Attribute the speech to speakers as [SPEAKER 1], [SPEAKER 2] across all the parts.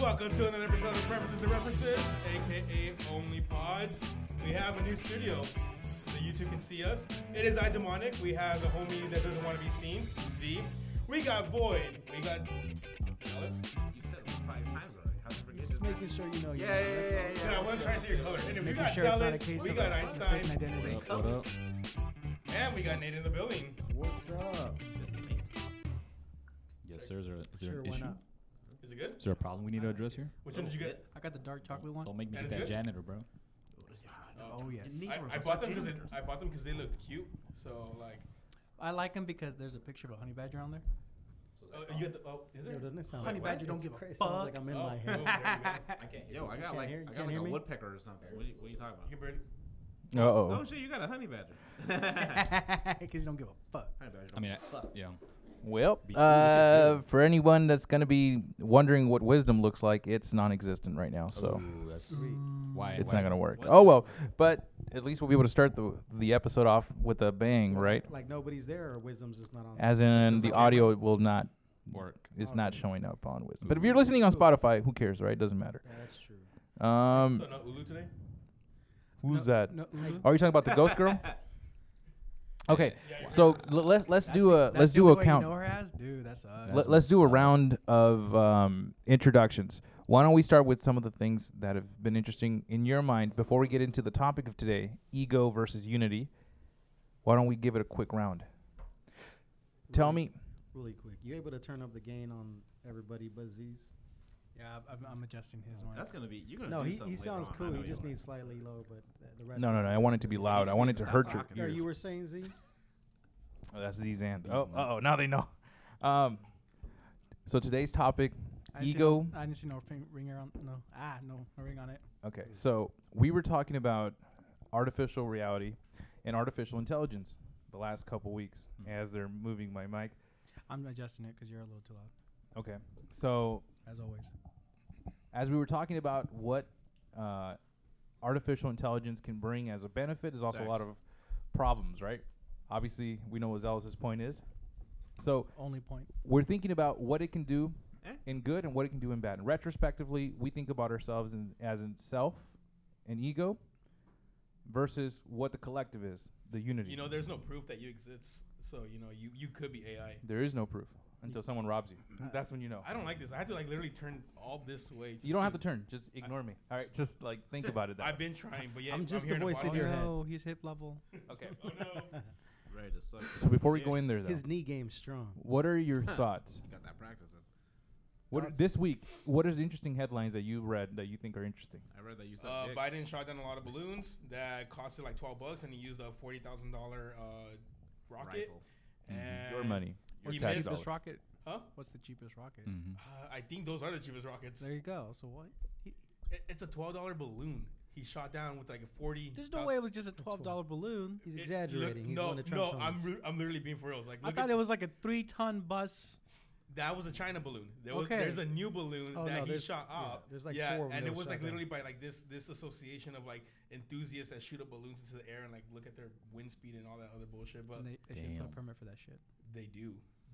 [SPEAKER 1] Welcome to another episode of Preferences and References, aka Only Pods. We have a new studio, so YouTube can see us. It is iDemonic. We have the homie that doesn't want to be seen, Z. We got Void. We got Alice.
[SPEAKER 2] You've said it five times already. How did you forget this?
[SPEAKER 3] Just making sure you know.
[SPEAKER 2] Yeah, yeah, yeah, yeah,
[SPEAKER 1] Yeah, I want to try to see your color. Anyway, we
[SPEAKER 3] Making
[SPEAKER 1] got
[SPEAKER 3] sure it's not a
[SPEAKER 1] Alice.
[SPEAKER 3] case
[SPEAKER 1] We
[SPEAKER 3] of
[SPEAKER 1] got
[SPEAKER 3] a mistaken
[SPEAKER 1] Einstein.
[SPEAKER 3] identity.
[SPEAKER 2] What up, what up?
[SPEAKER 1] And we got Nate in the building.
[SPEAKER 3] What's up?
[SPEAKER 2] Just the paint.
[SPEAKER 4] Yes, sir. Is there, is there
[SPEAKER 3] Sure,
[SPEAKER 4] an
[SPEAKER 3] why
[SPEAKER 4] issue?
[SPEAKER 3] not?
[SPEAKER 1] Is it good?
[SPEAKER 4] Is there a problem we need to address here?
[SPEAKER 1] Which one did you get?
[SPEAKER 5] I got the dark chocolate one.
[SPEAKER 4] Don't make me
[SPEAKER 1] That
[SPEAKER 4] get
[SPEAKER 1] is
[SPEAKER 4] that
[SPEAKER 1] good.
[SPEAKER 4] janitor, bro.
[SPEAKER 3] Oh yes.
[SPEAKER 2] It needs-
[SPEAKER 1] I, I bought them because I bought them because they looked cute. So like,
[SPEAKER 5] I like them because there's a picture of a honey badger on there.
[SPEAKER 1] oh, you got the oh, is
[SPEAKER 3] Yo,
[SPEAKER 1] there?
[SPEAKER 3] doesn't it sound
[SPEAKER 5] Honey
[SPEAKER 3] like what?
[SPEAKER 5] badger don't
[SPEAKER 3] It's
[SPEAKER 5] give a
[SPEAKER 3] crazy. Sounds like
[SPEAKER 5] fuck.
[SPEAKER 3] I'm in
[SPEAKER 1] Oh,
[SPEAKER 3] my
[SPEAKER 1] oh,
[SPEAKER 3] head.
[SPEAKER 1] there you go.
[SPEAKER 5] I can't
[SPEAKER 2] Yo, I got
[SPEAKER 3] Can't
[SPEAKER 2] like
[SPEAKER 3] hear-
[SPEAKER 2] I
[SPEAKER 3] can't
[SPEAKER 2] got like
[SPEAKER 3] hear
[SPEAKER 2] a
[SPEAKER 3] me?
[SPEAKER 2] woodpecker or something. What are you, what are you talking about?
[SPEAKER 1] You can barely.
[SPEAKER 4] Uh oh.
[SPEAKER 2] Oh shit, you got a honey badger.
[SPEAKER 5] Because you don't
[SPEAKER 3] Oh,
[SPEAKER 5] give a fuck.
[SPEAKER 2] honey badger.
[SPEAKER 4] I mean, I,
[SPEAKER 2] fuck.
[SPEAKER 4] yeah.
[SPEAKER 6] Well,
[SPEAKER 4] Be- ooh, this is
[SPEAKER 6] uh,
[SPEAKER 4] good.
[SPEAKER 6] for anyone that's going to be wondering what wisdom looks like, it's non existent right now. So
[SPEAKER 4] Ooh, that's
[SPEAKER 3] Sweet.
[SPEAKER 4] why why-
[SPEAKER 6] it's not going to work.
[SPEAKER 2] what
[SPEAKER 6] Oh, well. But at least we'll be able to start the, the episode off with a bang, right?
[SPEAKER 3] Like nobody's there, or wisdom's just not on.
[SPEAKER 6] As
[SPEAKER 2] just
[SPEAKER 6] in,
[SPEAKER 2] the
[SPEAKER 6] the
[SPEAKER 2] camera.
[SPEAKER 6] audio will not,
[SPEAKER 4] work.
[SPEAKER 6] it's not showing up on wisdom. But if
[SPEAKER 4] Ooh.
[SPEAKER 6] you're listening on Spotify, who cares, right? Doesn't matter.
[SPEAKER 3] Yeah, that's true.
[SPEAKER 6] Um,
[SPEAKER 1] So no Ulu today.
[SPEAKER 6] who's
[SPEAKER 5] No-
[SPEAKER 6] that?
[SPEAKER 5] No, Ulu.
[SPEAKER 3] mm-hmm.
[SPEAKER 6] Are you talking about the ghost girl? Okay,
[SPEAKER 1] Yeah,
[SPEAKER 6] so l- let's let's
[SPEAKER 5] That's
[SPEAKER 6] do
[SPEAKER 5] the-
[SPEAKER 6] a
[SPEAKER 5] that's
[SPEAKER 6] let's
[SPEAKER 5] the
[SPEAKER 6] do
[SPEAKER 5] only
[SPEAKER 6] a
[SPEAKER 5] way
[SPEAKER 6] count.
[SPEAKER 5] You know her as? Dude, that's
[SPEAKER 3] uh,
[SPEAKER 5] us.
[SPEAKER 4] That's
[SPEAKER 6] Let,
[SPEAKER 4] what
[SPEAKER 6] let's do a
[SPEAKER 4] started.
[SPEAKER 6] round of um, introductions. Why don't we start with some of the things that have been interesting in your mind before we get into the topic of today, ego versus unity? Why don't we give it a quick round? Tell
[SPEAKER 3] Really-
[SPEAKER 6] me,
[SPEAKER 3] Really quick, you able to turn up the gain on everybody but Z's?
[SPEAKER 5] yeah, I- I'm, I'm adjusting his one.
[SPEAKER 2] That's gonna be. You're gonna.
[SPEAKER 3] No,
[SPEAKER 2] do
[SPEAKER 3] he,
[SPEAKER 2] something
[SPEAKER 3] he
[SPEAKER 2] later
[SPEAKER 3] sounds
[SPEAKER 2] on. I
[SPEAKER 3] cool.
[SPEAKER 2] know
[SPEAKER 3] He
[SPEAKER 2] you
[SPEAKER 3] just
[SPEAKER 2] are.
[SPEAKER 3] needs slightly low, but th- the rest.
[SPEAKER 6] no,
[SPEAKER 3] of
[SPEAKER 6] no,
[SPEAKER 3] it
[SPEAKER 6] no. I
[SPEAKER 3] is
[SPEAKER 6] want it
[SPEAKER 3] good.
[SPEAKER 6] to be loud. I want it to
[SPEAKER 2] Stop
[SPEAKER 6] hurt your.
[SPEAKER 2] talking.
[SPEAKER 3] No,
[SPEAKER 2] ears.
[SPEAKER 3] you were saying Z.
[SPEAKER 6] Oh, that's Zizan.
[SPEAKER 4] These
[SPEAKER 6] Oh, oh,
[SPEAKER 4] nuts.
[SPEAKER 6] now they know. Um, so today's topic,
[SPEAKER 5] I didn't see no-
[SPEAKER 6] ego.
[SPEAKER 5] I didn't see no ring, ringer on. No. Ah, no, no ring on it.
[SPEAKER 6] Okay, so we were talking about artificial reality and artificial intelligence the last couple weeks as they're moving my mic.
[SPEAKER 5] I'm adjusting it because you're a little too loud,
[SPEAKER 6] Okay, so
[SPEAKER 5] as always.
[SPEAKER 6] as we were talking about what uh, artificial intelligence can bring as a benefit, there's also a lot
[SPEAKER 2] Sex.
[SPEAKER 6] of problems, right? Obviously, we know what Zealous's point is. So
[SPEAKER 5] Only point.
[SPEAKER 6] we're thinking about what it can do
[SPEAKER 2] Eh?
[SPEAKER 6] in good and what it can do in bad. And retrospectively, we think about ourselves in, as in self and ego versus what the collective is, the unity.
[SPEAKER 1] You know, there's no proof that you exist, so you know you you could be AI.
[SPEAKER 6] there is no proof until someone robs you. That's when you know.
[SPEAKER 1] Uh, I don't like this. I had to like literally turn all this way. just
[SPEAKER 6] You don't have to turn. Just
[SPEAKER 1] I-
[SPEAKER 6] ignore me. All right, just like think about it. That
[SPEAKER 1] I've
[SPEAKER 6] way.
[SPEAKER 1] been trying, but yeah,
[SPEAKER 3] I'm just the
[SPEAKER 1] hearing
[SPEAKER 3] voice in
[SPEAKER 1] bottle.
[SPEAKER 3] your head.
[SPEAKER 5] Oh, no, he's hip level.
[SPEAKER 6] okay.
[SPEAKER 1] Oh no!
[SPEAKER 2] ready to suck.
[SPEAKER 6] So before we
[SPEAKER 1] Yeah.
[SPEAKER 6] go in there, though,
[SPEAKER 3] His knee game's strong.
[SPEAKER 6] what are your thoughts?
[SPEAKER 2] You got that practice. In.
[SPEAKER 6] What are-
[SPEAKER 3] Thoughts?
[SPEAKER 6] this week? What are the interesting headlines that you read that you think are interesting?
[SPEAKER 2] I read that you said.
[SPEAKER 1] Uh, Biden shot down a lot of balloons that costed like 12 bucks, and he used a forty thousand dollar uh, rocket.
[SPEAKER 2] Rifle.
[SPEAKER 1] And
[SPEAKER 6] Mm-hmm. Your money.
[SPEAKER 1] He
[SPEAKER 5] What's
[SPEAKER 6] tax
[SPEAKER 1] missed, uh,
[SPEAKER 5] the cheapest
[SPEAKER 6] dollar.
[SPEAKER 5] rocket?
[SPEAKER 1] Huh?
[SPEAKER 5] What's the cheapest rocket?
[SPEAKER 4] Mm-hmm.
[SPEAKER 1] I think those are the cheapest rockets.
[SPEAKER 5] There you go. So what? He,
[SPEAKER 1] It- It's a twelve dollar balloon. He shot down with like a forty.
[SPEAKER 5] there's no way it was just a twelve dollar balloon.
[SPEAKER 3] He's
[SPEAKER 1] It- look-
[SPEAKER 3] exaggerating. He's
[SPEAKER 1] no,
[SPEAKER 3] one of Trump's
[SPEAKER 1] no, I'm
[SPEAKER 3] homies.
[SPEAKER 1] re- I'm literally being for real. Like
[SPEAKER 5] I
[SPEAKER 1] look
[SPEAKER 5] thought
[SPEAKER 1] at,
[SPEAKER 5] it was like a three ton bus.
[SPEAKER 1] that was a China balloon. There was
[SPEAKER 5] Okay.
[SPEAKER 1] there's a new balloon
[SPEAKER 3] Oh, no,
[SPEAKER 1] that he
[SPEAKER 3] there's-
[SPEAKER 1] shot
[SPEAKER 3] yeah,
[SPEAKER 1] up.
[SPEAKER 3] there's, like,
[SPEAKER 1] yeah,
[SPEAKER 3] four of them
[SPEAKER 1] and it
[SPEAKER 3] that were
[SPEAKER 1] was
[SPEAKER 3] shot
[SPEAKER 1] like
[SPEAKER 3] down.
[SPEAKER 1] literally by like this this association of like enthusiasts that shoot up balloons into the air and like look at their wind speed and all that other bullshit. But
[SPEAKER 5] And they, they should put a
[SPEAKER 4] Damn.
[SPEAKER 5] permit for that shit.
[SPEAKER 1] they do.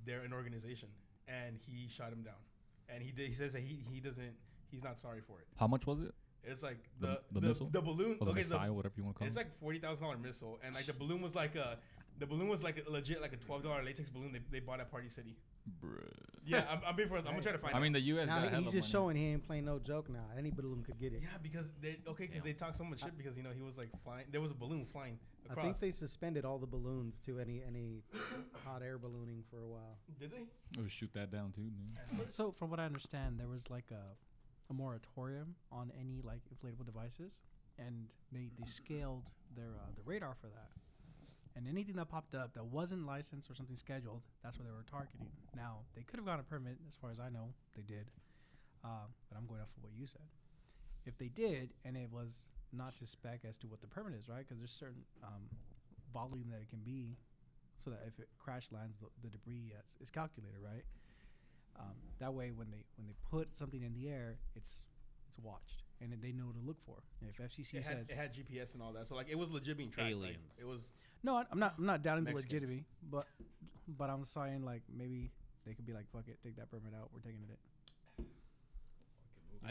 [SPEAKER 1] They're an organization, and he shot him down. And he did, he says that he, he doesn't he's not sorry for it.
[SPEAKER 4] How much was it?
[SPEAKER 1] It's like
[SPEAKER 4] The-
[SPEAKER 1] the the,
[SPEAKER 4] the
[SPEAKER 1] the,
[SPEAKER 4] missile?
[SPEAKER 1] balloon.
[SPEAKER 4] Or the
[SPEAKER 1] okay,
[SPEAKER 4] missile,
[SPEAKER 1] the,
[SPEAKER 4] whatever you want to call
[SPEAKER 1] it's
[SPEAKER 4] it.
[SPEAKER 1] like forty thousand dollar missile, and like the balloon was like a the balloon was like a, legit like a twelve dollar latex balloon they, they bought at Party City.
[SPEAKER 4] Bruh.
[SPEAKER 1] Yeah, I'm, I'm being for us. I'm gonna try to find.
[SPEAKER 4] I
[SPEAKER 1] out.
[SPEAKER 4] mean, the U.S.
[SPEAKER 3] Now
[SPEAKER 4] got
[SPEAKER 3] he-
[SPEAKER 4] hella
[SPEAKER 3] he's just
[SPEAKER 4] money.
[SPEAKER 3] showing he ain't playing no joke now. Any balloon could get it.
[SPEAKER 1] Yeah, because they okay, because
[SPEAKER 4] Damn.
[SPEAKER 1] they talked so much shit because you know he was like flying. There was a balloon flying across.
[SPEAKER 3] I think they suspended all the balloons to any any hot air ballooning for a while.
[SPEAKER 1] did they.
[SPEAKER 4] Oh, shoot that down too. Man.
[SPEAKER 5] So from what I understand, there was like a, a moratorium on any like inflatable devices, and they, they scaled their uh, the radar for that. And anything that popped up that wasn't licensed or something scheduled, that's what they were targeting. Now they could have gotten a permit, as far as I know, they did. Uh, but I'm going off of what you said. If they did, and it was not to spec as to what the permit is, right? Because there's certain um, volume that it can be, so that if it crash lands, the, the debris is, is calculated, right? Um, that way, when they when they put something in the air, it's it's watched, and then they know what to look for. And if FCC
[SPEAKER 1] It had,
[SPEAKER 5] says
[SPEAKER 1] it had GPS and all that, so like it was legit being tracked. like,
[SPEAKER 2] Aliens.
[SPEAKER 1] it was
[SPEAKER 5] no, I- I'm not I'm not doubting the
[SPEAKER 1] Mexicans.
[SPEAKER 5] legitimacy, but but I'm saying like maybe they could be like fuck it, take that permit out, we're taking it. in."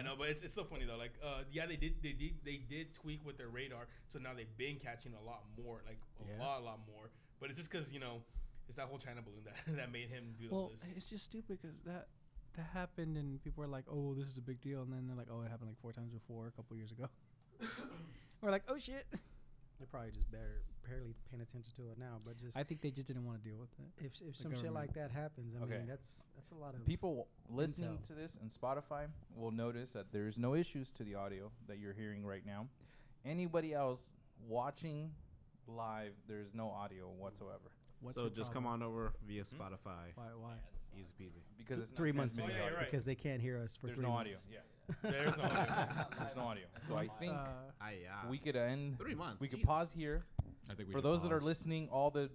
[SPEAKER 2] I
[SPEAKER 1] but it's, it's still funny though. Like, uh, yeah, they did, they did, they did tweak with their radar, so now they've been catching a lot more, like a
[SPEAKER 5] Yeah.
[SPEAKER 1] lot, a lot more. But it's just because you know, it's that whole China balloon that that made him do all
[SPEAKER 5] Well,
[SPEAKER 1] this.
[SPEAKER 5] it's just stupid because that that happened and people were like, "Oh, this is a big deal," and then they're like, "Oh, it happened like four times before, a couple years ago." we're like, "Oh shit!"
[SPEAKER 3] They're probably just bare, barely paying attention to it now. But just
[SPEAKER 5] I think they just didn't want to deal with it.
[SPEAKER 3] if if some shit
[SPEAKER 5] government.
[SPEAKER 3] like that happens, I
[SPEAKER 7] Okay.
[SPEAKER 3] mean that's that's a lot of
[SPEAKER 7] People listening
[SPEAKER 3] Intel.
[SPEAKER 7] to this on Spotify will notice that there's no issues to the audio that you're hearing right now. Anybody else watching live, there's no audio whatsoever
[SPEAKER 5] What's
[SPEAKER 2] so
[SPEAKER 5] your
[SPEAKER 2] just come
[SPEAKER 5] problem?
[SPEAKER 2] on over via Spotify.
[SPEAKER 5] Why? Why?
[SPEAKER 2] Easy peasy.
[SPEAKER 7] because it's not
[SPEAKER 3] three months
[SPEAKER 7] transmitting
[SPEAKER 1] Oh, yeah,
[SPEAKER 7] audio.
[SPEAKER 1] you're right.
[SPEAKER 3] because they can't hear us for
[SPEAKER 7] There's
[SPEAKER 3] three
[SPEAKER 7] no audio.
[SPEAKER 3] months.
[SPEAKER 7] Yeah,
[SPEAKER 1] There's no audio.
[SPEAKER 7] there's no audio. So I think
[SPEAKER 5] Uh,
[SPEAKER 2] Aye, aye.
[SPEAKER 7] we could end.
[SPEAKER 2] Three months,
[SPEAKER 7] We could
[SPEAKER 2] Jesus.
[SPEAKER 7] pause here.
[SPEAKER 6] I think we
[SPEAKER 7] For
[SPEAKER 6] should
[SPEAKER 7] those that are
[SPEAKER 6] pause.
[SPEAKER 7] listening, all the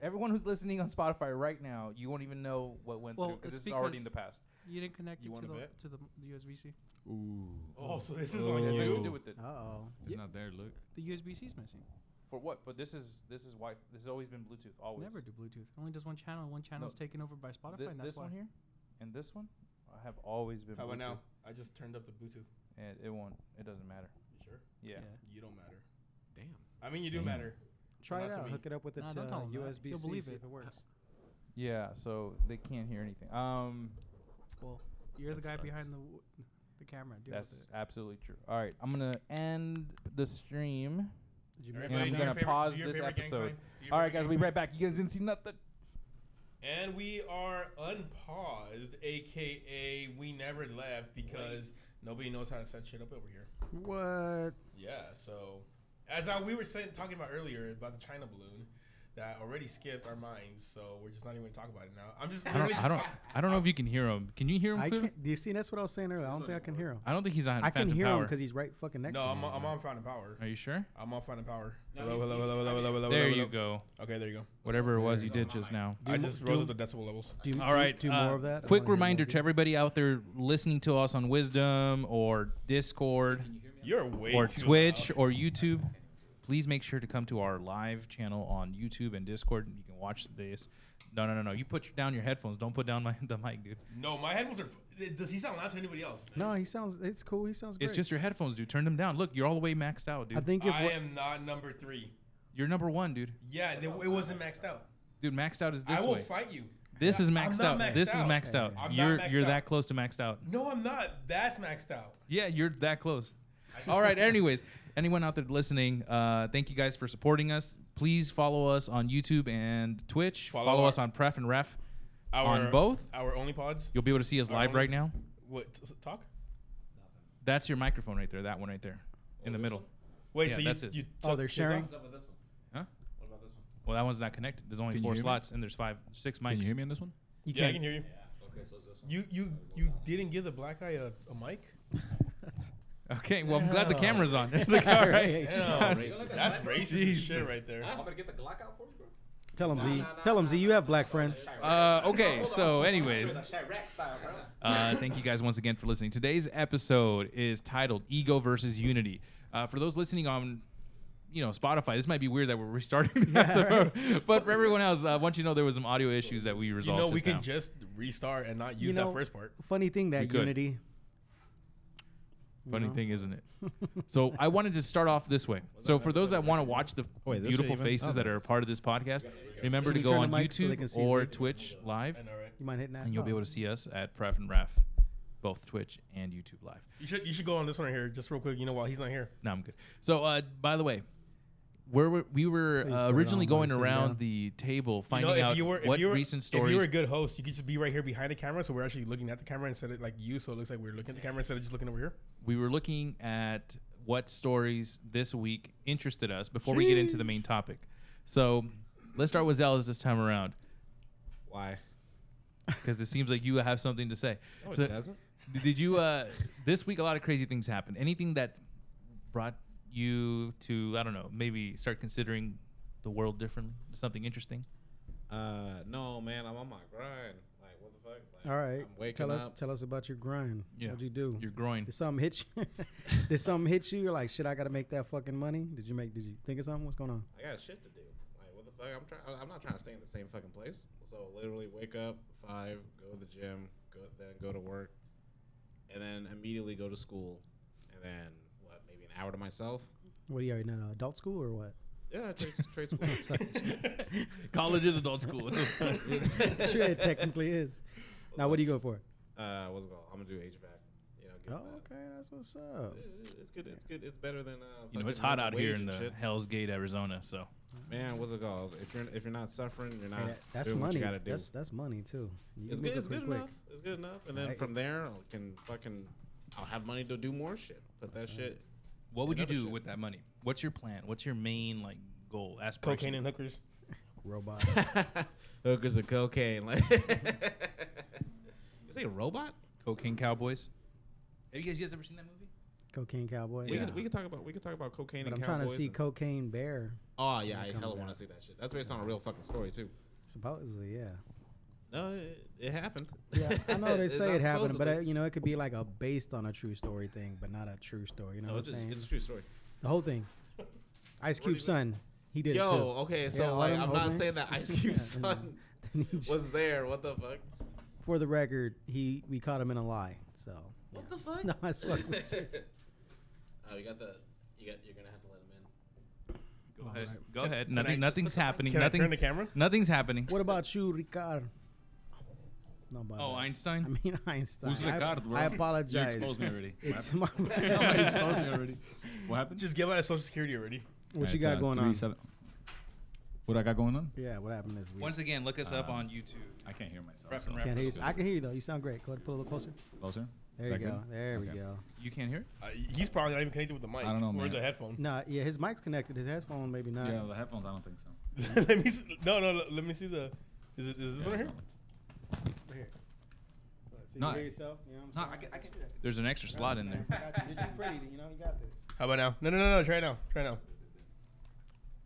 [SPEAKER 7] everyone who's listening on Spotify right now, you won't even know what went
[SPEAKER 5] Well,
[SPEAKER 7] through because
[SPEAKER 5] it's
[SPEAKER 7] this is already in
[SPEAKER 5] because-
[SPEAKER 7] the past.
[SPEAKER 5] you didn't connect
[SPEAKER 1] You
[SPEAKER 5] it
[SPEAKER 1] wanna
[SPEAKER 5] to the,
[SPEAKER 1] bet?
[SPEAKER 5] to the m- the USB-C.
[SPEAKER 6] Ooh.
[SPEAKER 1] Oh, so this is
[SPEAKER 6] Oh.
[SPEAKER 1] on
[SPEAKER 7] It has nothing to
[SPEAKER 1] you.
[SPEAKER 7] do with it.
[SPEAKER 3] Uh oh.
[SPEAKER 6] It's not there. Look.
[SPEAKER 5] The USB-C is missing.
[SPEAKER 7] For what? But this is this is why this has always been Bluetooth. Always.
[SPEAKER 5] Never do Bluetooth. It only does one channel. and One channel's taken over by Spotify.
[SPEAKER 7] Thi-
[SPEAKER 5] and that's
[SPEAKER 7] this
[SPEAKER 5] why.
[SPEAKER 7] one here, and this one, I have always been.
[SPEAKER 1] How
[SPEAKER 7] Bluetooth,
[SPEAKER 1] about now? I just turned up the Bluetooth.
[SPEAKER 7] And it won't. It doesn't matter.
[SPEAKER 1] You sure?
[SPEAKER 7] Yeah.
[SPEAKER 5] Yeah.
[SPEAKER 1] You don't matter.
[SPEAKER 2] Damn.
[SPEAKER 1] I mean, you do
[SPEAKER 6] Damn.
[SPEAKER 1] matter.
[SPEAKER 3] Try
[SPEAKER 1] Not
[SPEAKER 3] it
[SPEAKER 1] to
[SPEAKER 3] out.
[SPEAKER 1] me.
[SPEAKER 3] Hook it up with the
[SPEAKER 5] Nah,
[SPEAKER 3] USB
[SPEAKER 5] don't tell 'em that.
[SPEAKER 3] USB
[SPEAKER 5] You'll
[SPEAKER 3] C. "Oh,
[SPEAKER 5] believe
[SPEAKER 3] see
[SPEAKER 5] it.
[SPEAKER 3] if it works.
[SPEAKER 7] Yeah. So they can't hear anything. Um.
[SPEAKER 5] Well, you're the
[SPEAKER 2] That
[SPEAKER 5] guy
[SPEAKER 2] sucks.
[SPEAKER 5] behind the w- the camera. Deal with
[SPEAKER 7] That's
[SPEAKER 5] it.
[SPEAKER 7] absolutely true. All right. I'm gonna end the stream.
[SPEAKER 3] Did you
[SPEAKER 1] Everybody
[SPEAKER 3] miss
[SPEAKER 7] I'm
[SPEAKER 1] do
[SPEAKER 3] it?
[SPEAKER 1] your
[SPEAKER 7] gonna
[SPEAKER 1] favorite-
[SPEAKER 7] pause
[SPEAKER 1] do your
[SPEAKER 7] this
[SPEAKER 1] favorite gang
[SPEAKER 7] episode.
[SPEAKER 1] sign. Do your
[SPEAKER 7] All right,
[SPEAKER 1] favorite
[SPEAKER 7] guys.
[SPEAKER 1] gang
[SPEAKER 7] We'll be
[SPEAKER 1] sign.
[SPEAKER 7] right back. You guys didn't see nothing.
[SPEAKER 1] And we are unpaused, aka we never left because nobody knows how to set shit up over here.
[SPEAKER 3] What?
[SPEAKER 1] Yeah, so as I, we were saying, talking about earlier about the China balloon that already skipped our minds, so we're just not even gonna talk about it now. I'm just
[SPEAKER 6] I don't.
[SPEAKER 1] literally
[SPEAKER 6] I don't.
[SPEAKER 1] just-
[SPEAKER 6] I don't know if you can hear him. Can you hear him?
[SPEAKER 3] I
[SPEAKER 6] clearly?
[SPEAKER 3] can't. Do you see? That's what I was saying earlier. I don't
[SPEAKER 2] on
[SPEAKER 3] think I
[SPEAKER 2] the
[SPEAKER 3] can
[SPEAKER 2] board.
[SPEAKER 3] hear him.
[SPEAKER 6] I don't think he's on.
[SPEAKER 3] I can
[SPEAKER 6] Phantom
[SPEAKER 3] hear him
[SPEAKER 6] Power.
[SPEAKER 3] because he's right fucking next
[SPEAKER 1] No,
[SPEAKER 3] to me.
[SPEAKER 1] I'm, I'm on Fountain Power.
[SPEAKER 6] Are you sure?
[SPEAKER 1] I'm on Fountain Power.
[SPEAKER 2] No,
[SPEAKER 1] hello,
[SPEAKER 2] he's-
[SPEAKER 1] hello,
[SPEAKER 2] he's-
[SPEAKER 1] hello, hello, hello, hello.
[SPEAKER 6] There
[SPEAKER 1] hello.
[SPEAKER 6] you go.
[SPEAKER 1] Okay, there you go.
[SPEAKER 6] Whatever it was you
[SPEAKER 2] He's on
[SPEAKER 6] did
[SPEAKER 2] my
[SPEAKER 6] just
[SPEAKER 2] mic.
[SPEAKER 6] now.
[SPEAKER 3] Do
[SPEAKER 1] I
[SPEAKER 3] mo-
[SPEAKER 1] just
[SPEAKER 3] do
[SPEAKER 1] rose
[SPEAKER 3] m-
[SPEAKER 1] up the decibel levels.
[SPEAKER 3] Do, do-
[SPEAKER 6] All right.
[SPEAKER 3] Do, more
[SPEAKER 6] uh,
[SPEAKER 3] of that. I
[SPEAKER 6] Quick
[SPEAKER 3] wanna hear more
[SPEAKER 6] reminder
[SPEAKER 3] of
[SPEAKER 6] to
[SPEAKER 3] it.
[SPEAKER 6] everybody out there listening to us on Wisdom or Discord
[SPEAKER 1] You're way
[SPEAKER 6] or
[SPEAKER 1] too
[SPEAKER 6] Twitch
[SPEAKER 1] loud.
[SPEAKER 6] or YouTube. Please make sure to come to our live channel on YouTube and Discord. and You can watch this. No, no, no, no. You put down your headphones. Don't put down my the mic, dude.
[SPEAKER 1] No, my headphones are. f- Does he sound loud to anybody else?
[SPEAKER 3] No, he sounds. It's cool. He sounds. Great.
[SPEAKER 6] It's just your headphones, dude. Turn them down. Look, you're all the way maxed out, dude.
[SPEAKER 3] I think if
[SPEAKER 1] I
[SPEAKER 3] we're-
[SPEAKER 1] am not number three.
[SPEAKER 6] you're number one, dude.
[SPEAKER 1] Yeah, they, it wasn't maxed out.
[SPEAKER 6] Dude, maxed out is this
[SPEAKER 1] I will
[SPEAKER 6] way.
[SPEAKER 1] fight you.
[SPEAKER 6] This is
[SPEAKER 1] I'm
[SPEAKER 6] maxed out.
[SPEAKER 1] not
[SPEAKER 6] this is maxed out.
[SPEAKER 1] I'm not
[SPEAKER 6] you're
[SPEAKER 1] maxed
[SPEAKER 6] you're
[SPEAKER 1] out.
[SPEAKER 6] that close to maxed out.
[SPEAKER 1] No, I'm not. That's maxed out.
[SPEAKER 6] Yeah, you're that close. All right. Anyways, anyone out there listening, uh, thank you guys for supporting us. Please follow us on YouTube and Twitch. Follow,
[SPEAKER 1] Follow
[SPEAKER 6] us
[SPEAKER 1] our-
[SPEAKER 6] on Pref and Ref. On both?
[SPEAKER 1] our only pods.
[SPEAKER 6] You'll be able to see us
[SPEAKER 1] Our
[SPEAKER 6] live
[SPEAKER 1] only-
[SPEAKER 6] right now.
[SPEAKER 1] What t- talk?
[SPEAKER 6] That's your microphone right there. That one right there, in the middle.
[SPEAKER 1] Wait,
[SPEAKER 6] Yeah,
[SPEAKER 1] so you,
[SPEAKER 6] that's his.
[SPEAKER 1] you
[SPEAKER 3] Oh,
[SPEAKER 1] took
[SPEAKER 3] they're
[SPEAKER 1] his
[SPEAKER 3] sharing?
[SPEAKER 1] off?
[SPEAKER 2] up with this one?
[SPEAKER 6] Huh?
[SPEAKER 2] What about this one?
[SPEAKER 6] Well, that one's not connected. There's only Can you four hear me? slots, and there's five, six mics. Can you hear me on this one?
[SPEAKER 3] you
[SPEAKER 1] Yeah, I
[SPEAKER 3] can't-
[SPEAKER 1] can hear you.
[SPEAKER 2] Okay, so it's this
[SPEAKER 1] You you you didn't give the black guy a, a mic?
[SPEAKER 6] Okay. Well, I'm glad the
[SPEAKER 1] Damn.
[SPEAKER 6] camera's on. It's like, all right.
[SPEAKER 3] Right.
[SPEAKER 1] Damn,
[SPEAKER 2] racist.
[SPEAKER 1] that's racist as shit right there.
[SPEAKER 2] gonna get the Glock out for you, bro.
[SPEAKER 3] Tell him
[SPEAKER 2] Nah,
[SPEAKER 3] Z.
[SPEAKER 2] nah, nah,
[SPEAKER 3] Tell him
[SPEAKER 2] nah,
[SPEAKER 3] Z. You
[SPEAKER 2] nah.
[SPEAKER 3] have black friends.
[SPEAKER 6] Uh, okay. So, anyways.
[SPEAKER 2] Chirac style, bro.
[SPEAKER 6] Uh, thank you guys once again for listening. Today's episode is titled "Ego versus Unity." Uh, for those listening on, you know, Spotify, this might be weird that we're restarting. The episode, but for everyone else, uh, once you know there was some audio issues that we
[SPEAKER 1] You
[SPEAKER 6] resolved.
[SPEAKER 1] know we
[SPEAKER 6] just
[SPEAKER 1] can
[SPEAKER 6] now.
[SPEAKER 1] just restart and not use
[SPEAKER 3] You know-
[SPEAKER 1] that first part.
[SPEAKER 3] Funny thing
[SPEAKER 6] We
[SPEAKER 3] that
[SPEAKER 6] could.
[SPEAKER 3] Unity.
[SPEAKER 6] Funny thing, isn't it? so I wanted to start off this way. So for those that want to watch the
[SPEAKER 2] Wait, this way
[SPEAKER 6] beautiful
[SPEAKER 2] even?
[SPEAKER 6] faces
[SPEAKER 2] Oh,
[SPEAKER 6] that are a part of this podcast, remember
[SPEAKER 3] Can
[SPEAKER 6] to
[SPEAKER 3] you
[SPEAKER 6] go on
[SPEAKER 3] turn the mic so they
[SPEAKER 6] YouTube
[SPEAKER 3] can see
[SPEAKER 6] or
[SPEAKER 3] Zeke?
[SPEAKER 6] Twitch live,
[SPEAKER 1] I know, right?
[SPEAKER 3] You mind hitting that?
[SPEAKER 6] and you'll be
[SPEAKER 3] Oh.
[SPEAKER 6] able to see us at Pref and Ref, both Twitch and YouTube live.
[SPEAKER 1] You should you should go on this one right here just real quick. You know while he's not here.
[SPEAKER 6] No, I'm good. So, uh, by the way, where were, we were
[SPEAKER 3] Please put
[SPEAKER 6] uh,
[SPEAKER 3] it
[SPEAKER 6] originally
[SPEAKER 3] on
[SPEAKER 6] going
[SPEAKER 3] while I sit
[SPEAKER 6] around
[SPEAKER 3] down.
[SPEAKER 6] the table,
[SPEAKER 1] You know,
[SPEAKER 6] finding out what recent
[SPEAKER 1] If you
[SPEAKER 6] stories.
[SPEAKER 1] were a good host, you could just be right here behind the camera, so we're actually looking at the camera instead of like you, so it looks like we're looking at the camera instead of just looking over here.
[SPEAKER 6] we were looking at what stories this week interested us before we get into the main topic. So, let's start with Zealous this time around
[SPEAKER 2] Why?
[SPEAKER 6] because it seems like you have something to say.
[SPEAKER 2] No, it
[SPEAKER 6] so,
[SPEAKER 2] doesn't.
[SPEAKER 6] d- Did you uh, this week? A lot of crazy things happened. Anything that brought you to I don't know, maybe start considering the world differently. Something interesting.
[SPEAKER 2] Uh, no, man, I'm on my grind. Like, what the fuck? Like,
[SPEAKER 3] All right.
[SPEAKER 2] I'm waking
[SPEAKER 3] tell
[SPEAKER 2] up.
[SPEAKER 3] us. Tell us about your grind. What'd you do?
[SPEAKER 6] Your groin.
[SPEAKER 3] Did something hit you? did something hit you? You're like, shit, I gotta make that fucking money. Did you make? Did you think of something? What's going on?
[SPEAKER 2] I got shit to do. Like, what the fuck? I'm trying. I'm not trying to stay in the same fucking place. So literally, wake up five, go to the gym, go then go to work, and then immediately go to school, and then what? Maybe an hour to myself.
[SPEAKER 3] What are you in an adult school or what?
[SPEAKER 2] Yeah, trade, trade school.
[SPEAKER 6] College is adult school.
[SPEAKER 3] sure, it technically is. Now, what do you go for?
[SPEAKER 2] Uh, what's it called? I'm gonna do HVAC. You know, get
[SPEAKER 3] Oh,
[SPEAKER 2] that.
[SPEAKER 3] okay, that's what's up.
[SPEAKER 2] It- It's good. It's good. It's better than uh,
[SPEAKER 6] you know, it's
[SPEAKER 2] fucking
[SPEAKER 6] hot out
[SPEAKER 2] minimum
[SPEAKER 6] here
[SPEAKER 2] wage
[SPEAKER 6] in
[SPEAKER 2] and
[SPEAKER 6] the
[SPEAKER 2] shit.
[SPEAKER 6] Hell's Gate, Arizona. So
[SPEAKER 2] man. What's it called? If you're if you're not suffering, you're not.
[SPEAKER 3] Hey, that- that's
[SPEAKER 2] doing What
[SPEAKER 3] money.
[SPEAKER 2] you gotta do.
[SPEAKER 3] That's that's money too. You
[SPEAKER 2] it's
[SPEAKER 3] can
[SPEAKER 2] good.
[SPEAKER 3] make
[SPEAKER 2] It's
[SPEAKER 3] pretty
[SPEAKER 2] good enough. It's good enough. And
[SPEAKER 3] I-
[SPEAKER 2] then from there, I can fucking, I'll have money to do more shit. Put that shit.
[SPEAKER 6] what would you
[SPEAKER 2] Another
[SPEAKER 6] do
[SPEAKER 2] shit.
[SPEAKER 6] with that money? What's your plan? What's your main like goal? Aspiration?
[SPEAKER 1] Cocaine and hookers.
[SPEAKER 3] Robot.
[SPEAKER 2] Hookers and cocaine. Like, is he a robot?
[SPEAKER 6] Cocaine Cowboys. Have you guys, you guys ever seen that movie?
[SPEAKER 3] cocaine cowboy.
[SPEAKER 2] We,
[SPEAKER 3] Yeah.
[SPEAKER 2] could, we could talk about we could talk about cocaine
[SPEAKER 3] But I'm
[SPEAKER 2] and
[SPEAKER 3] trying
[SPEAKER 2] cowboys.
[SPEAKER 3] to see
[SPEAKER 2] and-
[SPEAKER 3] Cocaine Bear.
[SPEAKER 2] oh yeah,
[SPEAKER 3] when it
[SPEAKER 2] I
[SPEAKER 3] comes
[SPEAKER 2] hell want
[SPEAKER 3] out.
[SPEAKER 2] to see that shit. That's based on a real fucking story too.
[SPEAKER 3] Supposedly, yeah.
[SPEAKER 2] No, it, it happened.
[SPEAKER 3] Yeah, I know they
[SPEAKER 2] It's
[SPEAKER 3] say
[SPEAKER 2] not
[SPEAKER 3] it happened, but
[SPEAKER 2] supposedly.
[SPEAKER 3] uh you know it could be like a based on a true story thing, but not a true story. You know
[SPEAKER 2] no,
[SPEAKER 3] what
[SPEAKER 2] oh, it's,
[SPEAKER 3] I'm
[SPEAKER 2] just,
[SPEAKER 3] saying?
[SPEAKER 2] it's a true story.
[SPEAKER 3] the whole thing.
[SPEAKER 2] What
[SPEAKER 3] Ice
[SPEAKER 2] do
[SPEAKER 3] Cube
[SPEAKER 2] you
[SPEAKER 3] son, he did it too.
[SPEAKER 2] Yo, oh, okay, so
[SPEAKER 3] Yeah, all
[SPEAKER 2] like
[SPEAKER 3] them
[SPEAKER 2] I'm
[SPEAKER 3] hoes
[SPEAKER 2] not
[SPEAKER 3] in.
[SPEAKER 2] saying that Ice
[SPEAKER 3] Yeah,
[SPEAKER 2] Cube's
[SPEAKER 3] I know.
[SPEAKER 2] son
[SPEAKER 3] Then he sh-
[SPEAKER 2] was there. What the fuck?
[SPEAKER 3] For the record, he we caught him in a lie. So
[SPEAKER 2] What
[SPEAKER 3] yeah.
[SPEAKER 2] the fuck?
[SPEAKER 3] No, I swear to God.
[SPEAKER 2] oh, you got the. You got. You're gonna have to let him in.
[SPEAKER 6] Go
[SPEAKER 3] All
[SPEAKER 6] ahead.
[SPEAKER 3] right.
[SPEAKER 6] Go
[SPEAKER 1] Just-
[SPEAKER 6] ahead.
[SPEAKER 1] can I-
[SPEAKER 6] Nothing.
[SPEAKER 1] just
[SPEAKER 6] nothing's
[SPEAKER 1] put the mic-
[SPEAKER 6] happening.
[SPEAKER 1] Can
[SPEAKER 6] Nothing.
[SPEAKER 1] I turn the camera?
[SPEAKER 6] Nothing's happening.
[SPEAKER 3] What about you, Ricard? No, about
[SPEAKER 6] Oh,
[SPEAKER 3] that.
[SPEAKER 6] Einstein.
[SPEAKER 3] I mean Einstein.
[SPEAKER 4] Who's
[SPEAKER 3] I,
[SPEAKER 4] Ricard, bro?
[SPEAKER 3] I
[SPEAKER 4] You
[SPEAKER 3] apologize.
[SPEAKER 4] exposed me already.
[SPEAKER 3] It's
[SPEAKER 4] what
[SPEAKER 3] my.
[SPEAKER 4] happened? You exposed me already. What happened?
[SPEAKER 1] Just give out a social security already.
[SPEAKER 3] what you
[SPEAKER 4] It's,
[SPEAKER 3] got
[SPEAKER 4] uh,
[SPEAKER 3] going
[SPEAKER 4] three
[SPEAKER 3] on?
[SPEAKER 4] seven- What I got going on?
[SPEAKER 3] Yeah, what happened this week?
[SPEAKER 6] Once again, look us up
[SPEAKER 4] Um,
[SPEAKER 6] on YouTube.
[SPEAKER 4] I can't hear myself.
[SPEAKER 6] Ref and
[SPEAKER 4] so-
[SPEAKER 6] ref.
[SPEAKER 3] Can't hear you. I can hear you though. You sound great. Go ahead, pull a little closer.
[SPEAKER 4] Closer. Is
[SPEAKER 3] There
[SPEAKER 4] that
[SPEAKER 3] you go.
[SPEAKER 4] good?
[SPEAKER 3] There
[SPEAKER 4] Okay.
[SPEAKER 3] we go.
[SPEAKER 6] You can't hear?
[SPEAKER 1] Uh, he's probably not even connected with the mic.
[SPEAKER 4] I don't know,
[SPEAKER 1] or
[SPEAKER 4] man.
[SPEAKER 1] the headphone.
[SPEAKER 3] Nah, yeah, his mic's connected. His headphone, maybe not.
[SPEAKER 4] Yeah, the headphones. I don't think so.
[SPEAKER 1] let me. See, no, no. le- Let me see the. Is it? Is this one right here?
[SPEAKER 3] So you
[SPEAKER 4] No,
[SPEAKER 3] hear
[SPEAKER 4] I-
[SPEAKER 3] yourself. You know what I'm
[SPEAKER 4] No,
[SPEAKER 3] saying?
[SPEAKER 4] I can, I can do that.
[SPEAKER 6] There's an extra slot in there.
[SPEAKER 3] This is pretty. You know, you got this.
[SPEAKER 1] How about now? No, no, no, no. Try now. Try now.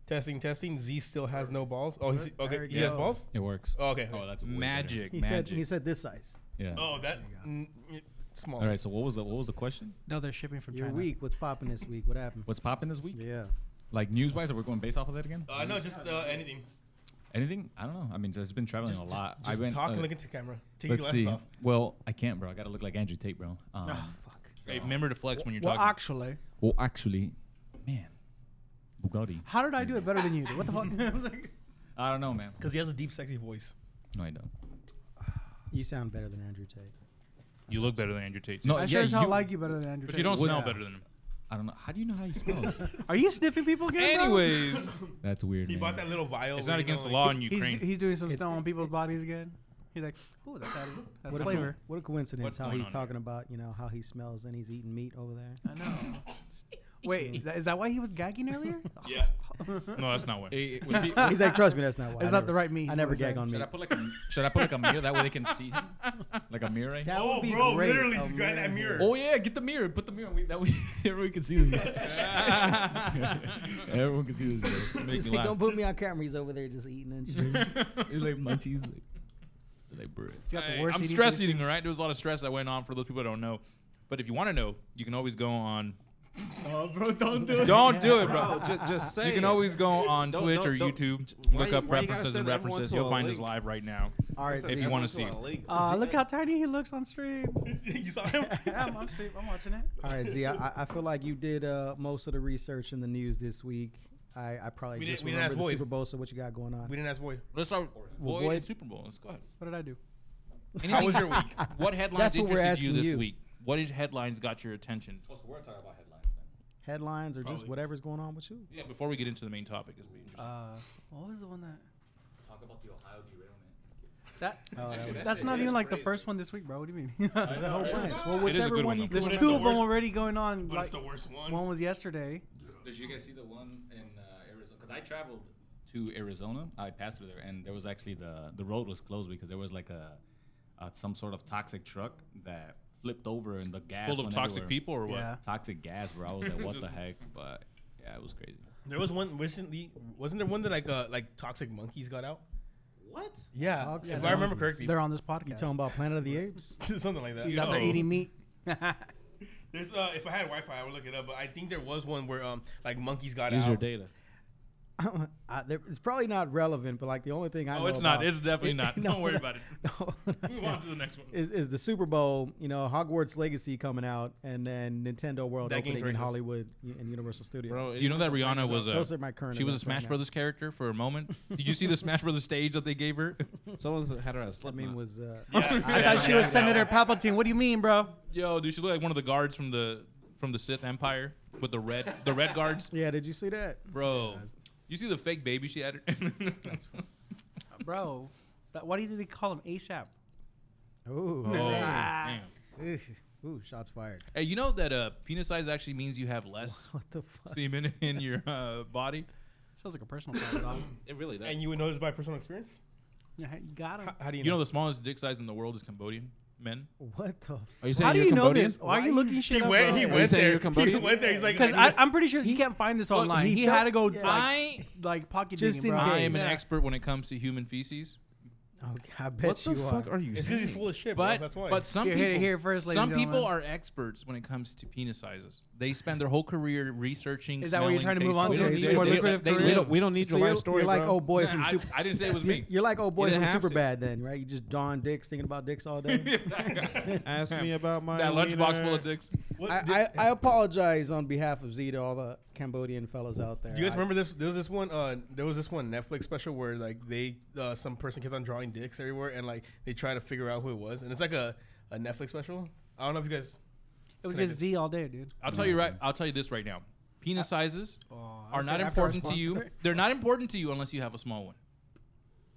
[SPEAKER 1] Testing, testing. Z still has no balls. Oh, he's,
[SPEAKER 3] There
[SPEAKER 1] okay.
[SPEAKER 3] it
[SPEAKER 1] He has
[SPEAKER 3] goes.
[SPEAKER 1] balls.
[SPEAKER 4] It works.
[SPEAKER 1] Oh, okay.
[SPEAKER 4] Oh, that's way better.
[SPEAKER 6] Magic.
[SPEAKER 3] He
[SPEAKER 6] magic.
[SPEAKER 3] said. He said this size.
[SPEAKER 4] Yeah.
[SPEAKER 1] Oh, that mm, mm, small.
[SPEAKER 4] All right. So what was the what was the question?
[SPEAKER 5] No, they're shipping from
[SPEAKER 3] Your
[SPEAKER 5] China.
[SPEAKER 3] week. What's popping this week? What happened?
[SPEAKER 4] What's popping this week?
[SPEAKER 3] Yeah.
[SPEAKER 4] Like news wise, are we going based off of that again?
[SPEAKER 1] Uh, no, just uh, anything.
[SPEAKER 4] Anything? I don't know. I mean, I've been traveling
[SPEAKER 1] Just,
[SPEAKER 4] a lot.
[SPEAKER 1] Just, just
[SPEAKER 4] I went.
[SPEAKER 1] talk
[SPEAKER 4] uh,
[SPEAKER 1] and look into the camera. Take your
[SPEAKER 4] let's
[SPEAKER 1] glasses
[SPEAKER 4] see.
[SPEAKER 1] off.
[SPEAKER 4] Well, I can't, bro. I gotta look like Andrew Tate, bro. Um,
[SPEAKER 3] fuck.
[SPEAKER 6] Hey, remember to flex when you're
[SPEAKER 5] Well,
[SPEAKER 6] talking.
[SPEAKER 5] actually,
[SPEAKER 4] Well, actually, man, Bugatti.
[SPEAKER 5] how did I do it better than you? did? What the fuck?
[SPEAKER 4] I don't know, man.
[SPEAKER 1] Because he has a deep, sexy voice.
[SPEAKER 4] No, I don't.
[SPEAKER 3] You sound better than Andrew Tate.
[SPEAKER 6] you look better than Andrew Tate.
[SPEAKER 4] No,
[SPEAKER 6] No,
[SPEAKER 5] I
[SPEAKER 4] yeah,
[SPEAKER 5] sure as hell
[SPEAKER 4] you-
[SPEAKER 5] like you better than Andrew.
[SPEAKER 6] Oh, but
[SPEAKER 5] Tate.
[SPEAKER 6] you don't
[SPEAKER 4] What-
[SPEAKER 6] smell better than him.
[SPEAKER 4] I don't know. How do you know how he smells?
[SPEAKER 5] Are you sniffing people again? bro?
[SPEAKER 6] Anyways,
[SPEAKER 4] That's weird.
[SPEAKER 1] He
[SPEAKER 4] man.
[SPEAKER 1] bought that little vial.
[SPEAKER 6] it's
[SPEAKER 1] where,
[SPEAKER 6] not
[SPEAKER 1] you
[SPEAKER 6] against
[SPEAKER 1] know,
[SPEAKER 6] the
[SPEAKER 1] like-
[SPEAKER 6] law in
[SPEAKER 5] He's,
[SPEAKER 6] Ukraine.
[SPEAKER 5] he's doing some
[SPEAKER 3] It-
[SPEAKER 5] stuff on people's bodies again. He's like, ooh, that's added- that's
[SPEAKER 3] What a,
[SPEAKER 5] flavor.
[SPEAKER 3] co- what a coincidence!
[SPEAKER 6] What's
[SPEAKER 3] how
[SPEAKER 6] going
[SPEAKER 3] he's
[SPEAKER 6] on
[SPEAKER 3] talking about, you know, how he smells and he's eating meat over there.
[SPEAKER 5] I know. Wait, tha- is that why he was gagging earlier?
[SPEAKER 1] Yeah.
[SPEAKER 6] No, that's not what.
[SPEAKER 4] Eh, eh, would it be-
[SPEAKER 3] He's like, trust me, that's not why.
[SPEAKER 5] It's
[SPEAKER 3] I
[SPEAKER 5] not
[SPEAKER 3] never-
[SPEAKER 5] the right meat,
[SPEAKER 3] I
[SPEAKER 5] is
[SPEAKER 3] never
[SPEAKER 5] what I'm
[SPEAKER 3] gag
[SPEAKER 5] saying.
[SPEAKER 3] on meat.
[SPEAKER 4] should I put like a should I put like a mirror that way they can see him? Like a mirror. Right?
[SPEAKER 3] That
[SPEAKER 1] Oh,
[SPEAKER 3] would be
[SPEAKER 1] bro,
[SPEAKER 3] great.
[SPEAKER 1] literally,
[SPEAKER 3] A
[SPEAKER 1] just grab that mirror.
[SPEAKER 4] Oh yeah, get the mirror. Put the mirror. We, that way everyone can see this guy. everyone can see this guy.
[SPEAKER 3] He's like, don't put me on camera. He's over there just eating and shit.
[SPEAKER 4] He's like my cheese. Like, like bro.
[SPEAKER 5] He's got the
[SPEAKER 6] Hey,
[SPEAKER 5] worst
[SPEAKER 6] I'm
[SPEAKER 5] eating
[SPEAKER 6] stress
[SPEAKER 5] disease.
[SPEAKER 6] eating, all right? There was a lot of stress that went on for those people that don't know. But if you want to know, you can always go on.
[SPEAKER 4] Oh, bro, don't do
[SPEAKER 6] Don't do it, bro.
[SPEAKER 2] just, just say.
[SPEAKER 6] You can always go on
[SPEAKER 2] Don't-
[SPEAKER 6] Twitch
[SPEAKER 2] don't-
[SPEAKER 6] or
[SPEAKER 2] don't-
[SPEAKER 6] YouTube,
[SPEAKER 2] why
[SPEAKER 6] look
[SPEAKER 2] you-
[SPEAKER 6] up
[SPEAKER 2] why you gotta
[SPEAKER 6] references and
[SPEAKER 2] send everyone
[SPEAKER 6] references.
[SPEAKER 2] to
[SPEAKER 6] You'll
[SPEAKER 2] a
[SPEAKER 6] fimayfind us
[SPEAKER 2] link?
[SPEAKER 6] live right now.
[SPEAKER 3] All right,
[SPEAKER 2] Send
[SPEAKER 6] if you
[SPEAKER 3] Z,
[SPEAKER 2] everyone
[SPEAKER 6] wanna
[SPEAKER 2] to
[SPEAKER 6] see.
[SPEAKER 2] a link.
[SPEAKER 5] Aw, Uh, look how tiny he looks on stream.
[SPEAKER 1] you saw him?
[SPEAKER 5] yeah, I'm on stream. I'm watching it.
[SPEAKER 3] all right, Z. I, I- I feel like you did uh, most of the research in the news this week. I, I probably
[SPEAKER 1] We
[SPEAKER 3] just
[SPEAKER 1] didn't- we didn't
[SPEAKER 3] remember
[SPEAKER 1] ask
[SPEAKER 3] the
[SPEAKER 1] Void.
[SPEAKER 3] Super Bowl. So what you got going on?
[SPEAKER 1] We didn't ask Void.
[SPEAKER 6] Let's start with
[SPEAKER 3] Well,
[SPEAKER 6] Void
[SPEAKER 3] Void-
[SPEAKER 6] and Super Bowl. Let's go ahead.
[SPEAKER 5] What did I do?
[SPEAKER 6] Anything-
[SPEAKER 1] was your week?
[SPEAKER 6] What headlines
[SPEAKER 3] That's what we're
[SPEAKER 6] interested you
[SPEAKER 3] asking
[SPEAKER 6] this
[SPEAKER 3] you.
[SPEAKER 6] week? What is headlines got your attention?
[SPEAKER 4] we're talking about headlines.
[SPEAKER 3] Headlines or just
[SPEAKER 1] Probably.
[SPEAKER 3] whatever's going on with you?
[SPEAKER 6] Yeah, before we get into the main topic, it's be interesting.
[SPEAKER 5] Uh, what was the one that?
[SPEAKER 4] Talk about the Ohio derailment.
[SPEAKER 5] That.
[SPEAKER 3] Oh, that was-
[SPEAKER 5] That's
[SPEAKER 2] shit
[SPEAKER 5] not
[SPEAKER 2] is
[SPEAKER 5] even like the
[SPEAKER 2] crazy.
[SPEAKER 5] first one this week, bro. What do you mean?
[SPEAKER 3] There's a whole
[SPEAKER 6] It is
[SPEAKER 3] bunch. Well,
[SPEAKER 6] a good
[SPEAKER 3] whichever
[SPEAKER 6] one,
[SPEAKER 3] one
[SPEAKER 6] though.
[SPEAKER 3] you
[SPEAKER 5] There's
[SPEAKER 1] But
[SPEAKER 3] wanna-
[SPEAKER 1] it's
[SPEAKER 5] two
[SPEAKER 1] the
[SPEAKER 5] of them
[SPEAKER 1] worst-
[SPEAKER 5] already going on.
[SPEAKER 1] But
[SPEAKER 5] Like,
[SPEAKER 1] it's the worst one.
[SPEAKER 5] one was yesterday.
[SPEAKER 4] Did you guys see the one in uh, Arizona? Because I traveled to Arizona. I passed through there, and there was actually the the road was closed because there was like a uh, some sort of toxic truck that flipped over, and the gas
[SPEAKER 6] Full of
[SPEAKER 4] went
[SPEAKER 6] toxic
[SPEAKER 4] everywhere.
[SPEAKER 6] people or what?
[SPEAKER 5] Yeah.
[SPEAKER 4] Toxic gas, bro. I was like, what the heck? But yeah, it was crazy.
[SPEAKER 1] There was one recently. Wasn't there one that like uh, like toxic monkeys got out?
[SPEAKER 2] What?
[SPEAKER 1] Yeah,
[SPEAKER 3] Toxic
[SPEAKER 1] if I remember
[SPEAKER 3] monkeys.
[SPEAKER 1] correctly,
[SPEAKER 5] They're on this
[SPEAKER 3] You
[SPEAKER 5] podcast.
[SPEAKER 3] talking about Planet of the Apes?
[SPEAKER 1] something like that.
[SPEAKER 5] He's out there
[SPEAKER 1] Yo.
[SPEAKER 5] eating meat.
[SPEAKER 1] There's uh, if I had Wi-Fi, I would look it up. But I think there was one where um, like monkeys got
[SPEAKER 2] Use
[SPEAKER 1] out.
[SPEAKER 2] your data.
[SPEAKER 3] I, there, it's probably not relevant, but like the only thing I
[SPEAKER 6] Oh,
[SPEAKER 3] know
[SPEAKER 6] it's not.
[SPEAKER 3] about-
[SPEAKER 6] It's definitely not. Don't worry
[SPEAKER 3] no,
[SPEAKER 6] about it.
[SPEAKER 3] no,
[SPEAKER 6] Move on to the next one.
[SPEAKER 3] Is, is the Super Bowl, you know, Hogwarts Legacy coming out, and then Nintendo World
[SPEAKER 1] That
[SPEAKER 3] opening
[SPEAKER 1] game's
[SPEAKER 3] in
[SPEAKER 1] racist.
[SPEAKER 3] Hollywood and Universal Studios.
[SPEAKER 2] Bro,
[SPEAKER 6] Do you know that Rihanna was
[SPEAKER 3] Those
[SPEAKER 6] a
[SPEAKER 3] are my current.
[SPEAKER 6] she was a
[SPEAKER 3] events
[SPEAKER 6] Smash
[SPEAKER 3] right now.
[SPEAKER 6] Brothers character for a moment? Did you see the Smash Brothers stage that they gave her?
[SPEAKER 2] Someone's had her a slip.
[SPEAKER 3] I mean, was uh,
[SPEAKER 5] I thought she was Senator Palpatine. What do you mean, bro?
[SPEAKER 6] Yo, dude, she looked like one of the guards from the from the Sith Empire with the red the red guards,
[SPEAKER 3] yeah? Did you see that?
[SPEAKER 6] bro. You see the fake baby she had? That's
[SPEAKER 5] Bro, that, why do you think they call him ASAP?
[SPEAKER 3] Ooh,
[SPEAKER 6] oh, damn.
[SPEAKER 3] Ooh, ooh, shots fired.
[SPEAKER 6] Hey, you know that uh, penis size actually means you have less
[SPEAKER 3] What the fuck?
[SPEAKER 6] semen in your uh, body.
[SPEAKER 5] Sounds like a personal problem, dog.
[SPEAKER 2] It really does.
[SPEAKER 1] And you would know this by personal experience?
[SPEAKER 5] Yeah, You got him.
[SPEAKER 1] How, how do you,
[SPEAKER 6] You know the smallest dick size in the world is Cambodian men.
[SPEAKER 3] What the? F-
[SPEAKER 2] are you
[SPEAKER 5] How
[SPEAKER 2] saying
[SPEAKER 5] do
[SPEAKER 2] you're
[SPEAKER 5] you know
[SPEAKER 2] Cambodian?
[SPEAKER 5] this? Why are
[SPEAKER 3] Why
[SPEAKER 5] you
[SPEAKER 3] you-
[SPEAKER 5] looking
[SPEAKER 1] he
[SPEAKER 5] shit up?
[SPEAKER 1] went, he
[SPEAKER 2] Are you
[SPEAKER 1] went
[SPEAKER 2] saying
[SPEAKER 1] there.
[SPEAKER 2] you're
[SPEAKER 1] He
[SPEAKER 2] Cambodian?
[SPEAKER 1] went there. He's like,
[SPEAKER 5] Because
[SPEAKER 1] I,
[SPEAKER 5] I'm pretty sure he can't find this online. He,
[SPEAKER 3] he
[SPEAKER 5] had
[SPEAKER 3] felt-
[SPEAKER 5] to
[SPEAKER 3] yeah.
[SPEAKER 5] go like,
[SPEAKER 6] I
[SPEAKER 5] like pocket
[SPEAKER 3] Just
[SPEAKER 5] digging,
[SPEAKER 3] in
[SPEAKER 5] bro.
[SPEAKER 3] case.
[SPEAKER 6] I am an
[SPEAKER 3] Yeah.
[SPEAKER 6] expert when it comes to human feces,
[SPEAKER 3] okay, I bet
[SPEAKER 2] What the
[SPEAKER 3] you
[SPEAKER 2] fuck
[SPEAKER 3] are.
[SPEAKER 2] are you
[SPEAKER 1] it's because he's
[SPEAKER 2] saying?
[SPEAKER 1] full of shit, bro.
[SPEAKER 6] but
[SPEAKER 1] That's why.
[SPEAKER 6] but some
[SPEAKER 5] You
[SPEAKER 6] people
[SPEAKER 5] hit it here first, ladies
[SPEAKER 6] some
[SPEAKER 5] and
[SPEAKER 6] people
[SPEAKER 5] gentlemen.
[SPEAKER 6] are experts when it comes to penis sizes. They spend their whole career researching.
[SPEAKER 5] Is that what you're
[SPEAKER 6] smelling,
[SPEAKER 5] trying to move on
[SPEAKER 3] We
[SPEAKER 5] to?
[SPEAKER 6] tasting.
[SPEAKER 3] don't
[SPEAKER 6] They-
[SPEAKER 3] need- more
[SPEAKER 6] they-
[SPEAKER 5] lucrative
[SPEAKER 6] they
[SPEAKER 5] career?
[SPEAKER 2] We
[SPEAKER 6] live-
[SPEAKER 2] don't, we don't need
[SPEAKER 3] So
[SPEAKER 2] your
[SPEAKER 3] you're,
[SPEAKER 2] wife's story,
[SPEAKER 3] you're like
[SPEAKER 2] bro.
[SPEAKER 3] old boy
[SPEAKER 6] Nah,
[SPEAKER 3] from
[SPEAKER 6] I,
[SPEAKER 3] Super.
[SPEAKER 6] I didn't say it was
[SPEAKER 3] You're,
[SPEAKER 6] me.
[SPEAKER 3] you're like old boy
[SPEAKER 2] didn't
[SPEAKER 3] from
[SPEAKER 2] have to.
[SPEAKER 3] Super Bad then, right? You just don dicks thinking about dicks all day.
[SPEAKER 2] Ask me about my
[SPEAKER 6] That lunchbox full
[SPEAKER 2] wiener.
[SPEAKER 6] of dicks.
[SPEAKER 1] what, did-
[SPEAKER 3] I, I, I apologize on behalf of Z to all the Cambodian fellas out there.
[SPEAKER 1] Do you guys
[SPEAKER 3] I-
[SPEAKER 1] remember this? There was this one. Uh, there was this one Netflix special where like they uh, some person kept on drawing dicks everywhere, and like they try to figure out who it was, and it's like a, a Netflix special. I don't know if you guys.
[SPEAKER 5] It was just Z all day, dude.
[SPEAKER 6] I'll tell you right. I'll tell you this right now. Penis sizes are
[SPEAKER 5] was
[SPEAKER 6] not
[SPEAKER 5] like, after
[SPEAKER 6] important to you.
[SPEAKER 5] responsible.
[SPEAKER 6] They're not important to you unless you have a small one.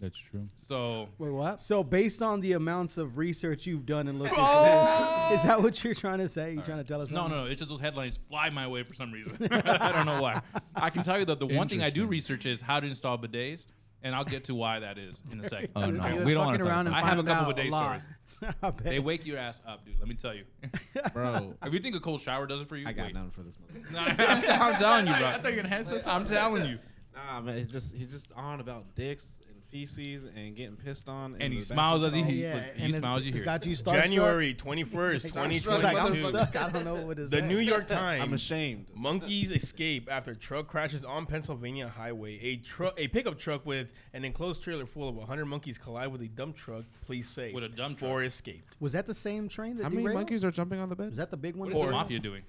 [SPEAKER 4] That's true.
[SPEAKER 6] So
[SPEAKER 5] Wait, what?
[SPEAKER 3] So based on the amounts of research you've done and looked
[SPEAKER 6] Oh!
[SPEAKER 3] at, is that what you're trying to say? You are trying to tell us?
[SPEAKER 6] no,
[SPEAKER 3] something?
[SPEAKER 6] no, no. It's just those headlines fly my way for some reason. I don't know why. I can tell you that the one thing I do
[SPEAKER 4] Interesting.
[SPEAKER 6] research is how to install bidets, and I'll get to why that is in a second.
[SPEAKER 4] Oh, no.
[SPEAKER 5] He was
[SPEAKER 4] We don't
[SPEAKER 5] fucking
[SPEAKER 4] wanna talk
[SPEAKER 5] around and
[SPEAKER 4] about
[SPEAKER 6] I have a
[SPEAKER 5] finding
[SPEAKER 6] couple
[SPEAKER 5] out
[SPEAKER 6] of day
[SPEAKER 5] lot.
[SPEAKER 6] stories.
[SPEAKER 3] I bet. Oh,
[SPEAKER 6] They wake your ass up, dude. Let me tell you.
[SPEAKER 2] bro.
[SPEAKER 6] if you think a cold shower does it for you,
[SPEAKER 2] I got
[SPEAKER 6] wait.
[SPEAKER 2] none for this mother.
[SPEAKER 6] Nah, I'm, I'm telling you, bro. I thought you I'm telling you.
[SPEAKER 2] Nah, man, he's just he's just on about dicks and feces and getting pissed on.
[SPEAKER 6] And he smiles as he,
[SPEAKER 3] Oh,
[SPEAKER 6] he,
[SPEAKER 3] yeah,
[SPEAKER 6] he
[SPEAKER 3] and it-
[SPEAKER 6] smiles. You
[SPEAKER 3] it's
[SPEAKER 6] hear.
[SPEAKER 3] Got you starstruck.
[SPEAKER 1] January twenty first, twenty
[SPEAKER 3] It's like, I'm
[SPEAKER 1] twenty two.
[SPEAKER 3] stuck. I don't know what is
[SPEAKER 1] The
[SPEAKER 3] that.
[SPEAKER 1] New York
[SPEAKER 2] I'm
[SPEAKER 1] Times.
[SPEAKER 2] ashamed.
[SPEAKER 1] Monkeys escape after truck crashes on Pennsylvania highway. A truck, a pickup truck with an enclosed trailer full of 100 monkeys collide with a dump truck. Please say
[SPEAKER 6] With a dump
[SPEAKER 1] four
[SPEAKER 6] truck.
[SPEAKER 1] escaped.
[SPEAKER 3] Was that the same train that
[SPEAKER 2] How many
[SPEAKER 3] derailed?
[SPEAKER 2] monkeys are jumping on the
[SPEAKER 3] Was
[SPEAKER 2] bed?
[SPEAKER 3] that the big one? that
[SPEAKER 6] What is the
[SPEAKER 1] Or-
[SPEAKER 3] derailed?
[SPEAKER 6] mafia doing?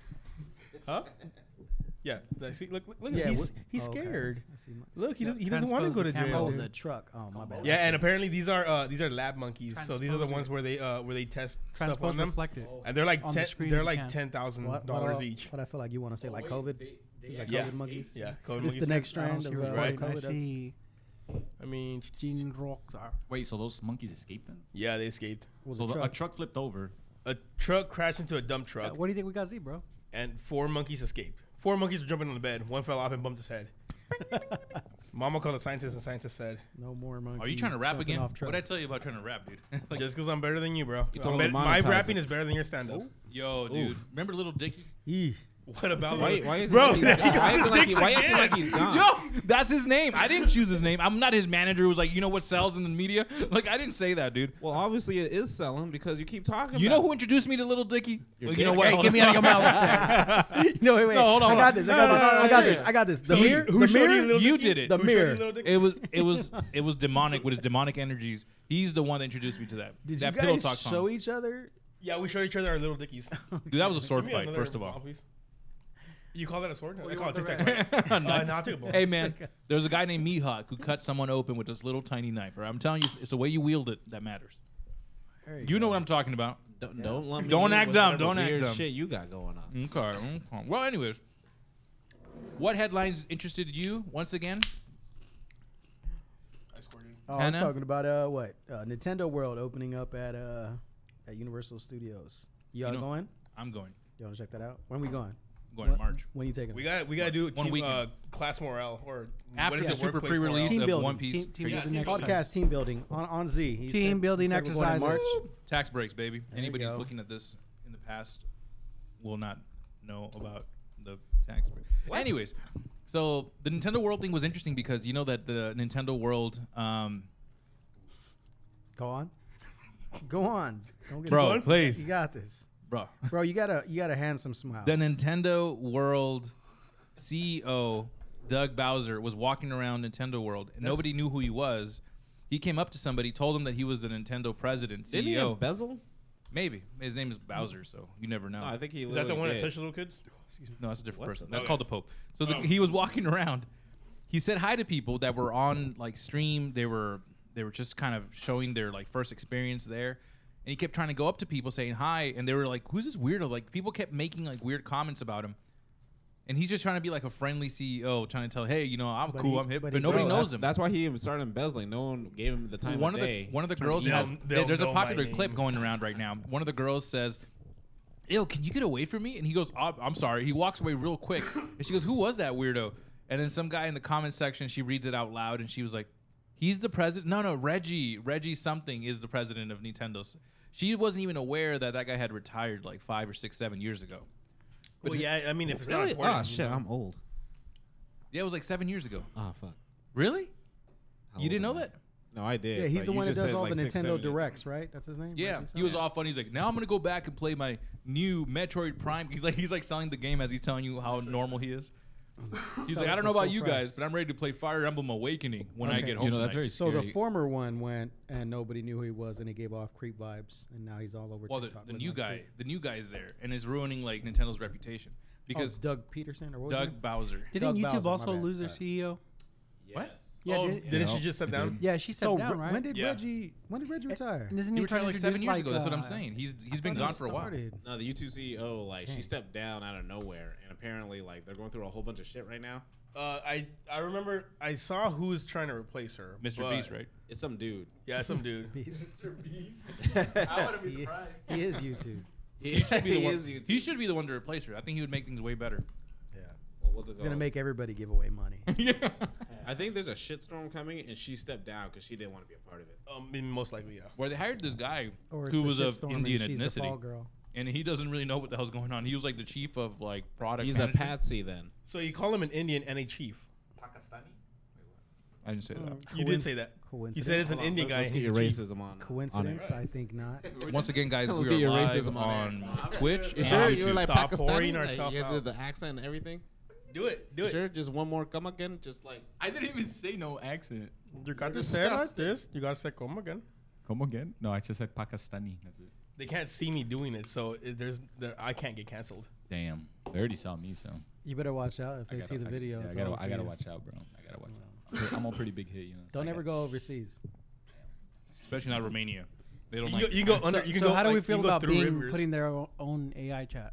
[SPEAKER 1] Huh? Yeah. Like, see, look, look, look
[SPEAKER 3] Yeah,
[SPEAKER 1] at he's,
[SPEAKER 3] what-
[SPEAKER 1] he's
[SPEAKER 3] oh, okay.
[SPEAKER 1] scared.
[SPEAKER 3] I see mon-
[SPEAKER 1] Look, he
[SPEAKER 5] Yep,
[SPEAKER 1] doesn't, he doesn't want to
[SPEAKER 5] transpose
[SPEAKER 1] go to
[SPEAKER 5] the camera.
[SPEAKER 1] jail.
[SPEAKER 3] Oh,
[SPEAKER 5] dude.
[SPEAKER 3] the truck. Oh my bad.
[SPEAKER 1] Yeah, and apparently these are uh, these are lab monkeys. So these are the
[SPEAKER 5] Transposing.
[SPEAKER 1] ones where they uh, where they test stuff
[SPEAKER 5] Transpose
[SPEAKER 1] on them,
[SPEAKER 5] reflected.
[SPEAKER 1] and they're like
[SPEAKER 5] on the
[SPEAKER 1] ten,
[SPEAKER 5] screen
[SPEAKER 1] they're
[SPEAKER 5] you
[SPEAKER 1] like
[SPEAKER 5] can.
[SPEAKER 1] ten thousand
[SPEAKER 3] What- what
[SPEAKER 1] dollars
[SPEAKER 3] I-
[SPEAKER 1] each.
[SPEAKER 3] What I feel like you want to say, like COVID. It's like
[SPEAKER 1] Yeah.
[SPEAKER 3] COVID monkeys.
[SPEAKER 1] Yeah, COVID
[SPEAKER 3] It's the
[SPEAKER 1] monkeys.
[SPEAKER 3] next
[SPEAKER 5] I don't
[SPEAKER 3] strand
[SPEAKER 5] see
[SPEAKER 3] of
[SPEAKER 5] where
[SPEAKER 3] uh,
[SPEAKER 5] you're
[SPEAKER 1] Right.
[SPEAKER 5] going. I
[SPEAKER 3] COVID.
[SPEAKER 5] see
[SPEAKER 1] I mean,
[SPEAKER 5] Gene Rocks are.
[SPEAKER 4] Wait, so those monkeys escaped then?
[SPEAKER 1] yeah, they escaped.
[SPEAKER 3] Was
[SPEAKER 4] so
[SPEAKER 3] a
[SPEAKER 4] the-
[SPEAKER 3] truck.
[SPEAKER 4] a truck flipped over.
[SPEAKER 1] A truck crashed into a dump
[SPEAKER 5] Uh,
[SPEAKER 1] truck,
[SPEAKER 5] What do you think we got Z, bro?
[SPEAKER 1] and four monkeys escaped. Four monkeys were jumping on the bed. One fell off and bumped his head. Mama called a scientist, and scientist said,
[SPEAKER 3] No more monkeys.
[SPEAKER 6] Are you trying to rap
[SPEAKER 3] jumping
[SPEAKER 6] again?
[SPEAKER 3] off
[SPEAKER 6] What I
[SPEAKER 3] trucks.
[SPEAKER 6] tell you about trying to rap, dude? like,
[SPEAKER 1] "Just because I'm better than you, bro. I'm
[SPEAKER 2] told him
[SPEAKER 1] bet-
[SPEAKER 2] to
[SPEAKER 1] my
[SPEAKER 2] monetize
[SPEAKER 1] rapping
[SPEAKER 2] it.
[SPEAKER 1] is better than your stand-up."
[SPEAKER 6] yo, dude. Remember Little Dicky?
[SPEAKER 3] Eeh.
[SPEAKER 1] What about
[SPEAKER 2] Why,
[SPEAKER 1] you?
[SPEAKER 2] why is
[SPEAKER 1] bro?
[SPEAKER 2] He, like he's- why is it like he, why is it like he's gone?
[SPEAKER 6] Yo, that's his name. I didn't choose his name. I'm not his manager. Who was like, you know what sells in the media? Like, I didn't say that, dude.
[SPEAKER 2] Well, obviously it is selling because you keep talking.
[SPEAKER 6] You
[SPEAKER 2] about
[SPEAKER 6] know who
[SPEAKER 2] it.
[SPEAKER 6] introduced me to Little Dicky?
[SPEAKER 2] Your
[SPEAKER 6] Well, you
[SPEAKER 2] dick.
[SPEAKER 6] know what?
[SPEAKER 2] Hey,
[SPEAKER 6] Hold
[SPEAKER 5] get me
[SPEAKER 6] on.
[SPEAKER 5] out of your
[SPEAKER 3] No, wait, wait.
[SPEAKER 6] No, hold on,
[SPEAKER 3] I
[SPEAKER 6] hold on.
[SPEAKER 3] got this. I
[SPEAKER 6] No,
[SPEAKER 3] got
[SPEAKER 6] no,
[SPEAKER 3] this.
[SPEAKER 6] no, no,
[SPEAKER 3] I got
[SPEAKER 6] serious.
[SPEAKER 3] this. I got this. The
[SPEAKER 1] Who-
[SPEAKER 3] mirror.
[SPEAKER 1] who
[SPEAKER 3] the
[SPEAKER 1] showed you
[SPEAKER 3] mirror.
[SPEAKER 1] Little
[SPEAKER 6] You
[SPEAKER 1] Dicky?
[SPEAKER 6] did it.
[SPEAKER 3] The
[SPEAKER 1] Who showed you
[SPEAKER 3] mirror.
[SPEAKER 1] Little Dicky?
[SPEAKER 6] It was it was it was demonic with his demonic energies. He's the one that introduced me to that.
[SPEAKER 3] Did
[SPEAKER 6] that
[SPEAKER 3] you
[SPEAKER 6] pillow
[SPEAKER 3] guys
[SPEAKER 6] talk
[SPEAKER 3] show
[SPEAKER 6] song.
[SPEAKER 3] each other?
[SPEAKER 1] Yeah, we showed each other our little dickies.
[SPEAKER 6] Dude, that was a sword
[SPEAKER 1] Give me
[SPEAKER 6] fight,
[SPEAKER 1] another
[SPEAKER 6] first of
[SPEAKER 1] ball,
[SPEAKER 6] all.
[SPEAKER 1] please. You call that a sword? I
[SPEAKER 5] you
[SPEAKER 1] call it
[SPEAKER 5] want
[SPEAKER 1] tic
[SPEAKER 5] the
[SPEAKER 1] tac toe. Uh,
[SPEAKER 6] Nice.
[SPEAKER 1] no, I'll take a ball.
[SPEAKER 6] Hey man, there was a guy named Mihawk who cut someone open with this little tiny knife. Right? I'm telling you, it's- it's the way you wield it that matters.
[SPEAKER 3] There
[SPEAKER 6] You know what I'm talking about.
[SPEAKER 2] Don't, don't lump me in
[SPEAKER 6] Don't act
[SPEAKER 2] with
[SPEAKER 6] dumb,
[SPEAKER 2] whatever
[SPEAKER 6] don't act
[SPEAKER 2] weird
[SPEAKER 6] dumb. Mm.
[SPEAKER 2] Shit, you got going on.
[SPEAKER 6] Okay. okay. Well, anyways, what headlines interested you once again?
[SPEAKER 1] I squirted.
[SPEAKER 3] Oh, I was
[SPEAKER 6] Hannah?
[SPEAKER 3] talking about uh what uh, Nintendo World opening up at uh at Universal Studios. Y'all
[SPEAKER 6] know-
[SPEAKER 3] going?
[SPEAKER 6] I'm going.
[SPEAKER 3] You want to check that out? When we going?
[SPEAKER 6] I'm going in
[SPEAKER 3] What-
[SPEAKER 6] March.
[SPEAKER 3] When you taking?
[SPEAKER 1] We
[SPEAKER 3] it?
[SPEAKER 1] got we got to do
[SPEAKER 6] One
[SPEAKER 1] team,
[SPEAKER 6] weekend.
[SPEAKER 1] uh, class morale or
[SPEAKER 6] After
[SPEAKER 1] what is
[SPEAKER 6] the
[SPEAKER 1] it?
[SPEAKER 6] super
[SPEAKER 1] workplace
[SPEAKER 6] pre-release
[SPEAKER 1] morale?
[SPEAKER 3] team
[SPEAKER 6] of
[SPEAKER 3] building.
[SPEAKER 6] One Piece.
[SPEAKER 5] Team, team
[SPEAKER 1] Yeah,
[SPEAKER 5] building
[SPEAKER 1] team
[SPEAKER 5] exercise.
[SPEAKER 3] podcast team building on on Z. He
[SPEAKER 5] Team
[SPEAKER 3] said-
[SPEAKER 5] building
[SPEAKER 3] he said we're going in
[SPEAKER 5] exercises.
[SPEAKER 3] March.
[SPEAKER 6] Tax breaks, baby.
[SPEAKER 3] you
[SPEAKER 6] Anybody who's
[SPEAKER 3] go.
[SPEAKER 6] looking at this in the past will not know about the tax break. Anyways, so the Nintendo World thing was interesting because you know that the Nintendo World, um,
[SPEAKER 3] Go on. Go on. Don't get
[SPEAKER 6] bro,
[SPEAKER 3] you
[SPEAKER 6] please,
[SPEAKER 3] got this,
[SPEAKER 6] bro,
[SPEAKER 3] bro. You got a you got a handsome smile.
[SPEAKER 6] the Nintendo World CEO E Doug Bowser was walking around Nintendo World and nobody knew who he was. He came up to somebody, told him that he was the Nintendo president, CEO.
[SPEAKER 2] Didn't he embezzle?
[SPEAKER 6] Maybe his name is Bowser, so you never know.
[SPEAKER 2] No, I think he.
[SPEAKER 1] Is that the
[SPEAKER 2] literally
[SPEAKER 1] one that
[SPEAKER 2] did.
[SPEAKER 1] touched little kids?
[SPEAKER 6] No, that's a different person.
[SPEAKER 1] the-
[SPEAKER 6] That's
[SPEAKER 1] Okay.
[SPEAKER 6] called the Pope. So the,
[SPEAKER 1] Oh.
[SPEAKER 6] he was walking around. He said hi to people that were on like stream. They were they were just kind of showing their like first experience there. And he kept trying to go up to people saying hi, and they were like, "Who's this weirdo?" Like people kept making like weird comments about him, and he's just trying to be like a friendly CEO, trying to tell, "Hey, you know, I'm
[SPEAKER 3] But
[SPEAKER 6] cool,
[SPEAKER 3] he-
[SPEAKER 6] I'm hip,"
[SPEAKER 3] but
[SPEAKER 6] but,
[SPEAKER 3] he-
[SPEAKER 6] nobody
[SPEAKER 3] No,
[SPEAKER 6] knows
[SPEAKER 2] that's,
[SPEAKER 6] him.
[SPEAKER 2] That's why he even started embezzling. No one gave him the time
[SPEAKER 6] one
[SPEAKER 2] of
[SPEAKER 6] of
[SPEAKER 2] day.
[SPEAKER 6] the one of the girls
[SPEAKER 1] They'll-
[SPEAKER 6] has
[SPEAKER 1] they'll
[SPEAKER 6] there's a
[SPEAKER 1] know my
[SPEAKER 6] popular
[SPEAKER 1] name.
[SPEAKER 6] clip going around right now. One of the girls says, "Yo, can you get away from me?" And he goes, "Oh, "I'm sorry." He walks away real quick, and she goes, "Who was that weirdo?" And then some guy in the comment section, she reads it out loud, and she was like, "He's the president." No, no, Reggie, Reggie something is the president of Nintendo. S- She wasn't even aware that that guy had retired like five or six, seven years ago.
[SPEAKER 1] Well, yeah, I mean, if it's not
[SPEAKER 2] Really?
[SPEAKER 1] important.
[SPEAKER 2] Oh
[SPEAKER 1] you
[SPEAKER 2] shit!
[SPEAKER 1] know.
[SPEAKER 2] I'm old.
[SPEAKER 6] Yeah, it was like seven years ago.
[SPEAKER 2] Oh fuck.
[SPEAKER 6] Really?
[SPEAKER 2] How
[SPEAKER 6] You didn't know
[SPEAKER 2] old am I?
[SPEAKER 6] that?
[SPEAKER 2] No, I did.
[SPEAKER 3] Yeah, he's
[SPEAKER 2] but
[SPEAKER 3] the
[SPEAKER 2] you
[SPEAKER 3] one that
[SPEAKER 2] just
[SPEAKER 3] does
[SPEAKER 2] said,
[SPEAKER 3] all
[SPEAKER 2] like,
[SPEAKER 3] the
[SPEAKER 2] six,
[SPEAKER 3] Nintendo
[SPEAKER 2] seven-
[SPEAKER 3] Directs, right? That's his name.
[SPEAKER 6] Yeah,
[SPEAKER 3] Reggie
[SPEAKER 6] he was
[SPEAKER 3] something?
[SPEAKER 6] all fun. He's like, now I'm gonna go back and play my new Metroid Prime. He's like, he's like selling the game as he's telling you how normal he is.
[SPEAKER 3] Sell
[SPEAKER 6] He's like,
[SPEAKER 3] it
[SPEAKER 6] I don't
[SPEAKER 3] for
[SPEAKER 6] know about
[SPEAKER 3] full
[SPEAKER 6] you guys,
[SPEAKER 3] price."
[SPEAKER 6] but I'm ready to play Fire Emblem Awakening when I
[SPEAKER 3] Okay.
[SPEAKER 6] get home.
[SPEAKER 4] You know, that's
[SPEAKER 6] tonight."
[SPEAKER 4] very
[SPEAKER 3] So
[SPEAKER 4] scary.
[SPEAKER 3] the former one went, and nobody knew who he was, and he gave off creep vibes, and now he's all over.
[SPEAKER 6] well, the,
[SPEAKER 3] TikTok
[SPEAKER 6] the
[SPEAKER 3] with
[SPEAKER 6] new
[SPEAKER 3] no
[SPEAKER 6] guy,
[SPEAKER 3] creep.
[SPEAKER 6] the new guy's there, and is ruining like Nintendo's reputation
[SPEAKER 3] Oh,
[SPEAKER 6] because
[SPEAKER 3] Doug Peterson or what? was his
[SPEAKER 6] Doug
[SPEAKER 3] name?
[SPEAKER 6] Bowser.
[SPEAKER 5] Didn't
[SPEAKER 3] Doug
[SPEAKER 5] YouTube
[SPEAKER 3] Bowser, my
[SPEAKER 5] also
[SPEAKER 3] bad.
[SPEAKER 5] lose their
[SPEAKER 3] Sorry.
[SPEAKER 5] CEO?
[SPEAKER 6] What?
[SPEAKER 5] Yeah,
[SPEAKER 1] oh,
[SPEAKER 5] did-
[SPEAKER 1] didn't
[SPEAKER 4] No,
[SPEAKER 1] she just step
[SPEAKER 4] I
[SPEAKER 1] down?
[SPEAKER 4] didn't.
[SPEAKER 5] yeah, she stepped
[SPEAKER 3] So
[SPEAKER 5] down,
[SPEAKER 3] re-
[SPEAKER 5] right?
[SPEAKER 3] when did
[SPEAKER 1] Yeah.
[SPEAKER 3] Reggie? When did Reggie retire?
[SPEAKER 5] And isn't
[SPEAKER 6] He
[SPEAKER 5] he
[SPEAKER 6] retired
[SPEAKER 5] trying
[SPEAKER 6] like
[SPEAKER 5] to
[SPEAKER 6] seven
[SPEAKER 5] introduce,
[SPEAKER 6] years
[SPEAKER 5] like,
[SPEAKER 6] ago. That's what
[SPEAKER 5] uh,
[SPEAKER 6] I'm saying. He's he's been
[SPEAKER 3] Thought he
[SPEAKER 6] gone for a while.
[SPEAKER 3] started.
[SPEAKER 2] No, the YouTube CEO E like she stepped down out of nowhere, and apparently like they're going through a whole bunch of shit right now.
[SPEAKER 1] Uh, I I remember I saw who's trying to replace her.
[SPEAKER 6] Mr.
[SPEAKER 1] but-
[SPEAKER 6] Beast, right?
[SPEAKER 2] It's some dude.
[SPEAKER 1] Yeah, some dude.
[SPEAKER 3] He's-
[SPEAKER 2] I
[SPEAKER 3] he, he is YouTube.
[SPEAKER 2] He should
[SPEAKER 6] Be the one-
[SPEAKER 2] is YouTube.
[SPEAKER 6] he should be the one to replace her. I think he would make things way better.
[SPEAKER 1] Yeah.
[SPEAKER 2] Well, what's it
[SPEAKER 3] He's gonna
[SPEAKER 2] called?
[SPEAKER 3] make everybody give away money.
[SPEAKER 6] yeah.
[SPEAKER 2] I think there's a shitstorm coming, and she stepped down because she didn't want to be a part of it.
[SPEAKER 1] Um, I mean, most likely, yeah.
[SPEAKER 6] Where they hired this guy
[SPEAKER 3] Or it's
[SPEAKER 6] who
[SPEAKER 3] a
[SPEAKER 6] was of
[SPEAKER 3] shitstorm and
[SPEAKER 6] Indian
[SPEAKER 3] she's The fall
[SPEAKER 6] ethnicity.
[SPEAKER 3] girl.
[SPEAKER 6] and he doesn't really know what the hell's going on. He was like the chief of like product.
[SPEAKER 2] He's a
[SPEAKER 6] management.
[SPEAKER 2] patsy then.
[SPEAKER 1] So you call him an Indian and a chief.
[SPEAKER 6] I didn't say that.
[SPEAKER 1] You did say that. You said it's an
[SPEAKER 2] Hold on,
[SPEAKER 1] Indian
[SPEAKER 2] let-
[SPEAKER 1] guy.
[SPEAKER 2] Let's
[SPEAKER 1] and
[SPEAKER 2] get
[SPEAKER 1] he's
[SPEAKER 2] your
[SPEAKER 1] a chief.
[SPEAKER 2] racism on.
[SPEAKER 3] Coincidence? I think not.
[SPEAKER 6] Once again, guys,
[SPEAKER 2] Let's
[SPEAKER 6] we
[SPEAKER 2] get
[SPEAKER 6] are
[SPEAKER 2] your
[SPEAKER 6] live
[SPEAKER 2] racism on
[SPEAKER 6] on,
[SPEAKER 2] air.
[SPEAKER 6] Twitch.
[SPEAKER 2] You sure
[SPEAKER 6] and
[SPEAKER 1] sure?
[SPEAKER 2] you
[SPEAKER 1] You're
[SPEAKER 2] were
[SPEAKER 6] YouTube.
[SPEAKER 2] like
[SPEAKER 1] Stop
[SPEAKER 2] Pakistani?
[SPEAKER 1] pouring
[SPEAKER 2] Like,
[SPEAKER 1] ourself
[SPEAKER 2] you did
[SPEAKER 1] out.
[SPEAKER 2] the accent and everything.
[SPEAKER 1] Do it. Do
[SPEAKER 2] You
[SPEAKER 1] it.
[SPEAKER 2] sure, just one more come again, just like
[SPEAKER 4] I didn't even say no accent.
[SPEAKER 1] You got to say it like
[SPEAKER 2] Disgusting.
[SPEAKER 1] this. You got to say come again.
[SPEAKER 4] Come again? No, I just said Pakistani. That's it.
[SPEAKER 1] They can't see me doing it, so it, there's there, I can't get canceled.
[SPEAKER 4] Damn, they already saw me, so
[SPEAKER 3] You better watch out if
[SPEAKER 4] I
[SPEAKER 3] they see the
[SPEAKER 4] I-
[SPEAKER 3] video.
[SPEAKER 4] yeah,
[SPEAKER 3] it's
[SPEAKER 4] I gotta,
[SPEAKER 3] over
[SPEAKER 4] I
[SPEAKER 3] for
[SPEAKER 4] gotta
[SPEAKER 3] you.
[SPEAKER 4] watch out, bro. I gotta watch out. I'm a pretty big hit, you know. so
[SPEAKER 3] Don't
[SPEAKER 4] I
[SPEAKER 3] ever
[SPEAKER 4] gotta-
[SPEAKER 3] go overseas.
[SPEAKER 6] especially not Romania. They don't
[SPEAKER 1] You, go,
[SPEAKER 6] like.
[SPEAKER 1] you go under.
[SPEAKER 5] Oh So,
[SPEAKER 1] You can
[SPEAKER 5] so
[SPEAKER 1] go,
[SPEAKER 5] how do
[SPEAKER 1] like,
[SPEAKER 5] we
[SPEAKER 1] you
[SPEAKER 5] feel
[SPEAKER 1] go
[SPEAKER 5] about
[SPEAKER 1] through
[SPEAKER 5] being
[SPEAKER 1] rivers.
[SPEAKER 5] putting their o- own AI chat?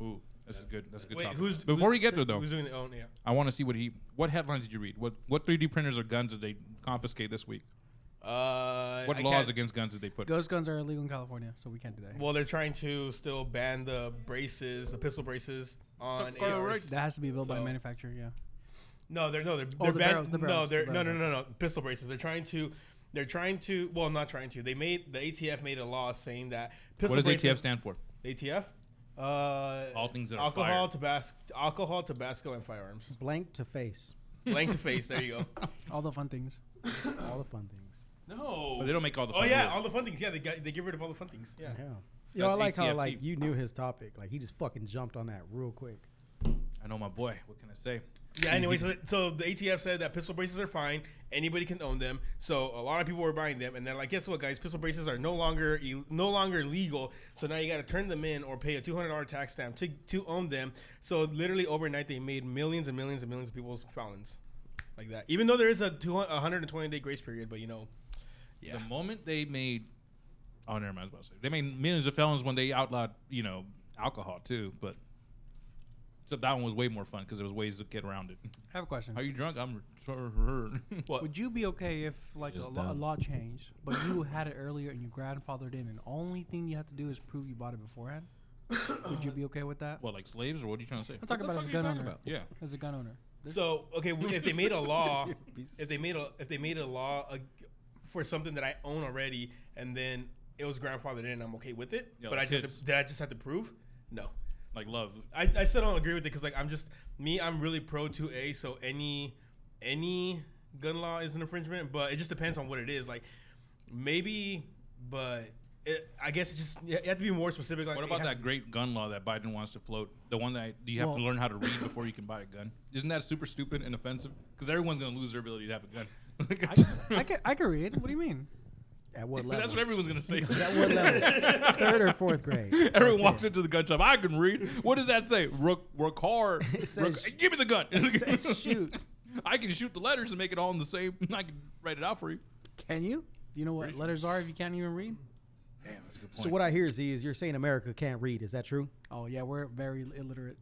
[SPEAKER 6] Ooh, that's, good. That's a good.
[SPEAKER 1] Wait,
[SPEAKER 6] topic.
[SPEAKER 1] who's
[SPEAKER 6] before we
[SPEAKER 1] who's-
[SPEAKER 6] get there though?
[SPEAKER 1] Who's doing the own? Yeah.
[SPEAKER 6] I want to see what he. What headlines did you read? What what 3D printers or guns did they confiscate this week?
[SPEAKER 1] Uh,
[SPEAKER 6] What
[SPEAKER 1] I
[SPEAKER 6] laws
[SPEAKER 1] can't-
[SPEAKER 6] against guns did they put?
[SPEAKER 5] Ghost guns are illegal in California, so we can't do that.
[SPEAKER 1] Well, they're trying to still ban the braces, the pistol braces on ARs.
[SPEAKER 5] that has to be built by a
[SPEAKER 1] So-
[SPEAKER 5] manufacturer. Yeah.
[SPEAKER 1] No, they're no, they're,
[SPEAKER 5] Oh,
[SPEAKER 1] they're
[SPEAKER 5] the
[SPEAKER 1] ban-
[SPEAKER 5] barrels, the
[SPEAKER 1] no,
[SPEAKER 5] barrels,
[SPEAKER 1] they're
[SPEAKER 5] the
[SPEAKER 1] no, no,
[SPEAKER 5] barrels.
[SPEAKER 1] no, no, pistol braces. They're trying to, they're trying to. Well, not trying to. They made the ATF made a law saying that pistol
[SPEAKER 6] What does
[SPEAKER 1] braces.
[SPEAKER 6] ATF stand for?
[SPEAKER 1] ATF. Uh,
[SPEAKER 6] All things that are
[SPEAKER 1] alcohol,
[SPEAKER 6] fire.
[SPEAKER 1] Tabasco, alcohol, Tabasco, and firearms.
[SPEAKER 3] Blank to face.
[SPEAKER 1] Blank to face. There you go.
[SPEAKER 5] All the fun things.
[SPEAKER 3] All the fun things.
[SPEAKER 1] No.
[SPEAKER 6] But they don't make all the.
[SPEAKER 1] Oh
[SPEAKER 6] fun
[SPEAKER 1] yeah,
[SPEAKER 6] rules.
[SPEAKER 1] all the fun things. Yeah, they got, they get rid of all the fun things. Yeah.
[SPEAKER 3] Yeah. Yo, I
[SPEAKER 6] That's
[SPEAKER 3] like how
[SPEAKER 6] ATFT.
[SPEAKER 3] like you knew his topic. Like he just fucking jumped on that real quick.
[SPEAKER 6] I know my Oh, boy. What can I say?
[SPEAKER 1] Yeah. Anyway, so, so the ATF said that pistol braces are fine. Anybody can own them. So a lot of people were buying them, and they're like, guess what, guys? Pistol braces are no longer e- no longer legal. So now you got to turn them in or pay a two hundred dollar tax stamp to to own them. So literally overnight, they made millions and millions and millions of people's felons, like that. Even though there is a two hundred and twenty day grace period, but you know,
[SPEAKER 6] The moment they made, oh never mind. I was about to say they made millions of felons when they outlawed, you know, alcohol too. But except that one was way more fun because there was ways to get around it.
[SPEAKER 5] I have a question.
[SPEAKER 6] Are you drunk? I'm. retarded.
[SPEAKER 1] what?
[SPEAKER 5] Would you be okay if like a,
[SPEAKER 2] Just
[SPEAKER 5] lo- a
[SPEAKER 2] dumb.
[SPEAKER 5] law changed, but you had it earlier and you grandfathered in, and only thing you have to do is prove you bought it beforehand? Would you be okay with that?
[SPEAKER 6] What, like slaves, or what are you trying to say?
[SPEAKER 5] I'm talking
[SPEAKER 2] the
[SPEAKER 5] about
[SPEAKER 2] fuck
[SPEAKER 5] as
[SPEAKER 2] are
[SPEAKER 5] a
[SPEAKER 2] you
[SPEAKER 5] gun
[SPEAKER 2] talking
[SPEAKER 5] owner.
[SPEAKER 2] about?
[SPEAKER 6] Yeah.
[SPEAKER 5] As a gun owner.
[SPEAKER 1] So okay, w- if they made a law, if they made a if they made a law uh, for something that I own already, and then it was grandfathered in, I'm okay with it.
[SPEAKER 6] Yeah,
[SPEAKER 1] but I
[SPEAKER 6] like
[SPEAKER 1] just have
[SPEAKER 6] kids.
[SPEAKER 1] to, did I just have to prove? No,
[SPEAKER 6] Like love.
[SPEAKER 1] I, I still don't agree with it because like I'm just me. I'm really pro 2A, so any any gun law is an infringement, but it just depends on what it is. Like maybe, but it, I guess it's just you have to be more specific. Like
[SPEAKER 6] What
[SPEAKER 1] it
[SPEAKER 6] about
[SPEAKER 1] has
[SPEAKER 6] that great gun law that Biden wants to float? The one that I- you have to
[SPEAKER 5] Well-
[SPEAKER 6] learn how to read before you can buy a gun. Isn't that super stupid and offensive? Because everyone's gonna lose their ability to have a gun.
[SPEAKER 5] I can, I can read. What do you mean?
[SPEAKER 3] At what level?
[SPEAKER 6] That's what everyone's gonna say.
[SPEAKER 3] what level? Third or fourth grade.
[SPEAKER 6] Everyone walks into the gun shop. I can read. What does that say? Work, work hard.
[SPEAKER 3] It says
[SPEAKER 6] Work-
[SPEAKER 3] sh-
[SPEAKER 6] give me the gun.
[SPEAKER 3] it says shoot.
[SPEAKER 6] I can shoot the letters and make it all in the same. I can write it out for you.
[SPEAKER 5] Can you? Do you know what
[SPEAKER 6] Pretty sure.
[SPEAKER 5] letters are if you can't even read?
[SPEAKER 6] Damn, that's a good
[SPEAKER 3] So what I hear is, is you're saying America can't read. Is that true?
[SPEAKER 5] Oh yeah, we're very illiterate.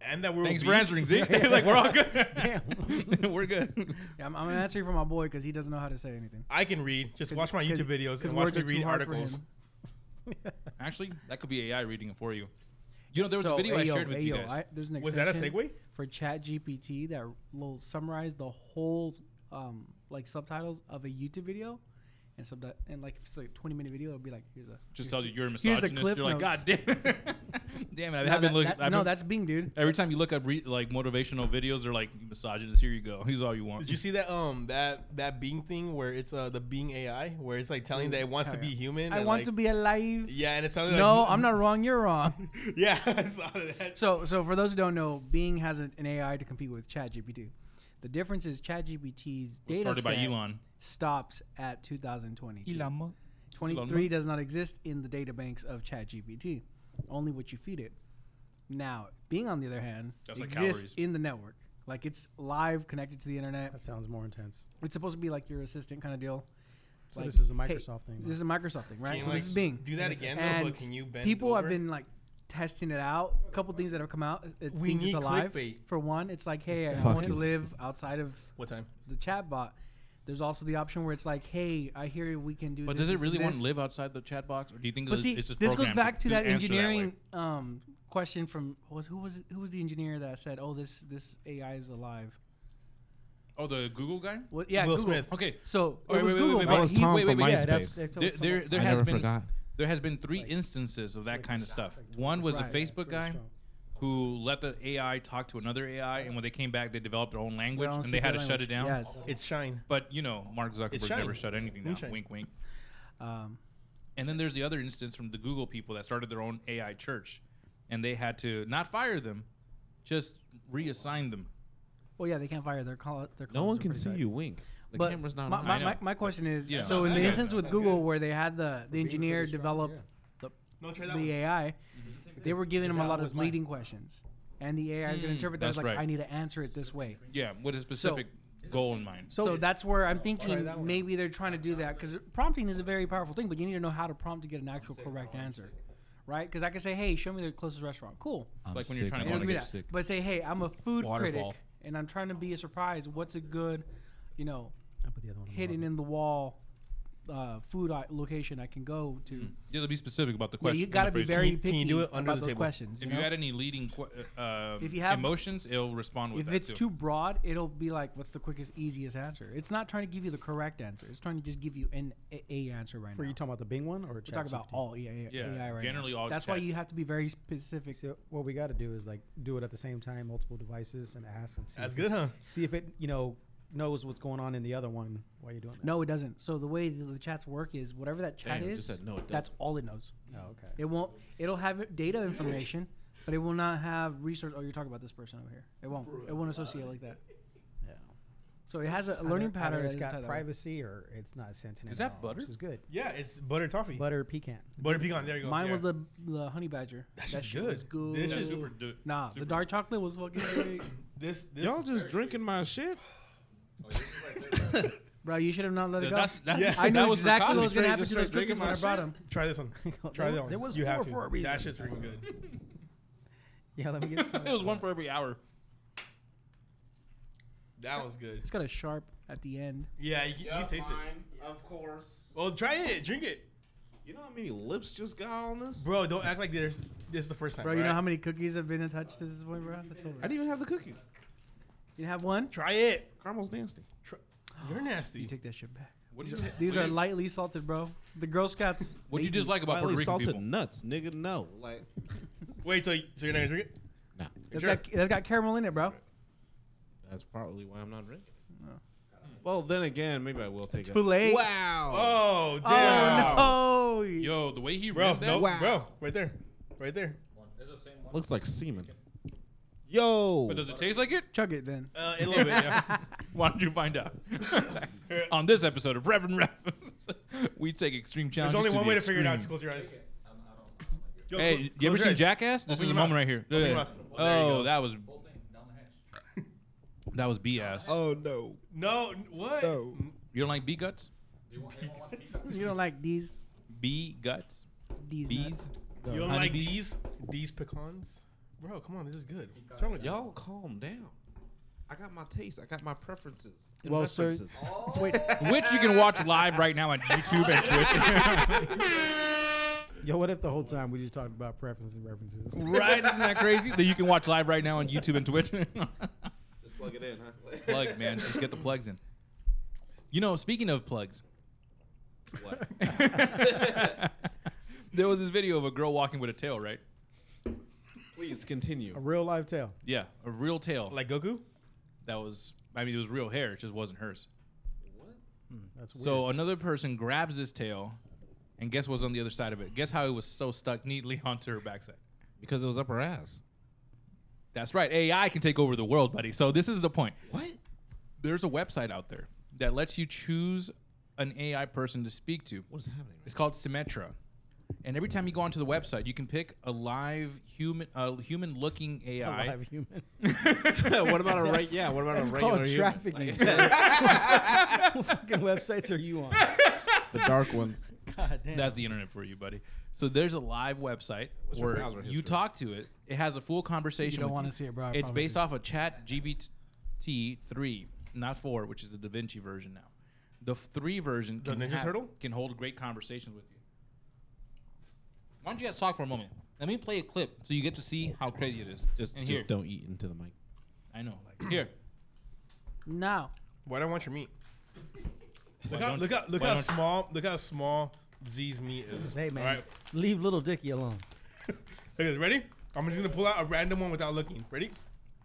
[SPEAKER 1] and that we're
[SPEAKER 6] Thanks for
[SPEAKER 1] obese.
[SPEAKER 6] answering, Zeke. like we're all good.
[SPEAKER 3] Damn.
[SPEAKER 6] we're good.
[SPEAKER 5] Yeah, I'm, I'm answering for my boy because he doesn't know how to say anything.
[SPEAKER 1] I can read. Just
[SPEAKER 5] 'Cause-
[SPEAKER 1] watch my
[SPEAKER 5] 'cause-
[SPEAKER 1] YouTube videos
[SPEAKER 5] 'cause
[SPEAKER 1] and watch
[SPEAKER 5] words
[SPEAKER 1] me
[SPEAKER 5] are too
[SPEAKER 1] read
[SPEAKER 5] hard for
[SPEAKER 1] articles.
[SPEAKER 5] him.
[SPEAKER 6] Actually, that could be AI reading it for you. You know, there was
[SPEAKER 5] So,
[SPEAKER 6] a video I
[SPEAKER 5] ayo,
[SPEAKER 6] shared with you
[SPEAKER 5] ayo,
[SPEAKER 6] guys.
[SPEAKER 5] I- there's an
[SPEAKER 1] Was that a
[SPEAKER 5] extension
[SPEAKER 1] segue?
[SPEAKER 5] for ChatGPT that will summarize the whole um, like subtitles of a YouTube video, and sub and like if it's like a 20 minute video, it'll be like here's a
[SPEAKER 6] Just tells you you're a
[SPEAKER 5] the
[SPEAKER 6] misogynist. You're
[SPEAKER 5] clip
[SPEAKER 6] like, God damn, damn
[SPEAKER 5] No,
[SPEAKER 6] it! I've been
[SPEAKER 5] that-
[SPEAKER 6] looking.
[SPEAKER 5] that-
[SPEAKER 6] I've
[SPEAKER 5] no,
[SPEAKER 6] been-
[SPEAKER 5] that's Bing, dude.
[SPEAKER 6] every time you look up re- like motivational videos, they're like "You misogynist. Here you go. Here's all you want.
[SPEAKER 1] Did you see that um that that being thing where it's uh the being AI where it's like telling that it wants to
[SPEAKER 5] hell
[SPEAKER 1] be
[SPEAKER 5] yeah.
[SPEAKER 1] human?
[SPEAKER 5] I
[SPEAKER 1] and,
[SPEAKER 5] want
[SPEAKER 1] like-
[SPEAKER 5] to be alive.
[SPEAKER 1] Yeah, and it sounded like
[SPEAKER 5] No, I'm not wrong. You're wrong.
[SPEAKER 1] Yeah, I saw that.
[SPEAKER 5] So, so for those who don't know, Bing has an, an AI to compete with ChatGPT. The difference is ChatGPT's
[SPEAKER 6] Was
[SPEAKER 5] data
[SPEAKER 6] started by
[SPEAKER 5] set
[SPEAKER 6] Elon.
[SPEAKER 5] stops at 2020.
[SPEAKER 4] Elon
[SPEAKER 5] 23 does not exist in the data banks of ChatGPT. Only what you feed it. Now, Bing, on the other hand,
[SPEAKER 6] That's like
[SPEAKER 5] exists
[SPEAKER 6] calories.
[SPEAKER 5] in the network. Like it's live, connected to the internet.
[SPEAKER 3] That sounds more intense.
[SPEAKER 5] It's supposed to be like your assistant kind of deal.
[SPEAKER 3] So
[SPEAKER 5] Like,
[SPEAKER 3] this is a
[SPEAKER 5] hey,
[SPEAKER 3] Microsoft thing.
[SPEAKER 5] This is a Microsoft thing, right?
[SPEAKER 1] Can you,
[SPEAKER 5] so
[SPEAKER 1] like,
[SPEAKER 5] this is Bing.
[SPEAKER 1] Do that again though,
[SPEAKER 5] And
[SPEAKER 1] but can you bend
[SPEAKER 5] people
[SPEAKER 1] over?
[SPEAKER 5] have been like testing it out. A couple things that have come out. It
[SPEAKER 1] We
[SPEAKER 5] thinks
[SPEAKER 1] need
[SPEAKER 5] it's alive.
[SPEAKER 1] clickbait.
[SPEAKER 5] For one, it's like, hey, I
[SPEAKER 7] Fuck
[SPEAKER 5] want to
[SPEAKER 7] you.
[SPEAKER 5] live outside of
[SPEAKER 1] What time?
[SPEAKER 5] the chatbot. There's also the option where it's like, hey, I hear we can do.
[SPEAKER 6] But
[SPEAKER 5] this,
[SPEAKER 6] does it
[SPEAKER 5] this,
[SPEAKER 6] really
[SPEAKER 5] and
[SPEAKER 6] want to
[SPEAKER 5] this.
[SPEAKER 6] live outside the chat box, or do you think
[SPEAKER 5] But
[SPEAKER 6] it's,
[SPEAKER 5] see,
[SPEAKER 6] it's just
[SPEAKER 5] this goes
[SPEAKER 6] programmed
[SPEAKER 5] back to that
[SPEAKER 6] answer way?
[SPEAKER 5] engineering um, question from was who was who was the engineer that said, oh, this this AI is alive.
[SPEAKER 6] oh, the Google guy.
[SPEAKER 5] Well, yeah,
[SPEAKER 1] Will
[SPEAKER 5] Google.
[SPEAKER 1] Smith.
[SPEAKER 6] Okay,
[SPEAKER 5] So
[SPEAKER 6] Wait,
[SPEAKER 5] it was
[SPEAKER 6] wait, wait,
[SPEAKER 5] Google.
[SPEAKER 6] wait,
[SPEAKER 5] but
[SPEAKER 6] wait,
[SPEAKER 7] That was
[SPEAKER 5] he-
[SPEAKER 7] Tom
[SPEAKER 6] wait,
[SPEAKER 7] from
[SPEAKER 6] wait,
[SPEAKER 3] yeah,
[SPEAKER 6] wait.
[SPEAKER 3] that's,
[SPEAKER 7] MySpace.
[SPEAKER 3] that's
[SPEAKER 6] there, there, there
[SPEAKER 7] I
[SPEAKER 6] has
[SPEAKER 7] never
[SPEAKER 6] been
[SPEAKER 7] forgot.
[SPEAKER 6] there has been three instances of that kind of stuff. One was
[SPEAKER 5] Right.
[SPEAKER 6] the Facebook guy who let the AI talk to another AI, and when they came back, they developed their own
[SPEAKER 5] their
[SPEAKER 6] language,
[SPEAKER 5] own
[SPEAKER 6] and they had to
[SPEAKER 5] secret
[SPEAKER 6] shut it down.
[SPEAKER 5] language. Yes.
[SPEAKER 1] It's shine.
[SPEAKER 6] But you know, Mark Zuckerberg
[SPEAKER 1] shiny.
[SPEAKER 6] never shut anything down.
[SPEAKER 1] Moonshine.
[SPEAKER 6] Wink, wink.
[SPEAKER 5] Um,
[SPEAKER 6] And then there's the other instance from the Google people that started their own AI church, and they had to not fire them, just reassign them.
[SPEAKER 5] well, yeah, they can't fire their call. Their
[SPEAKER 2] No one
[SPEAKER 5] calls are
[SPEAKER 2] can
[SPEAKER 5] pretty
[SPEAKER 2] see
[SPEAKER 5] bad.
[SPEAKER 2] you wink. The
[SPEAKER 5] But
[SPEAKER 2] camera's not
[SPEAKER 5] my,
[SPEAKER 2] on.
[SPEAKER 5] My,
[SPEAKER 6] I know.
[SPEAKER 5] my, my question is,
[SPEAKER 6] Yeah.
[SPEAKER 5] so in the
[SPEAKER 6] Yeah.
[SPEAKER 5] instance with Google where they had the, the engineer
[SPEAKER 3] pretty strong,
[SPEAKER 5] develop
[SPEAKER 1] No, try that
[SPEAKER 5] the
[SPEAKER 1] one.
[SPEAKER 5] AI, they were giving him a
[SPEAKER 3] that
[SPEAKER 5] lot
[SPEAKER 3] was
[SPEAKER 5] of
[SPEAKER 3] mine.
[SPEAKER 5] leading questions, and the AI is going
[SPEAKER 6] Mm,
[SPEAKER 5] to interpret that as like,
[SPEAKER 6] that's right.
[SPEAKER 5] I need to answer it this way.
[SPEAKER 6] Yeah, with a specific goal in mind.
[SPEAKER 5] So, that's where I'm thinking
[SPEAKER 1] that one.
[SPEAKER 5] maybe they're trying to do that because prompting is a very powerful thing, but you need to know how to prompt to get an actual correct answer, right? Because I can say, "Hey, show me the closest restaurant." Cool.
[SPEAKER 6] Like when you're trying
[SPEAKER 5] And
[SPEAKER 6] to
[SPEAKER 5] it'll
[SPEAKER 6] wanna
[SPEAKER 5] give me
[SPEAKER 6] get
[SPEAKER 5] that. But say, "Hey, I'm a food
[SPEAKER 6] Waterfall.
[SPEAKER 5] critic, and I'm trying to be a surprise. What's a good, you know,
[SPEAKER 3] I put the other one. on the
[SPEAKER 5] hidden in the wall uh, food I, location I can go to.
[SPEAKER 6] Yeah, to be specific about the
[SPEAKER 5] Yeah,
[SPEAKER 6] question.
[SPEAKER 5] you
[SPEAKER 6] and the
[SPEAKER 5] got to be
[SPEAKER 6] phrasing.
[SPEAKER 5] very
[SPEAKER 1] Can you-
[SPEAKER 5] picky
[SPEAKER 1] can you do it under
[SPEAKER 5] about
[SPEAKER 1] the
[SPEAKER 5] those
[SPEAKER 1] table?
[SPEAKER 5] questions.
[SPEAKER 6] If
[SPEAKER 5] you
[SPEAKER 6] you
[SPEAKER 5] know?
[SPEAKER 6] had any leading qu- uh, um,
[SPEAKER 5] If you have-
[SPEAKER 6] emotions, it'll respond with
[SPEAKER 5] if
[SPEAKER 6] that
[SPEAKER 5] it's
[SPEAKER 6] too.
[SPEAKER 5] too broad, it'll be like, "What's the quickest, easiest answer?" It's not trying to give you the correct answer. It's trying to just give you an a, a answer right
[SPEAKER 3] Were
[SPEAKER 5] now.
[SPEAKER 3] you talking about the Bing one or
[SPEAKER 5] We're talking about
[SPEAKER 3] ChatGPT?
[SPEAKER 5] all AI,
[SPEAKER 6] Yeah,
[SPEAKER 5] AI right
[SPEAKER 6] generally
[SPEAKER 5] now.
[SPEAKER 6] all
[SPEAKER 5] That's why
[SPEAKER 6] tech.
[SPEAKER 5] you have to be very specific.
[SPEAKER 3] So what we got to do is like do it at the same time, multiple devices, and ask and see.
[SPEAKER 1] That's
[SPEAKER 3] if
[SPEAKER 1] good,
[SPEAKER 3] It,
[SPEAKER 1] huh?
[SPEAKER 3] see if it you know knows what's going on in the other one while you're doing that.
[SPEAKER 5] No, it doesn't. So the way the, the chats work is whatever that chat
[SPEAKER 2] Damn, it
[SPEAKER 5] is,
[SPEAKER 2] just said no, it
[SPEAKER 5] that's all it knows.
[SPEAKER 3] Oh, okay.
[SPEAKER 5] It won't. It'll have it- data information, but it will not have research. Oh, you're talking about this person over here. It won't. It won't associate like that.
[SPEAKER 3] Yeah.
[SPEAKER 5] So it has a, a
[SPEAKER 3] Either-
[SPEAKER 5] learning
[SPEAKER 3] either
[SPEAKER 5] pattern.
[SPEAKER 3] It's
[SPEAKER 5] that is tied that
[SPEAKER 3] got
[SPEAKER 5] way.
[SPEAKER 3] privacy or it's not sentient.
[SPEAKER 6] Is
[SPEAKER 3] at
[SPEAKER 6] that
[SPEAKER 3] all,
[SPEAKER 6] butter?
[SPEAKER 3] Which is good.
[SPEAKER 1] Yeah, it's butter toffee.
[SPEAKER 3] Butter pecan.
[SPEAKER 1] butter pecan. There you go.
[SPEAKER 5] Mine
[SPEAKER 1] yeah.
[SPEAKER 5] was the the honey badger.
[SPEAKER 1] That's
[SPEAKER 5] that
[SPEAKER 1] just
[SPEAKER 5] shit was
[SPEAKER 1] good.
[SPEAKER 5] good.
[SPEAKER 1] This
[SPEAKER 6] That's
[SPEAKER 1] is-
[SPEAKER 6] super du-
[SPEAKER 5] Nah,
[SPEAKER 6] super-
[SPEAKER 5] the dark chocolate was fucking great.
[SPEAKER 1] this. this
[SPEAKER 2] Y'all just drinking my shit.
[SPEAKER 5] Bro, you should have not let
[SPEAKER 6] Yeah,
[SPEAKER 5] it go.
[SPEAKER 6] that's, that's,
[SPEAKER 1] Yeah.
[SPEAKER 5] I
[SPEAKER 6] that
[SPEAKER 5] knew
[SPEAKER 6] was
[SPEAKER 5] exactly what was going to
[SPEAKER 6] Ricardo's
[SPEAKER 2] straight-
[SPEAKER 5] happen
[SPEAKER 2] just
[SPEAKER 5] to those
[SPEAKER 2] straight
[SPEAKER 5] cookies
[SPEAKER 2] drinking
[SPEAKER 5] when
[SPEAKER 2] my
[SPEAKER 5] I brought
[SPEAKER 2] shit.
[SPEAKER 5] them.
[SPEAKER 1] Try this one. Try
[SPEAKER 3] There-
[SPEAKER 1] that one.
[SPEAKER 3] there was
[SPEAKER 1] you have
[SPEAKER 3] four
[SPEAKER 1] to.
[SPEAKER 3] for a reason.
[SPEAKER 1] That shit's freaking good.
[SPEAKER 3] Yeah, let me get some.
[SPEAKER 6] it was one for every hour.
[SPEAKER 1] That was good.
[SPEAKER 5] It's got a sharp at the end.
[SPEAKER 1] Yeah, you, you taste it.
[SPEAKER 2] Of course.
[SPEAKER 1] Well, try it. Drink it,
[SPEAKER 2] You know how many lips just got on this?
[SPEAKER 1] bro. Don't act like there's this is the first time.
[SPEAKER 5] Bro, you know
[SPEAKER 1] right?
[SPEAKER 5] how many cookies have been attached to this point, bro? That's over.
[SPEAKER 2] I didn't even have the cookies.
[SPEAKER 5] You have one?
[SPEAKER 1] Try it.
[SPEAKER 2] Caramel's nasty.
[SPEAKER 1] Try- You're nasty.
[SPEAKER 5] You take that shit back.
[SPEAKER 6] What do you,
[SPEAKER 5] These
[SPEAKER 6] what
[SPEAKER 5] are
[SPEAKER 6] do you-
[SPEAKER 5] lightly salted, bro. The Girl Scouts.
[SPEAKER 6] What do you dislike about Puerto
[SPEAKER 2] Lightly
[SPEAKER 6] Rican
[SPEAKER 2] salted
[SPEAKER 6] people?
[SPEAKER 2] nuts, nigga. No, like
[SPEAKER 1] Wait, so y- so you're not gonna drink it?
[SPEAKER 2] nah.
[SPEAKER 5] That's
[SPEAKER 1] Sure.
[SPEAKER 5] got, that's got caramel in it, bro.
[SPEAKER 2] That's probably why I'm not drinking. it. Well, then again, maybe I will take it.
[SPEAKER 5] Too late.
[SPEAKER 2] Wow.
[SPEAKER 1] Oh, damn.
[SPEAKER 5] Oh no!
[SPEAKER 6] Yo, the way he
[SPEAKER 1] Bro,
[SPEAKER 6] read that.
[SPEAKER 1] no,
[SPEAKER 2] Wow.
[SPEAKER 1] bro, right there. Right there.
[SPEAKER 4] Oh.
[SPEAKER 2] Looks like semen. Yo.
[SPEAKER 6] But does it taste like it?
[SPEAKER 5] Chug it then.
[SPEAKER 1] Uh, a little bit, yeah.
[SPEAKER 6] Why don't you find out? On this episode of Reverend Rap, we take extreme
[SPEAKER 1] There's
[SPEAKER 6] challenges.
[SPEAKER 1] only
[SPEAKER 6] to
[SPEAKER 1] one
[SPEAKER 6] the
[SPEAKER 1] way to figure it out. Just
[SPEAKER 6] extreme.
[SPEAKER 1] close your eyes. Yo, clo-
[SPEAKER 6] Hey, you
[SPEAKER 1] close your
[SPEAKER 6] ever seen
[SPEAKER 1] eyes.
[SPEAKER 6] Jackass? This
[SPEAKER 1] Open
[SPEAKER 6] is
[SPEAKER 1] your
[SPEAKER 6] a moment
[SPEAKER 1] mouth.
[SPEAKER 6] right here.
[SPEAKER 1] Open your
[SPEAKER 6] Yeah.
[SPEAKER 1] mouth. There you
[SPEAKER 6] Oh,
[SPEAKER 1] go.
[SPEAKER 6] that was that was BS.
[SPEAKER 2] Oh no.
[SPEAKER 1] No, n- what?
[SPEAKER 2] No.
[SPEAKER 6] You don't like bee guts?
[SPEAKER 5] You don't like these
[SPEAKER 6] Bee guts?
[SPEAKER 5] these nuts.
[SPEAKER 6] Bees?
[SPEAKER 1] You don't
[SPEAKER 6] Honey
[SPEAKER 1] like
[SPEAKER 6] bees?
[SPEAKER 1] these? These pecans? Bro, come on, this is good. What's wrong with y'all?
[SPEAKER 2] Y'all calm down. I got my taste. I got my preferences. and
[SPEAKER 3] Well, sir-
[SPEAKER 2] references.
[SPEAKER 6] Which you can watch live right now on YouTube and Twitch.
[SPEAKER 3] Yo, what if the whole time we just talked about preferences and references?
[SPEAKER 6] right? Isn't that crazy? That you can watch live right now on YouTube and Twitch.
[SPEAKER 2] Just plug it in, huh?
[SPEAKER 6] Plug, man. Just get the plugs in. You know, speaking of plugs,
[SPEAKER 2] What?
[SPEAKER 6] there was this video of a girl walking with a tail, right?
[SPEAKER 2] Please continue.
[SPEAKER 3] A real life tale.
[SPEAKER 6] Yeah, a real tail. Like
[SPEAKER 1] Like Goku?
[SPEAKER 6] that was, I mean, it was real hair. It just wasn't hers.
[SPEAKER 3] That's weird.
[SPEAKER 6] So uh, another person grabs his tail, and guess what's on the other side of it? Guess how it was so stuck neatly onto her backside.
[SPEAKER 2] Because it was up her ass.
[SPEAKER 6] That's right. AI can take over the world, buddy. So this is the point.
[SPEAKER 2] What?
[SPEAKER 6] There's a website out there that lets you choose an AI person to speak to.
[SPEAKER 2] What is happening?
[SPEAKER 6] It's called Symmetra. And every time you go onto the website, you can pick a live human, a human-looking
[SPEAKER 3] A
[SPEAKER 6] AI.
[SPEAKER 3] live human.
[SPEAKER 2] what about a right? Yeah. What about
[SPEAKER 3] It's
[SPEAKER 2] a regular
[SPEAKER 3] called
[SPEAKER 2] human?
[SPEAKER 3] trafficking. sir. what fucking websites are you on?
[SPEAKER 2] The dark ones.
[SPEAKER 3] God damn.
[SPEAKER 6] That's the internet for you, buddy. So there's a live website
[SPEAKER 2] What's your
[SPEAKER 6] where
[SPEAKER 2] browser
[SPEAKER 6] you
[SPEAKER 2] history?
[SPEAKER 6] talk to it. It has a full conversation.
[SPEAKER 5] You don't
[SPEAKER 6] with
[SPEAKER 5] wanna see it, bro, I
[SPEAKER 6] It's
[SPEAKER 5] promise
[SPEAKER 6] based
[SPEAKER 5] you.
[SPEAKER 6] off of Chat GBT three, not four, which is the Da Vinci version now. The f- three version
[SPEAKER 1] The
[SPEAKER 6] can
[SPEAKER 1] Ninja Turtle?
[SPEAKER 6] can hold great conversations with you. Why don't you guys talk for a moment? Let me play a clip so you get to see how crazy it is.
[SPEAKER 2] Just,
[SPEAKER 6] And
[SPEAKER 2] just
[SPEAKER 6] here.
[SPEAKER 2] don't eat into the mic.
[SPEAKER 6] I know. Like, here.
[SPEAKER 5] Now
[SPEAKER 1] Why do I want your meat? Look
[SPEAKER 6] Why
[SPEAKER 1] how
[SPEAKER 6] don't-
[SPEAKER 1] look how look
[SPEAKER 6] why
[SPEAKER 1] how
[SPEAKER 6] don't-
[SPEAKER 1] small look how small Z's meat is.
[SPEAKER 3] Hey man,
[SPEAKER 1] All right,
[SPEAKER 3] leave little Dicky alone.
[SPEAKER 1] look at this. Ready? I'm just gonna pull out a random one without looking. Ready?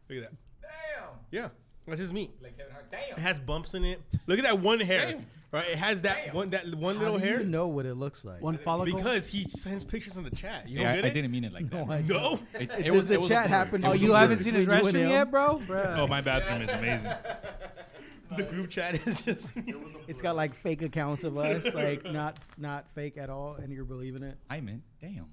[SPEAKER 1] Look at that.
[SPEAKER 4] Damn.
[SPEAKER 1] Yeah, that's his meat.
[SPEAKER 4] Like Kevin Hart. Damn.
[SPEAKER 1] It has bumps in it. Look at that one hair.
[SPEAKER 6] Damn.
[SPEAKER 1] Right? It has that
[SPEAKER 4] Damn.
[SPEAKER 1] one that one
[SPEAKER 3] How
[SPEAKER 1] little
[SPEAKER 3] do
[SPEAKER 1] hair
[SPEAKER 3] You know what it looks like.
[SPEAKER 5] one follicle.
[SPEAKER 1] because he sends pictures on the chat. You don't
[SPEAKER 4] Yeah, I,
[SPEAKER 1] get
[SPEAKER 4] I
[SPEAKER 1] it?
[SPEAKER 4] didn't mean it like that.
[SPEAKER 3] I don't.
[SPEAKER 1] No.
[SPEAKER 6] It,
[SPEAKER 3] Does the chat happen?
[SPEAKER 5] oh,
[SPEAKER 3] It was
[SPEAKER 5] you
[SPEAKER 3] a
[SPEAKER 5] haven't
[SPEAKER 3] blur
[SPEAKER 5] seen his
[SPEAKER 3] between you and
[SPEAKER 5] restroom
[SPEAKER 3] him.
[SPEAKER 5] yet, bro. Bruh.
[SPEAKER 6] Oh, my bathroom is amazing.
[SPEAKER 1] the group chat is just.
[SPEAKER 3] It's got like fake accounts of us, like not not fake at all, and you're believing it.
[SPEAKER 4] I meant damn.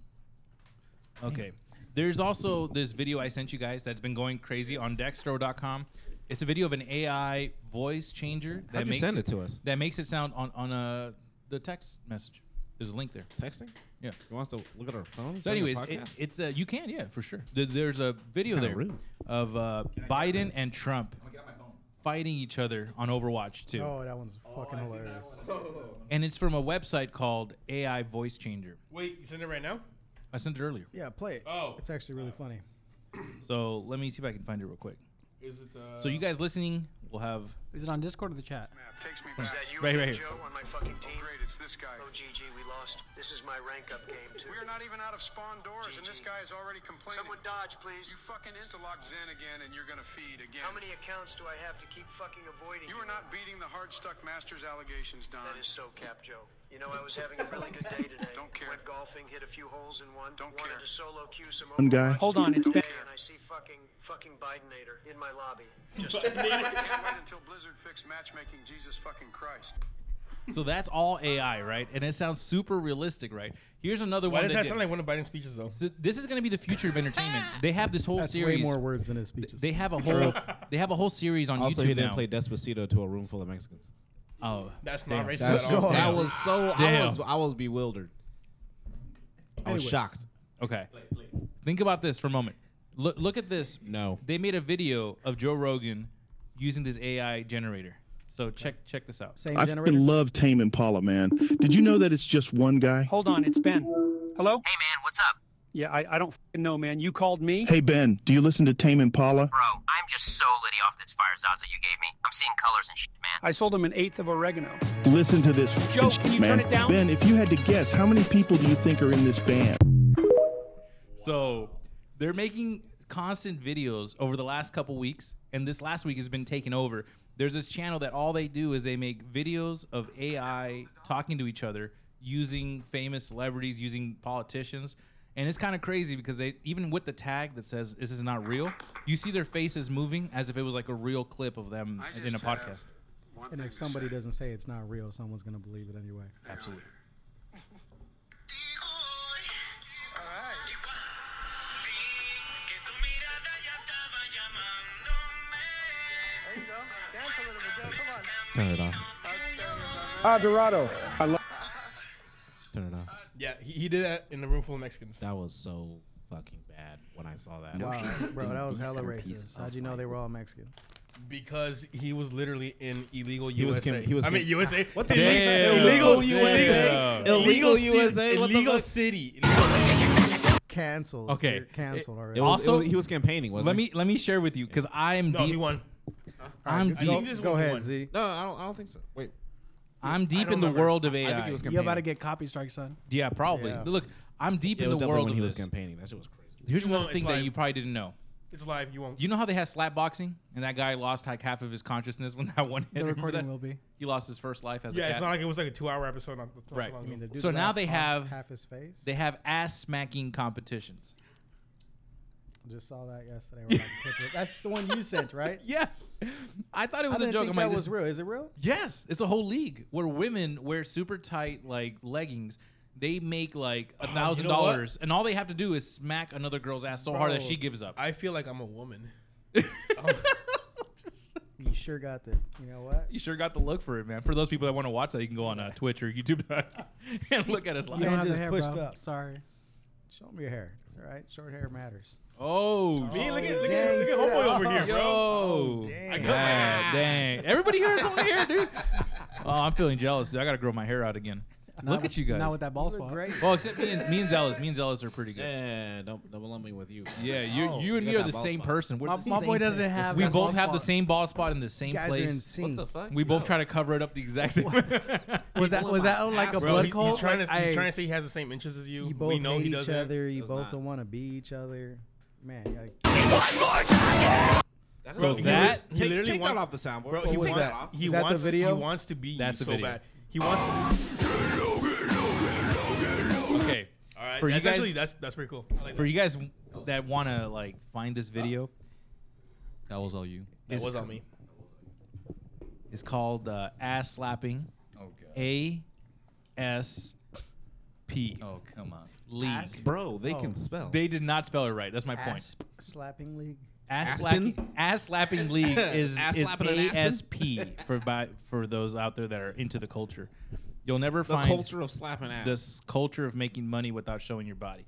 [SPEAKER 6] Okay. There's also this video I sent you guys that's been going crazy on Dextro.com. It's a video of an AI voice changer that
[SPEAKER 2] How'd you
[SPEAKER 6] makes
[SPEAKER 2] send it to us?
[SPEAKER 6] that makes it sound on on a the text message. There's a link there.
[SPEAKER 2] Texting?
[SPEAKER 6] Yeah.
[SPEAKER 2] He wants to look at our phones.
[SPEAKER 6] So,
[SPEAKER 2] during the
[SPEAKER 6] anyways, it,
[SPEAKER 2] podcast?
[SPEAKER 6] it's uh, you can yeah for sure. There- There's a video
[SPEAKER 2] kinda
[SPEAKER 6] there
[SPEAKER 2] rude.
[SPEAKER 6] of uh, Biden and Trump
[SPEAKER 4] I'm gonna get out my phone.
[SPEAKER 6] fighting each other on Overwatch too,
[SPEAKER 3] Oh, that one's fucking
[SPEAKER 4] I see that
[SPEAKER 3] hilarious.
[SPEAKER 6] and it's from a website called AI Voice Changer.
[SPEAKER 1] Wait, you send it right now?
[SPEAKER 6] I sent it earlier,
[SPEAKER 3] Yeah, play it.
[SPEAKER 1] Oh.
[SPEAKER 3] It's actually really funny.
[SPEAKER 6] so let me see if I can find it real quick.
[SPEAKER 1] Is it the?
[SPEAKER 6] So you guys listening will have
[SPEAKER 5] Is it on Discord or the chat?
[SPEAKER 8] map takes me back.
[SPEAKER 6] Is that you
[SPEAKER 8] right,
[SPEAKER 6] again,
[SPEAKER 8] right,
[SPEAKER 6] Joe,
[SPEAKER 8] Joe on my fucking team?
[SPEAKER 9] Oh, Great, it's this guy.
[SPEAKER 8] Oh, GG, we lost. This is my rank up game, too.
[SPEAKER 9] We are not even out of spawn doors, and this
[SPEAKER 8] GG.
[SPEAKER 9] guy is already complaining.
[SPEAKER 8] Someone dodge, please.
[SPEAKER 9] you fucking instalock Zen again, and you're gonna feed again.
[SPEAKER 8] How many accounts do I have to keep fucking avoiding?
[SPEAKER 9] You are not beating the hard-stuck masters allegations, Don.
[SPEAKER 8] That is so cap, Joe. You know, I was having a really good day today.
[SPEAKER 9] Don't care.
[SPEAKER 8] Went golfing, hit a few holes in one.
[SPEAKER 9] Don't care.
[SPEAKER 8] wanted to solo queue some One guy.
[SPEAKER 5] Hold on, it's
[SPEAKER 8] Don't
[SPEAKER 5] been-
[SPEAKER 8] care. And I see fucking, fucking Bidenator in my lobby. Just
[SPEAKER 9] I can't wait until Blizzard fix matchmaking. Jesus fucking Christ.
[SPEAKER 6] So that's all AI, right? And it sounds super realistic, right? Here's another
[SPEAKER 1] Why
[SPEAKER 6] one.
[SPEAKER 1] does that
[SPEAKER 6] did-
[SPEAKER 1] sound like one of Biden's speeches though?
[SPEAKER 6] So this is going to be the future of entertainment. They have this whole
[SPEAKER 3] That's
[SPEAKER 6] series.
[SPEAKER 3] way more words than his speeches.
[SPEAKER 6] They have a whole. they have a whole series on
[SPEAKER 2] also
[SPEAKER 6] YouTube
[SPEAKER 2] he didn't
[SPEAKER 6] now.
[SPEAKER 2] play Despacito to a room full of Mexicans.
[SPEAKER 6] oh,
[SPEAKER 1] That's not
[SPEAKER 6] Damn.
[SPEAKER 1] racist
[SPEAKER 2] That,
[SPEAKER 1] at all.
[SPEAKER 2] that was so. I
[SPEAKER 6] Damn.
[SPEAKER 2] was I was bewildered. I was
[SPEAKER 3] Anyway.
[SPEAKER 2] shocked.
[SPEAKER 6] okay. Think about this for a moment. Look, look at this.
[SPEAKER 2] No.
[SPEAKER 6] They made a video of Joe Rogan using this AI generator. So check check this out.
[SPEAKER 3] Same
[SPEAKER 10] I
[SPEAKER 3] generator.
[SPEAKER 10] fucking love Tame Impala, man. Did you know that it's just one guy?
[SPEAKER 11] Hold on, it's Ben. Hello?
[SPEAKER 12] Hey man, what's up?
[SPEAKER 11] Yeah, I, I don't f***ing know, man. You called me?
[SPEAKER 10] Hey Ben, do you listen to Tame Impala?
[SPEAKER 12] Bro, I'm just so litty off this fire zaza you gave me. I'm seeing colors and shit, man.
[SPEAKER 11] I sold him an eighth of oregano.
[SPEAKER 10] Listen to this,
[SPEAKER 11] Joe,
[SPEAKER 10] shit,
[SPEAKER 11] can you
[SPEAKER 10] man.
[SPEAKER 11] turn it down?
[SPEAKER 10] Ben, if you had to guess, how many people do you think are in this band?
[SPEAKER 6] So they're making constant videos over the last couple weeks, and this last week has been taken over. There's this channel that all they do is they make videos of AI talking to each other using famous celebrities, using politicians. And it's kind of crazy because they even with the tag that says this is not real, you see their faces moving as if it was like a real clip of them
[SPEAKER 3] I
[SPEAKER 6] in a
[SPEAKER 3] just have
[SPEAKER 6] podcast.
[SPEAKER 3] And if somebody doesn't say it's not real, someone's gonna believe it anyway.
[SPEAKER 6] Absolutely.
[SPEAKER 8] There you go. Dance a little bit, Joe. Come on.
[SPEAKER 2] Turn it off.
[SPEAKER 13] Ah, Dorado. I love.
[SPEAKER 2] Turn it off.
[SPEAKER 1] Yeah, he, he did that in a room full of Mexicans.
[SPEAKER 2] That was so fucking bad when I saw that.
[SPEAKER 3] Wow, bro, that was hella racist. How'd you know they were all Mexicans?
[SPEAKER 1] Because he was literally in illegal
[SPEAKER 2] He was
[SPEAKER 1] USA.
[SPEAKER 2] Kim- he was
[SPEAKER 1] I mean
[SPEAKER 2] Kim-
[SPEAKER 1] USA.
[SPEAKER 2] What the
[SPEAKER 1] Illegal-
[SPEAKER 2] Damn.
[SPEAKER 1] Illegal
[SPEAKER 2] Damn.
[SPEAKER 1] USA.
[SPEAKER 2] Damn. Illegal
[SPEAKER 1] city-
[SPEAKER 2] USA, what the
[SPEAKER 1] Illegal
[SPEAKER 2] fuck?
[SPEAKER 1] city.
[SPEAKER 3] Canceled.
[SPEAKER 6] Okay,
[SPEAKER 3] You're canceled
[SPEAKER 6] It-
[SPEAKER 3] already.
[SPEAKER 6] also,
[SPEAKER 2] he was campaigning, wasn't
[SPEAKER 6] let
[SPEAKER 2] he?
[SPEAKER 6] me let me share with you because I'm
[SPEAKER 2] No,
[SPEAKER 6] deep.
[SPEAKER 2] he won.
[SPEAKER 6] I'm
[SPEAKER 2] I
[SPEAKER 6] deep.
[SPEAKER 2] think this Go was ahead, one. Z. No, I don't. I don't think so. Wait.
[SPEAKER 6] I'm
[SPEAKER 2] I
[SPEAKER 6] deep
[SPEAKER 2] don't
[SPEAKER 6] in the
[SPEAKER 2] remember.
[SPEAKER 6] world of
[SPEAKER 2] I- I
[SPEAKER 6] AI.
[SPEAKER 2] think he was
[SPEAKER 5] You about to get copy strike, son?
[SPEAKER 6] Yeah, probably.
[SPEAKER 5] Yeah.
[SPEAKER 6] Look, I'm deep
[SPEAKER 2] Yeah, it
[SPEAKER 6] in
[SPEAKER 2] was
[SPEAKER 6] the
[SPEAKER 2] definitely
[SPEAKER 6] world
[SPEAKER 2] when
[SPEAKER 6] of
[SPEAKER 2] he
[SPEAKER 6] this.
[SPEAKER 2] was campaigning. That shit was crazy.
[SPEAKER 6] Here's
[SPEAKER 1] You
[SPEAKER 6] another
[SPEAKER 1] won't,
[SPEAKER 6] thing
[SPEAKER 1] it's
[SPEAKER 6] that
[SPEAKER 1] live.
[SPEAKER 6] you probably didn't know.
[SPEAKER 1] It's live. You won't.
[SPEAKER 6] You know how they had slap boxing, and that guy lost like half of his consciousness when that one hit.
[SPEAKER 5] The
[SPEAKER 6] Remember
[SPEAKER 5] recording
[SPEAKER 6] that?
[SPEAKER 5] will be.
[SPEAKER 6] He lost his first life as
[SPEAKER 1] yeah,
[SPEAKER 6] a cat.
[SPEAKER 1] it's not like it was like a two-hour episode. Not, not
[SPEAKER 6] right.
[SPEAKER 1] Long ago.
[SPEAKER 3] the dude
[SPEAKER 6] so now
[SPEAKER 3] lost
[SPEAKER 6] they
[SPEAKER 3] half-
[SPEAKER 6] have
[SPEAKER 3] half his face?
[SPEAKER 6] They have ass smacking competitions.
[SPEAKER 3] Just saw that yesterday. We're about to click it. That's the one you sent, right?
[SPEAKER 6] Yes. I thought it was
[SPEAKER 3] didn't
[SPEAKER 6] a joke.
[SPEAKER 3] Think
[SPEAKER 6] I'm
[SPEAKER 3] that
[SPEAKER 6] like, this-
[SPEAKER 3] was real. Is it real?
[SPEAKER 6] Yes, it's a whole league where women wear super tight like leggings. They make like a
[SPEAKER 1] you
[SPEAKER 6] thousand
[SPEAKER 1] know what?
[SPEAKER 6] dollars, and all they have to do is smack another girl's ass so hard that
[SPEAKER 1] Bro,
[SPEAKER 6] she gives up.
[SPEAKER 1] I feel like I'm a woman.
[SPEAKER 3] You sure got the. You know what?
[SPEAKER 6] You sure got the look for it, man. For those people that want to watch that, you can go on uh, Twitch or YouTube and look at us live.
[SPEAKER 3] Man
[SPEAKER 5] don't have the
[SPEAKER 3] just
[SPEAKER 5] hair,
[SPEAKER 3] pushed
[SPEAKER 5] bro.
[SPEAKER 3] up.
[SPEAKER 5] Sorry.
[SPEAKER 3] Show me your hair. It's all right. Short hair matters.
[SPEAKER 6] Oh,
[SPEAKER 1] Me, look at look at
[SPEAKER 3] Oh,
[SPEAKER 1] look at
[SPEAKER 3] dang,
[SPEAKER 1] homeboy
[SPEAKER 3] sit
[SPEAKER 1] over here,
[SPEAKER 3] down.
[SPEAKER 1] bro.
[SPEAKER 6] Yo,
[SPEAKER 2] Oh,
[SPEAKER 1] I
[SPEAKER 6] dang.
[SPEAKER 1] cut my hair.
[SPEAKER 6] dang. Everybody here is on the hair, dude. Oh, I'm feeling jealous. Dude. I gotta grow my hair out again. look
[SPEAKER 5] with-
[SPEAKER 6] at you guys.
[SPEAKER 5] Not with that ball
[SPEAKER 3] look
[SPEAKER 5] spot.
[SPEAKER 3] great.
[SPEAKER 6] Well, except me and me and Zealous. Me and Zealous are pretty good.
[SPEAKER 2] Yeah, don't don't lump me with you.
[SPEAKER 6] Yeah, you
[SPEAKER 2] Oh,
[SPEAKER 6] you and
[SPEAKER 2] got
[SPEAKER 6] me are
[SPEAKER 2] that
[SPEAKER 6] the
[SPEAKER 2] bald
[SPEAKER 6] same
[SPEAKER 2] spot.
[SPEAKER 6] person. We're
[SPEAKER 5] My,
[SPEAKER 6] the
[SPEAKER 5] my boy
[SPEAKER 6] same-
[SPEAKER 5] doesn't have.
[SPEAKER 6] we
[SPEAKER 5] that
[SPEAKER 6] both
[SPEAKER 5] bald
[SPEAKER 6] have the
[SPEAKER 5] spot.
[SPEAKER 6] same bald spot in the same
[SPEAKER 3] guys are
[SPEAKER 6] place.
[SPEAKER 3] insane.
[SPEAKER 2] What the fuck?
[SPEAKER 6] We both
[SPEAKER 2] No.
[SPEAKER 6] try to cover it up the exact same.
[SPEAKER 5] Was that
[SPEAKER 2] People
[SPEAKER 5] was
[SPEAKER 2] in
[SPEAKER 5] that
[SPEAKER 2] my
[SPEAKER 5] like a
[SPEAKER 2] ass,
[SPEAKER 1] Bro,
[SPEAKER 5] blood
[SPEAKER 1] he-
[SPEAKER 5] cult?
[SPEAKER 1] he's trying to
[SPEAKER 5] Like,
[SPEAKER 1] he's trying
[SPEAKER 5] hey,
[SPEAKER 1] to say he has the same interests as you.
[SPEAKER 3] You both
[SPEAKER 1] we know
[SPEAKER 3] hate
[SPEAKER 1] he
[SPEAKER 3] each
[SPEAKER 1] doesn't.
[SPEAKER 3] other. You
[SPEAKER 2] Does
[SPEAKER 3] both
[SPEAKER 2] not.
[SPEAKER 3] don't want to be each other. Man, you're like,
[SPEAKER 6] So
[SPEAKER 1] he
[SPEAKER 6] that-
[SPEAKER 1] was- he
[SPEAKER 2] take,
[SPEAKER 1] literally
[SPEAKER 2] take
[SPEAKER 1] wants-
[SPEAKER 2] that off the soundboard.
[SPEAKER 1] Bro,
[SPEAKER 2] Bro,
[SPEAKER 1] he,
[SPEAKER 2] take
[SPEAKER 1] wants,
[SPEAKER 2] that off.
[SPEAKER 1] he
[SPEAKER 3] Is that the
[SPEAKER 1] wants
[SPEAKER 3] video?
[SPEAKER 1] he wants to be
[SPEAKER 6] That's
[SPEAKER 1] you
[SPEAKER 6] the
[SPEAKER 1] so
[SPEAKER 6] video.
[SPEAKER 1] bad. He wants.
[SPEAKER 6] okay.
[SPEAKER 1] all right,
[SPEAKER 6] For you
[SPEAKER 1] that's
[SPEAKER 6] guys-
[SPEAKER 1] actually that's that's pretty cool. I like
[SPEAKER 6] For
[SPEAKER 1] that.
[SPEAKER 6] you guys that want to like find this video,
[SPEAKER 4] That was all you.
[SPEAKER 1] that was on me.
[SPEAKER 6] it's called uh, ass slapping.
[SPEAKER 4] Oh god.
[SPEAKER 6] A S P.
[SPEAKER 4] Oh come on.
[SPEAKER 6] League.
[SPEAKER 2] Bro, they can spell.
[SPEAKER 6] They did not spell it right. That's my point.
[SPEAKER 3] Asp slapping league.
[SPEAKER 6] Ass
[SPEAKER 2] Aspen?
[SPEAKER 6] slapping, ass slapping league is
[SPEAKER 2] Ass
[SPEAKER 6] is
[SPEAKER 2] slapping and Aspen?
[SPEAKER 6] ASP for by, for those out there that are into the culture. You'll never
[SPEAKER 2] the
[SPEAKER 6] find
[SPEAKER 2] culture of slapping ass.
[SPEAKER 6] this culture of making money without showing your body.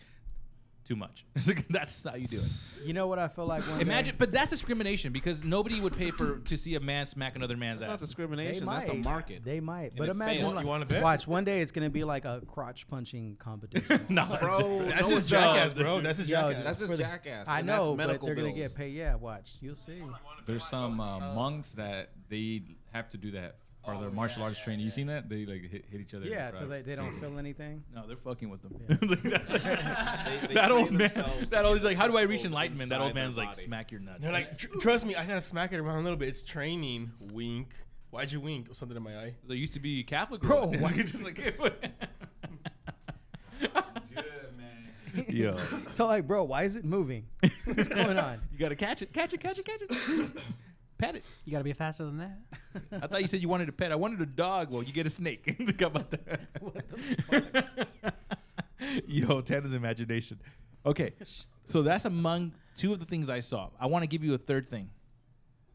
[SPEAKER 6] Too much. That's how you do it.
[SPEAKER 3] You know what I feel like? One
[SPEAKER 6] Imagine,
[SPEAKER 3] Day?
[SPEAKER 6] but that's discrimination because nobody would pay for to see a man smack another man's
[SPEAKER 2] That's not
[SPEAKER 6] ass.
[SPEAKER 2] discrimination. That's a
[SPEAKER 3] might.
[SPEAKER 2] market.
[SPEAKER 3] They might, but
[SPEAKER 2] it
[SPEAKER 3] imagine.
[SPEAKER 2] failed.
[SPEAKER 3] Like,
[SPEAKER 1] You wanna bet?
[SPEAKER 3] Watch, one day it's gonna be like a crotch punching competition.
[SPEAKER 6] no, it's
[SPEAKER 2] Bro,
[SPEAKER 6] different.
[SPEAKER 1] That's
[SPEAKER 2] no,
[SPEAKER 1] his
[SPEAKER 2] it's not.
[SPEAKER 1] jackass, bro. That's his
[SPEAKER 3] Yo,
[SPEAKER 1] jackass.
[SPEAKER 2] That's
[SPEAKER 3] just
[SPEAKER 2] just
[SPEAKER 3] for the-
[SPEAKER 2] jackass.
[SPEAKER 3] I
[SPEAKER 2] and
[SPEAKER 3] know,
[SPEAKER 2] that's medical
[SPEAKER 3] but they're
[SPEAKER 2] bills.
[SPEAKER 3] gonna get paid. Yeah, watch. You'll see.
[SPEAKER 4] There's some uh, monks that they have to do that for their martial arts training. You seen that? They like hit, hit each other. in the
[SPEAKER 3] Yeah, so
[SPEAKER 4] crotch.
[SPEAKER 3] they, they don't feel anything.
[SPEAKER 6] No, they're fucking with them.
[SPEAKER 2] They- they
[SPEAKER 6] that old
[SPEAKER 2] train
[SPEAKER 6] man.
[SPEAKER 2] themselves to
[SPEAKER 6] That
[SPEAKER 2] get
[SPEAKER 6] old. He's
[SPEAKER 2] the
[SPEAKER 6] like, how do I reach
[SPEAKER 2] testicles
[SPEAKER 6] enlightenment? That
[SPEAKER 2] inside
[SPEAKER 6] old
[SPEAKER 2] their
[SPEAKER 6] man's like,
[SPEAKER 2] body.
[SPEAKER 6] smack your nuts.
[SPEAKER 1] They're like, "Tr- trust me, I gotta smack it around a little bit. It's training. Wink. Why'd you wink? Something in my eye.
[SPEAKER 6] there used to be Catholic.
[SPEAKER 5] Bro,
[SPEAKER 6] girls.
[SPEAKER 5] why-
[SPEAKER 6] just like, Yo.
[SPEAKER 3] So like, bro, why is it moving? What's going on?
[SPEAKER 6] You gotta catch it, catch it, catch it, catch it. pet it.
[SPEAKER 5] You gotta be faster than that.
[SPEAKER 6] I thought you said you wanted a pet. I wanted a dog. Well, you get a snake. Think about that. Yo, Tana's imagination. Okay, so that's among two of the things I saw. I want to give you a third thing.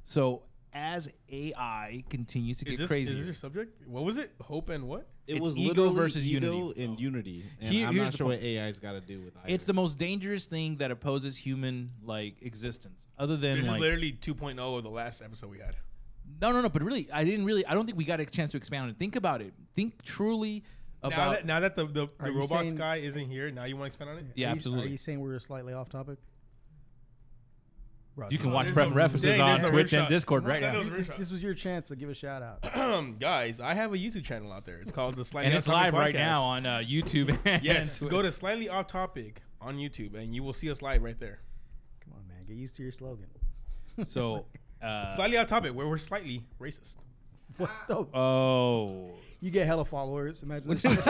[SPEAKER 6] So as AI continues to
[SPEAKER 1] Is
[SPEAKER 6] get
[SPEAKER 1] this
[SPEAKER 6] crazier,
[SPEAKER 1] is this your subject? What was it? Hope and what?
[SPEAKER 2] It
[SPEAKER 6] It's
[SPEAKER 2] was
[SPEAKER 6] ego
[SPEAKER 2] literally
[SPEAKER 6] versus
[SPEAKER 2] ego and unity. And
[SPEAKER 6] Here-
[SPEAKER 2] I'm
[SPEAKER 6] here's
[SPEAKER 2] not
[SPEAKER 6] the
[SPEAKER 2] sure what
[SPEAKER 6] point.
[SPEAKER 2] AI's got to do with either.
[SPEAKER 6] It's the most dangerous thing that opposes human like existence. Other than
[SPEAKER 1] This is
[SPEAKER 6] like
[SPEAKER 1] literally 2.0 of the last episode we had.
[SPEAKER 6] no, no, no. But really, I didn't really. I don't think we got a chance to expound it. Think about it. Think truly about.
[SPEAKER 1] now that now that the the,
[SPEAKER 3] Are
[SPEAKER 1] the
[SPEAKER 3] you
[SPEAKER 1] robots
[SPEAKER 3] saying-
[SPEAKER 1] guy isn't here, now you want to expand on it?
[SPEAKER 3] Are you-
[SPEAKER 6] yeah,
[SPEAKER 3] Are
[SPEAKER 6] absolutely.
[SPEAKER 3] you saying we were slightly off topic? Bro,
[SPEAKER 6] you can watch
[SPEAKER 1] there's
[SPEAKER 6] Prep
[SPEAKER 1] no-
[SPEAKER 6] and References
[SPEAKER 1] dang,
[SPEAKER 6] on
[SPEAKER 1] there's no
[SPEAKER 6] Twitch
[SPEAKER 1] rim
[SPEAKER 6] and
[SPEAKER 1] shot.
[SPEAKER 6] Discord
[SPEAKER 1] No,
[SPEAKER 6] right
[SPEAKER 1] that
[SPEAKER 6] now,
[SPEAKER 1] was rim
[SPEAKER 3] this,
[SPEAKER 1] shot.
[SPEAKER 3] this was your chance to give a shout out.
[SPEAKER 1] guys, I have a YouTube channel out there. It's called the Slightly
[SPEAKER 6] and
[SPEAKER 1] Off
[SPEAKER 6] it's
[SPEAKER 1] Topic
[SPEAKER 6] live right
[SPEAKER 1] Podcast.
[SPEAKER 6] now on uh, YouTube. And
[SPEAKER 1] Yes,
[SPEAKER 6] Twitter.
[SPEAKER 1] go to Slightly Off Topic on YouTube, and you will see us live right there.
[SPEAKER 3] Come on, man. man. Get used to your slogan.
[SPEAKER 6] So, uh,
[SPEAKER 1] slightly off topic, where we're slightly racist.
[SPEAKER 3] What the?
[SPEAKER 6] Oh.
[SPEAKER 3] You get hella followers. Imagine.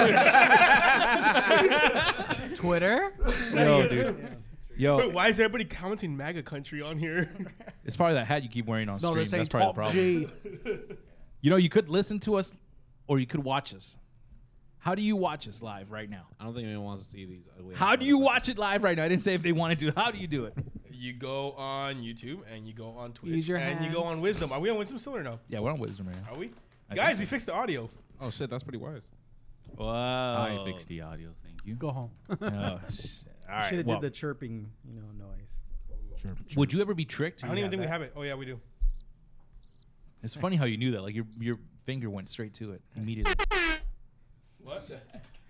[SPEAKER 5] Twitter?
[SPEAKER 6] Yo, dude. Yo,
[SPEAKER 1] Wait, why is everybody counting MAGA country on here?
[SPEAKER 6] it's probably that hat you keep wearing on
[SPEAKER 5] No, they're
[SPEAKER 6] stream. That's
[SPEAKER 5] saying
[SPEAKER 6] probably the
[SPEAKER 5] Top
[SPEAKER 6] problem. You know, you could listen to us or you could watch us. How do you watch us live right now?
[SPEAKER 2] I don't think anyone wants to see these uh, ugly.
[SPEAKER 6] How do you watch it live right now? I didn't say if they wanted to. How do you do it?
[SPEAKER 1] you go on YouTube and you go on Twitch
[SPEAKER 6] Use your
[SPEAKER 1] and you go on
[SPEAKER 6] hands.
[SPEAKER 1] Wisdom. Are we on Wisdom still or no?
[SPEAKER 6] Yeah, we're on Wisdom right now.
[SPEAKER 1] Are we?
[SPEAKER 6] I
[SPEAKER 1] Guys,
[SPEAKER 6] think
[SPEAKER 1] we fixed the audio.
[SPEAKER 2] Oh shit, that's pretty wise.
[SPEAKER 6] Wow.
[SPEAKER 4] I fixed the audio. Thank you.
[SPEAKER 5] Go home.
[SPEAKER 6] Oh, shit. All right.
[SPEAKER 3] Should have
[SPEAKER 6] well,
[SPEAKER 3] did the chirping, you know, noise.
[SPEAKER 6] Would you ever be tricked?
[SPEAKER 1] I don't even think we have it. Oh yeah, we do.
[SPEAKER 6] It's funny how you knew that. Like your your finger went straight to it immediately.
[SPEAKER 1] What?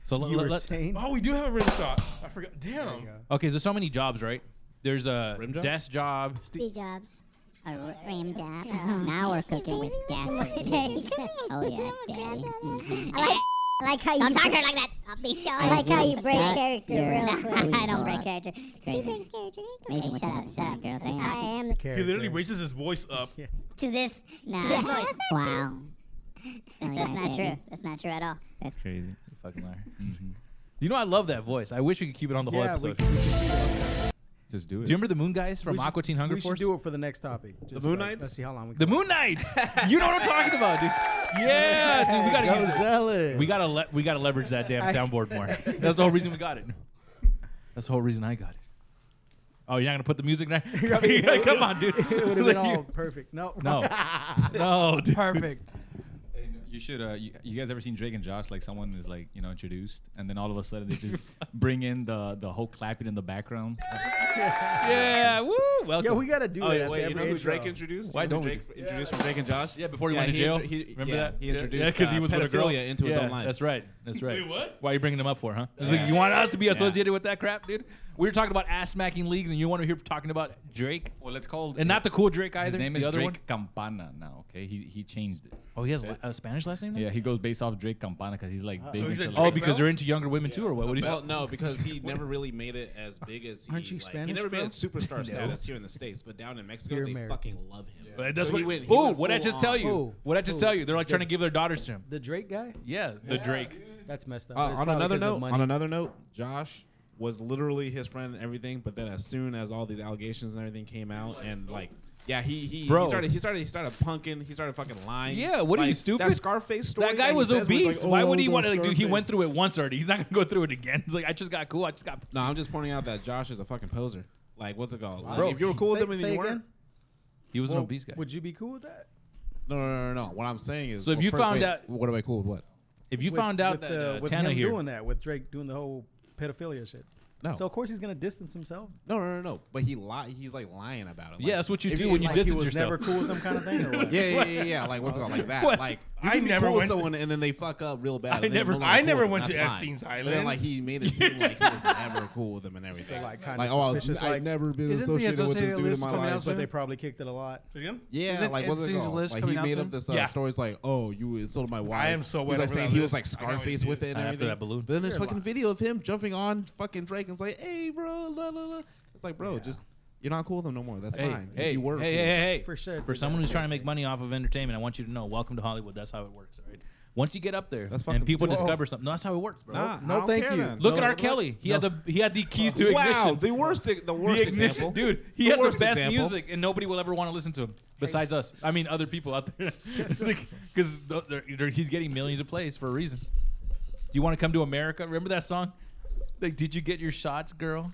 [SPEAKER 6] So let,
[SPEAKER 3] You
[SPEAKER 6] let-
[SPEAKER 3] were
[SPEAKER 6] let-
[SPEAKER 3] saying
[SPEAKER 1] Oh, we do have a rim shot. I forgot. Damn.
[SPEAKER 6] okay. There's so many jobs, right? There's a
[SPEAKER 2] job?
[SPEAKER 6] desk job.
[SPEAKER 14] Steve Jobs. A ram job. now we're cooking with gasoline. oh yeah, daddy. I like, I like how you. Don't talk to her like that. I'll beat you. I like how you break character real quick. I don't break character. She breaks character. Amazing. Shut up, shut up, girl. I am the
[SPEAKER 1] He literally raises his voice up.
[SPEAKER 14] to this. to this voice. Wow. That's not true. That's not true at all.
[SPEAKER 4] That's crazy. Fucking liar.
[SPEAKER 6] Mm-hmm. You know, I love that voice. I wish we could keep it on the whole
[SPEAKER 3] Yeah, we
[SPEAKER 6] episode.
[SPEAKER 3] could- we
[SPEAKER 4] Just do
[SPEAKER 6] Do
[SPEAKER 4] it.
[SPEAKER 6] you remember the Moon Guys from
[SPEAKER 3] We should-
[SPEAKER 6] Aqua Teen Hunger
[SPEAKER 3] we
[SPEAKER 6] Force?
[SPEAKER 3] should do it for the next topic. Just
[SPEAKER 2] Moon
[SPEAKER 3] like,
[SPEAKER 2] Knights?
[SPEAKER 3] Let's see how long we.
[SPEAKER 6] The Moon Knights. you know what I'm talking about, dude. Yeah, dude. We gotta
[SPEAKER 3] Go
[SPEAKER 6] use it.
[SPEAKER 3] zealous.
[SPEAKER 6] We gotta le- we gotta leverage that damn
[SPEAKER 3] I-
[SPEAKER 6] soundboard more. That's the whole reason we got it. That's the whole reason I got it. Oh, you're not gonna put the music now? Come on, dude.
[SPEAKER 3] it would have been all perfect. No.
[SPEAKER 6] No. no, dude.
[SPEAKER 5] Perfect.
[SPEAKER 4] Hey, no, you should. Uh, you, you guys ever seen Drake and Josh? Like someone is like you know introduced, and then all of a sudden they just bring in the the whole clapping in the background.
[SPEAKER 6] Yeah, woo. Welcome.
[SPEAKER 3] Yeah, we gotta do
[SPEAKER 2] Oh
[SPEAKER 3] it.
[SPEAKER 2] wait,
[SPEAKER 3] at
[SPEAKER 2] wait,
[SPEAKER 3] the
[SPEAKER 2] you know
[SPEAKER 3] every
[SPEAKER 2] who Drake
[SPEAKER 3] intro.
[SPEAKER 2] introduced?
[SPEAKER 6] Why
[SPEAKER 2] You know who
[SPEAKER 6] don't we
[SPEAKER 2] Drake introduced from Drake and Josh?
[SPEAKER 6] Yeah, before he went to
[SPEAKER 2] he
[SPEAKER 6] jail.
[SPEAKER 2] intro- he-
[SPEAKER 6] Remember
[SPEAKER 2] yeah,
[SPEAKER 6] that?
[SPEAKER 2] He
[SPEAKER 6] Yeah,
[SPEAKER 2] introduced
[SPEAKER 6] yeah, 'cause he
[SPEAKER 2] uh,
[SPEAKER 6] was with a girl.
[SPEAKER 2] pedophilia into his
[SPEAKER 6] Yeah,
[SPEAKER 2] own life.
[SPEAKER 6] That's right. That's right.
[SPEAKER 1] Wait, what?
[SPEAKER 6] Why are you bringing him up for, huh? It's like, you want us to be associated with that crap, dude? We were talking about ass smacking leagues, and you want to hear talking about Drake
[SPEAKER 4] Well, it's called.
[SPEAKER 6] and not the cool Drake either.
[SPEAKER 4] His name
[SPEAKER 6] the
[SPEAKER 4] is
[SPEAKER 6] other
[SPEAKER 4] Drake
[SPEAKER 6] one.
[SPEAKER 4] Campana now. Okay, he he changed it.
[SPEAKER 6] Oh, he has la- a Spanish last name. now?
[SPEAKER 4] Yeah, he goes based off Drake Campana because he's like big.
[SPEAKER 1] so he's a
[SPEAKER 4] into, like-
[SPEAKER 6] Oh,
[SPEAKER 1] Drake
[SPEAKER 6] because
[SPEAKER 1] Bell?
[SPEAKER 6] they're into younger women too, or what? What do you?
[SPEAKER 2] Well, no, because he never really made it as big as he.
[SPEAKER 3] Aren't you
[SPEAKER 2] like, He
[SPEAKER 3] Spanish,
[SPEAKER 2] never made
[SPEAKER 3] bro?
[SPEAKER 2] it superstar
[SPEAKER 6] No.
[SPEAKER 2] status here in the states, but down in Mexico,
[SPEAKER 3] You're
[SPEAKER 2] they
[SPEAKER 3] American.
[SPEAKER 2] fucking love him.
[SPEAKER 6] But that's
[SPEAKER 2] So
[SPEAKER 6] what.
[SPEAKER 2] he went- he
[SPEAKER 6] oh,
[SPEAKER 2] went
[SPEAKER 6] what I
[SPEAKER 2] full
[SPEAKER 6] just
[SPEAKER 2] on.
[SPEAKER 6] tell you?
[SPEAKER 3] Oh.
[SPEAKER 6] What I just
[SPEAKER 3] Oh.
[SPEAKER 6] tell you? They're like trying to give their daughters to him.
[SPEAKER 3] The Drake guy?
[SPEAKER 6] Yeah, the Drake.
[SPEAKER 3] That's messed up.
[SPEAKER 2] Uh,
[SPEAKER 3] It's
[SPEAKER 2] on
[SPEAKER 3] probably
[SPEAKER 2] another
[SPEAKER 3] 'cause of
[SPEAKER 2] note,
[SPEAKER 3] money.
[SPEAKER 2] on another note, Josh was literally his friend and everything. But then, as soon as all these allegations and everything came out, and like, yeah, he he,
[SPEAKER 6] Bro.
[SPEAKER 2] he started he started he started punking. He started fucking lying.
[SPEAKER 6] Yeah, what are
[SPEAKER 2] Like,
[SPEAKER 6] you stupid?
[SPEAKER 2] That Scarface story.
[SPEAKER 6] That guy
[SPEAKER 2] he
[SPEAKER 6] was
[SPEAKER 2] says
[SPEAKER 6] obese.
[SPEAKER 2] like, oh,
[SPEAKER 6] Why
[SPEAKER 2] I
[SPEAKER 6] would
[SPEAKER 2] was
[SPEAKER 6] he
[SPEAKER 2] on
[SPEAKER 6] want to? Like, dude, he went
[SPEAKER 2] Scarface.
[SPEAKER 6] through it once already. He's not gonna go through it again. He's like, I just got cool. I just got.
[SPEAKER 2] No, I'm just pointing out that Josh is a fucking poser. Like, what's it called? Like,
[SPEAKER 6] Bro,
[SPEAKER 2] if you were cool with
[SPEAKER 3] Say-
[SPEAKER 2] him and
[SPEAKER 3] say
[SPEAKER 2] you
[SPEAKER 3] again?
[SPEAKER 2] weren't,
[SPEAKER 6] He was an
[SPEAKER 3] Well,
[SPEAKER 6] obese guy.
[SPEAKER 3] Would you be cool with that?
[SPEAKER 2] no, no, no, no, no. What I'm saying is,
[SPEAKER 6] So if you
[SPEAKER 2] fir-
[SPEAKER 6] found
[SPEAKER 2] wait,
[SPEAKER 6] out-
[SPEAKER 2] what am I cool with? What?
[SPEAKER 6] If you
[SPEAKER 3] With-
[SPEAKER 6] found
[SPEAKER 3] with,
[SPEAKER 6] out that
[SPEAKER 3] uh,
[SPEAKER 6] uh,
[SPEAKER 3] with
[SPEAKER 6] Tana
[SPEAKER 3] him
[SPEAKER 6] here,
[SPEAKER 3] doing that, with Drake doing the whole pedophilia shit.
[SPEAKER 2] No.
[SPEAKER 3] So of course he's gonna distance himself.
[SPEAKER 2] No, no, no, no. But he li- He's like lying about it.
[SPEAKER 6] yeah,
[SPEAKER 2] Like,
[SPEAKER 6] that's what you
[SPEAKER 2] if
[SPEAKER 6] do when you
[SPEAKER 3] like he
[SPEAKER 6] distance
[SPEAKER 3] was
[SPEAKER 6] yourself.
[SPEAKER 3] never cool with them kind of thing. Or what?
[SPEAKER 2] Yeah, yeah, yeah, yeah. Like what's it called? Like that.
[SPEAKER 6] What?
[SPEAKER 2] Like you
[SPEAKER 1] I
[SPEAKER 2] can be
[SPEAKER 1] never
[SPEAKER 2] cool with
[SPEAKER 1] went-
[SPEAKER 2] someone and then they fuck up real bad. and then
[SPEAKER 6] never-
[SPEAKER 2] you're no longer
[SPEAKER 1] I
[SPEAKER 2] cool
[SPEAKER 1] never
[SPEAKER 2] with them.
[SPEAKER 1] went
[SPEAKER 2] That's
[SPEAKER 1] to Epstein's
[SPEAKER 2] fine. But Then,
[SPEAKER 1] Island.
[SPEAKER 2] like he made it seem like he was never cool with them and everything.
[SPEAKER 3] like,
[SPEAKER 2] like,
[SPEAKER 3] kinda
[SPEAKER 2] oh, I was,
[SPEAKER 3] suspicious,
[SPEAKER 2] I've
[SPEAKER 3] like-
[SPEAKER 2] never been
[SPEAKER 5] Isn't the
[SPEAKER 2] associated with this
[SPEAKER 5] Associated
[SPEAKER 2] dude in
[SPEAKER 5] List
[SPEAKER 2] my
[SPEAKER 5] coming out
[SPEAKER 2] life.
[SPEAKER 5] soon?
[SPEAKER 3] But they probably kicked it a lot.
[SPEAKER 1] Say it again?
[SPEAKER 2] Yeah,
[SPEAKER 5] Isn't
[SPEAKER 2] like what's it
[SPEAKER 5] Epstein's
[SPEAKER 2] called?
[SPEAKER 5] List
[SPEAKER 2] like he
[SPEAKER 5] coming out
[SPEAKER 2] made up
[SPEAKER 5] soon?
[SPEAKER 2] this uh,
[SPEAKER 1] Yeah.
[SPEAKER 2] stories like, oh, you insulted my wife.
[SPEAKER 1] am so
[SPEAKER 2] He's
[SPEAKER 1] wet
[SPEAKER 2] like
[SPEAKER 1] over
[SPEAKER 2] saying
[SPEAKER 1] that
[SPEAKER 2] he was
[SPEAKER 1] list.
[SPEAKER 2] like
[SPEAKER 1] I know what
[SPEAKER 2] Scarface
[SPEAKER 1] you
[SPEAKER 2] with
[SPEAKER 1] did.
[SPEAKER 2] it and
[SPEAKER 6] After
[SPEAKER 2] everything.
[SPEAKER 6] that balloon.
[SPEAKER 2] But then there's
[SPEAKER 3] You're
[SPEAKER 2] fucking
[SPEAKER 3] lying.
[SPEAKER 2] video of him jumping on fucking Drake and it's like, hey, bro, la la la. It's like, bro, just you're not cool with him no more. That's
[SPEAKER 6] Hey,
[SPEAKER 2] fine. If
[SPEAKER 6] hey,
[SPEAKER 2] you were
[SPEAKER 6] hey,
[SPEAKER 2] cool.
[SPEAKER 6] hey, hey,
[SPEAKER 3] For sure,
[SPEAKER 6] For
[SPEAKER 3] dude,
[SPEAKER 6] someone who's
[SPEAKER 3] that's
[SPEAKER 6] trying to make
[SPEAKER 3] perfect.
[SPEAKER 6] money off of entertainment, I want you to know, welcome to Hollywood. That's how it works, all right? Once you get up there
[SPEAKER 2] That's
[SPEAKER 6] and
[SPEAKER 2] fucking
[SPEAKER 6] people
[SPEAKER 2] stupid.
[SPEAKER 6] discover something, no, that's how it works, bro.
[SPEAKER 2] Nah,
[SPEAKER 3] No,
[SPEAKER 2] I don't
[SPEAKER 3] thank
[SPEAKER 2] care
[SPEAKER 3] you.
[SPEAKER 2] then.
[SPEAKER 6] Look
[SPEAKER 3] no,
[SPEAKER 6] at R.
[SPEAKER 3] no,
[SPEAKER 6] Kelly. He had the he had the keys to ignition.
[SPEAKER 2] Wow, the worst, e-, the worst
[SPEAKER 6] the ignition,
[SPEAKER 2] example,
[SPEAKER 6] dude. He
[SPEAKER 2] The
[SPEAKER 6] had the
[SPEAKER 2] worst
[SPEAKER 6] best
[SPEAKER 2] example.
[SPEAKER 6] music, and nobody will ever want to listen to him besides us. I mean, other people out there, because he's getting millions of plays for a reason. Do you want to come to America? Remember that song? Like, did you get your shots, girl?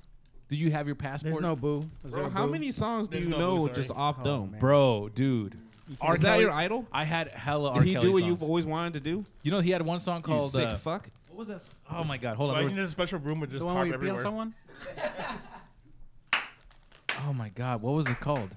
[SPEAKER 6] Do you have your passport?
[SPEAKER 3] There's no boo. Is there
[SPEAKER 2] Bro,
[SPEAKER 3] a
[SPEAKER 2] how
[SPEAKER 3] boo?
[SPEAKER 2] many songs do
[SPEAKER 1] There's
[SPEAKER 2] you
[SPEAKER 1] no
[SPEAKER 2] know
[SPEAKER 1] boo, sorry.
[SPEAKER 2] just off dome?
[SPEAKER 6] bro, dude. R.
[SPEAKER 2] Is that
[SPEAKER 6] Kelly-
[SPEAKER 2] your idol?
[SPEAKER 6] I had hella R.
[SPEAKER 2] Did he
[SPEAKER 6] Kelly
[SPEAKER 2] do what
[SPEAKER 6] songs.
[SPEAKER 2] you've always wanted to do?
[SPEAKER 6] You know, he had one song
[SPEAKER 2] You
[SPEAKER 6] called.
[SPEAKER 2] sick
[SPEAKER 6] uh,
[SPEAKER 2] fuck.
[SPEAKER 6] What was that? s- Oh my God! Hold on.
[SPEAKER 1] Like,
[SPEAKER 6] there
[SPEAKER 1] you
[SPEAKER 6] was-
[SPEAKER 1] need a special room with just
[SPEAKER 5] The one where
[SPEAKER 1] tarp
[SPEAKER 5] you pee
[SPEAKER 1] everywhere.
[SPEAKER 5] on someone?
[SPEAKER 6] oh my God! What was it called?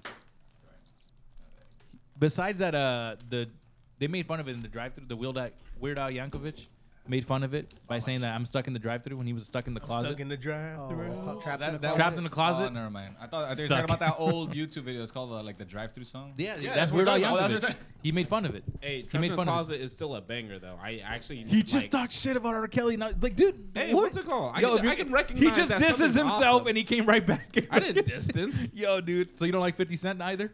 [SPEAKER 6] Besides that, uh, the they made fun of it in the drive-through. The Weird Al, Weird Al Yankovic made fun of it by saying that I'm stuck in the drive-thru when he was stuck in the closet.
[SPEAKER 1] in the drive-thru.
[SPEAKER 6] Oh, trapped in the closet. Trapped in the closet?
[SPEAKER 4] Oh, never mind. I thought I thought you were
[SPEAKER 6] Stuck.
[SPEAKER 4] talking about that old YouTube video. It's called uh, like the drive-through song.
[SPEAKER 6] Yeah, that's Weird Al
[SPEAKER 4] Oh, that's
[SPEAKER 6] Yankovic.
[SPEAKER 4] what I'm
[SPEAKER 6] he made fun of it.
[SPEAKER 2] Hey,
[SPEAKER 6] he
[SPEAKER 2] Trapped in
[SPEAKER 6] made
[SPEAKER 2] the
[SPEAKER 6] fun of
[SPEAKER 2] Closet is still a banger though. I actually
[SPEAKER 6] He just
[SPEAKER 2] like-
[SPEAKER 6] talked shit about R. Kelly. Now, like, dude,
[SPEAKER 2] Hey,
[SPEAKER 6] what?
[SPEAKER 2] what's it called? I
[SPEAKER 6] Yo,
[SPEAKER 2] can-
[SPEAKER 6] if you-
[SPEAKER 2] I can recognize
[SPEAKER 6] He just
[SPEAKER 2] that
[SPEAKER 6] disses
[SPEAKER 2] something's
[SPEAKER 6] himself,
[SPEAKER 2] awesome.
[SPEAKER 6] and he came right back.
[SPEAKER 2] I didn't distance.
[SPEAKER 6] Yo, dude. So you don't like 50 Cent either?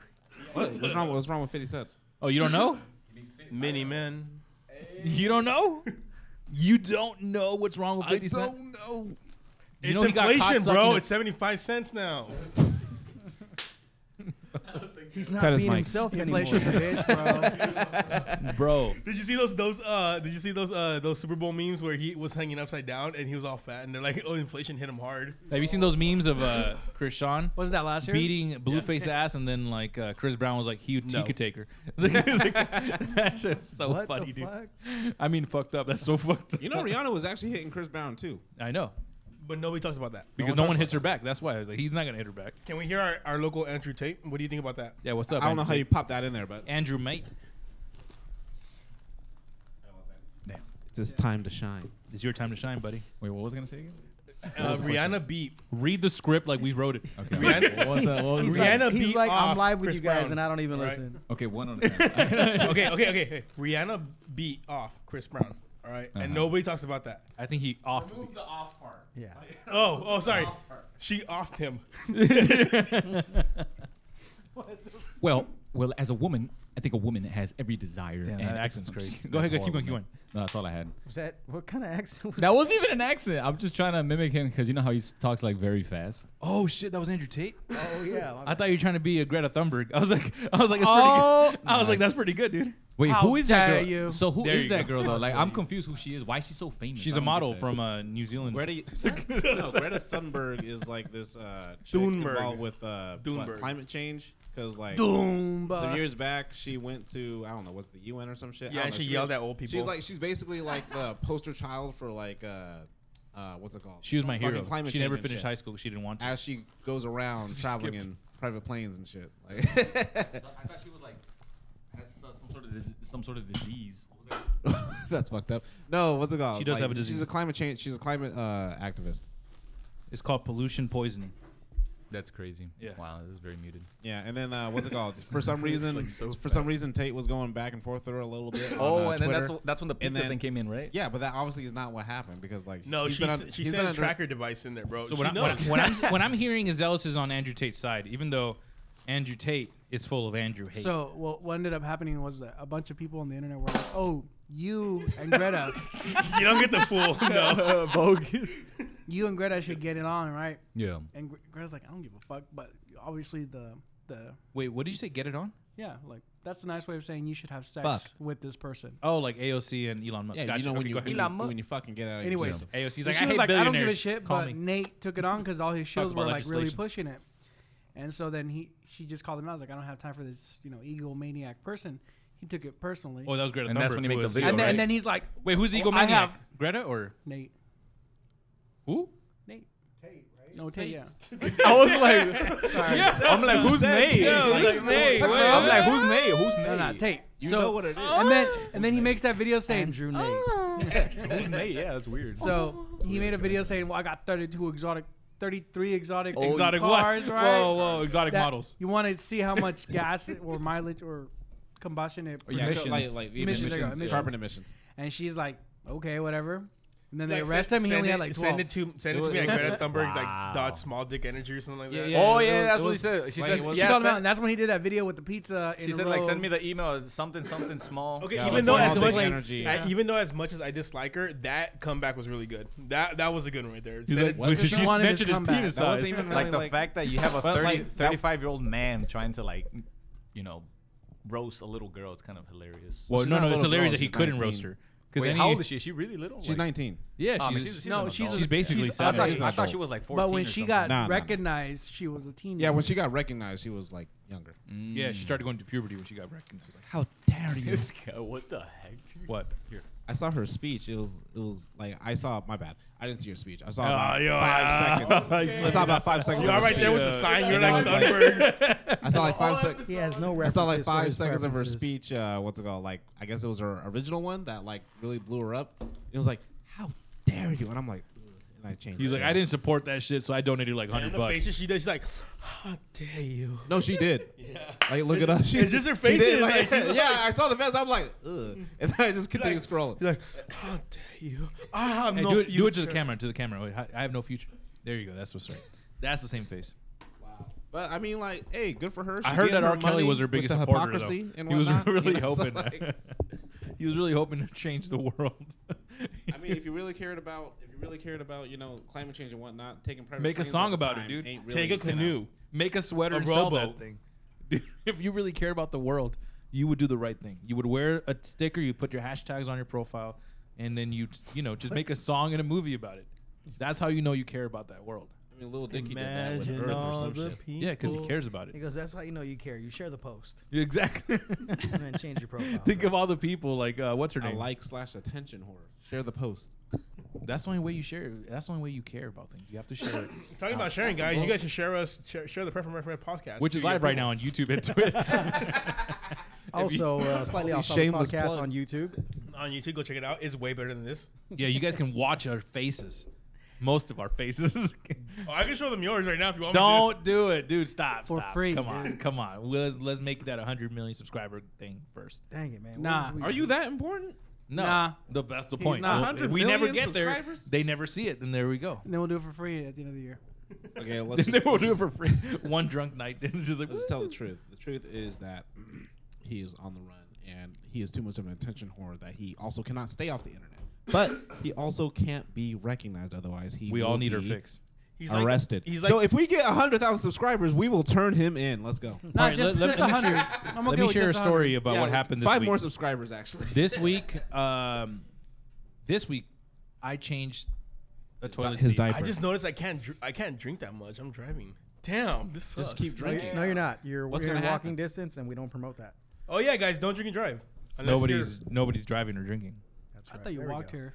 [SPEAKER 2] What? What's wrong? What's wrong with Fifty Cent?
[SPEAKER 6] Oh, you don't know?
[SPEAKER 1] Many men.
[SPEAKER 6] You don't know? You don't know what's wrong with 50 Cent?
[SPEAKER 2] know.
[SPEAKER 6] You
[SPEAKER 1] it's
[SPEAKER 6] know he got caught
[SPEAKER 1] inflation,
[SPEAKER 6] sucking
[SPEAKER 1] bro.
[SPEAKER 6] a-
[SPEAKER 1] It's 75 cents now.
[SPEAKER 3] He's not
[SPEAKER 2] Cut his
[SPEAKER 3] being
[SPEAKER 2] mic.
[SPEAKER 3] himself anymore.
[SPEAKER 1] Inflation's a
[SPEAKER 3] bitch,
[SPEAKER 6] bro.
[SPEAKER 1] Did you see those those uh did you see those uh those Super Bowl memes where he was hanging upside down and he was all fat and they're like, "Oh, inflation hit him hard."
[SPEAKER 6] Have you seen those memes of uh, Chris Sean?
[SPEAKER 5] Wasn't that last year?
[SPEAKER 6] Beating Blueface ass, and then like uh, Chris Brown was like, he,
[SPEAKER 1] No.
[SPEAKER 6] he could take her. Like, that shit was so
[SPEAKER 2] What the
[SPEAKER 6] funny, dude.
[SPEAKER 2] fuck?
[SPEAKER 6] I mean, fucked up. That's so fucked up.
[SPEAKER 2] You know, Rihanna was actually hitting Chris Brown too.
[SPEAKER 6] I know.
[SPEAKER 1] But nobody talks about that.
[SPEAKER 6] Because no one hits her back. That's why I was like, he's not gonna hit her back.
[SPEAKER 1] Can we hear our, our local Andrew Tate? What do you think about that?
[SPEAKER 6] Yeah, what's up?
[SPEAKER 2] I don't know
[SPEAKER 6] Andrew
[SPEAKER 2] how you
[SPEAKER 6] Tate?
[SPEAKER 2] popped that in there, but
[SPEAKER 6] Andrew mate.
[SPEAKER 2] it's his time to shine.
[SPEAKER 6] It's your time to shine, buddy.
[SPEAKER 4] Wait, what was I gonna say again?
[SPEAKER 1] Uh, Rihanna beat
[SPEAKER 6] Read the script like we wrote it.
[SPEAKER 4] Okay.
[SPEAKER 1] Rihanna-
[SPEAKER 4] what was that? What was
[SPEAKER 1] He's
[SPEAKER 4] that?
[SPEAKER 1] Rihanna
[SPEAKER 3] like, he's
[SPEAKER 1] beat
[SPEAKER 3] like,
[SPEAKER 1] off
[SPEAKER 3] I'm live with
[SPEAKER 1] Chris
[SPEAKER 3] you guys,
[SPEAKER 1] Brown,
[SPEAKER 3] and I don't even
[SPEAKER 1] right?
[SPEAKER 3] listen.
[SPEAKER 4] Okay, one on the time.
[SPEAKER 1] okay, okay, okay. Hey, Rihanna beat off Chris Brown. All right?
[SPEAKER 4] Uh-huh.
[SPEAKER 1] and nobody talks about that.
[SPEAKER 6] I think he off.
[SPEAKER 4] the off part.
[SPEAKER 3] Yeah.
[SPEAKER 1] Oh, oh, sorry. She offed him.
[SPEAKER 4] Well, well, as a woman, I think a woman has every desire.
[SPEAKER 6] Damn,
[SPEAKER 4] and
[SPEAKER 6] that accent's crazy. Go
[SPEAKER 4] That's
[SPEAKER 6] ahead, go- keep
[SPEAKER 4] horrible,
[SPEAKER 6] going, keep
[SPEAKER 4] man.
[SPEAKER 6] going.
[SPEAKER 4] No, that's all I had.
[SPEAKER 3] Was that what kind of accent was
[SPEAKER 4] That wasn't even an accent. I'm just trying to mimic him because you know how he s- talks like very fast.
[SPEAKER 6] Oh shit, that was Andrew Tate.
[SPEAKER 3] Oh yeah. my
[SPEAKER 6] I thought you were trying to be a Greta Thunberg. I was like, I was like, that's
[SPEAKER 4] Oh,
[SPEAKER 6] pretty good. I was like, that's pretty good, dude.
[SPEAKER 4] Wait,
[SPEAKER 5] How
[SPEAKER 4] who is that
[SPEAKER 5] dare
[SPEAKER 4] girl?
[SPEAKER 5] you.
[SPEAKER 4] So who is
[SPEAKER 6] There you
[SPEAKER 4] that
[SPEAKER 6] go.
[SPEAKER 4] girl though? Like, I'm confused who she is. Why is she so famous?
[SPEAKER 6] She's
[SPEAKER 4] I
[SPEAKER 6] a
[SPEAKER 4] don't get
[SPEAKER 6] model
[SPEAKER 4] that.
[SPEAKER 6] from uh, New Zealand.
[SPEAKER 2] Greta, no, Greta Thunberg is like this uh, chick
[SPEAKER 1] Thunberg.
[SPEAKER 2] involved with uh, what,
[SPEAKER 1] Thunberg.
[SPEAKER 2] climate change because like
[SPEAKER 5] Thunberg.
[SPEAKER 2] some years back she went to I don't know was it the UN or some shit. I
[SPEAKER 1] Yeah,
[SPEAKER 2] don't
[SPEAKER 1] and
[SPEAKER 2] know,
[SPEAKER 1] she yelled
[SPEAKER 2] was-
[SPEAKER 1] at old
[SPEAKER 2] She's
[SPEAKER 1] people.
[SPEAKER 2] like she's basically like the poster child for like uh, uh, what's it called?
[SPEAKER 6] She was my
[SPEAKER 2] Fucking
[SPEAKER 6] hero.
[SPEAKER 2] Climate
[SPEAKER 6] She
[SPEAKER 2] change
[SPEAKER 6] never
[SPEAKER 2] and
[SPEAKER 6] finished
[SPEAKER 2] shit.
[SPEAKER 6] high school. She didn't want to.
[SPEAKER 2] As she goes around
[SPEAKER 6] She
[SPEAKER 2] traveling
[SPEAKER 6] skipped.
[SPEAKER 2] in private planes and shit. Like,
[SPEAKER 4] I thought she was like has uh, some sort of dis- some sort of disease. What was
[SPEAKER 2] that's fucked up. No, what's it called?
[SPEAKER 6] She does
[SPEAKER 2] Like,
[SPEAKER 6] have a
[SPEAKER 2] She's
[SPEAKER 6] disease.
[SPEAKER 2] a climate change. She's a climate uh, activist.
[SPEAKER 6] It's called pollution poisoning.
[SPEAKER 4] that? That's crazy.
[SPEAKER 6] Yeah.
[SPEAKER 4] Wow, this is very muted.
[SPEAKER 2] Yeah, and then uh, what's it called? For some reason, for some reason, Tate was going back and forth with her a little bit.
[SPEAKER 6] Oh,
[SPEAKER 2] on, uh, Twitter.
[SPEAKER 4] Oh, that's when the
[SPEAKER 2] pizza then- thing
[SPEAKER 4] came in, right?
[SPEAKER 2] Yeah, but that obviously is not what happened because like
[SPEAKER 1] No,
[SPEAKER 2] he's
[SPEAKER 1] she
[SPEAKER 2] been
[SPEAKER 1] s-
[SPEAKER 2] on-
[SPEAKER 1] she
[SPEAKER 2] he's
[SPEAKER 1] sent
[SPEAKER 2] been
[SPEAKER 1] a
[SPEAKER 2] under-
[SPEAKER 1] tracker device in there, bro.
[SPEAKER 6] So
[SPEAKER 1] she
[SPEAKER 6] when, I,
[SPEAKER 1] knows.
[SPEAKER 6] when, I, am when I'm hearing is Ellis is on Andrew Tate's side, even though Andrew Tate is full of Andrew hate.
[SPEAKER 5] So what, what ended up happening was that a bunch of people on the internet were like, "Oh, you and Greta,
[SPEAKER 1] you don't get the full. No.
[SPEAKER 4] bogus.
[SPEAKER 5] you and Greta should get it on, right?"
[SPEAKER 4] Yeah.
[SPEAKER 5] And Gre- Greta's like, "I don't give a fuck," but obviously the the
[SPEAKER 6] wait, what did you say? Get it on?
[SPEAKER 5] yeah, like that's a nice way of saying you should have sex
[SPEAKER 2] Fuck.
[SPEAKER 5] with this person.
[SPEAKER 6] Oh, like AOC and Elon Musk.
[SPEAKER 2] Yeah,
[SPEAKER 6] Gotcha.
[SPEAKER 2] you know when
[SPEAKER 6] Okay,
[SPEAKER 2] you
[SPEAKER 6] go
[SPEAKER 2] when,
[SPEAKER 6] ahead.
[SPEAKER 2] you when you fucking get out of your
[SPEAKER 5] Anyways.
[SPEAKER 2] system.
[SPEAKER 6] AOC's
[SPEAKER 5] And
[SPEAKER 6] like, I
[SPEAKER 5] she was
[SPEAKER 6] hate
[SPEAKER 5] like, I don't
[SPEAKER 6] billionaires.
[SPEAKER 5] give a shit,
[SPEAKER 6] Call
[SPEAKER 5] but
[SPEAKER 6] me.
[SPEAKER 5] Nate took it on because all his shows
[SPEAKER 6] about
[SPEAKER 5] were like really
[SPEAKER 6] legislation.
[SPEAKER 5] pushing it. And so then he, she just called him out. I was like, I don't have time for this, you know, egomaniac person. He took it personally.
[SPEAKER 6] Oh, that was Greta
[SPEAKER 4] And
[SPEAKER 6] Thunberg.
[SPEAKER 4] that's when they
[SPEAKER 6] who
[SPEAKER 4] make the
[SPEAKER 6] was-
[SPEAKER 4] video,
[SPEAKER 5] and, then,
[SPEAKER 4] right?
[SPEAKER 5] and then he's like,
[SPEAKER 6] Wait, who's the
[SPEAKER 5] Oh, I
[SPEAKER 6] egomaniac?
[SPEAKER 5] have-
[SPEAKER 6] Greta or
[SPEAKER 5] Nate,
[SPEAKER 6] who?
[SPEAKER 5] Nate, Tate, right? No, Tate, yeah.
[SPEAKER 4] I was like, I'm like, who's Nate?
[SPEAKER 6] who's Nate?
[SPEAKER 4] I'm like, who's Nate? Who's Nate?
[SPEAKER 5] No, not Tate.
[SPEAKER 2] You
[SPEAKER 5] so,
[SPEAKER 2] know what it is.
[SPEAKER 5] And then, and then he makes that video saying,
[SPEAKER 3] Andrew Nate.
[SPEAKER 4] Who's Nate? Yeah, that's weird.
[SPEAKER 5] So he made a video saying, "Well, I got 32 exotic, 33 exotic,
[SPEAKER 6] Exotic what?
[SPEAKER 5] cars, right?
[SPEAKER 6] Oh, Whoa, whoa, exotic
[SPEAKER 5] That-
[SPEAKER 6] models.
[SPEAKER 5] You want to see how much gas it- or mileage or combustion it
[SPEAKER 6] Oh,
[SPEAKER 2] Yeah,
[SPEAKER 5] produces.
[SPEAKER 2] go- like, like the
[SPEAKER 5] Emissions,
[SPEAKER 2] emissions,
[SPEAKER 5] there you go, emissions.
[SPEAKER 2] carbon emissions.
[SPEAKER 5] And she's like, "Okay, whatever." And then they
[SPEAKER 1] Like,
[SPEAKER 5] arrest
[SPEAKER 1] send-
[SPEAKER 5] him. He
[SPEAKER 1] send
[SPEAKER 5] only
[SPEAKER 1] it,
[SPEAKER 5] had like 12.
[SPEAKER 1] Send it to send it to me at Greta Thunberg like dot small dick energy or something like that.
[SPEAKER 4] Oh,
[SPEAKER 2] it
[SPEAKER 4] yeah,
[SPEAKER 2] was-
[SPEAKER 4] that's
[SPEAKER 2] it
[SPEAKER 4] what he
[SPEAKER 2] was-
[SPEAKER 4] said. She
[SPEAKER 2] like,
[SPEAKER 4] said-
[SPEAKER 2] it was-
[SPEAKER 5] She
[SPEAKER 4] yeah,
[SPEAKER 5] called him
[SPEAKER 4] send-
[SPEAKER 5] out, and that's when he did that video with the pizza. in
[SPEAKER 4] She
[SPEAKER 5] a
[SPEAKER 4] said, like,
[SPEAKER 5] row.
[SPEAKER 4] send me the email, something, something small.
[SPEAKER 1] Okay,
[SPEAKER 2] Yeah,
[SPEAKER 1] Oh, even
[SPEAKER 2] like
[SPEAKER 1] though
[SPEAKER 2] small
[SPEAKER 1] as
[SPEAKER 2] dick
[SPEAKER 1] much
[SPEAKER 2] energy.
[SPEAKER 1] I- even though as much as I dislike her, that comeback was really good. That that was a good one right there. Send it-
[SPEAKER 6] Well,
[SPEAKER 2] it
[SPEAKER 6] she
[SPEAKER 2] not-
[SPEAKER 5] wanted his
[SPEAKER 6] mentioned his
[SPEAKER 5] comeback.
[SPEAKER 6] penis
[SPEAKER 2] That wasn't
[SPEAKER 6] size.
[SPEAKER 2] even really
[SPEAKER 4] like the fact that you have a
[SPEAKER 2] But,
[SPEAKER 4] 30,
[SPEAKER 2] like, that-
[SPEAKER 4] 35 year old man trying to like you know roast a little girl it's kind of hilarious
[SPEAKER 6] Well,
[SPEAKER 2] She's
[SPEAKER 6] no,
[SPEAKER 2] not a
[SPEAKER 6] no, it's
[SPEAKER 2] little
[SPEAKER 6] hilarious
[SPEAKER 2] girl,
[SPEAKER 6] that he
[SPEAKER 2] she's
[SPEAKER 6] couldn't
[SPEAKER 2] 19.
[SPEAKER 6] roast her.
[SPEAKER 4] Wait,
[SPEAKER 6] any-
[SPEAKER 4] how old is she is she really little
[SPEAKER 2] she's
[SPEAKER 4] Like-
[SPEAKER 2] 19.
[SPEAKER 6] Yeah,
[SPEAKER 4] Oh,
[SPEAKER 6] she's,
[SPEAKER 4] she's- she's
[SPEAKER 5] no,
[SPEAKER 4] an
[SPEAKER 5] she's
[SPEAKER 4] adult.
[SPEAKER 6] she's basically
[SPEAKER 5] she's-
[SPEAKER 4] I
[SPEAKER 6] seven.
[SPEAKER 4] thought,
[SPEAKER 2] she's
[SPEAKER 4] she,
[SPEAKER 2] an
[SPEAKER 4] I thought
[SPEAKER 2] adult.
[SPEAKER 4] she was like 14
[SPEAKER 5] But when
[SPEAKER 4] or
[SPEAKER 5] she
[SPEAKER 4] something.
[SPEAKER 5] got
[SPEAKER 2] Nah, nah, nah.
[SPEAKER 5] recognized, she was a teen.
[SPEAKER 2] Yeah, when she got recognized, she was like younger.
[SPEAKER 6] Mm. Yeah, she started going to puberty when she got recognized.
[SPEAKER 2] How dare dare you?
[SPEAKER 4] This guy, what the heck?
[SPEAKER 6] What?
[SPEAKER 4] Here.
[SPEAKER 2] I saw her speech. It was it was like I saw my bad. I didn't see her speech. I saw
[SPEAKER 6] Oh,
[SPEAKER 2] about
[SPEAKER 6] yo,
[SPEAKER 2] five
[SPEAKER 6] yeah.
[SPEAKER 2] seconds. I saw about five seconds.
[SPEAKER 1] You
[SPEAKER 2] of her
[SPEAKER 1] alright there with
[SPEAKER 2] speech.
[SPEAKER 1] the sign? You're
[SPEAKER 2] And I
[SPEAKER 1] like
[SPEAKER 2] was
[SPEAKER 1] Thunberg.
[SPEAKER 2] I saw like
[SPEAKER 1] All
[SPEAKER 2] five seconds.
[SPEAKER 1] He has no
[SPEAKER 2] I saw like
[SPEAKER 1] references for
[SPEAKER 2] five
[SPEAKER 1] his
[SPEAKER 2] seconds of her
[SPEAKER 1] preferences.
[SPEAKER 2] speech. Uh, what's it called? Like I guess it was her original one that like really blew her up. It was like, how dare you? And I'm like, "Ugh," and I changed.
[SPEAKER 6] He's
[SPEAKER 2] the
[SPEAKER 6] like,
[SPEAKER 2] channel.
[SPEAKER 6] I didn't support that shit, so I donated like
[SPEAKER 1] And in
[SPEAKER 6] hundred
[SPEAKER 1] the
[SPEAKER 6] bucks.
[SPEAKER 1] faces she did, she's like, how dare you?
[SPEAKER 2] No, she did.
[SPEAKER 1] yeah.
[SPEAKER 2] Like look it
[SPEAKER 1] It's-
[SPEAKER 2] up. She,
[SPEAKER 1] it's just her
[SPEAKER 2] she
[SPEAKER 1] face
[SPEAKER 2] did,
[SPEAKER 1] is
[SPEAKER 2] like-
[SPEAKER 1] like- she's like-
[SPEAKER 2] yeah, I saw the fans. I'm like, ugh, and I just continue scrolling.
[SPEAKER 1] Like, how dare you? I have
[SPEAKER 6] Hey,
[SPEAKER 1] no
[SPEAKER 6] do, it, do it to the
[SPEAKER 1] future.
[SPEAKER 6] camera, to the camera. Wait, I- I have no future. There you go. That's what's right. That's the same face.
[SPEAKER 2] But I mean, like, hey, good for her. She
[SPEAKER 6] I heard
[SPEAKER 2] getting
[SPEAKER 6] that R.
[SPEAKER 2] money
[SPEAKER 6] Kelly was her
[SPEAKER 2] with
[SPEAKER 6] biggest
[SPEAKER 2] the
[SPEAKER 6] supporter. though.
[SPEAKER 2] hypocrisy and
[SPEAKER 6] he was
[SPEAKER 2] whatnot, you
[SPEAKER 6] really
[SPEAKER 2] know, so,
[SPEAKER 6] hoping.
[SPEAKER 2] like,
[SPEAKER 6] he was really hoping to change the world.
[SPEAKER 2] I mean, if you really cared about, if you really cared about, you know, climate change and whatnot, taking private
[SPEAKER 6] Make a
[SPEAKER 2] planes all
[SPEAKER 6] song
[SPEAKER 2] the
[SPEAKER 6] about it,
[SPEAKER 2] time
[SPEAKER 6] dude.
[SPEAKER 2] ain't
[SPEAKER 6] Take
[SPEAKER 2] really,
[SPEAKER 6] a
[SPEAKER 2] you know.
[SPEAKER 6] canoe. Make a sweater
[SPEAKER 2] A
[SPEAKER 6] and sell that
[SPEAKER 2] rowboat.
[SPEAKER 6] thing. Dude, if you really care about the world, you would do the right thing. You would wear a sticker. You put your hashtags on your profile, and then you you know just make a song and a movie about it. That's how you know you care about that world.
[SPEAKER 2] I mean, Little Dicky did that
[SPEAKER 6] Imagine
[SPEAKER 2] with Earth or
[SPEAKER 6] all
[SPEAKER 2] some
[SPEAKER 6] the
[SPEAKER 2] shit.
[SPEAKER 6] Yeah, 'cause he cares about it.
[SPEAKER 15] He goes, "That's how you know you care. You share the post."
[SPEAKER 6] Exactly.
[SPEAKER 15] and then change your profile.
[SPEAKER 6] Think of all the people like uh, what's her
[SPEAKER 2] I
[SPEAKER 6] name?
[SPEAKER 2] like slash attention horror. Share the post.
[SPEAKER 6] That's the only way you share. It. That's the only way you care about things. You have to share it.
[SPEAKER 1] Talking
[SPEAKER 6] Uh,
[SPEAKER 1] about sharing,
[SPEAKER 6] that's
[SPEAKER 1] guys,
[SPEAKER 6] the
[SPEAKER 1] you guys
[SPEAKER 6] most-
[SPEAKER 1] should share us, share, share the Preference Reference podcast.
[SPEAKER 6] which is live right now on YouTube and Twitch.
[SPEAKER 3] Also, uh, slightly off topic podcast on YouTube.
[SPEAKER 1] On YouTube, go check it out. It's way better than this.
[SPEAKER 6] Yeah, you guys can watch our faces. Most of our faces.
[SPEAKER 1] Oh, I can show them yours right now if you want me
[SPEAKER 6] Don't do it, dude. Stop.
[SPEAKER 1] For
[SPEAKER 6] stop.
[SPEAKER 1] free,
[SPEAKER 6] Come on.
[SPEAKER 1] dude.
[SPEAKER 6] Come on. Let's let's make that a hundred million subscriber thing first.
[SPEAKER 15] Dang it, man.
[SPEAKER 5] Nah.
[SPEAKER 2] Are you that important?
[SPEAKER 6] No.
[SPEAKER 5] Nah.
[SPEAKER 6] The, that's the
[SPEAKER 5] He's
[SPEAKER 6] point.
[SPEAKER 5] not.
[SPEAKER 6] Well,
[SPEAKER 5] 100
[SPEAKER 6] if we never
[SPEAKER 5] million
[SPEAKER 6] get there.
[SPEAKER 5] subscribers?
[SPEAKER 6] They never see it. Then there we go.
[SPEAKER 5] And then we'll do it for free at the end of the year.
[SPEAKER 2] Okay, let's
[SPEAKER 6] Then
[SPEAKER 2] just,
[SPEAKER 6] we'll
[SPEAKER 2] let's
[SPEAKER 6] do it
[SPEAKER 2] just-
[SPEAKER 6] for free. One drunk night. Then it's just like
[SPEAKER 2] Let's just tell the truth. The truth is that he is on the run and he is too much of an attention whore that he also cannot stay off the internet. But he also can't be recognized otherwise. He
[SPEAKER 6] We all
[SPEAKER 2] will
[SPEAKER 6] need our
[SPEAKER 2] be
[SPEAKER 6] fix.
[SPEAKER 1] He's like-
[SPEAKER 2] arrested.
[SPEAKER 1] he's
[SPEAKER 2] so
[SPEAKER 1] like-
[SPEAKER 2] if we get hundred thousand subscribers, we will turn him in. Let's go.
[SPEAKER 5] Nah, All right, just- let- just let me 100. share- I'm okay
[SPEAKER 6] Let me
[SPEAKER 5] with
[SPEAKER 6] share a
[SPEAKER 5] just 100.
[SPEAKER 6] story about
[SPEAKER 2] Yeah,
[SPEAKER 6] what
[SPEAKER 2] like
[SPEAKER 6] happened.
[SPEAKER 2] five
[SPEAKER 6] this week.
[SPEAKER 2] more subscribers, actually.
[SPEAKER 6] this week, um, this week, I changed a toilet
[SPEAKER 2] his
[SPEAKER 6] seat.
[SPEAKER 1] I just noticed I can't dr- I can't drink that much. I'm driving. Damn, this
[SPEAKER 2] Just
[SPEAKER 1] sucks.
[SPEAKER 2] keep
[SPEAKER 3] No, you- No, you're not. You're
[SPEAKER 1] What's
[SPEAKER 3] within
[SPEAKER 1] gonna
[SPEAKER 3] walking distance, and we don't promote that.
[SPEAKER 1] Oh yeah, guys, don't drink and drive. Unless
[SPEAKER 6] nobody's nobody's driving or drinking.
[SPEAKER 3] That's
[SPEAKER 5] I
[SPEAKER 3] right.
[SPEAKER 5] thought you
[SPEAKER 3] There we
[SPEAKER 5] walked
[SPEAKER 3] go.
[SPEAKER 5] here.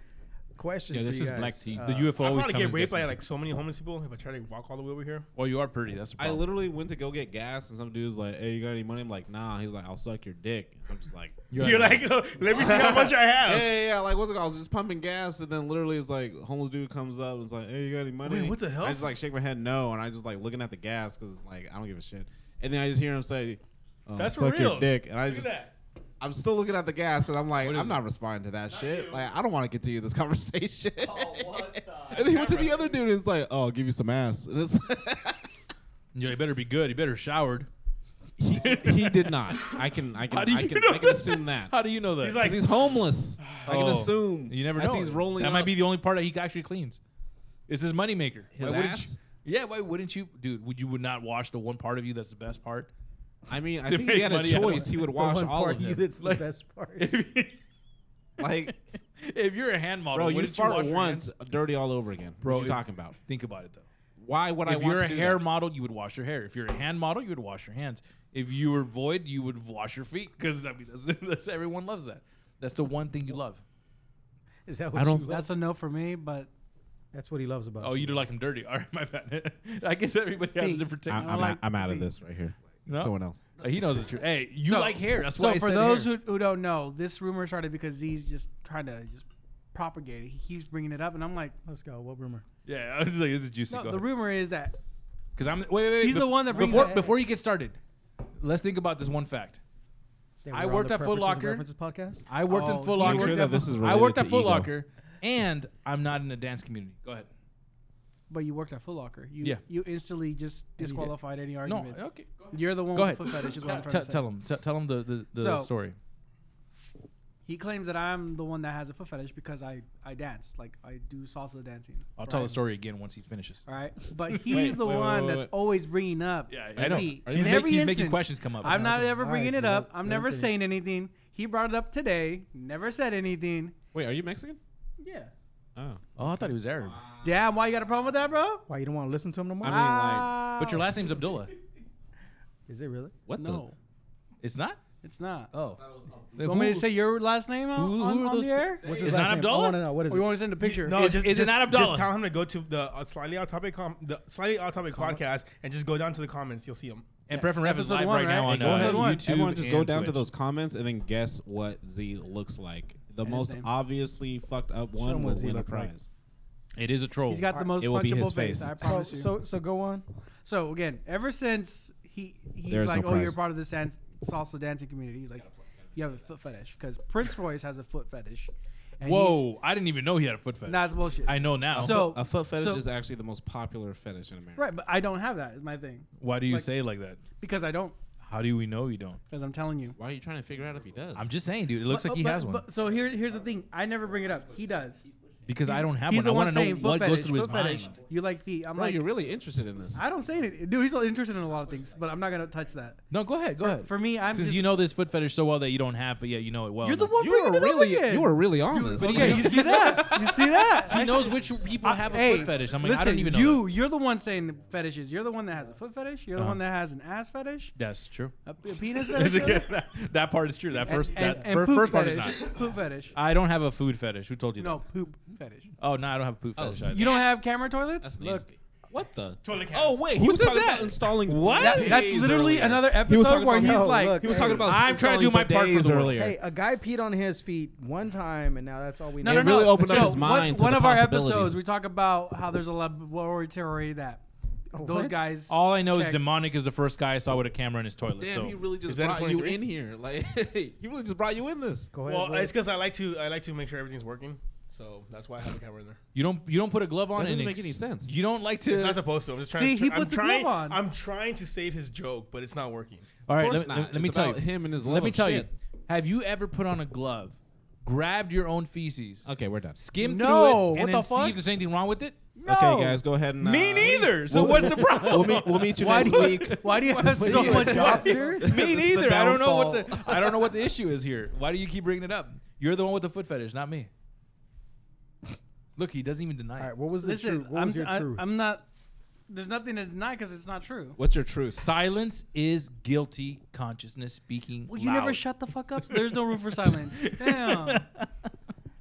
[SPEAKER 3] Question.
[SPEAKER 6] Yeah,
[SPEAKER 3] for
[SPEAKER 6] this
[SPEAKER 3] you
[SPEAKER 6] is
[SPEAKER 3] guys.
[SPEAKER 6] black tea.
[SPEAKER 3] Uh,
[SPEAKER 6] The UFO
[SPEAKER 1] I
[SPEAKER 6] always
[SPEAKER 1] probably
[SPEAKER 6] comes
[SPEAKER 1] get
[SPEAKER 6] as
[SPEAKER 1] raped by
[SPEAKER 6] guest.
[SPEAKER 1] like so many homeless people if I try to walk all the way over here.
[SPEAKER 6] Well, you are pretty. That's the
[SPEAKER 2] I
[SPEAKER 6] problem.
[SPEAKER 2] literally went to go get gas, and some dude's like, "Hey, you got any money?" I'm like, "Nah." He's like, "I'll suck your dick." I'm just like,
[SPEAKER 6] You're
[SPEAKER 1] You're like, "Oh, let me see how much I have.
[SPEAKER 2] Yeah, yeah, yeah. Like, what's it called? I was just pumping gas, and then literally, it's like homeless dude comes up and it's like, "Hey, you got any money?"
[SPEAKER 1] Wait, what the hell?
[SPEAKER 2] I just like shake my head no, and I just like looking at the gas because like I don't give a shit. And then I just hear him say, um,
[SPEAKER 1] That's for
[SPEAKER 2] "Suck your
[SPEAKER 1] reals.
[SPEAKER 2] dick," and I
[SPEAKER 1] Look at
[SPEAKER 2] just.
[SPEAKER 1] that.
[SPEAKER 2] I'm still looking at the gas because I'm like,
[SPEAKER 1] What is
[SPEAKER 2] I'm not responding to that shit. Like, I don't want to continue this conversation. and then he went to the
[SPEAKER 1] Camera.
[SPEAKER 2] other dude and it's like, "Oh, I'll give you some ass." And it's
[SPEAKER 6] Yeah, you better be good. You better showered.
[SPEAKER 2] he, he did not. I can I can
[SPEAKER 6] How do you
[SPEAKER 2] I can,
[SPEAKER 6] know
[SPEAKER 2] I can assume that.
[SPEAKER 6] How do you know that?
[SPEAKER 2] He's like he's homeless. I can
[SPEAKER 6] Oh,
[SPEAKER 2] assume.
[SPEAKER 6] You never
[SPEAKER 2] as
[SPEAKER 6] know.
[SPEAKER 2] He's rolling.
[SPEAKER 6] That might
[SPEAKER 2] up-
[SPEAKER 6] be the only part that he actually cleans. It's his moneymaker.
[SPEAKER 2] His
[SPEAKER 6] wouldn't
[SPEAKER 2] ass?
[SPEAKER 6] You, yeah. Why wouldn't you, dude? Would you would not wash the one part of you that's the best part?
[SPEAKER 2] I mean, I
[SPEAKER 6] to
[SPEAKER 2] think if he
[SPEAKER 6] make
[SPEAKER 2] had a
[SPEAKER 6] money out of
[SPEAKER 2] choice.
[SPEAKER 6] it.
[SPEAKER 2] He would
[SPEAKER 6] The
[SPEAKER 2] wash
[SPEAKER 6] one
[SPEAKER 2] all
[SPEAKER 6] part
[SPEAKER 2] of
[SPEAKER 6] you
[SPEAKER 2] them.
[SPEAKER 6] that's
[SPEAKER 3] the best part.
[SPEAKER 2] like,
[SPEAKER 6] if you're a hand model,
[SPEAKER 2] bro, you
[SPEAKER 6] wouldn't you
[SPEAKER 2] fart
[SPEAKER 6] wash your
[SPEAKER 2] once,
[SPEAKER 6] hands?
[SPEAKER 2] dirty all over again.
[SPEAKER 6] Bro,
[SPEAKER 2] what you
[SPEAKER 6] if-
[SPEAKER 2] talking about?
[SPEAKER 6] Think about it though.
[SPEAKER 2] Why would I
[SPEAKER 6] if you're
[SPEAKER 2] want
[SPEAKER 6] a
[SPEAKER 2] to do
[SPEAKER 6] hair
[SPEAKER 2] that?
[SPEAKER 6] model, you would wash your hair. If you're a hand model, you would wash your hands. If you were void, you would wash your feet because I mean, that's, that's everyone loves that. That's the one thing you love.
[SPEAKER 3] Is that
[SPEAKER 2] what
[SPEAKER 3] I don't.
[SPEAKER 2] you-
[SPEAKER 5] That's a no for me, but
[SPEAKER 3] That's what he loves about.
[SPEAKER 6] Oh, you do like them dirty. All right, my bad. I guess everybody has a
[SPEAKER 5] Feet.
[SPEAKER 6] different
[SPEAKER 2] I,
[SPEAKER 6] taste.
[SPEAKER 2] I'm, out, I'm out of this right here.
[SPEAKER 6] No?
[SPEAKER 2] Someone else.
[SPEAKER 6] Uh, He knows the truth. Hey, you
[SPEAKER 5] So-
[SPEAKER 6] like hair. That's
[SPEAKER 5] so
[SPEAKER 6] why I
[SPEAKER 5] for
[SPEAKER 6] said
[SPEAKER 5] those
[SPEAKER 6] hair.
[SPEAKER 5] Who, who don't know, this rumor started because Z's just trying to just propagate it. He keeps bringing it up, and I'm like,
[SPEAKER 3] let's go. What rumor?
[SPEAKER 6] Yeah, I was like, this is juicy.
[SPEAKER 5] No,
[SPEAKER 6] Go
[SPEAKER 5] the
[SPEAKER 6] ahead.
[SPEAKER 5] rumor is that
[SPEAKER 6] Because I'm wait, wait, wait.
[SPEAKER 5] He's the
[SPEAKER 6] bef-
[SPEAKER 5] one that brings
[SPEAKER 6] before
[SPEAKER 5] it.
[SPEAKER 6] before you get started. Let's think about this one fact.
[SPEAKER 3] They
[SPEAKER 6] I
[SPEAKER 3] were on
[SPEAKER 6] worked
[SPEAKER 3] the
[SPEAKER 6] at Foot
[SPEAKER 3] Preferences and
[SPEAKER 6] Locker.
[SPEAKER 3] References podcast?
[SPEAKER 6] I worked
[SPEAKER 3] Oh,
[SPEAKER 6] in Foot
[SPEAKER 3] you
[SPEAKER 6] Locker.
[SPEAKER 3] worked Make sure at that
[SPEAKER 2] this is
[SPEAKER 6] I
[SPEAKER 2] related
[SPEAKER 6] worked at
[SPEAKER 2] to
[SPEAKER 6] Foot
[SPEAKER 2] ego.
[SPEAKER 6] Locker, and I'm not in the dance community. Go ahead.
[SPEAKER 5] But you worked at Foot Locker. You,
[SPEAKER 6] Yeah.
[SPEAKER 5] You instantly just
[SPEAKER 6] did.
[SPEAKER 5] disqualified any argument.
[SPEAKER 6] okay,
[SPEAKER 5] You're the one
[SPEAKER 6] Go
[SPEAKER 5] with
[SPEAKER 6] ahead.
[SPEAKER 5] foot fetish. Is what I'm trying
[SPEAKER 6] Tell-
[SPEAKER 5] to say.
[SPEAKER 6] tell him. Tell- tell him the- the- the
[SPEAKER 5] So,
[SPEAKER 6] story.
[SPEAKER 5] He claims that I'm the one that has a foot fetish because I, I dance. Like, I do salsa dancing.
[SPEAKER 6] I'll tell the
[SPEAKER 5] Right.
[SPEAKER 6] story again once he finishes.
[SPEAKER 5] All right. But he's
[SPEAKER 6] Wait,
[SPEAKER 5] the
[SPEAKER 6] wait, wait,
[SPEAKER 5] one
[SPEAKER 6] wait,
[SPEAKER 5] that's
[SPEAKER 6] wait.
[SPEAKER 5] always bringing up.
[SPEAKER 6] Yeah, I
[SPEAKER 5] the
[SPEAKER 6] know.
[SPEAKER 5] beat.
[SPEAKER 6] He's
[SPEAKER 5] In
[SPEAKER 6] ma-
[SPEAKER 5] every
[SPEAKER 6] he's making
[SPEAKER 5] instance.
[SPEAKER 6] questions come up.
[SPEAKER 5] I'm not
[SPEAKER 6] Okay.
[SPEAKER 5] ever
[SPEAKER 6] All
[SPEAKER 5] bringing
[SPEAKER 6] right,
[SPEAKER 5] it
[SPEAKER 6] so
[SPEAKER 5] up.
[SPEAKER 6] let-
[SPEAKER 5] I'm
[SPEAKER 6] let
[SPEAKER 5] never
[SPEAKER 6] him finish.
[SPEAKER 5] saying anything. He brought it up today. Never said anything.
[SPEAKER 2] Wait, are you Mexican?
[SPEAKER 5] Yeah.
[SPEAKER 2] Oh.
[SPEAKER 6] Oh, I thought he was Arab.
[SPEAKER 5] Damn, why you got a problem with that, bro?
[SPEAKER 3] Why you don't want to listen to him no more?
[SPEAKER 2] I mean, like,
[SPEAKER 6] But your last name's Abdullah.
[SPEAKER 3] is it really?
[SPEAKER 2] what?
[SPEAKER 5] No.
[SPEAKER 2] The?
[SPEAKER 6] It's not.
[SPEAKER 5] It's not.
[SPEAKER 6] Oh.
[SPEAKER 5] You want me to say your last name out
[SPEAKER 6] who-
[SPEAKER 5] on,
[SPEAKER 6] who are
[SPEAKER 5] on
[SPEAKER 6] those
[SPEAKER 5] the air?
[SPEAKER 6] pe- What's his It's last not name? Abdullah? I wanna know, what is
[SPEAKER 5] Or
[SPEAKER 6] it?
[SPEAKER 5] You want to send a picture?
[SPEAKER 6] no, Is- just- is it not Abdullah?
[SPEAKER 1] Just tell him to go to the uh, slightly off topic com- the slightly off topic podcast and just go down to the comments. You'll see him.
[SPEAKER 6] And Pref and Ref is Episode live one, right now right? on,
[SPEAKER 2] Go ahead,
[SPEAKER 6] uh,
[SPEAKER 2] everyone-
[SPEAKER 6] YouTube
[SPEAKER 2] Everyone just go
[SPEAKER 6] and
[SPEAKER 2] down to
[SPEAKER 6] Twitch.
[SPEAKER 2] those comments and then guess what Z looks like. The
[SPEAKER 6] And his
[SPEAKER 2] most
[SPEAKER 6] name.
[SPEAKER 2] obviously fucked up one
[SPEAKER 6] him
[SPEAKER 2] will
[SPEAKER 6] what Z
[SPEAKER 2] win a
[SPEAKER 6] looks like.
[SPEAKER 2] prize.
[SPEAKER 6] It is a troll.
[SPEAKER 5] He's got the most
[SPEAKER 2] It will be
[SPEAKER 5] punchable
[SPEAKER 2] his
[SPEAKER 5] face.
[SPEAKER 2] face.
[SPEAKER 5] I promise
[SPEAKER 15] So-
[SPEAKER 5] you.
[SPEAKER 15] so- so go on.
[SPEAKER 5] So again, ever since he he's
[SPEAKER 2] There is
[SPEAKER 5] like,
[SPEAKER 2] no
[SPEAKER 5] oh, you're
[SPEAKER 2] prize.
[SPEAKER 5] part of this dan- salsa dancing community. He's like, you have a foot fetish because Prince Royce has a foot fetish. and he-
[SPEAKER 6] Whoa! I didn't even know he had a foot fetish.
[SPEAKER 5] Nah, it's bullshit.
[SPEAKER 6] I know now.
[SPEAKER 2] A
[SPEAKER 5] So-
[SPEAKER 2] foot- a foot fetish
[SPEAKER 5] so-
[SPEAKER 2] is actually the most popular fetish in America.
[SPEAKER 5] right, but I don't have that. Is my thing
[SPEAKER 6] Why do you say it like that?
[SPEAKER 5] because I don't.
[SPEAKER 6] How do we know you don't?
[SPEAKER 5] Because I'm telling you.
[SPEAKER 2] Why are you trying to figure out if he does?
[SPEAKER 6] I'm just saying, dude. It looks
[SPEAKER 5] But-
[SPEAKER 6] like he
[SPEAKER 5] but-
[SPEAKER 6] has one
[SPEAKER 5] but- so here, here's the thing. I never bring it up. He does.
[SPEAKER 6] because I don't have
[SPEAKER 5] He's
[SPEAKER 6] one. I
[SPEAKER 5] the
[SPEAKER 6] want
[SPEAKER 5] one
[SPEAKER 6] to know
[SPEAKER 5] saying foot
[SPEAKER 6] what goes
[SPEAKER 5] fetish,
[SPEAKER 6] through his
[SPEAKER 5] foot fetish.
[SPEAKER 6] mind.
[SPEAKER 5] You like feet? I'm
[SPEAKER 2] Bro,
[SPEAKER 5] like,
[SPEAKER 2] you're really interested in this.
[SPEAKER 5] I don't say anything, dude. He's interested in a lot of things, but I'm not gonna touch that.
[SPEAKER 6] No, go ahead. Go
[SPEAKER 5] For-
[SPEAKER 6] ahead.
[SPEAKER 5] For me, I'm
[SPEAKER 6] Since
[SPEAKER 5] just,
[SPEAKER 6] you know this foot fetish so well that you don't have, but yet you know it well.
[SPEAKER 5] You're the one
[SPEAKER 2] You
[SPEAKER 5] bringing
[SPEAKER 2] were
[SPEAKER 5] it up
[SPEAKER 2] really,
[SPEAKER 5] again.
[SPEAKER 2] you were really on this.
[SPEAKER 5] But yeah, you see that? You see that?
[SPEAKER 6] He knows which people have a foot fetish. I'm like, I
[SPEAKER 5] listen,
[SPEAKER 6] don't even know
[SPEAKER 5] You, you're the one saying the fetishes. You're the one that has a foot fetish. You're the
[SPEAKER 6] Uh-huh.
[SPEAKER 5] one that has an ass fetish.
[SPEAKER 6] That's true.
[SPEAKER 5] A, a penis
[SPEAKER 6] That's
[SPEAKER 5] fetish.
[SPEAKER 6] okay. that part is true. That
[SPEAKER 5] And-
[SPEAKER 6] first,
[SPEAKER 5] and-
[SPEAKER 6] that
[SPEAKER 5] and
[SPEAKER 6] fir-
[SPEAKER 5] poop
[SPEAKER 6] first part is
[SPEAKER 5] fetish.
[SPEAKER 6] not.
[SPEAKER 5] Poop fetish.
[SPEAKER 6] I don't have a food fetish. Who told you
[SPEAKER 5] no poop fetish.
[SPEAKER 6] that? Oh no, I don't have a poop
[SPEAKER 5] Oh,
[SPEAKER 6] fetish.
[SPEAKER 5] so
[SPEAKER 6] either.
[SPEAKER 5] you don't have camera toilets?
[SPEAKER 6] That's
[SPEAKER 5] Look,
[SPEAKER 6] nasty.
[SPEAKER 2] What the?
[SPEAKER 1] Toilet
[SPEAKER 2] Oh wait, he
[SPEAKER 6] Who
[SPEAKER 2] was
[SPEAKER 6] said
[SPEAKER 2] talking about
[SPEAKER 6] that?
[SPEAKER 2] installing
[SPEAKER 6] What?
[SPEAKER 2] bidets
[SPEAKER 5] that's literally
[SPEAKER 2] earlier.
[SPEAKER 5] another
[SPEAKER 2] He was
[SPEAKER 5] episode
[SPEAKER 2] talking
[SPEAKER 5] where
[SPEAKER 2] about-
[SPEAKER 5] he's
[SPEAKER 15] No,
[SPEAKER 5] like,
[SPEAKER 15] look,
[SPEAKER 2] he was talking about
[SPEAKER 6] I'm trying to do my
[SPEAKER 2] installing
[SPEAKER 6] part for
[SPEAKER 2] bidets
[SPEAKER 6] the world.
[SPEAKER 2] earlier.
[SPEAKER 15] Hey, a guy peed on his feet one time, and now that's all we
[SPEAKER 5] No,
[SPEAKER 15] know.
[SPEAKER 5] no,
[SPEAKER 2] It really
[SPEAKER 5] no.
[SPEAKER 2] opened up
[SPEAKER 5] Joe,
[SPEAKER 2] his mind
[SPEAKER 5] One,
[SPEAKER 2] to
[SPEAKER 5] one
[SPEAKER 2] the
[SPEAKER 5] of our
[SPEAKER 2] possibilities.
[SPEAKER 5] episodes, we talk about how there's a laboratory that those
[SPEAKER 15] what?
[SPEAKER 5] guys.
[SPEAKER 6] All I know
[SPEAKER 5] check-
[SPEAKER 6] is demonic is the first guy I saw with a camera in his toilet.
[SPEAKER 2] Damn,
[SPEAKER 6] so
[SPEAKER 2] he really just
[SPEAKER 1] Is that a
[SPEAKER 2] brought you
[SPEAKER 1] 23?
[SPEAKER 2] in here. Like he really just brought you in this.
[SPEAKER 15] Go ahead.
[SPEAKER 1] Well,
[SPEAKER 15] Blake.
[SPEAKER 1] it's because I like to I like to make sure everything's working, so that's why I have a camera in there.
[SPEAKER 6] you don't you don't put a glove on.
[SPEAKER 2] That doesn't
[SPEAKER 6] and
[SPEAKER 2] make
[SPEAKER 6] ex-
[SPEAKER 2] any sense.
[SPEAKER 6] You don't like
[SPEAKER 1] It's not
[SPEAKER 6] to.
[SPEAKER 1] supposed to. I'm just trying.
[SPEAKER 5] See,
[SPEAKER 1] to
[SPEAKER 5] he
[SPEAKER 1] I'm
[SPEAKER 5] put the glove
[SPEAKER 1] trying,
[SPEAKER 5] on.
[SPEAKER 1] I'm trying to save his joke, but it's not working.
[SPEAKER 6] All right,
[SPEAKER 2] course
[SPEAKER 6] let, me-
[SPEAKER 2] not.
[SPEAKER 6] let, me- let me
[SPEAKER 2] It's
[SPEAKER 6] tell you.
[SPEAKER 2] about him and his
[SPEAKER 6] let
[SPEAKER 2] love
[SPEAKER 6] me
[SPEAKER 2] of
[SPEAKER 6] tell
[SPEAKER 2] shit.
[SPEAKER 6] you. Have you ever put on a glove, grabbed your own feces,
[SPEAKER 2] Okay, we're done.
[SPEAKER 6] skimmed
[SPEAKER 5] No,
[SPEAKER 6] through it,
[SPEAKER 5] what
[SPEAKER 6] and
[SPEAKER 5] the
[SPEAKER 6] then
[SPEAKER 5] fuck?
[SPEAKER 6] see if there's anything wrong with it?
[SPEAKER 5] No.
[SPEAKER 2] Okay, guys, go ahead and.
[SPEAKER 6] Me
[SPEAKER 2] uh,
[SPEAKER 6] neither. So
[SPEAKER 2] we'll-
[SPEAKER 6] what's the problem?
[SPEAKER 2] We'll meet. We'll meet you
[SPEAKER 6] Why
[SPEAKER 2] next
[SPEAKER 6] do you-
[SPEAKER 2] week.
[SPEAKER 5] Why do you have
[SPEAKER 2] What
[SPEAKER 5] so
[SPEAKER 2] are you, a
[SPEAKER 5] much?
[SPEAKER 2] doctor?
[SPEAKER 6] Me
[SPEAKER 2] This is the
[SPEAKER 6] neither. I don't know what the
[SPEAKER 2] downfall.
[SPEAKER 6] I don't know what the issue is here. Why do you keep bringing it up? You're the one with the foot fetish, not me. Look, he doesn't even deny
[SPEAKER 15] all right,
[SPEAKER 6] it.
[SPEAKER 15] what was the
[SPEAKER 5] Listen,
[SPEAKER 15] truth? What
[SPEAKER 5] I'm,
[SPEAKER 15] was your
[SPEAKER 5] I,
[SPEAKER 15] truth?
[SPEAKER 5] I'm not. There's nothing to deny because it's not true.
[SPEAKER 2] What's your truth?
[SPEAKER 6] Silence is guilty consciousness speaking.
[SPEAKER 5] Well, you never
[SPEAKER 6] loud.
[SPEAKER 5] shut the fuck up. So there's no room for silence. Damn.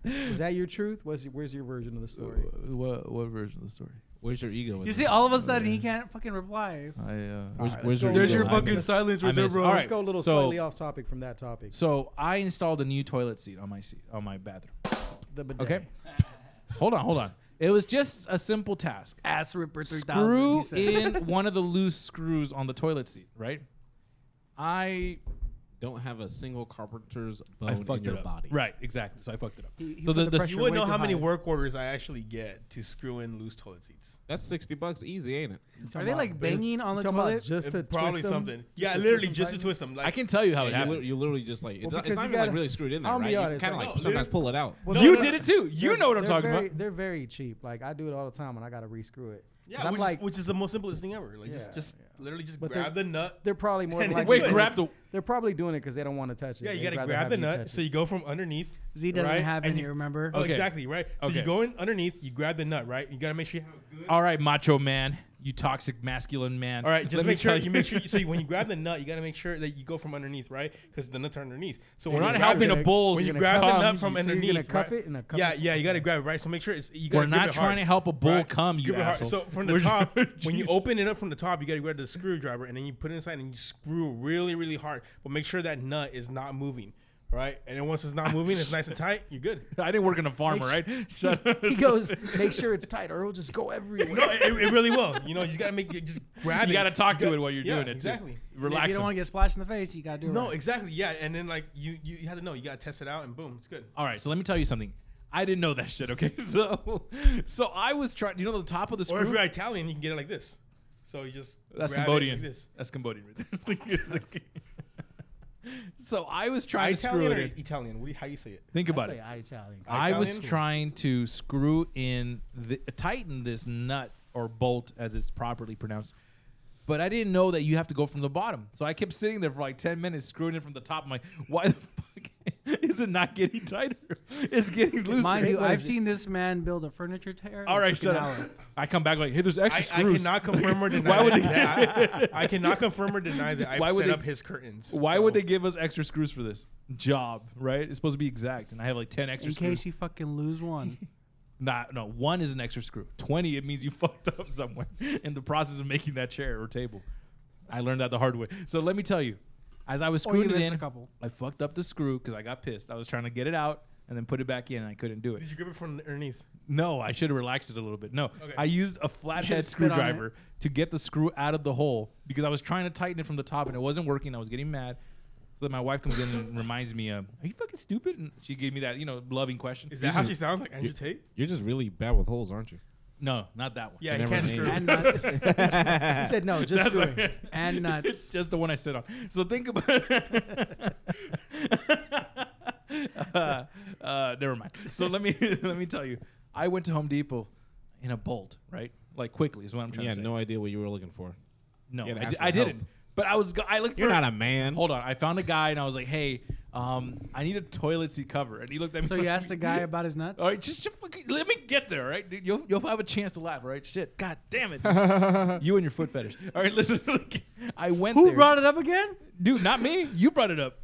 [SPEAKER 15] was that your truth? Was where's your version of the story?
[SPEAKER 6] What what version of the story?
[SPEAKER 2] Where's your ego? in
[SPEAKER 5] You
[SPEAKER 2] this?
[SPEAKER 5] see, all of a sudden he can't fucking reply.
[SPEAKER 6] I uh,
[SPEAKER 2] Where's,
[SPEAKER 15] right,
[SPEAKER 2] where's
[SPEAKER 15] let's
[SPEAKER 2] your
[SPEAKER 15] go. There's
[SPEAKER 2] ego
[SPEAKER 15] your
[SPEAKER 2] in this?
[SPEAKER 15] fucking
[SPEAKER 5] silence
[SPEAKER 6] I with it, missed it. bro. All
[SPEAKER 15] Let's
[SPEAKER 6] right,
[SPEAKER 15] go a little
[SPEAKER 6] so-
[SPEAKER 15] slightly off topic from that topic.
[SPEAKER 6] So I installed a new toilet seat on my seat on my bathroom.
[SPEAKER 15] The bidet.
[SPEAKER 6] Okay. hold on, hold on. It was just a simple task.
[SPEAKER 5] Ass Ripper 3000.
[SPEAKER 6] Screw
[SPEAKER 5] he said.
[SPEAKER 6] in one of the loose screws on the toilet seat, right? I
[SPEAKER 2] Don't have a single carpenter's
[SPEAKER 6] I
[SPEAKER 2] bone in
[SPEAKER 6] fucked
[SPEAKER 2] your
[SPEAKER 6] it up.
[SPEAKER 2] body.
[SPEAKER 6] Right, exactly. So I fucked it up.
[SPEAKER 5] He- he
[SPEAKER 6] so
[SPEAKER 5] put
[SPEAKER 6] the,
[SPEAKER 5] the
[SPEAKER 6] the
[SPEAKER 5] pressure
[SPEAKER 1] You
[SPEAKER 5] You're
[SPEAKER 1] wouldn't know
[SPEAKER 5] way too
[SPEAKER 1] how many
[SPEAKER 5] high.
[SPEAKER 1] work orders I actually get to screw in loose toilet seats.
[SPEAKER 2] That's sixty bucks easy, ain't it?
[SPEAKER 5] Are they like banging on the
[SPEAKER 15] Talking about
[SPEAKER 5] toilet?
[SPEAKER 15] just to
[SPEAKER 1] It- probably
[SPEAKER 15] twist 'em?
[SPEAKER 1] something. Yeah,
[SPEAKER 15] to
[SPEAKER 1] literally
[SPEAKER 15] twist 'em
[SPEAKER 1] just to
[SPEAKER 15] tight?
[SPEAKER 1] twist them. Like
[SPEAKER 6] I can tell you how
[SPEAKER 2] Yeah, Oh,
[SPEAKER 6] it
[SPEAKER 2] you,
[SPEAKER 6] happened.
[SPEAKER 2] lit- you literally just like it's,
[SPEAKER 15] Well,
[SPEAKER 2] not, it's
[SPEAKER 15] because
[SPEAKER 2] not
[SPEAKER 15] you
[SPEAKER 2] even like
[SPEAKER 15] gotta-
[SPEAKER 2] really screwed in there,
[SPEAKER 15] I'll be
[SPEAKER 2] right? you
[SPEAKER 15] honest,
[SPEAKER 2] kind of
[SPEAKER 15] like-
[SPEAKER 2] like sometimes pull it out.
[SPEAKER 15] Well,
[SPEAKER 6] you
[SPEAKER 15] they're-
[SPEAKER 6] did it too. You
[SPEAKER 15] they're-
[SPEAKER 6] know what I'm
[SPEAKER 15] they're
[SPEAKER 6] talking
[SPEAKER 15] very,
[SPEAKER 6] about.
[SPEAKER 15] They're very cheap. Like I do it all the time, and I gotta rescrew it. 'Cause
[SPEAKER 1] yeah,
[SPEAKER 15] I'm
[SPEAKER 1] which,
[SPEAKER 15] like,
[SPEAKER 1] is, which is the most simplest thing ever. Like just,
[SPEAKER 15] Yeah,
[SPEAKER 1] just literally just
[SPEAKER 15] But
[SPEAKER 1] grab the nut.
[SPEAKER 15] they're probably more.
[SPEAKER 1] And
[SPEAKER 15] than
[SPEAKER 1] then
[SPEAKER 15] likely
[SPEAKER 6] Wait,
[SPEAKER 15] doing
[SPEAKER 6] grab
[SPEAKER 15] it.
[SPEAKER 6] the.
[SPEAKER 15] They're probably doing it because they don't want to touch it.
[SPEAKER 1] Yeah, you
[SPEAKER 15] They'd
[SPEAKER 1] gotta
[SPEAKER 15] rather
[SPEAKER 1] grab
[SPEAKER 15] have
[SPEAKER 1] the
[SPEAKER 15] you
[SPEAKER 1] nut.
[SPEAKER 15] touch
[SPEAKER 1] So
[SPEAKER 15] it.
[SPEAKER 1] you go from underneath.
[SPEAKER 5] Z doesn't
[SPEAKER 1] right?
[SPEAKER 5] have
[SPEAKER 1] And
[SPEAKER 5] any,
[SPEAKER 1] you-
[SPEAKER 5] remember?
[SPEAKER 1] Oh,
[SPEAKER 6] Okay.
[SPEAKER 1] exactly right. So
[SPEAKER 6] Okay.
[SPEAKER 1] you go in underneath, you grab the nut, right? You gotta make sure you have a good.
[SPEAKER 6] All right, macho man, you toxic masculine man.
[SPEAKER 1] All right, just
[SPEAKER 6] Let me
[SPEAKER 1] make sure
[SPEAKER 6] tell
[SPEAKER 1] you make sure. You, so you, when you grab the nut, you gotta make sure that you go from underneath, right? Because the nuts are underneath. So
[SPEAKER 6] We're
[SPEAKER 1] when you
[SPEAKER 6] not
[SPEAKER 1] grab
[SPEAKER 6] helping
[SPEAKER 1] it-
[SPEAKER 6] a bull.
[SPEAKER 1] When you
[SPEAKER 15] gonna
[SPEAKER 1] grab the
[SPEAKER 15] cuff-
[SPEAKER 1] nut from
[SPEAKER 15] so you're gonna
[SPEAKER 1] underneath,
[SPEAKER 15] cuff
[SPEAKER 1] right?
[SPEAKER 15] it and then cuff
[SPEAKER 1] yeah,
[SPEAKER 15] it
[SPEAKER 1] yeah,
[SPEAKER 15] from
[SPEAKER 1] you gotta
[SPEAKER 15] there.
[SPEAKER 1] grab it right. So make sure it's. You gotta
[SPEAKER 6] We're
[SPEAKER 1] grip
[SPEAKER 6] not
[SPEAKER 1] it
[SPEAKER 6] trying
[SPEAKER 1] hard.
[SPEAKER 6] to help a bull
[SPEAKER 1] Right.
[SPEAKER 6] come, you
[SPEAKER 1] Grip it hard.
[SPEAKER 6] asshole.
[SPEAKER 1] So from the
[SPEAKER 6] We're-
[SPEAKER 1] top, when you
[SPEAKER 6] Jeez.
[SPEAKER 1] open it up from the top, you gotta grab the screwdriver and then you put it inside and you screw really, really hard. But make sure that nut is not moving, right? And then once it's not moving, it's nice and tight. You're good.
[SPEAKER 6] I didn't work in a farmer, right? Shut up.
[SPEAKER 15] He goes, make sure it's tight, or it'll just go everywhere.
[SPEAKER 1] No, it, it really will. You know, you just gotta make you just grab
[SPEAKER 6] You
[SPEAKER 1] it.
[SPEAKER 6] got to talk to
[SPEAKER 1] got-
[SPEAKER 6] it while you're
[SPEAKER 1] yeah,
[SPEAKER 6] doing it. too.
[SPEAKER 1] Exactly.
[SPEAKER 5] And
[SPEAKER 6] Relax.
[SPEAKER 5] If you don't
[SPEAKER 6] him.
[SPEAKER 5] want to get splashed in the face, you gotta do it.
[SPEAKER 1] No,
[SPEAKER 5] right.
[SPEAKER 1] exactly. Yeah, and then like you, you you had to know. You gotta test it out, and boom, it's good.
[SPEAKER 6] All right, so let me tell you something. I didn't know that shit. Okay, so so I was trying. You know the top of the screw.
[SPEAKER 1] Or if you're Italian, you can get it like this. So you just
[SPEAKER 6] That's
[SPEAKER 1] grab it
[SPEAKER 6] Cambodian.
[SPEAKER 1] Like this.
[SPEAKER 6] That's Cambodian. right there. so I was trying to screw
[SPEAKER 1] Italian
[SPEAKER 6] it.
[SPEAKER 1] or
[SPEAKER 6] in.
[SPEAKER 1] Italian? What do you, how you say it?
[SPEAKER 6] Think about
[SPEAKER 15] I
[SPEAKER 6] it.
[SPEAKER 15] say Italian.
[SPEAKER 6] I was
[SPEAKER 1] Italian?
[SPEAKER 6] trying to screw in, the, tighten this nut or bolt as it's properly pronounced, but I didn't know that you have to go from the bottom. So I kept sitting there for like ten minutes screwing it from the top. I'm like, why the fuck? is it not getting tighter? It's getting looser.
[SPEAKER 5] Mind you, I've seen this man build a furniture tear.
[SPEAKER 6] All right,
[SPEAKER 5] so
[SPEAKER 6] shut up. I come back like, hey, there's extra
[SPEAKER 1] I, I
[SPEAKER 6] screws.
[SPEAKER 1] cannot confirm or deny.
[SPEAKER 6] Why would they?
[SPEAKER 1] that. I, I cannot confirm or deny that I've
[SPEAKER 6] Why would
[SPEAKER 1] set
[SPEAKER 6] they-
[SPEAKER 1] up his curtains.
[SPEAKER 6] Why would they give us extra screws for this job? Right? It's supposed to be exact, and I have like ten extra
[SPEAKER 5] In
[SPEAKER 6] screws.
[SPEAKER 5] case you fucking lose one.
[SPEAKER 6] Nah, no, one is an extra screw. Twenty, it means you fucked up somewhere in the process of making that chair or table. I learned that the hard way. So let me tell you, as I was
[SPEAKER 5] Or you
[SPEAKER 6] screwing it
[SPEAKER 5] missed
[SPEAKER 6] in,
[SPEAKER 5] a couple.
[SPEAKER 6] I fucked up the screw because I got pissed. I was trying to get it out and then put it back in, and I couldn't do it.
[SPEAKER 1] Did you grip it from underneath?
[SPEAKER 6] No, I should have relaxed it a little bit. No,
[SPEAKER 1] Okay.
[SPEAKER 6] I used a
[SPEAKER 1] You
[SPEAKER 6] flathead
[SPEAKER 1] should've spit on it.
[SPEAKER 6] screwdriver to get the screw out of the hole because I was trying to tighten it from the top and it wasn't working. I was getting mad. So then my wife comes in and reminds me, um, "Are you fucking stupid?" And she gave me that, you know, loving question.
[SPEAKER 1] Is that how she sounds like Andrew Tate?
[SPEAKER 2] You're just really bad with holes, aren't you?
[SPEAKER 6] No, not that one.
[SPEAKER 1] Yeah, he can't screw.
[SPEAKER 5] And nuts. He said no, just
[SPEAKER 6] That's
[SPEAKER 5] screw
[SPEAKER 6] what-
[SPEAKER 5] it. And nuts.
[SPEAKER 6] just the one I sit on. So think about. uh, uh, never mind. So let me let me tell you. I went to Home Depot in a bolt, right? Like quickly is what I'm
[SPEAKER 2] You
[SPEAKER 6] trying to
[SPEAKER 2] had
[SPEAKER 6] say.
[SPEAKER 2] no idea what you were looking for.
[SPEAKER 6] No,
[SPEAKER 2] You had to
[SPEAKER 6] I,
[SPEAKER 2] ask
[SPEAKER 6] di-
[SPEAKER 2] for
[SPEAKER 6] I
[SPEAKER 2] help.
[SPEAKER 6] didn't. But I was. Go- I looked.
[SPEAKER 2] You're
[SPEAKER 6] for-
[SPEAKER 2] not a man.
[SPEAKER 6] Hold on. I found a guy and I was like, "Hey, um, I need a toilet seat cover." And he looked at me.
[SPEAKER 5] So you asked a guy about his nuts?
[SPEAKER 6] All right, just, just fucking, let me get there. All right, Dude, you'll you'll have a chance to laugh. All right, shit. God damn it. you and your foot fetish. All right, listen. look, I went.
[SPEAKER 5] Who
[SPEAKER 6] there.
[SPEAKER 5] brought it up again?
[SPEAKER 6] Dude, not me. You brought it up.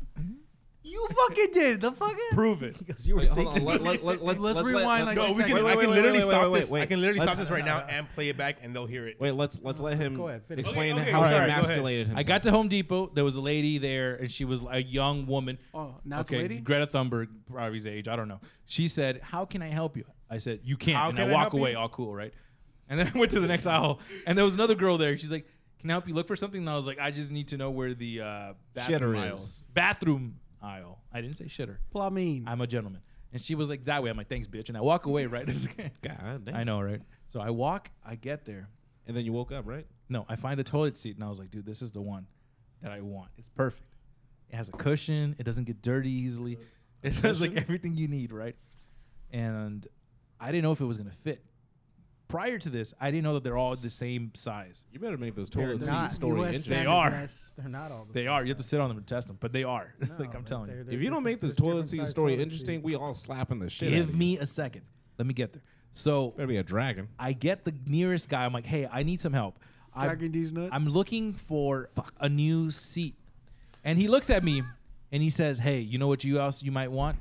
[SPEAKER 5] You fucking did. The fucking.
[SPEAKER 6] Prove it.
[SPEAKER 5] you
[SPEAKER 2] Wait, hold on. Let, let, let, let,
[SPEAKER 5] Let's rewind like
[SPEAKER 1] No,
[SPEAKER 5] two
[SPEAKER 1] we can.
[SPEAKER 5] seconds.
[SPEAKER 1] I
[SPEAKER 2] Wait,
[SPEAKER 1] can
[SPEAKER 2] wait,
[SPEAKER 1] literally
[SPEAKER 2] wait, wait,
[SPEAKER 1] stop
[SPEAKER 2] wait,
[SPEAKER 1] this. I
[SPEAKER 2] wait.
[SPEAKER 1] can literally
[SPEAKER 2] Let's-
[SPEAKER 1] stop
[SPEAKER 6] uh,
[SPEAKER 1] this right now and play it back, and they'll hear it.
[SPEAKER 2] Wait, let's let's let him
[SPEAKER 15] go ahead, finish.
[SPEAKER 2] explain
[SPEAKER 1] Okay, okay,
[SPEAKER 2] how
[SPEAKER 1] I'm
[SPEAKER 2] he
[SPEAKER 1] sorry, go ahead.
[SPEAKER 2] emasculated himself.
[SPEAKER 6] I got to Home Depot. There was a lady there, and she was a young woman.
[SPEAKER 5] Oh, now it's a lady?
[SPEAKER 6] Greta Thunberg, probably his age. I don't know. She said, "How can I help you?" I said, "You can't."
[SPEAKER 1] How
[SPEAKER 6] and
[SPEAKER 1] can
[SPEAKER 6] I
[SPEAKER 1] I
[SPEAKER 6] walk
[SPEAKER 1] help you?
[SPEAKER 6] away, all cool, right? And then I went to the next aisle, and there was another girl there. She's like, "Can I help you look for something?" And I was like, "I just need to know where the uh, bathroom
[SPEAKER 2] Shitter
[SPEAKER 6] aisle
[SPEAKER 2] is.
[SPEAKER 6] is. Bathroom aisle. I didn't say shitter.
[SPEAKER 5] Plumbing.
[SPEAKER 6] I'm a gentleman." And she was like, "That way." I'm like, "Thanks, bitch." And I walk away, right?
[SPEAKER 2] God damn.
[SPEAKER 6] I know, right? So I walk. I get there.
[SPEAKER 2] And then you woke up, right?
[SPEAKER 6] No, I find the toilet seat and I was like, dude, this is the one that I want. It's perfect. It has a cushion. It doesn't get dirty easily. It has like everything you need, right? And I didn't know if it was gonna fit. Prior to this, I didn't know that they're all the same size.
[SPEAKER 2] You better make those
[SPEAKER 6] They're
[SPEAKER 2] toilet
[SPEAKER 6] not
[SPEAKER 2] seat story
[SPEAKER 5] US
[SPEAKER 2] interesting.
[SPEAKER 6] They
[SPEAKER 5] standard
[SPEAKER 6] are.
[SPEAKER 5] mess.
[SPEAKER 15] They're not all the
[SPEAKER 6] They
[SPEAKER 15] same
[SPEAKER 6] are. You have to sit on them and test them, but they are. like I'm telling you.
[SPEAKER 2] If you don't make this toilet seat story interesting, we all slapping the shit. out
[SPEAKER 6] Give
[SPEAKER 2] of you.
[SPEAKER 6] me a second. Let me get there. So
[SPEAKER 2] Better be a dragon.
[SPEAKER 6] I get the nearest guy. I'm like, hey, I need some help. I-
[SPEAKER 5] Dragging these nuts?
[SPEAKER 6] I'm looking for a new seat. And he looks at me and he says, Hey, you know what you else you might want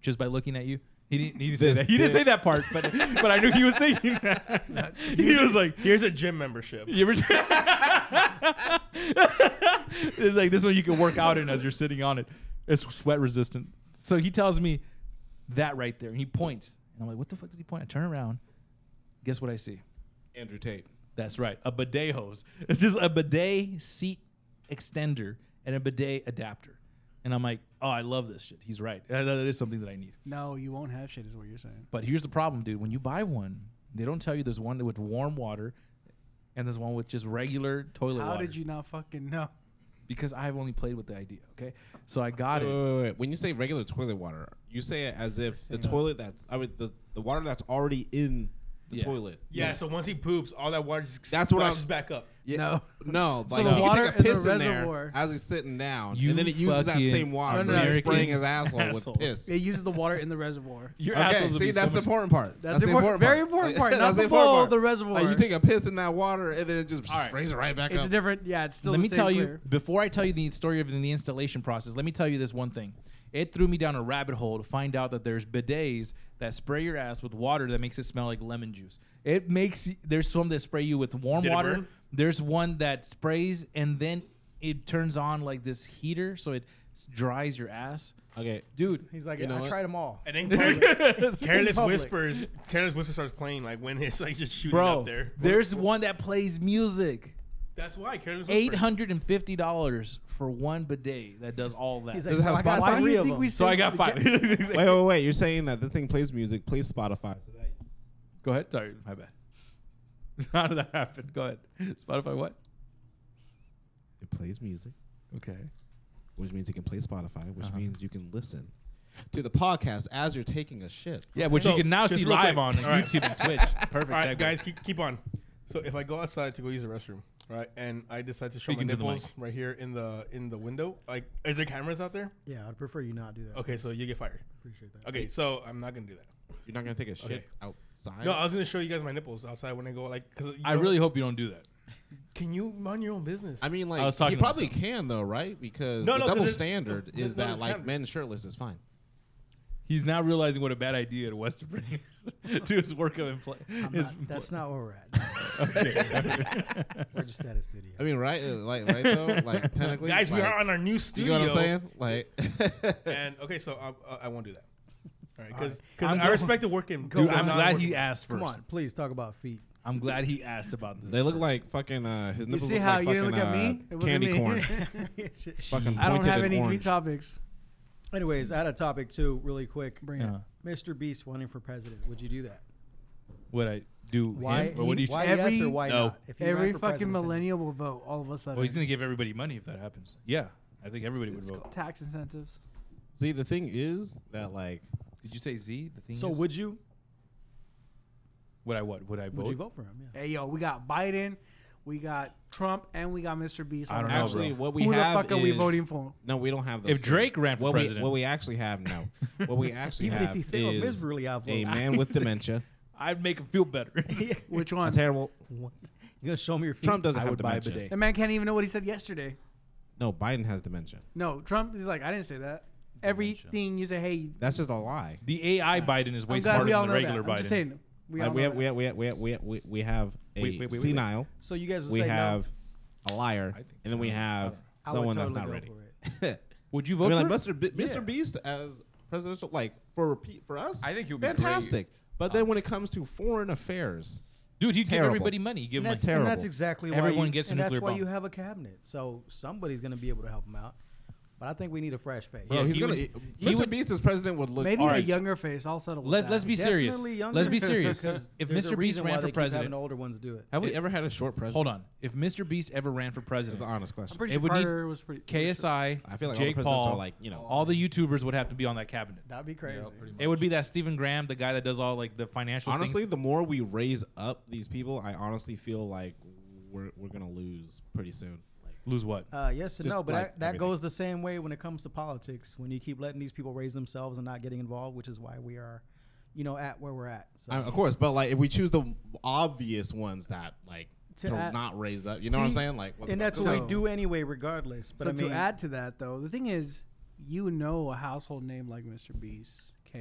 [SPEAKER 6] just by looking at you? He didn't, he didn't say
[SPEAKER 2] This
[SPEAKER 6] that. He didn't
[SPEAKER 2] dick.
[SPEAKER 6] say that part, but but I knew he was thinking that. he was like,
[SPEAKER 1] Here's a gym membership.
[SPEAKER 6] you ever It's like this one you can work out in as you're sitting on it. It's sweat resistant. So he tells me that right there. And he points. And I'm like, what the fuck did he point? I turn around. Guess what I see?
[SPEAKER 2] Andrew Tate.
[SPEAKER 6] That's right. A bidet hose. It's just a bidet seat extender and a bidet adapter. And I'm like, oh, I love this shit. He's right. That that is something that I need.
[SPEAKER 5] No, you won't have shit, is what you're saying.
[SPEAKER 6] But here's the problem, dude. When you buy one, they don't tell you there's one with warm water and there's one with just regular toilet
[SPEAKER 5] How
[SPEAKER 6] water.
[SPEAKER 5] did you not fucking know?
[SPEAKER 6] Because I've only played with the idea, okay? So I got
[SPEAKER 2] Wait,
[SPEAKER 6] it.
[SPEAKER 2] wait, wait, wait. When you say regular toilet water, you say it as if the toilet that's I mean the, the water that's already in the
[SPEAKER 6] Yeah.
[SPEAKER 2] toilet.
[SPEAKER 1] Yeah, So once he poops, all that water just
[SPEAKER 2] That's what I'm-
[SPEAKER 1] splashes back up.
[SPEAKER 2] Yeah.
[SPEAKER 5] No.
[SPEAKER 2] No, like
[SPEAKER 5] the
[SPEAKER 2] he can
[SPEAKER 5] water
[SPEAKER 2] take
[SPEAKER 5] is
[SPEAKER 2] a
[SPEAKER 5] a
[SPEAKER 2] piss in
[SPEAKER 5] reservoir.
[SPEAKER 2] there as he's sitting down,
[SPEAKER 6] You
[SPEAKER 2] and then it uses that
[SPEAKER 6] fucking
[SPEAKER 2] same water. So he's
[SPEAKER 6] American
[SPEAKER 2] spraying his asshole
[SPEAKER 6] assholes.
[SPEAKER 2] with piss.
[SPEAKER 5] It uses the water in the reservoir.
[SPEAKER 6] Your
[SPEAKER 2] Okay,
[SPEAKER 6] assholes would
[SPEAKER 2] see,
[SPEAKER 6] be so
[SPEAKER 2] that's the
[SPEAKER 6] much-
[SPEAKER 2] important part.
[SPEAKER 5] That's the important- very important part, not the bowl, the reservoir.
[SPEAKER 2] Like you take a piss in that water, and then it just
[SPEAKER 6] All right.
[SPEAKER 2] sprays it right back
[SPEAKER 5] It's
[SPEAKER 2] up.
[SPEAKER 5] different. Yeah, it's still.
[SPEAKER 6] let
[SPEAKER 5] the
[SPEAKER 6] me
[SPEAKER 5] same
[SPEAKER 6] tell you
[SPEAKER 5] clear.
[SPEAKER 6] before I tell you the story of the installation process. Let me tell you this one thing. It threw me down a rabbit hole to find out that there's bidets that spray your ass with water that makes it smell like lemon juice. It makes y- there's some that spray you with warm
[SPEAKER 1] Did it
[SPEAKER 6] water.
[SPEAKER 1] burn?
[SPEAKER 6] There's one that sprays and then it turns on like this heater so it s- dries your ass.
[SPEAKER 2] Okay,
[SPEAKER 6] Dude,
[SPEAKER 15] He's like,
[SPEAKER 2] You know
[SPEAKER 15] I
[SPEAKER 2] what?
[SPEAKER 15] tried them all.
[SPEAKER 1] And then careless, careless
[SPEAKER 15] public.
[SPEAKER 1] whispers, careless whisper starts playing like when it's like just shooting
[SPEAKER 6] bro,
[SPEAKER 1] up there.
[SPEAKER 6] there's one that plays music.
[SPEAKER 1] That's why careless whisper.
[SPEAKER 6] Eight hundred and fifty dollars for one bidet that does all that.
[SPEAKER 15] He's
[SPEAKER 2] Does it
[SPEAKER 15] so
[SPEAKER 2] have
[SPEAKER 15] I got
[SPEAKER 2] Spotify?
[SPEAKER 15] three
[SPEAKER 5] you
[SPEAKER 15] of
[SPEAKER 5] think
[SPEAKER 15] them.
[SPEAKER 5] we
[SPEAKER 6] so I
[SPEAKER 5] saved
[SPEAKER 6] got
[SPEAKER 5] the
[SPEAKER 6] five.
[SPEAKER 5] jet-
[SPEAKER 2] Wait, wait, wait. You're saying that the thing plays music, plays Spotify. So that
[SPEAKER 6] Go ahead. Sorry, my bad. How did that happen? Go ahead. Spotify what?
[SPEAKER 2] it plays music,
[SPEAKER 6] Okay.
[SPEAKER 2] which means you can play Spotify, which
[SPEAKER 6] Uh-huh.
[SPEAKER 2] means you can listen to the podcast as you're taking a shit.
[SPEAKER 6] Yeah, which
[SPEAKER 1] So,
[SPEAKER 6] you can now
[SPEAKER 1] just
[SPEAKER 6] see
[SPEAKER 1] real
[SPEAKER 6] live
[SPEAKER 1] quick.
[SPEAKER 6] on
[SPEAKER 1] All right.
[SPEAKER 6] YouTube and Twitch. Perfect
[SPEAKER 1] All right,
[SPEAKER 6] segue.
[SPEAKER 1] guys, keep, keep on. So if I go outside to go use the restroom, right? And I decided to show
[SPEAKER 6] Speaking
[SPEAKER 1] my
[SPEAKER 6] to the
[SPEAKER 1] nipples right here in the in the window. Like, is there cameras out there?
[SPEAKER 3] Yeah, I'd prefer you not do that.
[SPEAKER 1] Okay, so you get fired.
[SPEAKER 3] Appreciate that.
[SPEAKER 1] Okay, so I'm not gonna do that.
[SPEAKER 2] You're not gonna take a shit
[SPEAKER 1] Okay.
[SPEAKER 2] outside?
[SPEAKER 1] No, I was gonna show you guys my nipples outside when I go. Like, cause you
[SPEAKER 6] I
[SPEAKER 1] know-
[SPEAKER 6] really hope you don't do that.
[SPEAKER 1] Can you mind your own business?
[SPEAKER 2] I mean, like,
[SPEAKER 6] was
[SPEAKER 2] he
[SPEAKER 6] talking to
[SPEAKER 2] probably can though, right? Because
[SPEAKER 1] No,
[SPEAKER 2] the
[SPEAKER 1] no, 'cause
[SPEAKER 2] double
[SPEAKER 1] there's-
[SPEAKER 2] standard
[SPEAKER 1] no,
[SPEAKER 2] is
[SPEAKER 1] no,
[SPEAKER 2] that
[SPEAKER 1] there's
[SPEAKER 2] like
[SPEAKER 1] cameras.
[SPEAKER 2] men shirtless is fine.
[SPEAKER 6] He's now realizing what a bad idea it was to bring his, to his work of employ.
[SPEAKER 3] I'm
[SPEAKER 6] his-
[SPEAKER 3] not- that's not where we're at.
[SPEAKER 6] Okay.
[SPEAKER 3] we're just at a studio.
[SPEAKER 2] I mean, right? Uh, Like, right though? Like, technically,
[SPEAKER 1] guys, we
[SPEAKER 2] like-
[SPEAKER 1] are on our new
[SPEAKER 2] You
[SPEAKER 1] studio.
[SPEAKER 2] know what I'm saying? Like,
[SPEAKER 1] and okay, so I'm- uh, I won't do that. All right,
[SPEAKER 3] All right.
[SPEAKER 1] because I respect the working.
[SPEAKER 6] Dude, I'm glad he asked
[SPEAKER 3] Come
[SPEAKER 6] first.
[SPEAKER 3] on, please talk about feet.
[SPEAKER 6] I'm glad he asked about this.
[SPEAKER 2] They look
[SPEAKER 6] first.
[SPEAKER 2] like fucking uh, his
[SPEAKER 6] You
[SPEAKER 2] nipples
[SPEAKER 6] see
[SPEAKER 2] look
[SPEAKER 6] how
[SPEAKER 2] like
[SPEAKER 6] you didn't
[SPEAKER 2] fucking
[SPEAKER 6] look at
[SPEAKER 2] uh,
[SPEAKER 6] me? It wasn't
[SPEAKER 2] candy
[SPEAKER 6] me.
[SPEAKER 2] corn. fucking
[SPEAKER 5] I don't
[SPEAKER 2] pointed
[SPEAKER 5] have
[SPEAKER 2] and
[SPEAKER 5] any three
[SPEAKER 2] orange.
[SPEAKER 5] topics.
[SPEAKER 3] Anyways, I had a topic too, really quick.
[SPEAKER 5] Bring
[SPEAKER 6] it. Yeah.
[SPEAKER 3] Mr. Beast running for president. Would you do that?
[SPEAKER 6] What I do?
[SPEAKER 3] Why-
[SPEAKER 6] Him, or what do you?
[SPEAKER 3] why
[SPEAKER 6] choose?
[SPEAKER 3] yes or why
[SPEAKER 6] No.
[SPEAKER 3] not? If he ran
[SPEAKER 5] Every
[SPEAKER 3] for
[SPEAKER 5] fucking
[SPEAKER 3] president, I mean.
[SPEAKER 5] millennial will vote all of a sudden.
[SPEAKER 6] Well, he's gonna give everybody money if that happens. Yeah, I think everybody would vote.
[SPEAKER 5] tax incentives.
[SPEAKER 2] See, the thing is that like,
[SPEAKER 6] Did you say Z? The thing.
[SPEAKER 3] So
[SPEAKER 6] is,
[SPEAKER 3] would you?
[SPEAKER 6] would I what? Would I vote?
[SPEAKER 3] Would you vote for him? Yeah.
[SPEAKER 5] Hey, yo, we got Biden, we got Trump, and we got Mr. Beast.
[SPEAKER 6] I
[SPEAKER 5] on
[SPEAKER 6] don't
[SPEAKER 5] the
[SPEAKER 6] know,
[SPEAKER 5] ballot.
[SPEAKER 6] bro.
[SPEAKER 2] actually, what we
[SPEAKER 5] Who
[SPEAKER 2] have
[SPEAKER 5] the fuck are we
[SPEAKER 2] is-
[SPEAKER 5] voting for?
[SPEAKER 2] No, we don't have.
[SPEAKER 6] If
[SPEAKER 2] Those
[SPEAKER 6] Drake ran for
[SPEAKER 2] what
[SPEAKER 6] president.
[SPEAKER 2] we, what we actually have, no. what we actually
[SPEAKER 3] Even if
[SPEAKER 2] have
[SPEAKER 3] he failed
[SPEAKER 2] is
[SPEAKER 3] miserably, I'll
[SPEAKER 2] a
[SPEAKER 3] vote.
[SPEAKER 2] man with dementia.
[SPEAKER 6] I'd make him feel better.
[SPEAKER 5] Which
[SPEAKER 2] a
[SPEAKER 5] one?
[SPEAKER 2] terrible.
[SPEAKER 3] What? You gonna show me your feet?
[SPEAKER 2] Trump doesn't
[SPEAKER 6] I
[SPEAKER 2] have
[SPEAKER 6] would buy a
[SPEAKER 2] dementia.
[SPEAKER 5] That man can't even know what he said yesterday.
[SPEAKER 2] No, Biden has dementia.
[SPEAKER 5] No, Trump is like, I didn't say that. Everything you say, hey,
[SPEAKER 2] That's just a lie.
[SPEAKER 6] the AI Biden is way
[SPEAKER 5] I'm glad
[SPEAKER 6] smarter
[SPEAKER 5] we all
[SPEAKER 6] than the
[SPEAKER 5] know that.
[SPEAKER 6] regular
[SPEAKER 5] I'm
[SPEAKER 6] Biden.
[SPEAKER 5] just saying, we
[SPEAKER 2] Like,
[SPEAKER 5] all
[SPEAKER 2] we,
[SPEAKER 5] know
[SPEAKER 2] have, we have we have we have we have we- we have a
[SPEAKER 6] Wait, wait, wait, wait, wait.
[SPEAKER 2] senile.
[SPEAKER 3] So you guys would
[SPEAKER 2] we
[SPEAKER 3] say no?
[SPEAKER 2] have a liar, and
[SPEAKER 6] think
[SPEAKER 2] then we have
[SPEAKER 3] I would
[SPEAKER 2] someone that's
[SPEAKER 3] totally
[SPEAKER 2] not
[SPEAKER 3] go
[SPEAKER 2] ready.
[SPEAKER 6] Would you
[SPEAKER 2] I
[SPEAKER 6] vote
[SPEAKER 2] mean, like
[SPEAKER 6] for?
[SPEAKER 2] Mr. Be-
[SPEAKER 3] Yeah.
[SPEAKER 2] Mr. Beast as presidential, like for repeat for us.
[SPEAKER 16] I think he'll be great.
[SPEAKER 2] fantastic. But
[SPEAKER 6] Uh,
[SPEAKER 2] then when it comes to foreign affairs,
[SPEAKER 6] Dude, he'd give
[SPEAKER 2] Terrible.
[SPEAKER 6] everybody money. Give
[SPEAKER 3] And
[SPEAKER 6] him
[SPEAKER 3] that's,
[SPEAKER 6] like,
[SPEAKER 2] money.
[SPEAKER 3] and that's
[SPEAKER 2] Terrible.
[SPEAKER 3] exactly why
[SPEAKER 6] Everyone
[SPEAKER 3] you,
[SPEAKER 6] gets a
[SPEAKER 3] and that's
[SPEAKER 6] nuclear
[SPEAKER 3] why
[SPEAKER 6] bomb.
[SPEAKER 3] you have a cabinet. So somebody's gonna be able to help him out. But I think we need a fresh face.
[SPEAKER 2] bro, he's
[SPEAKER 6] he
[SPEAKER 2] gonna.
[SPEAKER 6] would-
[SPEAKER 2] he-
[SPEAKER 6] he
[SPEAKER 2] Mr.
[SPEAKER 6] would-
[SPEAKER 2] Beast as president would look.
[SPEAKER 5] Maybe
[SPEAKER 2] all
[SPEAKER 5] a
[SPEAKER 2] right.
[SPEAKER 5] younger face. I'll settle. with
[SPEAKER 6] Let's
[SPEAKER 5] that.
[SPEAKER 6] let's be serious.
[SPEAKER 3] Definitely younger,
[SPEAKER 6] Let's be serious.
[SPEAKER 3] 'cause
[SPEAKER 6] If
[SPEAKER 3] there's a
[SPEAKER 6] Mr. Beast
[SPEAKER 3] reason why
[SPEAKER 6] ran
[SPEAKER 3] they
[SPEAKER 6] for
[SPEAKER 3] keep having
[SPEAKER 6] president,
[SPEAKER 3] older ones do it.
[SPEAKER 2] Have we ever had a short president?
[SPEAKER 6] hold on. If Mr. Beast ever ran for
[SPEAKER 2] That's
[SPEAKER 6] president,
[SPEAKER 2] an honest
[SPEAKER 5] I'm
[SPEAKER 2] question.
[SPEAKER 5] pretty
[SPEAKER 6] It
[SPEAKER 5] sure
[SPEAKER 6] would need
[SPEAKER 5] Carter was pretty.
[SPEAKER 6] KSI,
[SPEAKER 2] I feel like all the
[SPEAKER 6] Jake
[SPEAKER 2] presidents
[SPEAKER 6] Paul,
[SPEAKER 2] are like, you know-
[SPEAKER 6] all the YouTubers would have to be on that cabinet.
[SPEAKER 3] That'd be crazy.
[SPEAKER 6] It would be that Stephen Graham, the guy that does all like the financial.
[SPEAKER 2] Honestly,
[SPEAKER 6] things.
[SPEAKER 2] the more we raise up these people, I honestly feel like we're we're gonna lose pretty soon. Like,
[SPEAKER 6] lose what?
[SPEAKER 3] Uh, yes and
[SPEAKER 2] Just
[SPEAKER 3] no, but
[SPEAKER 2] like
[SPEAKER 3] that, that
[SPEAKER 2] everything.
[SPEAKER 3] goes the same way when it comes to politics. When you keep letting these people raise themselves and not getting involved, which is why we are, you know, at where we're at. So
[SPEAKER 2] I, of course, but like if we choose the obvious ones that like
[SPEAKER 3] To
[SPEAKER 2] to,
[SPEAKER 3] add-
[SPEAKER 2] not raise up, you know what I'm
[SPEAKER 3] See,
[SPEAKER 2] saying? Like, what's
[SPEAKER 3] and
[SPEAKER 2] the-
[SPEAKER 3] that's
[SPEAKER 2] so-
[SPEAKER 3] what
[SPEAKER 5] So-
[SPEAKER 3] we do anyway, regardless. But
[SPEAKER 5] so
[SPEAKER 3] I mean,
[SPEAKER 5] to add to that, though, the thing is, you know, a household name like Mr. Beast,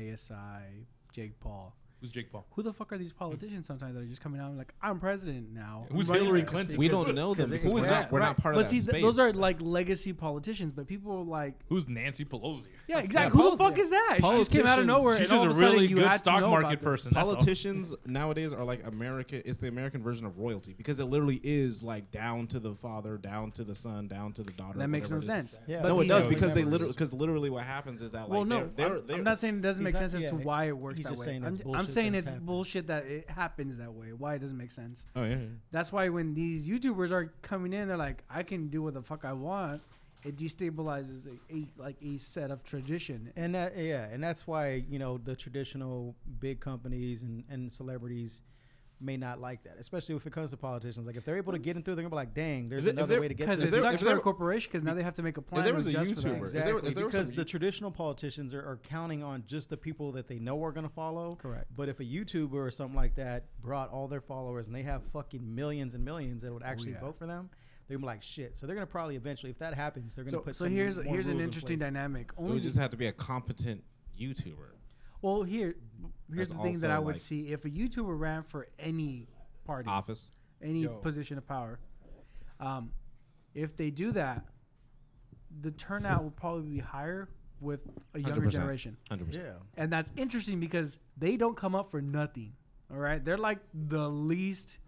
[SPEAKER 5] KSI, Jake Paul.
[SPEAKER 6] Who's Jake Paul?
[SPEAKER 5] Who the fuck are these politicians? Sometimes that are just coming out and like, I'm president now.
[SPEAKER 6] Who's
[SPEAKER 5] I'm running
[SPEAKER 6] Hillary
[SPEAKER 5] for
[SPEAKER 6] Clinton?
[SPEAKER 5] president."
[SPEAKER 2] we don't know them.
[SPEAKER 3] it-
[SPEAKER 2] because
[SPEAKER 3] who
[SPEAKER 2] we're
[SPEAKER 3] is
[SPEAKER 2] not-
[SPEAKER 3] that?
[SPEAKER 2] We're not part
[SPEAKER 5] but
[SPEAKER 2] of that
[SPEAKER 5] see, th-
[SPEAKER 2] space.
[SPEAKER 5] those are like legacy politicians, but people are like,
[SPEAKER 6] Who's Nancy Pelosi?
[SPEAKER 5] yeah, exactly. Who the fuck
[SPEAKER 3] politics-
[SPEAKER 5] is that? She just came out
[SPEAKER 2] Politicians.
[SPEAKER 5] of nowhere.
[SPEAKER 6] She's
[SPEAKER 5] and
[SPEAKER 6] just
[SPEAKER 5] all
[SPEAKER 6] a
[SPEAKER 5] of sudden
[SPEAKER 6] really
[SPEAKER 5] you
[SPEAKER 6] good
[SPEAKER 5] had to
[SPEAKER 6] stock
[SPEAKER 5] know about
[SPEAKER 6] market
[SPEAKER 5] this.
[SPEAKER 6] person. That's all.
[SPEAKER 2] politicians nowadays are like America. It's the American version of royalty because it literally is like down to the father, down to the son, down to the daughter.
[SPEAKER 5] That makes no
[SPEAKER 2] whatever it is.
[SPEAKER 5] sense.
[SPEAKER 3] Yeah.
[SPEAKER 5] But
[SPEAKER 2] no, it
[SPEAKER 5] the-
[SPEAKER 2] does
[SPEAKER 3] Yeah.
[SPEAKER 2] because they
[SPEAKER 3] Remember.
[SPEAKER 2] literally because literally what happens is that like
[SPEAKER 5] well, no,
[SPEAKER 2] they're, they're,
[SPEAKER 5] I'm,
[SPEAKER 2] they're-
[SPEAKER 5] I'm not saying it doesn't
[SPEAKER 3] He's
[SPEAKER 5] make
[SPEAKER 3] not-
[SPEAKER 5] sense as
[SPEAKER 3] yeah,
[SPEAKER 5] to
[SPEAKER 3] he-
[SPEAKER 5] why it works
[SPEAKER 3] he's
[SPEAKER 5] that
[SPEAKER 3] just
[SPEAKER 5] way.
[SPEAKER 3] saying
[SPEAKER 5] I'm,
[SPEAKER 3] it's
[SPEAKER 5] j- I'm
[SPEAKER 3] bullshit that
[SPEAKER 5] saying
[SPEAKER 3] it's
[SPEAKER 5] it's
[SPEAKER 3] happening.
[SPEAKER 5] bullshit that it happens that way. Why it doesn't make sense.
[SPEAKER 2] Oh yeah, yeah.
[SPEAKER 5] That's why when these YouTubers are coming in, they're like, I can do what the fuck I want. It destabilizes a, a like a set of tradition.
[SPEAKER 3] and that yeah, and that's why you know the traditional big companies and and celebrities may not like that, especially if it comes to politicians. Like if they're able to get in through, they're gonna be like, dang, there's
[SPEAKER 2] it- if
[SPEAKER 3] another
[SPEAKER 2] they're-
[SPEAKER 3] way to get
[SPEAKER 5] Because
[SPEAKER 3] this.
[SPEAKER 5] it
[SPEAKER 2] there-
[SPEAKER 5] sucks
[SPEAKER 2] if
[SPEAKER 5] for a
[SPEAKER 2] there-
[SPEAKER 5] corporation because now they have to make a plan.
[SPEAKER 2] there was a
[SPEAKER 5] just for that.
[SPEAKER 2] YouTuber- if there-
[SPEAKER 3] Exactly,
[SPEAKER 2] if there was
[SPEAKER 3] because
[SPEAKER 2] some-
[SPEAKER 3] the traditional politicians are, are counting on just the people that they know are going to follow.
[SPEAKER 5] Correct.
[SPEAKER 3] But if a YouTuber or something like that brought all their followers and they have fucking millions and millions that would actually
[SPEAKER 5] yeah.
[SPEAKER 3] vote for them, they're gonna be like shit. So they're gonna probably eventually, if that happens, they're gonna
[SPEAKER 5] So,
[SPEAKER 3] put.
[SPEAKER 5] so
[SPEAKER 3] some
[SPEAKER 5] here's
[SPEAKER 3] more
[SPEAKER 5] here's an
[SPEAKER 3] rules in
[SPEAKER 5] interesting
[SPEAKER 3] place.
[SPEAKER 5] dynamic.
[SPEAKER 2] It
[SPEAKER 5] Only
[SPEAKER 2] would just have to be a competent YouTuber.
[SPEAKER 5] well, here here's
[SPEAKER 2] That's
[SPEAKER 5] the thing that
[SPEAKER 2] also
[SPEAKER 5] I would
[SPEAKER 2] like-
[SPEAKER 5] see if a YouTuber ran for any party,
[SPEAKER 2] Office.
[SPEAKER 5] any
[SPEAKER 6] Yo.
[SPEAKER 5] position of power. Um, if they do that, the turnout will probably be higher with a younger
[SPEAKER 2] 100%.
[SPEAKER 5] generation.
[SPEAKER 2] Hundred percent.
[SPEAKER 3] Yeah.
[SPEAKER 5] And that's interesting because they don't come up for nothing. All right. They're like the least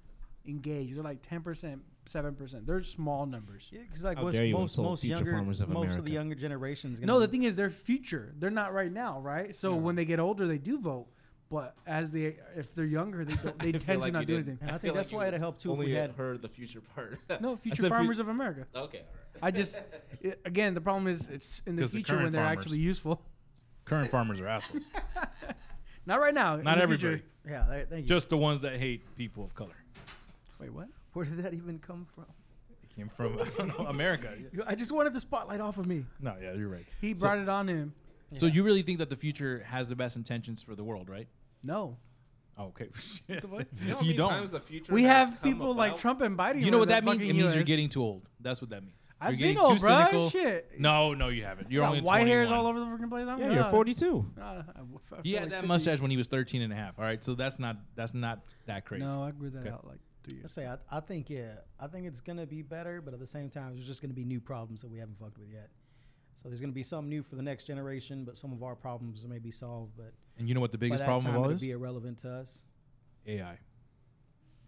[SPEAKER 5] engaged. They're like 10%, 7%. They're small numbers.
[SPEAKER 3] Yeah, because like
[SPEAKER 2] How
[SPEAKER 3] most
[SPEAKER 2] dare you
[SPEAKER 3] most,
[SPEAKER 2] insult
[SPEAKER 3] most
[SPEAKER 2] future
[SPEAKER 3] younger
[SPEAKER 2] farmers of
[SPEAKER 3] most of
[SPEAKER 2] America.
[SPEAKER 3] the younger generations.
[SPEAKER 5] No,
[SPEAKER 6] Mm-hmm.
[SPEAKER 5] the thing is, they're future. They're not right now, right? So when they get older, they do vote. But as they, if they're younger, they, don't, they
[SPEAKER 2] I feel
[SPEAKER 5] tend
[SPEAKER 2] like
[SPEAKER 5] to not
[SPEAKER 2] you
[SPEAKER 5] do
[SPEAKER 2] did.
[SPEAKER 5] anything.
[SPEAKER 3] And I
[SPEAKER 2] I
[SPEAKER 3] think
[SPEAKER 2] feel
[SPEAKER 3] that's
[SPEAKER 2] like
[SPEAKER 3] why
[SPEAKER 2] you
[SPEAKER 3] it'd help too if
[SPEAKER 2] Only
[SPEAKER 3] we had-
[SPEAKER 2] heard the future part.
[SPEAKER 5] No,
[SPEAKER 2] I
[SPEAKER 5] future
[SPEAKER 2] said fut-
[SPEAKER 5] farmers of America.
[SPEAKER 2] Okay. all right.
[SPEAKER 5] I just, i again, the problem is it's in the
[SPEAKER 6] 'Cause the
[SPEAKER 5] future when
[SPEAKER 6] current
[SPEAKER 5] they're
[SPEAKER 6] farmers.
[SPEAKER 5] actually useful.
[SPEAKER 6] Current farmers are assholes.
[SPEAKER 5] Not right now. in
[SPEAKER 6] Not
[SPEAKER 5] the future.
[SPEAKER 6] everybody.
[SPEAKER 3] Yeah, th- thank you.
[SPEAKER 6] Just the ones that hate people of color.
[SPEAKER 5] Wait, what?
[SPEAKER 3] where did that even come from?
[SPEAKER 6] came from I don't know, America.
[SPEAKER 3] I just wanted the spotlight off of me.
[SPEAKER 6] No, yeah, you're right.
[SPEAKER 5] He brought it on him.
[SPEAKER 6] So you really think that the future has the best intentions for the world, right? Oh,
[SPEAKER 5] No.
[SPEAKER 6] Okay. Shit.
[SPEAKER 2] You know how many times the future
[SPEAKER 5] We
[SPEAKER 2] has
[SPEAKER 5] have
[SPEAKER 2] come
[SPEAKER 5] people like
[SPEAKER 2] about?
[SPEAKER 5] Trump and Biden.
[SPEAKER 6] You know what
[SPEAKER 5] over
[SPEAKER 6] that
[SPEAKER 5] the
[SPEAKER 6] means? It
[SPEAKER 5] fucking
[SPEAKER 6] means you're
[SPEAKER 5] US.
[SPEAKER 6] getting too old. That's what that means.
[SPEAKER 5] I've
[SPEAKER 6] you're
[SPEAKER 5] been
[SPEAKER 6] getting
[SPEAKER 5] old,
[SPEAKER 6] too
[SPEAKER 5] bruh.
[SPEAKER 6] cynical.
[SPEAKER 5] Shit.
[SPEAKER 6] No, no, you haven't. You're
[SPEAKER 5] Got
[SPEAKER 6] only
[SPEAKER 5] white hairs
[SPEAKER 6] 21.
[SPEAKER 5] all over the freaking place. I'm
[SPEAKER 2] Yeah, you're
[SPEAKER 5] not-
[SPEAKER 2] 42.
[SPEAKER 5] Nah, I- I feel
[SPEAKER 6] He had
[SPEAKER 5] like
[SPEAKER 6] that
[SPEAKER 5] 50.
[SPEAKER 6] mustache when he was 13 and a half. All right, so that's not that's not that crazy.
[SPEAKER 5] No, I grew that
[SPEAKER 6] Okay.
[SPEAKER 5] out like three
[SPEAKER 15] I
[SPEAKER 5] years.
[SPEAKER 15] say I, I think yeah, I think it's gonna be better, but at the same time, there's just gonna be new problems that we haven't fucked with yet. So there's gonna be some new for the next generation, but some of our problems may be solved. But
[SPEAKER 6] And you know what the
[SPEAKER 15] by
[SPEAKER 6] biggest
[SPEAKER 15] that
[SPEAKER 6] problem of
[SPEAKER 15] time,
[SPEAKER 6] all
[SPEAKER 15] it'll
[SPEAKER 6] is?
[SPEAKER 15] Be irrelevant to us.
[SPEAKER 6] AI.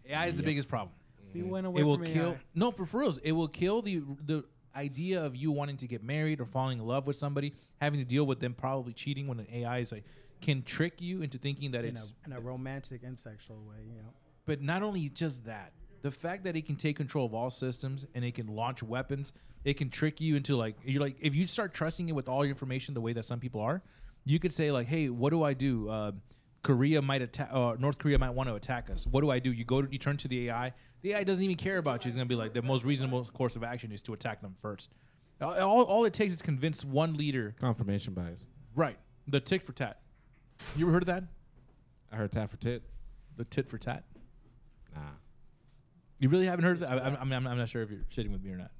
[SPEAKER 6] AI is the
[SPEAKER 15] Yep.
[SPEAKER 6] biggest problem.
[SPEAKER 5] We went away
[SPEAKER 6] it will
[SPEAKER 5] from
[SPEAKER 6] kill.
[SPEAKER 5] AI.
[SPEAKER 6] No, for for reals, it will kill the the idea of you wanting to get married or falling in love with somebody, having to deal with them probably cheating when an AI is like can trick you into thinking that
[SPEAKER 15] in a,
[SPEAKER 6] it's.
[SPEAKER 15] in a romantic and sexual way, you know.
[SPEAKER 6] But not only just that, the fact that it can take control of all systems and it can launch weapons, it can trick you into like you're like if you start trusting it with all your information the way that some people are, you could say like, hey, what do I do? Uh, Korea might attack. Uh, North Korea might want to attack us. What do I do? You go. To, you turn to the AI. The AI doesn't even care about you. It's gonna be like the most reasonable course of action is to attack them first. Uh, All, all it takes is convince one leader.
[SPEAKER 2] Confirmation bias.
[SPEAKER 6] Right. The tick for tat. You ever heard of that?
[SPEAKER 2] I heard tat for tit.
[SPEAKER 6] The tit for tat.
[SPEAKER 2] Nah.
[SPEAKER 6] You really haven't heard of that? I, I'm, I'm, I'm not sure if you're shitting with me or not.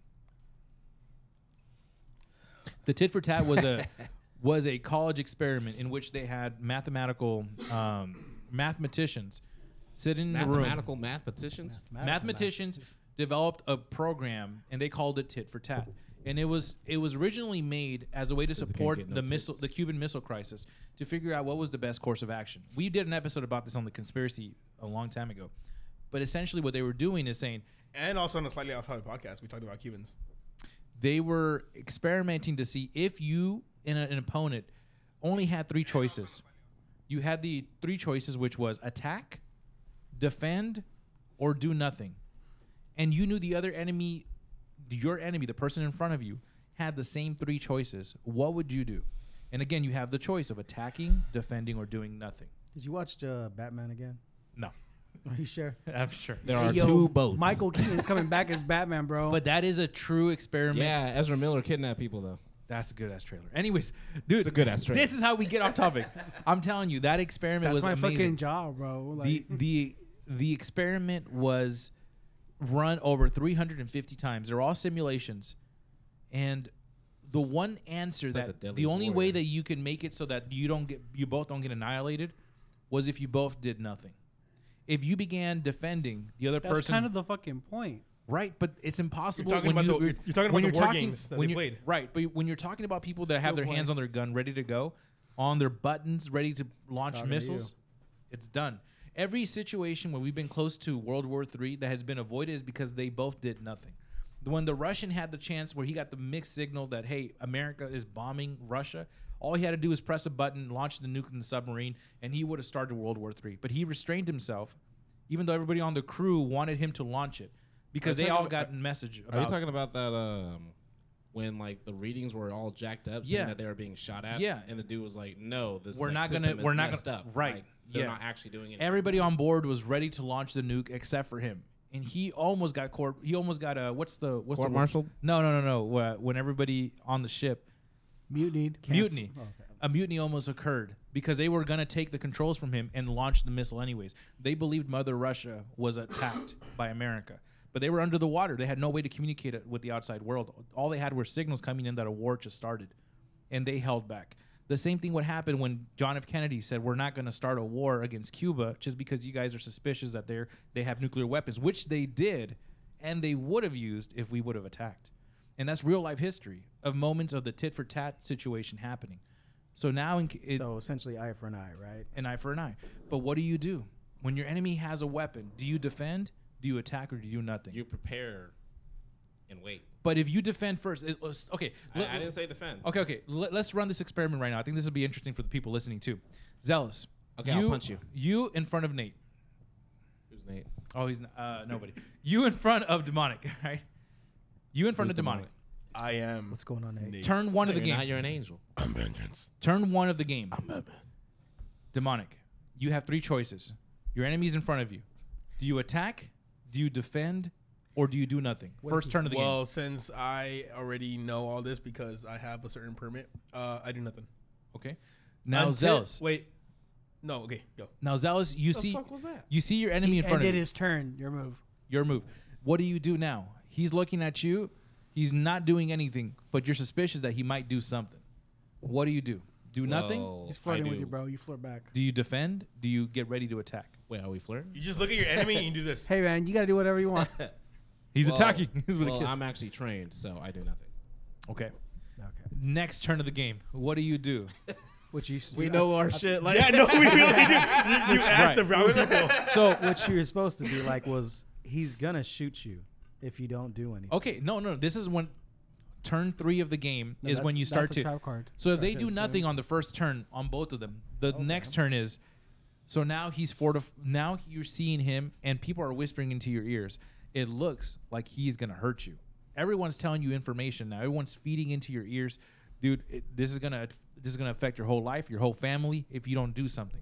[SPEAKER 6] The tit for tat was a was a college experiment in which they had mathematical um, mathematicians sit in the room
[SPEAKER 2] Mathematical mathematicians.
[SPEAKER 6] mathematicians developed a program and they called it tit for tat and it was it was originally made as a way to
[SPEAKER 2] they can't
[SPEAKER 6] support
[SPEAKER 2] get no
[SPEAKER 6] the missile the cuban missile crisis to figure out what was the best course of action we did an episode about this on the conspiracy a long time ago but essentially what they were doing is saying
[SPEAKER 1] And also on a slightly off topic podcast, we talked about Cubans.
[SPEAKER 6] they were experimenting to see if you and a- an opponent only had three choices. You had the three choices, which was attack, defend, or do nothing. And you knew the other enemy, your enemy, the person in front of you, had the same three choices. What would you do? And again, you have the choice of attacking, defending, or doing nothing.
[SPEAKER 15] Did you watch uh, Batman again?
[SPEAKER 6] No.
[SPEAKER 15] Are you sure?
[SPEAKER 6] I'm sure.
[SPEAKER 2] There are
[SPEAKER 5] Yo,
[SPEAKER 2] two boats.
[SPEAKER 5] Michael Keaton's coming back as Batman, bro.
[SPEAKER 6] But that is a true experiment.
[SPEAKER 2] Yeah, Ezra Miller kidnapped people though.
[SPEAKER 6] That's a good ass trailer. Anyways, dude,
[SPEAKER 2] It's a good ass trailer.
[SPEAKER 6] This is how we get off topic. I'm telling you, that experiment
[SPEAKER 5] That's
[SPEAKER 6] was
[SPEAKER 5] my
[SPEAKER 6] amazing.
[SPEAKER 5] fucking job, bro. Like,
[SPEAKER 6] the the the experiment was run over 350 times. They're all simulations, and the one answer
[SPEAKER 2] It's like
[SPEAKER 6] that
[SPEAKER 2] the
[SPEAKER 6] the
[SPEAKER 2] Deadliest
[SPEAKER 6] only way
[SPEAKER 2] Warrior.
[SPEAKER 6] that you can make it so that you don't get you both don't get annihilated was if you both did nothing. If you began defending the other
[SPEAKER 5] that's
[SPEAKER 6] person,
[SPEAKER 5] kind of the fucking point.
[SPEAKER 6] Right, but it's impossible
[SPEAKER 1] talking
[SPEAKER 6] when
[SPEAKER 1] about
[SPEAKER 6] you,
[SPEAKER 1] the- you're talking
[SPEAKER 6] when
[SPEAKER 1] about the war
[SPEAKER 6] talking-
[SPEAKER 1] games that
[SPEAKER 6] when
[SPEAKER 1] they
[SPEAKER 6] you're-
[SPEAKER 1] played.
[SPEAKER 6] Right, but when you're talking about people that have
[SPEAKER 5] Still
[SPEAKER 6] their hands
[SPEAKER 5] playing.
[SPEAKER 6] on their gun ready to go, on their buttons ready to launch
[SPEAKER 15] talking to
[SPEAKER 6] missiles, it's done. Every situation where we've been close to World War III that has been avoided is because they both did nothing. When the Russian had the chance where he got the mixed signal that hey, America is bombing Russia, all he had to do was press a button, launch the nuke and the submarine, and he would have started World War III. But he restrained himself, even though everybody on the crew wanted him to launch it because
[SPEAKER 2] Are you
[SPEAKER 6] they
[SPEAKER 2] talking
[SPEAKER 6] all
[SPEAKER 2] about-
[SPEAKER 6] got a message about
[SPEAKER 2] Are you talking about that um when like the readings were all jacked up, saying
[SPEAKER 6] Yeah.
[SPEAKER 2] that they were being shot at?
[SPEAKER 6] Yeah.
[SPEAKER 2] And the dude was like, No, this
[SPEAKER 6] we're
[SPEAKER 2] like,
[SPEAKER 6] not
[SPEAKER 2] system
[SPEAKER 6] gonna
[SPEAKER 2] is
[SPEAKER 6] we're not
[SPEAKER 2] messed
[SPEAKER 6] gonna
[SPEAKER 2] up.
[SPEAKER 6] right
[SPEAKER 2] Like, they're
[SPEAKER 6] yeah.
[SPEAKER 2] not actually doing it.
[SPEAKER 6] everybody on board was ready to launch the nuke except for him and he almost got court he almost got uh what's the what's the word?
[SPEAKER 2] Court-martialed?
[SPEAKER 6] no no no no uh, when everybody on the ship
[SPEAKER 5] Mutiny.
[SPEAKER 6] mutiny a mutiny almost occurred because they were going to take the controls from him and launch the missile anyways they believed mother russia was attacked by america but they were under the water they had no way to communicate it with the outside world all they had were signals coming in that a war just started and they held back the same thing would happen when john f kennedy said we're not going to start a war against cuba just because you guys are suspicious that they're they have nuclear weapons which they did and they would have used if we would have attacked and that's real life history of moments of the tit for tat situation happening. So now, in, it,
[SPEAKER 15] so essentially, eye for an eye, right?
[SPEAKER 6] an eye for an eye. But what do you do when your enemy has a weapon? Do you defend? Do you attack? Or do you do nothing?
[SPEAKER 2] You prepare and wait.
[SPEAKER 6] but if you defend first, it, let's- okay.
[SPEAKER 2] I,
[SPEAKER 6] let-
[SPEAKER 2] I didn't say defend.
[SPEAKER 6] Okay, okay. Let, us run this experiment right now. I think this will be interesting for the people listening too. Zealous.
[SPEAKER 2] Okay, I'll punch you.
[SPEAKER 6] You in front of Nate.
[SPEAKER 2] Who's Nate?
[SPEAKER 6] Oh, he's n- uh, nobody. you in front of demonic, right? You in front
[SPEAKER 2] Who's
[SPEAKER 6] of demonic.
[SPEAKER 1] I am.
[SPEAKER 15] What's going on, Nate?
[SPEAKER 6] Turn one
[SPEAKER 2] No,
[SPEAKER 6] of the
[SPEAKER 2] you're
[SPEAKER 6] game.
[SPEAKER 2] not, you're an angel.
[SPEAKER 1] I'm vengeance.
[SPEAKER 6] Turn one of the game. Demonic. You have three choices. Your enemy's in front of you. Do you attack? Do you defend? or do you do nothing? First turn of the
[SPEAKER 1] well,
[SPEAKER 6] game.
[SPEAKER 1] since I already know all this because I have a certain permit, uh, I do nothing.
[SPEAKER 6] Okay. Now, Zealous.
[SPEAKER 1] Wait. No. Okay. Go.
[SPEAKER 6] Now, Zealous, you
[SPEAKER 1] The
[SPEAKER 6] see,
[SPEAKER 1] fuck was that?
[SPEAKER 6] you see your enemy
[SPEAKER 5] He
[SPEAKER 6] in front of
[SPEAKER 5] ended
[SPEAKER 6] you.
[SPEAKER 5] his turn. Your move.
[SPEAKER 6] Your move. What do you do now? He's looking at you. He's not doing anything, but you're suspicious that he might do something. What do you do? Do nothing.
[SPEAKER 5] He's flirting with you, bro. You flirt back.
[SPEAKER 6] Do you defend? Do you get ready to attack? Wait, are we flirting?
[SPEAKER 1] You just look at your enemy and you do this.
[SPEAKER 5] Hey man, you gotta do whatever you want.
[SPEAKER 6] He's attacking. He's with a
[SPEAKER 2] well,
[SPEAKER 6] kiss.
[SPEAKER 2] I'm actually trained, so I do nothing.
[SPEAKER 6] Okay. Next turn of the game. What do you do?
[SPEAKER 3] Which you
[SPEAKER 2] We know our shit, like-
[SPEAKER 1] Yeah, no, we really do. You- you asked the brown people.
[SPEAKER 6] So
[SPEAKER 3] what you were supposed to be like was he's gonna shoot you if you don't do anything.
[SPEAKER 6] Okay, no, no. This is when turn three of the game
[SPEAKER 3] No,
[SPEAKER 6] is when
[SPEAKER 3] that's-
[SPEAKER 6] you start
[SPEAKER 3] that's
[SPEAKER 6] to.
[SPEAKER 3] a trap card.
[SPEAKER 6] So if they
[SPEAKER 3] Okay,
[SPEAKER 6] do
[SPEAKER 3] so-
[SPEAKER 6] nothing on the first turn on both of them, the next turn is. So now he's fortif- Now you're seeing him, and people are whispering into your ears. It looks like he's gonna hurt you. Everyone's telling you information now. Everyone's feeding into your ears, dude. It, this is gonna this is gonna affect your whole life, your whole family, if you don't do something.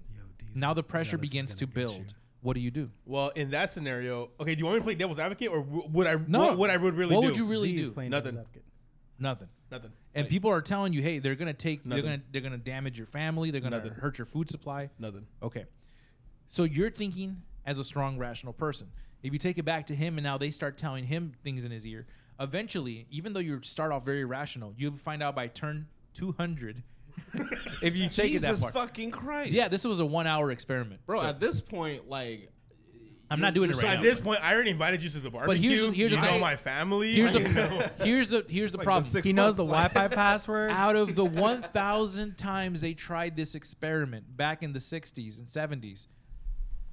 [SPEAKER 6] now the pressure begins to build. What do you do?
[SPEAKER 1] Well, in that scenario, okay, do you want me to play devil's advocate or w- would I?
[SPEAKER 6] No.
[SPEAKER 1] What, what I would really
[SPEAKER 6] What
[SPEAKER 1] do?
[SPEAKER 6] would you really
[SPEAKER 1] Z is
[SPEAKER 6] do?
[SPEAKER 1] playing Nothing.
[SPEAKER 6] Nothing.
[SPEAKER 1] Nothing.
[SPEAKER 6] And people are telling you, hey, they're gonna take,
[SPEAKER 1] Nothing.
[SPEAKER 6] they're gonna, they're gonna damage your family, they're gonna
[SPEAKER 1] Nothing.
[SPEAKER 6] hurt your food supply.
[SPEAKER 1] Nothing.
[SPEAKER 6] Okay. So you're thinking as a strong, rational person. If you take it back to him, and now they start telling him things in his ear, eventually, even though you start off very rational, you find out by turn 200. if you take it that
[SPEAKER 2] Jesus
[SPEAKER 6] far,
[SPEAKER 2] fucking Christ.
[SPEAKER 6] Yeah, this was a one-hour experiment,
[SPEAKER 2] Bro,
[SPEAKER 6] So
[SPEAKER 2] at this point, like,
[SPEAKER 6] I'm not doing it right
[SPEAKER 1] So
[SPEAKER 6] now.
[SPEAKER 1] at this point, I already invited you to the barbecue.
[SPEAKER 6] But here's the- here's
[SPEAKER 1] you
[SPEAKER 6] the
[SPEAKER 1] know
[SPEAKER 6] thing.
[SPEAKER 1] my family.
[SPEAKER 6] Here's the
[SPEAKER 1] you know.
[SPEAKER 6] here's the here's the
[SPEAKER 1] like
[SPEAKER 6] problem.
[SPEAKER 1] six He knows months, the like-
[SPEAKER 5] Wi-Fi password.
[SPEAKER 6] Out of the 1,000 times they tried this experiment back in the 60s and 70s,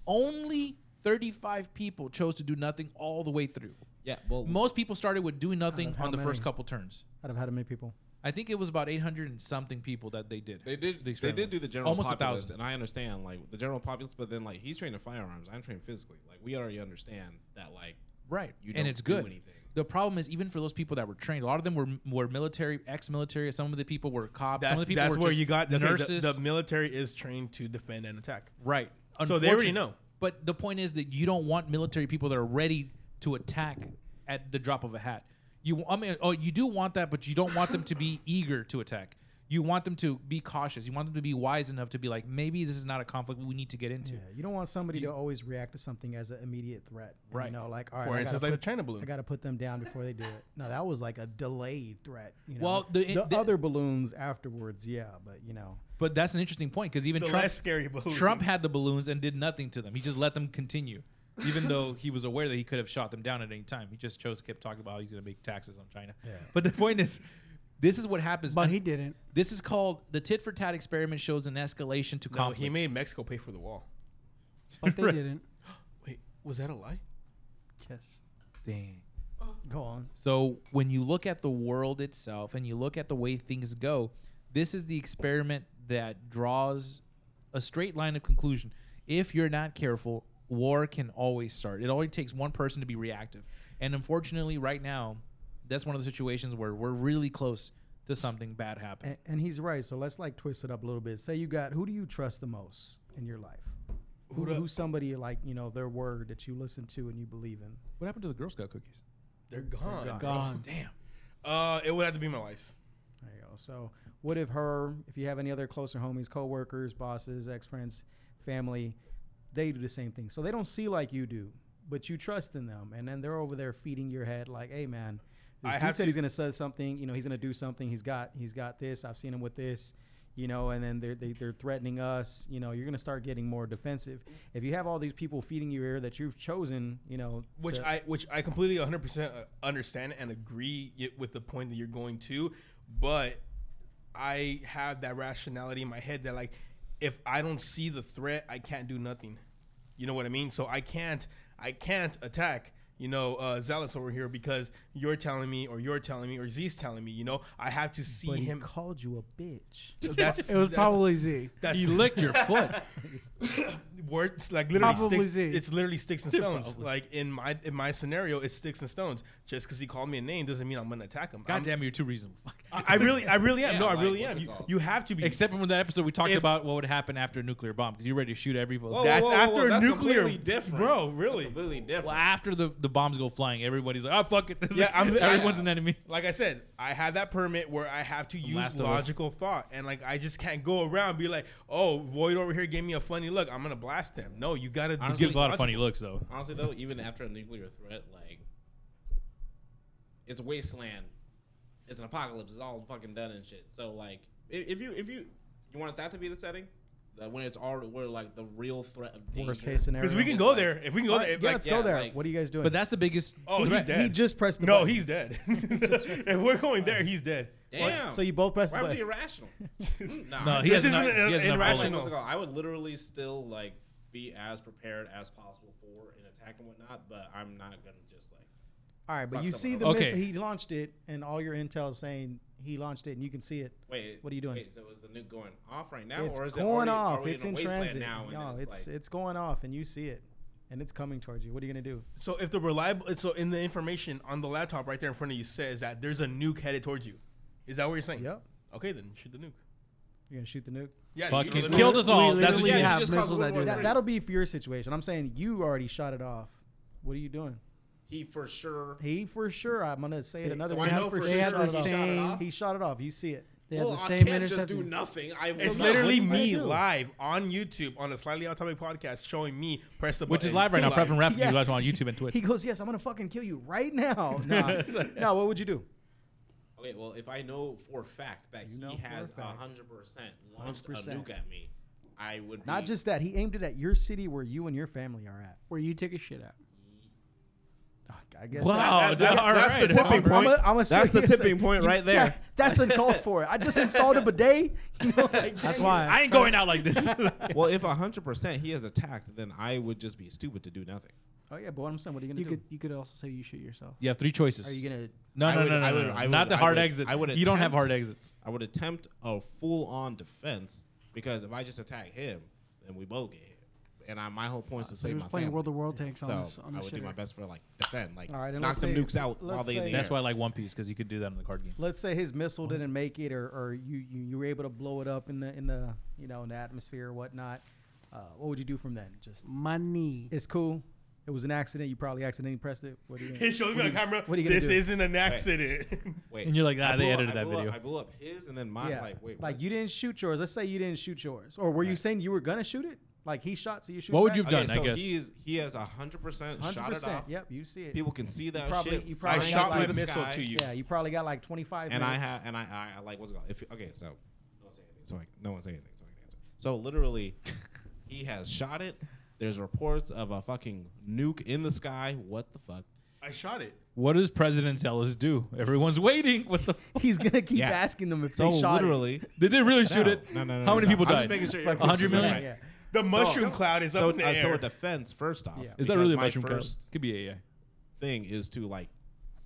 [SPEAKER 6] only 35 people chose to do nothing all the way through.
[SPEAKER 2] Yeah, well,
[SPEAKER 6] most people started with doing nothing
[SPEAKER 3] of how
[SPEAKER 6] on the first
[SPEAKER 3] many?
[SPEAKER 6] couple turns.
[SPEAKER 3] Out of how many people?
[SPEAKER 6] I think it was about 800 and something people that they did.
[SPEAKER 2] They did.
[SPEAKER 6] the
[SPEAKER 2] they
[SPEAKER 6] experiment
[SPEAKER 2] did
[SPEAKER 6] with.
[SPEAKER 2] do the general
[SPEAKER 6] almost
[SPEAKER 2] populace,
[SPEAKER 6] a thousand.
[SPEAKER 2] and I understand like the general populace, but then like he's trained in firearms, I'm trained physically. Like we already understand that like
[SPEAKER 6] Right.
[SPEAKER 2] you
[SPEAKER 6] and
[SPEAKER 2] don't
[SPEAKER 6] it's
[SPEAKER 2] do
[SPEAKER 6] good.
[SPEAKER 2] anything.
[SPEAKER 6] The problem is even for those people that were trained, a lot of them were were military, ex-military. Some of the people were cops. some
[SPEAKER 1] That's,
[SPEAKER 6] of the people
[SPEAKER 1] that's
[SPEAKER 6] were
[SPEAKER 1] where
[SPEAKER 6] just
[SPEAKER 1] you got okay,
[SPEAKER 6] nurses.
[SPEAKER 1] The, the military is trained to defend and attack.
[SPEAKER 6] Right.
[SPEAKER 1] So they already
[SPEAKER 6] Unfortunate-
[SPEAKER 1] know.
[SPEAKER 6] But the point is that you don't want military people that are ready to attack at the drop of a hat. You, I mean, oh, you do want that, but you don't want them to be eager to attack. You want them to be cautious. You want them to be wise enough to be like, maybe this is not a conflict we need to get into.
[SPEAKER 3] Yeah, you don't want somebody to always react to something as an immediate threat. And,
[SPEAKER 6] Right.
[SPEAKER 3] You know, like all right,
[SPEAKER 1] For
[SPEAKER 3] I
[SPEAKER 1] instance,
[SPEAKER 3] gotta
[SPEAKER 1] like the
[SPEAKER 3] put-
[SPEAKER 1] China balloon.
[SPEAKER 3] I got to put them down before they do it. No, that was like a delayed threat. You know?
[SPEAKER 6] Well, the- the-
[SPEAKER 3] other balloons afterwards, yeah, but you know,
[SPEAKER 6] But that's an interesting point because even
[SPEAKER 1] The
[SPEAKER 6] Trump,
[SPEAKER 1] less scary balloons.
[SPEAKER 6] Trump had the balloons and did nothing to them. He just let them continue, even though he was aware that he could have shot them down at any time. He just chose kept talking about how he's going to make taxes on China.
[SPEAKER 5] Yeah.
[SPEAKER 6] But the point is, this is what happens.
[SPEAKER 5] But
[SPEAKER 6] And
[SPEAKER 5] he didn't.
[SPEAKER 6] This is called the tit for tat experiment. Shows an escalation to
[SPEAKER 1] No,
[SPEAKER 6] conflict.
[SPEAKER 1] he made Mexico pay for the wall.
[SPEAKER 5] But they
[SPEAKER 6] Right.
[SPEAKER 5] didn't.
[SPEAKER 1] Wait, was that a lie?
[SPEAKER 5] Yes.
[SPEAKER 6] Dang.
[SPEAKER 3] go on.
[SPEAKER 6] So when you look at the world itself and you look at the way things go, this is the experiment that draws a straight line of conclusion. If you're not careful, war can always start. It only takes one person to be reactive. And unfortunately, right now, that's one of the situations where we're really close to something bad happening.
[SPEAKER 3] And, and he's right. So let's like twist it up a little bit. Say you got who do you trust the most in your life? Who,
[SPEAKER 1] the-
[SPEAKER 3] who's somebody like you know their word that you listen to and you believe in?
[SPEAKER 6] What happened to the Girl Scout cookies?
[SPEAKER 1] They're gone.
[SPEAKER 3] gone.
[SPEAKER 1] bro.
[SPEAKER 5] Gone.
[SPEAKER 6] Damn.
[SPEAKER 1] Uh, it would have to be my wife's.
[SPEAKER 3] There you go. So, what if her, if you have any other closer homies, coworkers, bosses, ex friends, family, they do the same thing. So they don't see like you do, but you trust in them, and then they're over there feeding your head like, "Hey, man, this
[SPEAKER 1] I
[SPEAKER 3] dude
[SPEAKER 1] have
[SPEAKER 3] said
[SPEAKER 1] to-
[SPEAKER 3] he's gonna say something. You know, he's gonna do something. He's got, he's got this. I've seen him with this." You know, and then they're they, they're threatening us. You know, you're gonna start getting more defensive if you have all these people feeding your ear that you've chosen. You know,
[SPEAKER 1] which
[SPEAKER 3] to-
[SPEAKER 1] I which I completely 100% uh, understand and agree y- with the point that you're going to, but I have that rationality in my head that like if I don't see the threat, I can't do nothing. You know what I mean? So I can't I can't attack. You know, uh, zealous over here because you're telling me, or you're telling me, or Z's telling me. You know, I have to see
[SPEAKER 3] but he
[SPEAKER 1] him.
[SPEAKER 3] called you a bitch.
[SPEAKER 1] That's,
[SPEAKER 5] It was probably Z.
[SPEAKER 1] That's
[SPEAKER 6] He licked your foot.
[SPEAKER 1] Words like literally
[SPEAKER 5] Probably
[SPEAKER 1] sticks.
[SPEAKER 5] Z.
[SPEAKER 1] It's literally sticks and
[SPEAKER 5] Yeah,
[SPEAKER 1] stones.
[SPEAKER 5] probably.
[SPEAKER 1] Like in my in my scenario, it's sticks and stones. Just because he called me a name doesn't mean I'm gonna attack him.
[SPEAKER 6] God
[SPEAKER 1] I'm-
[SPEAKER 6] damn it, you're too reasonable. Fuck.
[SPEAKER 1] I, I really, I really am.
[SPEAKER 2] Yeah,
[SPEAKER 1] no, I
[SPEAKER 2] like,
[SPEAKER 1] really
[SPEAKER 2] what's
[SPEAKER 1] am.
[SPEAKER 2] it
[SPEAKER 1] You,
[SPEAKER 2] called?
[SPEAKER 1] you have to be.
[SPEAKER 6] Except from that episode we talked
[SPEAKER 1] If-
[SPEAKER 6] about what would happen after a nuclear bomb because you're ready to shoot every.
[SPEAKER 2] Whoa,
[SPEAKER 1] that's
[SPEAKER 2] whoa, whoa,
[SPEAKER 1] after
[SPEAKER 2] whoa, that's
[SPEAKER 1] nuclear,
[SPEAKER 2] completely different,
[SPEAKER 1] bro.
[SPEAKER 2] That's
[SPEAKER 1] Really,
[SPEAKER 2] completely different.
[SPEAKER 6] Well, after the, the bombs go flying, everybody's like, "Ah, fuck it." It's
[SPEAKER 1] yeah,
[SPEAKER 6] like,
[SPEAKER 1] I'm
[SPEAKER 6] everyone's
[SPEAKER 1] I-
[SPEAKER 6] an enemy.
[SPEAKER 1] Like I said, I have that permit where I have to use
[SPEAKER 6] Last of Us.
[SPEAKER 1] logical thought, and like I just can't go around and be like, "Oh, Void over here gave me a funny look. I'm gonna blast him." No, you gotta.
[SPEAKER 6] Honestly,
[SPEAKER 1] give
[SPEAKER 6] there's a lot of
[SPEAKER 1] logical-
[SPEAKER 6] funny looks, though.
[SPEAKER 2] Honestly, though, even after a nuclear threat, like it's a wasteland, it's an apocalypse, it's all fucking done and shit. So like, i- if you if you you want that to be the setting, that when it's all where like the real threat of danger,
[SPEAKER 3] Worst case scenario.
[SPEAKER 1] Because we can go there if we can go
[SPEAKER 3] Alright,
[SPEAKER 1] there. if,
[SPEAKER 3] yeah,
[SPEAKER 1] like,
[SPEAKER 3] let's go there.
[SPEAKER 1] like-
[SPEAKER 3] what are you guys doing?
[SPEAKER 6] But that's the biggest.
[SPEAKER 1] Oh, he's
[SPEAKER 3] Right,
[SPEAKER 1] dead.
[SPEAKER 3] He just pressed the
[SPEAKER 1] no,
[SPEAKER 3] button.
[SPEAKER 1] he's dead. if we're going there, he's dead.
[SPEAKER 2] Damn.
[SPEAKER 3] So you both pressed
[SPEAKER 2] Why
[SPEAKER 3] the
[SPEAKER 2] would you
[SPEAKER 3] button.
[SPEAKER 2] irrational? Mm, nah.
[SPEAKER 6] No, he
[SPEAKER 1] This
[SPEAKER 6] has enough-
[SPEAKER 2] uh,
[SPEAKER 1] isn't
[SPEAKER 6] he has enough
[SPEAKER 2] Like,
[SPEAKER 1] irrational.
[SPEAKER 2] what's it called? I would literally still like be as prepared as possible for an attack and whatnot, but I'm not gonna just like.
[SPEAKER 3] All right, but
[SPEAKER 2] Fuck
[SPEAKER 3] you see
[SPEAKER 2] someone
[SPEAKER 3] the
[SPEAKER 6] up.
[SPEAKER 3] missile.
[SPEAKER 6] Okay.
[SPEAKER 3] He launched it, and all your intel is saying he launched it, and you can see it.
[SPEAKER 2] Wait,
[SPEAKER 3] What are you doing?
[SPEAKER 2] Wait, so is the nuke going off right now,
[SPEAKER 3] it's
[SPEAKER 2] or is
[SPEAKER 3] going
[SPEAKER 2] it already,
[SPEAKER 3] off.
[SPEAKER 2] Are we
[SPEAKER 3] it's
[SPEAKER 2] in, a
[SPEAKER 3] in,
[SPEAKER 2] wasteland
[SPEAKER 3] transit.
[SPEAKER 2] now? And
[SPEAKER 3] no,
[SPEAKER 2] then
[SPEAKER 3] it's
[SPEAKER 2] it's,
[SPEAKER 3] it's,
[SPEAKER 2] like,
[SPEAKER 3] going off, and you see it, and it's coming towards you. What are you gonna do?
[SPEAKER 1] So if the reliable, so in the information on the laptop right there in front of you says that there's a nuke headed towards you, is that what you're saying?
[SPEAKER 3] Yep.
[SPEAKER 1] Okay, then shoot the nuke.
[SPEAKER 3] You're gonna shoot the nuke.
[SPEAKER 1] Yeah,
[SPEAKER 6] Fuck,
[SPEAKER 1] you
[SPEAKER 6] he's
[SPEAKER 1] literally-
[SPEAKER 6] killed us all. That's
[SPEAKER 5] literally
[SPEAKER 6] what you
[SPEAKER 2] yeah,
[SPEAKER 6] did.
[SPEAKER 5] have
[SPEAKER 2] just
[SPEAKER 5] missiles
[SPEAKER 2] caused
[SPEAKER 5] that
[SPEAKER 2] World
[SPEAKER 5] do
[SPEAKER 2] War
[SPEAKER 5] that.
[SPEAKER 2] Three.
[SPEAKER 3] That, that'll be for your situation. I'm saying you already shot it off. What are you doing?
[SPEAKER 2] He for sure.
[SPEAKER 3] He for sure. I'm gonna say it
[SPEAKER 5] They-
[SPEAKER 3] another.
[SPEAKER 2] So
[SPEAKER 3] way.
[SPEAKER 2] I
[SPEAKER 3] He
[SPEAKER 2] know for
[SPEAKER 3] shot
[SPEAKER 2] sure
[SPEAKER 3] it
[SPEAKER 5] have the
[SPEAKER 2] he
[SPEAKER 3] off.
[SPEAKER 2] shot it
[SPEAKER 5] same-
[SPEAKER 2] off.
[SPEAKER 3] He shot it off. You see it.
[SPEAKER 5] They have
[SPEAKER 2] well,
[SPEAKER 5] the
[SPEAKER 2] I
[SPEAKER 5] same
[SPEAKER 2] can't just do
[SPEAKER 5] interception.
[SPEAKER 2] nothing. I will
[SPEAKER 1] It's
[SPEAKER 2] not.
[SPEAKER 1] literally
[SPEAKER 2] What am I
[SPEAKER 1] me
[SPEAKER 2] doing?
[SPEAKER 1] live on YouTube on a slightly off topic podcast showing me press the
[SPEAKER 6] Which is
[SPEAKER 1] button.
[SPEAKER 6] live right now. Prep and ref.
[SPEAKER 3] Yeah.
[SPEAKER 6] You guys are on YouTube and Twitch.
[SPEAKER 3] He goes, "Yes, I'm gonna fucking kill you right now." Nah, no. What would you do?
[SPEAKER 2] Okay, well, if I know for a fact that
[SPEAKER 3] know
[SPEAKER 2] he
[SPEAKER 3] for a
[SPEAKER 2] has
[SPEAKER 3] fact.
[SPEAKER 2] hundred percent launched a
[SPEAKER 3] 100%.
[SPEAKER 2] nuke at me, I would
[SPEAKER 3] Not
[SPEAKER 2] be-
[SPEAKER 3] just that. He aimed it at your city where you and your family are at.
[SPEAKER 5] Where you take a shit at?
[SPEAKER 3] I guess.
[SPEAKER 6] Wow.
[SPEAKER 3] that-
[SPEAKER 6] Oh,
[SPEAKER 2] That- that's,
[SPEAKER 6] all
[SPEAKER 2] that's
[SPEAKER 6] right.
[SPEAKER 2] the tipping
[SPEAKER 3] I'm
[SPEAKER 2] point.
[SPEAKER 3] a- I'm a
[SPEAKER 2] that's the
[SPEAKER 3] serious-
[SPEAKER 2] tipping point
[SPEAKER 3] you-
[SPEAKER 2] right there.
[SPEAKER 3] that- that's uncalled for. I just installed a bidet. You know, like,
[SPEAKER 5] That's
[SPEAKER 3] damn.
[SPEAKER 5] why.
[SPEAKER 6] I ain't going out like this.
[SPEAKER 2] well, if hundred percent he is attacked, then I would just be stupid to do nothing.
[SPEAKER 3] Oh yeah, but what I'm saying, what are you gonna
[SPEAKER 5] You
[SPEAKER 3] do?
[SPEAKER 5] could you could also say you shoot yourself.
[SPEAKER 6] You have three choices.
[SPEAKER 3] are you gonna?
[SPEAKER 6] No,
[SPEAKER 2] I
[SPEAKER 6] no,
[SPEAKER 2] would-
[SPEAKER 6] no,
[SPEAKER 2] I
[SPEAKER 6] no,
[SPEAKER 2] would-
[SPEAKER 6] no,
[SPEAKER 2] I
[SPEAKER 6] no. Not
[SPEAKER 2] would-
[SPEAKER 6] the
[SPEAKER 2] I
[SPEAKER 6] hard
[SPEAKER 2] would-
[SPEAKER 6] exit.
[SPEAKER 2] I would
[SPEAKER 6] You don't have
[SPEAKER 2] attempt-
[SPEAKER 6] hard exits.
[SPEAKER 2] I would attempt a full on defense because if I just attack him, then we both get hit. And I, my whole point is to
[SPEAKER 5] He
[SPEAKER 2] save
[SPEAKER 5] was
[SPEAKER 2] my
[SPEAKER 5] playing
[SPEAKER 2] family.
[SPEAKER 5] World of World tanks on
[SPEAKER 2] so
[SPEAKER 5] this- on
[SPEAKER 2] I
[SPEAKER 5] the
[SPEAKER 2] would do my
[SPEAKER 5] shitter.
[SPEAKER 2] best for like defend, like
[SPEAKER 3] All right, and
[SPEAKER 2] knock
[SPEAKER 3] let's
[SPEAKER 2] some
[SPEAKER 3] say-
[SPEAKER 2] nukes out while
[SPEAKER 3] let's
[SPEAKER 2] they in the
[SPEAKER 3] say-
[SPEAKER 6] That's
[SPEAKER 2] air.
[SPEAKER 6] why I like One Piece because you could do that in the card game.
[SPEAKER 3] Let's say his missile didn't make it, or, or you, you you were able to blow it up in the in the you know in the atmosphere or whatnot. Uh, what would you do from then? Just
[SPEAKER 5] Money.
[SPEAKER 3] it's cool. It was an accident. You probably accidentally pressed it. What are you?
[SPEAKER 1] He
[SPEAKER 3] Gonna,
[SPEAKER 1] shows me on camera.
[SPEAKER 3] what are you gonna
[SPEAKER 1] this
[SPEAKER 3] do?
[SPEAKER 1] isn't an accident.
[SPEAKER 2] Wait,
[SPEAKER 6] And you're like, ah,
[SPEAKER 2] I
[SPEAKER 6] they
[SPEAKER 2] blew up-
[SPEAKER 6] edited
[SPEAKER 2] I
[SPEAKER 6] that
[SPEAKER 2] blew up-
[SPEAKER 6] video.
[SPEAKER 2] I blew up his and then mine.
[SPEAKER 3] yeah,
[SPEAKER 2] Like, wait,
[SPEAKER 3] like
[SPEAKER 2] what?
[SPEAKER 3] you didn't shoot yours. Let's say you didn't shoot yours, or were you saying you were gonna shoot it? Like he shot, so you shoot.
[SPEAKER 6] What would
[SPEAKER 3] back?
[SPEAKER 6] you have
[SPEAKER 2] Okay,
[SPEAKER 6] done, I
[SPEAKER 2] so
[SPEAKER 6] guess.
[SPEAKER 2] he is he has hundred percent Uh, shot it off.
[SPEAKER 3] Yep, you see it.
[SPEAKER 2] People can see that
[SPEAKER 3] probably-
[SPEAKER 2] shit.
[SPEAKER 3] you
[SPEAKER 1] I
[SPEAKER 3] probably
[SPEAKER 2] flying
[SPEAKER 1] shot
[SPEAKER 2] through
[SPEAKER 1] my
[SPEAKER 2] the
[SPEAKER 1] missile
[SPEAKER 2] sky.
[SPEAKER 1] to you.
[SPEAKER 3] Yeah, you probably got like 25
[SPEAKER 2] and I
[SPEAKER 3] minutes.
[SPEAKER 2] have and I, I, I like what's it called? If okay, so no one say anything, so I, no one say anything, so I can answer. So literally, he has shot it. There's reports of a fucking nuke in the sky. What the fuck?
[SPEAKER 1] I shot it.
[SPEAKER 6] What does President Zealous do? Everyone's waiting. What the? Fuck?
[SPEAKER 3] He's gonna keep
[SPEAKER 2] Yeah.
[SPEAKER 3] asking them if
[SPEAKER 2] So
[SPEAKER 3] they shot
[SPEAKER 2] literally,
[SPEAKER 6] Did they really shoot
[SPEAKER 2] No.
[SPEAKER 6] it?
[SPEAKER 2] No, no, no,
[SPEAKER 6] How
[SPEAKER 2] no, no.
[SPEAKER 6] many people
[SPEAKER 2] I'm just
[SPEAKER 6] died?
[SPEAKER 2] making sure you're
[SPEAKER 6] Like 100
[SPEAKER 2] focusing on
[SPEAKER 6] million.
[SPEAKER 3] it. Yeah.
[SPEAKER 1] The mushroom
[SPEAKER 2] So-
[SPEAKER 1] cloud is
[SPEAKER 2] so,
[SPEAKER 1] up in the
[SPEAKER 2] uh,
[SPEAKER 1] air.
[SPEAKER 2] so a defense first off.
[SPEAKER 3] Yeah.
[SPEAKER 6] Is that
[SPEAKER 2] because
[SPEAKER 6] really a
[SPEAKER 2] my
[SPEAKER 6] mushroom cloud?
[SPEAKER 2] first
[SPEAKER 6] Could be AI.
[SPEAKER 2] thing is to like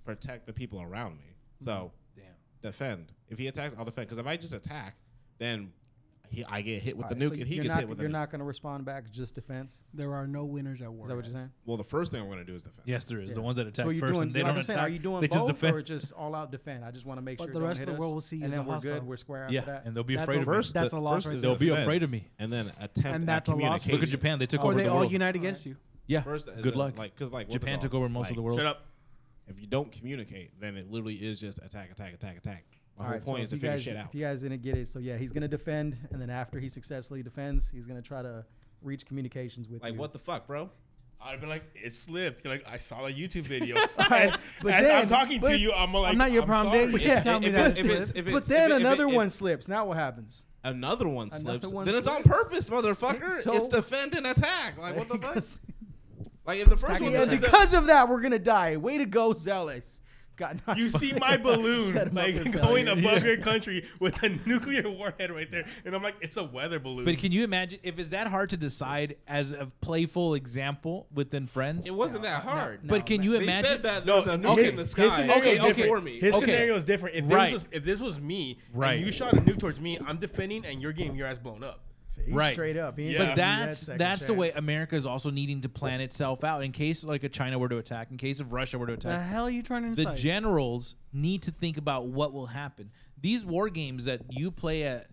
[SPEAKER 2] protect the people around me. So
[SPEAKER 6] Damn.
[SPEAKER 2] defend. If he attacks, I'll defend. Because if I just attack, then he, I get hit with
[SPEAKER 3] All
[SPEAKER 2] the
[SPEAKER 3] right,
[SPEAKER 2] nuke,
[SPEAKER 3] so
[SPEAKER 2] and he
[SPEAKER 3] you're
[SPEAKER 2] gets
[SPEAKER 3] not,
[SPEAKER 2] hit with the
[SPEAKER 3] You're
[SPEAKER 2] nuke.
[SPEAKER 3] not gonna respond back, just defense. Is
[SPEAKER 5] There are no winners at war.
[SPEAKER 3] that what
[SPEAKER 5] guys.
[SPEAKER 3] you're saying?
[SPEAKER 2] Well, the first thing I'm going to do is defend.
[SPEAKER 6] Yes, there is
[SPEAKER 3] Yeah.
[SPEAKER 6] the ones that attack
[SPEAKER 3] so you
[SPEAKER 6] first.
[SPEAKER 3] doing,
[SPEAKER 6] and they
[SPEAKER 3] like
[SPEAKER 6] don't
[SPEAKER 3] I'm saying, are
[SPEAKER 6] attack.
[SPEAKER 3] you doing
[SPEAKER 6] they
[SPEAKER 3] both
[SPEAKER 6] just defend.
[SPEAKER 3] or just all out defend? I just want to make
[SPEAKER 5] But
[SPEAKER 3] sure
[SPEAKER 5] the
[SPEAKER 3] don't
[SPEAKER 5] rest
[SPEAKER 3] hit
[SPEAKER 5] of the
[SPEAKER 3] us,
[SPEAKER 5] world will see you
[SPEAKER 3] and
[SPEAKER 5] as
[SPEAKER 3] then
[SPEAKER 5] a
[SPEAKER 3] we're
[SPEAKER 5] hostile.
[SPEAKER 3] good. We're square after
[SPEAKER 6] yeah,
[SPEAKER 3] that.
[SPEAKER 6] and they'll be
[SPEAKER 5] That's
[SPEAKER 6] afraid
[SPEAKER 5] a-
[SPEAKER 6] of me.
[SPEAKER 2] First,
[SPEAKER 5] That's
[SPEAKER 2] the-
[SPEAKER 5] a loss
[SPEAKER 2] first
[SPEAKER 5] right
[SPEAKER 2] is
[SPEAKER 6] there. They'll be afraid of
[SPEAKER 2] defense,
[SPEAKER 6] me.
[SPEAKER 2] And then attempt
[SPEAKER 5] And
[SPEAKER 2] at
[SPEAKER 5] that's a loss.
[SPEAKER 2] communication.
[SPEAKER 6] Look at Japan. They took
[SPEAKER 5] Or
[SPEAKER 6] over
[SPEAKER 5] they
[SPEAKER 6] the
[SPEAKER 5] all
[SPEAKER 6] world.
[SPEAKER 5] unite against you.
[SPEAKER 6] Yeah.
[SPEAKER 2] First, is
[SPEAKER 6] Good
[SPEAKER 2] it,
[SPEAKER 6] luck.
[SPEAKER 2] Like, because like what's it
[SPEAKER 6] Japan
[SPEAKER 2] called?
[SPEAKER 6] took over most of
[SPEAKER 2] Like,
[SPEAKER 6] the world.
[SPEAKER 1] Shut up.
[SPEAKER 2] If you don't communicate, then it literally is just attack, attack, attack, attack. My whole
[SPEAKER 3] Alright, so
[SPEAKER 2] point is
[SPEAKER 3] if
[SPEAKER 2] to
[SPEAKER 3] you
[SPEAKER 2] figure
[SPEAKER 3] guys-
[SPEAKER 2] shit out.
[SPEAKER 3] If you guys didn't get it, so yeah, he's gonna defend, and then after he successfully defends, he's gonna try to reach communications with
[SPEAKER 2] Like
[SPEAKER 3] you.
[SPEAKER 2] what the fuck, bro?
[SPEAKER 1] I'd have been like, it slipped. You're like, I saw a YouTube video. as as I'm
[SPEAKER 3] then-
[SPEAKER 1] talking to
[SPEAKER 3] but
[SPEAKER 1] you, I'm like,
[SPEAKER 5] I'm not your prom date.
[SPEAKER 1] sorry.
[SPEAKER 5] You can't tell me
[SPEAKER 2] if
[SPEAKER 5] that.
[SPEAKER 2] it's- if it's- if
[SPEAKER 3] but
[SPEAKER 2] it's- if
[SPEAKER 3] then
[SPEAKER 2] it- if it-
[SPEAKER 3] another
[SPEAKER 2] if-
[SPEAKER 3] one slips. Now what happens?
[SPEAKER 2] Another one slips.
[SPEAKER 3] one
[SPEAKER 2] then it's on
[SPEAKER 3] slips.
[SPEAKER 2] purpose, motherfucker.
[SPEAKER 3] So-
[SPEAKER 2] it's defend and attack. Like what the fuck?
[SPEAKER 3] Because-
[SPEAKER 2] Like if the first one,
[SPEAKER 3] Yeah,
[SPEAKER 2] if the-
[SPEAKER 3] because of that, we're gonna die. Way to go, zealous. God, no,
[SPEAKER 1] You
[SPEAKER 3] I'm
[SPEAKER 1] see
[SPEAKER 3] fucking-
[SPEAKER 1] my
[SPEAKER 3] Set
[SPEAKER 1] balloon
[SPEAKER 3] 'em up for
[SPEAKER 1] like
[SPEAKER 3] failure.
[SPEAKER 1] going above your country with a nuclear warhead right there, and I'm like, it's a weather balloon.
[SPEAKER 6] But can you imagine if it's that hard to decide as a playful example within friends?
[SPEAKER 2] it wasn't that hard.
[SPEAKER 3] no.
[SPEAKER 6] but can you
[SPEAKER 2] they
[SPEAKER 6] imagine?
[SPEAKER 2] said that there was a nuke
[SPEAKER 6] okay.
[SPEAKER 2] in the
[SPEAKER 6] His
[SPEAKER 2] sky.
[SPEAKER 1] scenario
[SPEAKER 6] Okay,
[SPEAKER 1] is
[SPEAKER 6] okay.
[SPEAKER 2] before me.
[SPEAKER 1] His
[SPEAKER 6] Okay.
[SPEAKER 1] scenario is different. If,
[SPEAKER 6] Right.
[SPEAKER 1] this was, if this was me,
[SPEAKER 6] Right.
[SPEAKER 1] and you shot a nuke towards me, I'm defending, and your game, your ass blown up.
[SPEAKER 3] He's
[SPEAKER 6] Right.
[SPEAKER 3] Straight up. He ain't
[SPEAKER 1] Yeah.
[SPEAKER 3] giving
[SPEAKER 6] But
[SPEAKER 3] you that
[SPEAKER 6] that's
[SPEAKER 3] second
[SPEAKER 6] that's the way
[SPEAKER 3] chance.
[SPEAKER 6] America is also needing to plan itself out in case like a China were to attack, in case of Russia were to
[SPEAKER 5] The
[SPEAKER 6] attack.
[SPEAKER 5] hell are you trying to
[SPEAKER 6] The
[SPEAKER 5] incite?
[SPEAKER 6] generals need to think about what will happen. These war games that you play at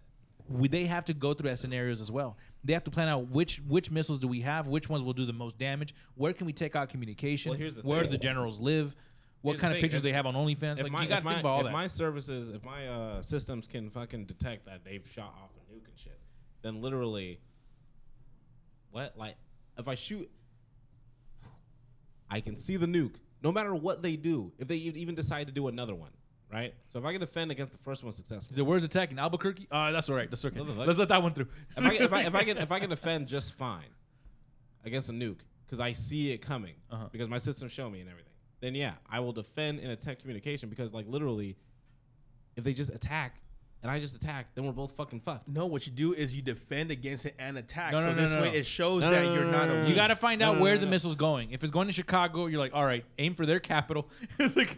[SPEAKER 6] we, they have to go through that scenarios as well. They have to plan out which which missiles do we have, which ones will do the most damage, where can we take out communication,
[SPEAKER 2] Well, here's the
[SPEAKER 6] where
[SPEAKER 2] thing.
[SPEAKER 6] the generals live, what
[SPEAKER 2] Here's the
[SPEAKER 6] kind of
[SPEAKER 2] thing,
[SPEAKER 6] pictures
[SPEAKER 2] if-
[SPEAKER 6] they have on OnlyFans.
[SPEAKER 2] If
[SPEAKER 6] Like
[SPEAKER 2] my,
[SPEAKER 6] you got
[SPEAKER 2] if
[SPEAKER 6] to
[SPEAKER 2] my,
[SPEAKER 6] think about all
[SPEAKER 2] if
[SPEAKER 6] that.
[SPEAKER 2] my services, if my uh, systems can fucking detect that they've shot off a nuke and shit, then literally, what? Like, if I shoot, I can see the nuke. No matter what they do, if they e- even decide to do another one, right? So if I can defend against the first one successfully,
[SPEAKER 6] Is it where's attacking Albuquerque? Uh, that's all right. That's okay. Let's let that one through.
[SPEAKER 2] if, I, if, I, if I can if I can defend just fine against a nuke because I see it coming
[SPEAKER 6] Uh-huh.
[SPEAKER 2] because my system show me and everything, then yeah, I will defend and attempt communication because like literally, if they just attack and I just attack, then we're both fucking fucked.
[SPEAKER 17] No, what you do is you defend against it and attack.
[SPEAKER 6] No,
[SPEAKER 17] so
[SPEAKER 6] no, no,
[SPEAKER 17] this
[SPEAKER 6] no,
[SPEAKER 17] way
[SPEAKER 6] no.
[SPEAKER 17] it shows
[SPEAKER 6] No, no,
[SPEAKER 17] that
[SPEAKER 6] no,
[SPEAKER 17] you're
[SPEAKER 6] no,
[SPEAKER 17] not
[SPEAKER 6] no,
[SPEAKER 17] a
[SPEAKER 6] no, no.
[SPEAKER 17] weak.
[SPEAKER 6] You got to
[SPEAKER 17] Mm.
[SPEAKER 6] find
[SPEAKER 17] No,
[SPEAKER 6] out
[SPEAKER 17] no, no,
[SPEAKER 6] where
[SPEAKER 17] no,
[SPEAKER 6] the
[SPEAKER 17] no.
[SPEAKER 6] missile's going. If it's going to Chicago, you're like, all right, aim for their capital. It's like,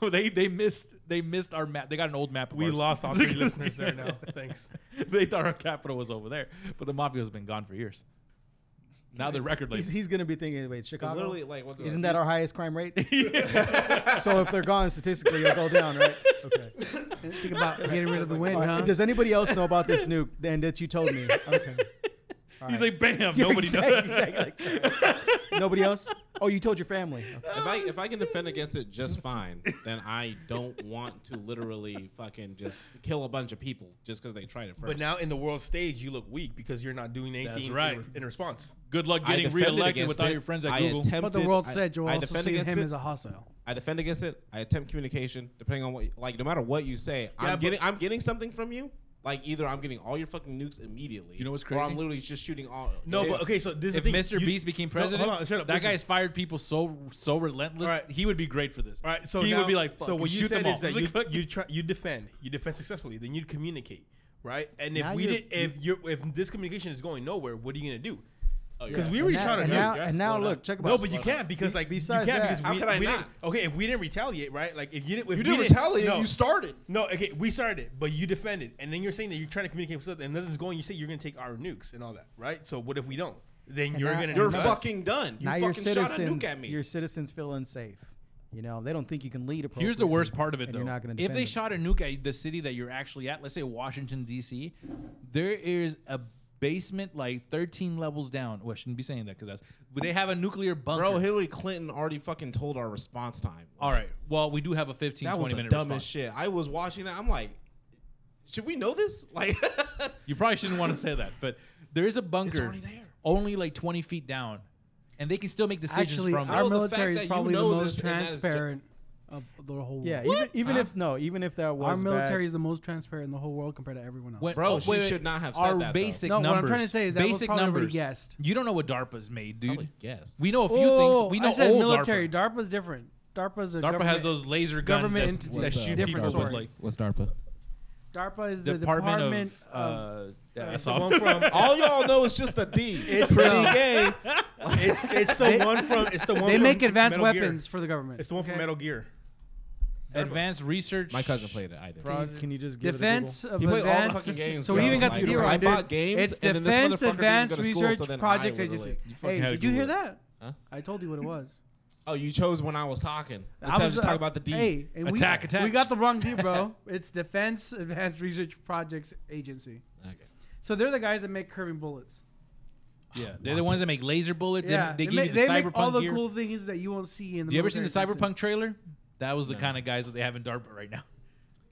[SPEAKER 6] well, they they missed they missed our map. They got an old map. Of
[SPEAKER 17] We
[SPEAKER 6] ours.
[SPEAKER 17] lost all three listeners there now. Thanks.
[SPEAKER 6] they thought our capital was over there, but the mafia has been gone for years. Now the record
[SPEAKER 3] He's,
[SPEAKER 6] label.
[SPEAKER 3] he's gonna be thinking, wait, Chicago.
[SPEAKER 2] literally, like, what's it-
[SPEAKER 3] isn't that our highest crime rate? so if they're gone, statistically, it'll go down, right? Okay.
[SPEAKER 5] Think about getting rid of the wind,
[SPEAKER 3] All right,
[SPEAKER 5] huh?
[SPEAKER 3] Does anybody else know about this nuke? Then that you told me. Okay. All
[SPEAKER 6] He's
[SPEAKER 3] right.
[SPEAKER 6] like, bam,
[SPEAKER 3] Yeah,
[SPEAKER 6] nobody
[SPEAKER 3] exactly,
[SPEAKER 6] knows.
[SPEAKER 3] exactly, like, nobody else. Oh, you told your family. Okay.
[SPEAKER 2] If I if I can defend against it just fine, then I don't want to literally fucking just kill a bunch of people just because they tried it first.
[SPEAKER 17] But now in the world stage, you look weak because you're not doing anything in
[SPEAKER 6] right.
[SPEAKER 17] re- in, response.
[SPEAKER 6] Good luck
[SPEAKER 2] I
[SPEAKER 6] getting
[SPEAKER 2] defended
[SPEAKER 6] reelected
[SPEAKER 2] against
[SPEAKER 6] without
[SPEAKER 2] it.
[SPEAKER 6] your friends at
[SPEAKER 2] I
[SPEAKER 6] Google.
[SPEAKER 2] Attempted,
[SPEAKER 5] But the world
[SPEAKER 2] I-
[SPEAKER 5] said you'll
[SPEAKER 2] I
[SPEAKER 5] also
[SPEAKER 2] defend
[SPEAKER 5] see
[SPEAKER 2] against
[SPEAKER 5] him
[SPEAKER 2] it.
[SPEAKER 5] as a hostile.
[SPEAKER 2] I defend against it. I attempt communication, depending on what, like, no matter what you say, I'm
[SPEAKER 17] but-
[SPEAKER 2] getting, I'm getting something from you. Like, either I'm getting all your fucking nukes immediately.
[SPEAKER 6] You know what's
[SPEAKER 2] Or I'm
[SPEAKER 6] crazy?
[SPEAKER 2] literally just shooting all.
[SPEAKER 17] No, but okay, so this
[SPEAKER 6] if
[SPEAKER 17] is the thing.
[SPEAKER 6] Mr.
[SPEAKER 17] You-
[SPEAKER 6] Beast became
[SPEAKER 17] No, hold
[SPEAKER 6] president,
[SPEAKER 17] on, shut up,
[SPEAKER 6] that
[SPEAKER 17] listen.
[SPEAKER 6] guy's fired people so so relentless.
[SPEAKER 17] All right.
[SPEAKER 6] He would be great for this.
[SPEAKER 17] All right, so
[SPEAKER 6] he
[SPEAKER 17] now,
[SPEAKER 6] would be like,
[SPEAKER 17] so what you
[SPEAKER 6] shoot
[SPEAKER 17] said
[SPEAKER 6] them
[SPEAKER 17] is that
[SPEAKER 6] all.
[SPEAKER 17] you, you try, you defend, you defend successfully, then you communicate, right? And if
[SPEAKER 3] Now
[SPEAKER 17] we
[SPEAKER 3] you're-
[SPEAKER 17] did, if you are if this communication is going nowhere, what are you gonna do?
[SPEAKER 2] you're
[SPEAKER 17] Because
[SPEAKER 2] right.
[SPEAKER 17] we were
[SPEAKER 2] And
[SPEAKER 17] trying
[SPEAKER 2] now-
[SPEAKER 17] to
[SPEAKER 2] and
[SPEAKER 17] do-
[SPEAKER 2] now- You're and now slowed look, down.
[SPEAKER 3] check
[SPEAKER 17] no,
[SPEAKER 3] about
[SPEAKER 17] but you
[SPEAKER 2] slowed down.
[SPEAKER 17] can't because
[SPEAKER 3] Be-
[SPEAKER 17] like
[SPEAKER 3] besides
[SPEAKER 17] you can't
[SPEAKER 3] that-
[SPEAKER 17] because
[SPEAKER 2] How
[SPEAKER 17] we,
[SPEAKER 2] could I
[SPEAKER 17] we didn't-
[SPEAKER 2] not?
[SPEAKER 17] okay if we didn't retaliate right like if you didn't if
[SPEAKER 2] You
[SPEAKER 17] we
[SPEAKER 2] didn't retaliate, you started.
[SPEAKER 17] no okay we started it but you defended and then you're saying that you're trying to communicate with something and nothing's going you say you're gonna take our nukes and all that right so what if we don't then
[SPEAKER 3] And
[SPEAKER 17] you're
[SPEAKER 3] now-
[SPEAKER 17] gonna
[SPEAKER 2] You're
[SPEAKER 17] nuke us.
[SPEAKER 2] fucking done. You
[SPEAKER 3] now your
[SPEAKER 2] fucking shot
[SPEAKER 3] citizens,
[SPEAKER 2] a nuke at me.
[SPEAKER 3] your citizens feel unsafe. You know, they don't think you can lead.
[SPEAKER 6] Here's the
[SPEAKER 3] appropriately,
[SPEAKER 6] worst part of it,
[SPEAKER 3] and
[SPEAKER 6] though.
[SPEAKER 3] You're not going to.
[SPEAKER 6] if they shot a nuke at the city that you're actually at, let's say Washington D.C., there is a basement like 13 levels down. Well, I shouldn't be saying that because that's. But they have a nuclear bunker.
[SPEAKER 2] Bro, Hillary Clinton already fucking told our response time.
[SPEAKER 6] All right. Well, we do have a 15,
[SPEAKER 2] That was
[SPEAKER 6] 20
[SPEAKER 2] the
[SPEAKER 6] minute
[SPEAKER 2] dumbest shit.
[SPEAKER 6] response.
[SPEAKER 2] I was watching that. I'm like, should we know this? Like,
[SPEAKER 6] You probably shouldn't want to say that, but there is a bunker
[SPEAKER 2] already there.
[SPEAKER 6] only like 20 feet down, and they can still make decisions
[SPEAKER 5] Actually,
[SPEAKER 6] from.
[SPEAKER 5] our
[SPEAKER 6] it.
[SPEAKER 2] the fact
[SPEAKER 5] military
[SPEAKER 2] that
[SPEAKER 5] is
[SPEAKER 2] you
[SPEAKER 5] probably the
[SPEAKER 2] know
[SPEAKER 5] most
[SPEAKER 2] this and that is ju-
[SPEAKER 5] transparent of the whole world.
[SPEAKER 3] Yeah, even, even
[SPEAKER 6] Uh,
[SPEAKER 3] if no, even if that was
[SPEAKER 5] our
[SPEAKER 3] bad-
[SPEAKER 5] military is the most transparent in the whole world compared to everyone else.
[SPEAKER 6] When-
[SPEAKER 2] Bro,
[SPEAKER 6] oh,
[SPEAKER 2] she should not have said
[SPEAKER 6] our
[SPEAKER 2] that, though.
[SPEAKER 6] basic
[SPEAKER 5] No, what I'm
[SPEAKER 6] numbers.
[SPEAKER 5] trying to say is that was
[SPEAKER 6] basic
[SPEAKER 5] probably already
[SPEAKER 6] numbers.
[SPEAKER 5] guessed.
[SPEAKER 6] You don't know what DARPA's made, dude.
[SPEAKER 2] Probably guessed.
[SPEAKER 6] We know a few
[SPEAKER 5] Oh,
[SPEAKER 6] things. We
[SPEAKER 5] I
[SPEAKER 6] know
[SPEAKER 5] said
[SPEAKER 6] old
[SPEAKER 5] military.
[SPEAKER 6] DARPA.
[SPEAKER 5] DARPA's different. DARPA's a
[SPEAKER 6] DARPA has
[SPEAKER 5] government-
[SPEAKER 6] those laser guns
[SPEAKER 5] government
[SPEAKER 6] that's-
[SPEAKER 5] entity.
[SPEAKER 6] that
[SPEAKER 5] It's
[SPEAKER 6] shoot
[SPEAKER 5] different
[SPEAKER 6] people, but
[SPEAKER 5] story.
[SPEAKER 6] like
[SPEAKER 2] what's DARPA?
[SPEAKER 5] DARPA is the
[SPEAKER 6] Department,
[SPEAKER 5] department,
[SPEAKER 6] of. Uh, yeah, I
[SPEAKER 17] It's the
[SPEAKER 6] saw.
[SPEAKER 17] one from
[SPEAKER 2] All y'all know is just a D.
[SPEAKER 17] It's
[SPEAKER 2] pretty
[SPEAKER 17] the-
[SPEAKER 2] gay.
[SPEAKER 17] it's, it's the one from it's the one
[SPEAKER 5] they
[SPEAKER 17] from
[SPEAKER 5] make advanced
[SPEAKER 17] Metal Gear.
[SPEAKER 5] weapons for the government.
[SPEAKER 17] it's the one from
[SPEAKER 5] okay?
[SPEAKER 17] Metal Gear
[SPEAKER 6] Advanced research.
[SPEAKER 2] My cousin played it. I did.
[SPEAKER 3] Can you, can you just give
[SPEAKER 5] Defense
[SPEAKER 3] It
[SPEAKER 5] of
[SPEAKER 2] He played all the
[SPEAKER 5] advanced.
[SPEAKER 2] fucking games,
[SPEAKER 5] so
[SPEAKER 2] bro.
[SPEAKER 5] we even got
[SPEAKER 2] Like,
[SPEAKER 5] the
[SPEAKER 2] bro,
[SPEAKER 5] year
[SPEAKER 2] I
[SPEAKER 5] wrong, dude.
[SPEAKER 2] bought games,
[SPEAKER 5] It's
[SPEAKER 2] and then this motherfucker
[SPEAKER 5] defense
[SPEAKER 2] didn't go
[SPEAKER 5] advanced
[SPEAKER 2] to school, so
[SPEAKER 5] research
[SPEAKER 2] then I
[SPEAKER 5] projects
[SPEAKER 2] literally-
[SPEAKER 5] agency.
[SPEAKER 6] You fucking
[SPEAKER 5] Hey,
[SPEAKER 6] had to
[SPEAKER 5] did you
[SPEAKER 6] Google
[SPEAKER 5] hear
[SPEAKER 6] it.
[SPEAKER 5] that?
[SPEAKER 2] Huh?
[SPEAKER 5] I told you what it was.
[SPEAKER 2] Oh, you chose when I was talking.
[SPEAKER 5] I
[SPEAKER 2] Instead of
[SPEAKER 5] was,
[SPEAKER 2] just
[SPEAKER 5] uh,
[SPEAKER 2] talking about the D.
[SPEAKER 5] Hey, and we-
[SPEAKER 6] Attack, attack.
[SPEAKER 5] We got the wrong D, bro. it's Defense Advanced Research Projects Agency.
[SPEAKER 2] Okay.
[SPEAKER 5] So they're the guys that make curving bullets.
[SPEAKER 6] Yeah, they're the ones that make laser bullets. They-
[SPEAKER 5] Yeah,
[SPEAKER 6] They, give
[SPEAKER 5] ma-
[SPEAKER 6] you the
[SPEAKER 5] they
[SPEAKER 6] cyberpunk
[SPEAKER 5] make all the
[SPEAKER 6] gear.
[SPEAKER 5] cool things that you won't see in the.
[SPEAKER 6] you ever seen the
[SPEAKER 5] military
[SPEAKER 6] cyberpunk
[SPEAKER 5] section.
[SPEAKER 6] trailer? That was the
[SPEAKER 2] No.
[SPEAKER 6] kind of guys that they have in DARPA right now.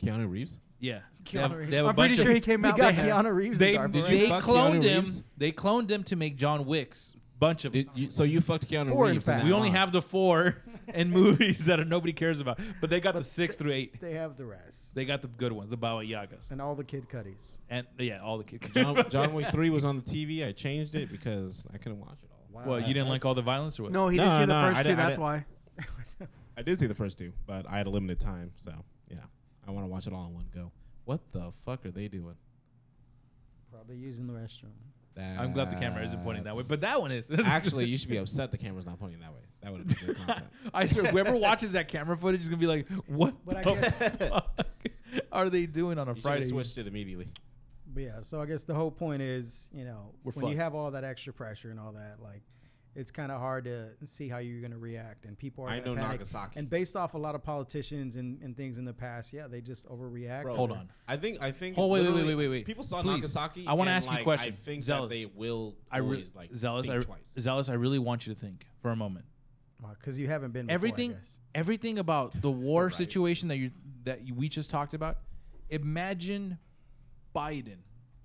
[SPEAKER 2] Keanu Reeves.
[SPEAKER 6] Yeah,
[SPEAKER 5] Keanu Reeves. I'm pretty sure he came
[SPEAKER 3] We
[SPEAKER 5] out.
[SPEAKER 3] got
[SPEAKER 5] with that.
[SPEAKER 3] Keanu Reeves.
[SPEAKER 6] They,
[SPEAKER 3] in
[SPEAKER 6] they,
[SPEAKER 3] DARPA,
[SPEAKER 2] Did you fuck
[SPEAKER 6] cloned
[SPEAKER 2] Keanu
[SPEAKER 6] him.
[SPEAKER 2] Reeves?
[SPEAKER 6] They cloned him to make John Wick's bunch of.
[SPEAKER 2] Did you, so you fucked Keanu
[SPEAKER 3] Four, in
[SPEAKER 2] Reeves. and
[SPEAKER 3] fact.
[SPEAKER 2] then
[SPEAKER 6] we only
[SPEAKER 2] Ron.
[SPEAKER 6] have the four in movies that are, nobody cares about, but they got the six through eight.
[SPEAKER 3] They have the rest
[SPEAKER 6] They got the good ones, the Baba Yagas,
[SPEAKER 3] and all the Kid Cuddies.
[SPEAKER 6] and yeah, all the kids.
[SPEAKER 2] John, John Wick Three was on the TV. I changed it because I couldn't watch it all.
[SPEAKER 6] well, you didn't like all the violence or what?
[SPEAKER 5] No, he
[SPEAKER 2] No,
[SPEAKER 5] didn't
[SPEAKER 2] no,
[SPEAKER 5] see the
[SPEAKER 2] I
[SPEAKER 5] first
[SPEAKER 2] di-
[SPEAKER 5] two.
[SPEAKER 2] I
[SPEAKER 5] That's
[SPEAKER 2] di-
[SPEAKER 5] why.
[SPEAKER 2] I did see the first two, but I had a limited time, so yeah, I want to watch it all in one go. What the fuck are they doing?
[SPEAKER 3] Probably using the restroom.
[SPEAKER 6] I'm glad the camera isn't pointing that way,
[SPEAKER 2] That's-
[SPEAKER 6] but that one is.
[SPEAKER 2] Actually, you should be upset the camera's not pointing that way. That would have been good content.
[SPEAKER 6] I swear, whoever watches that camera footage is gonna be like, "What
[SPEAKER 3] But I
[SPEAKER 6] the
[SPEAKER 3] guess-
[SPEAKER 6] fuck are they doing on a
[SPEAKER 2] You should have
[SPEAKER 6] Friday?"
[SPEAKER 2] switched it immediately.
[SPEAKER 3] But yeah, so I guess the whole point is, you know,
[SPEAKER 6] We're
[SPEAKER 3] when you
[SPEAKER 6] fucked.
[SPEAKER 3] have all that extra pressure and all that, like, it's kind of hard to see how you're going to react. And people are.
[SPEAKER 2] I
[SPEAKER 3] gonna
[SPEAKER 2] know
[SPEAKER 3] panic.
[SPEAKER 2] Nagasaki.
[SPEAKER 3] And based off a lot of politicians and, and things in the past, yeah, they just overreact.
[SPEAKER 2] Bro,
[SPEAKER 3] or-
[SPEAKER 2] I think I think.
[SPEAKER 6] Oh, wait, wait,
[SPEAKER 2] literally
[SPEAKER 6] wait, wait, wait.
[SPEAKER 2] People saw
[SPEAKER 6] Please.
[SPEAKER 2] Nagasaki.
[SPEAKER 6] I wanna
[SPEAKER 2] and,
[SPEAKER 6] ask you a
[SPEAKER 2] like,
[SPEAKER 6] question.
[SPEAKER 2] I think
[SPEAKER 6] Zealous.
[SPEAKER 2] that they will.
[SPEAKER 6] I really
[SPEAKER 2] always, like
[SPEAKER 6] zealous.
[SPEAKER 2] think
[SPEAKER 6] I,
[SPEAKER 2] twice.
[SPEAKER 6] zealous. I really want you to think for a moment.
[SPEAKER 3] Because you haven't been before, I
[SPEAKER 6] everything.
[SPEAKER 3] guess.
[SPEAKER 6] Everything about the war situation that you that you, we just talked about. Imagine Biden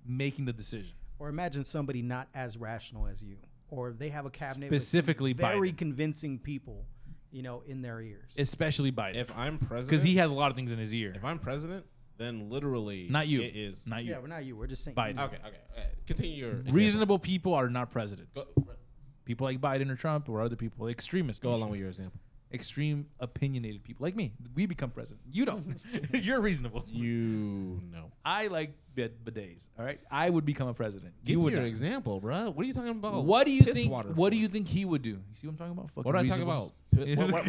[SPEAKER 6] making the decision.
[SPEAKER 3] Or imagine somebody not as rational as you, or they have a cabinet
[SPEAKER 6] Specifically
[SPEAKER 3] with some very convincing people, you know, in their ears.
[SPEAKER 6] especially Biden.
[SPEAKER 2] If I'm president,
[SPEAKER 6] because he has a lot of things in his ear.
[SPEAKER 2] If I'm president, then literally,
[SPEAKER 6] Not you.
[SPEAKER 2] It is
[SPEAKER 6] Not you.
[SPEAKER 3] Yeah, we're not you. We're just saying.
[SPEAKER 6] Biden.
[SPEAKER 2] Okay, okay. Uh, continue your example.
[SPEAKER 6] Reasonable people are not presidents. People like Biden or Trump or other people, extremists.
[SPEAKER 2] Go along with your example.
[SPEAKER 6] Extreme opinionated people like me. We become president. You don't. You're reasonable.
[SPEAKER 2] You know.
[SPEAKER 6] I like bid- bidets. All right. I would become a president.
[SPEAKER 2] Give
[SPEAKER 6] you
[SPEAKER 2] me
[SPEAKER 6] would
[SPEAKER 2] your
[SPEAKER 6] not.
[SPEAKER 2] example, bro. What are you talking about?
[SPEAKER 6] What do you
[SPEAKER 2] Piss
[SPEAKER 6] think?
[SPEAKER 2] water
[SPEAKER 6] What do you think he would do? You see what I'm talking about? Fucking
[SPEAKER 2] What do I talk about? P-
[SPEAKER 6] reasonableness.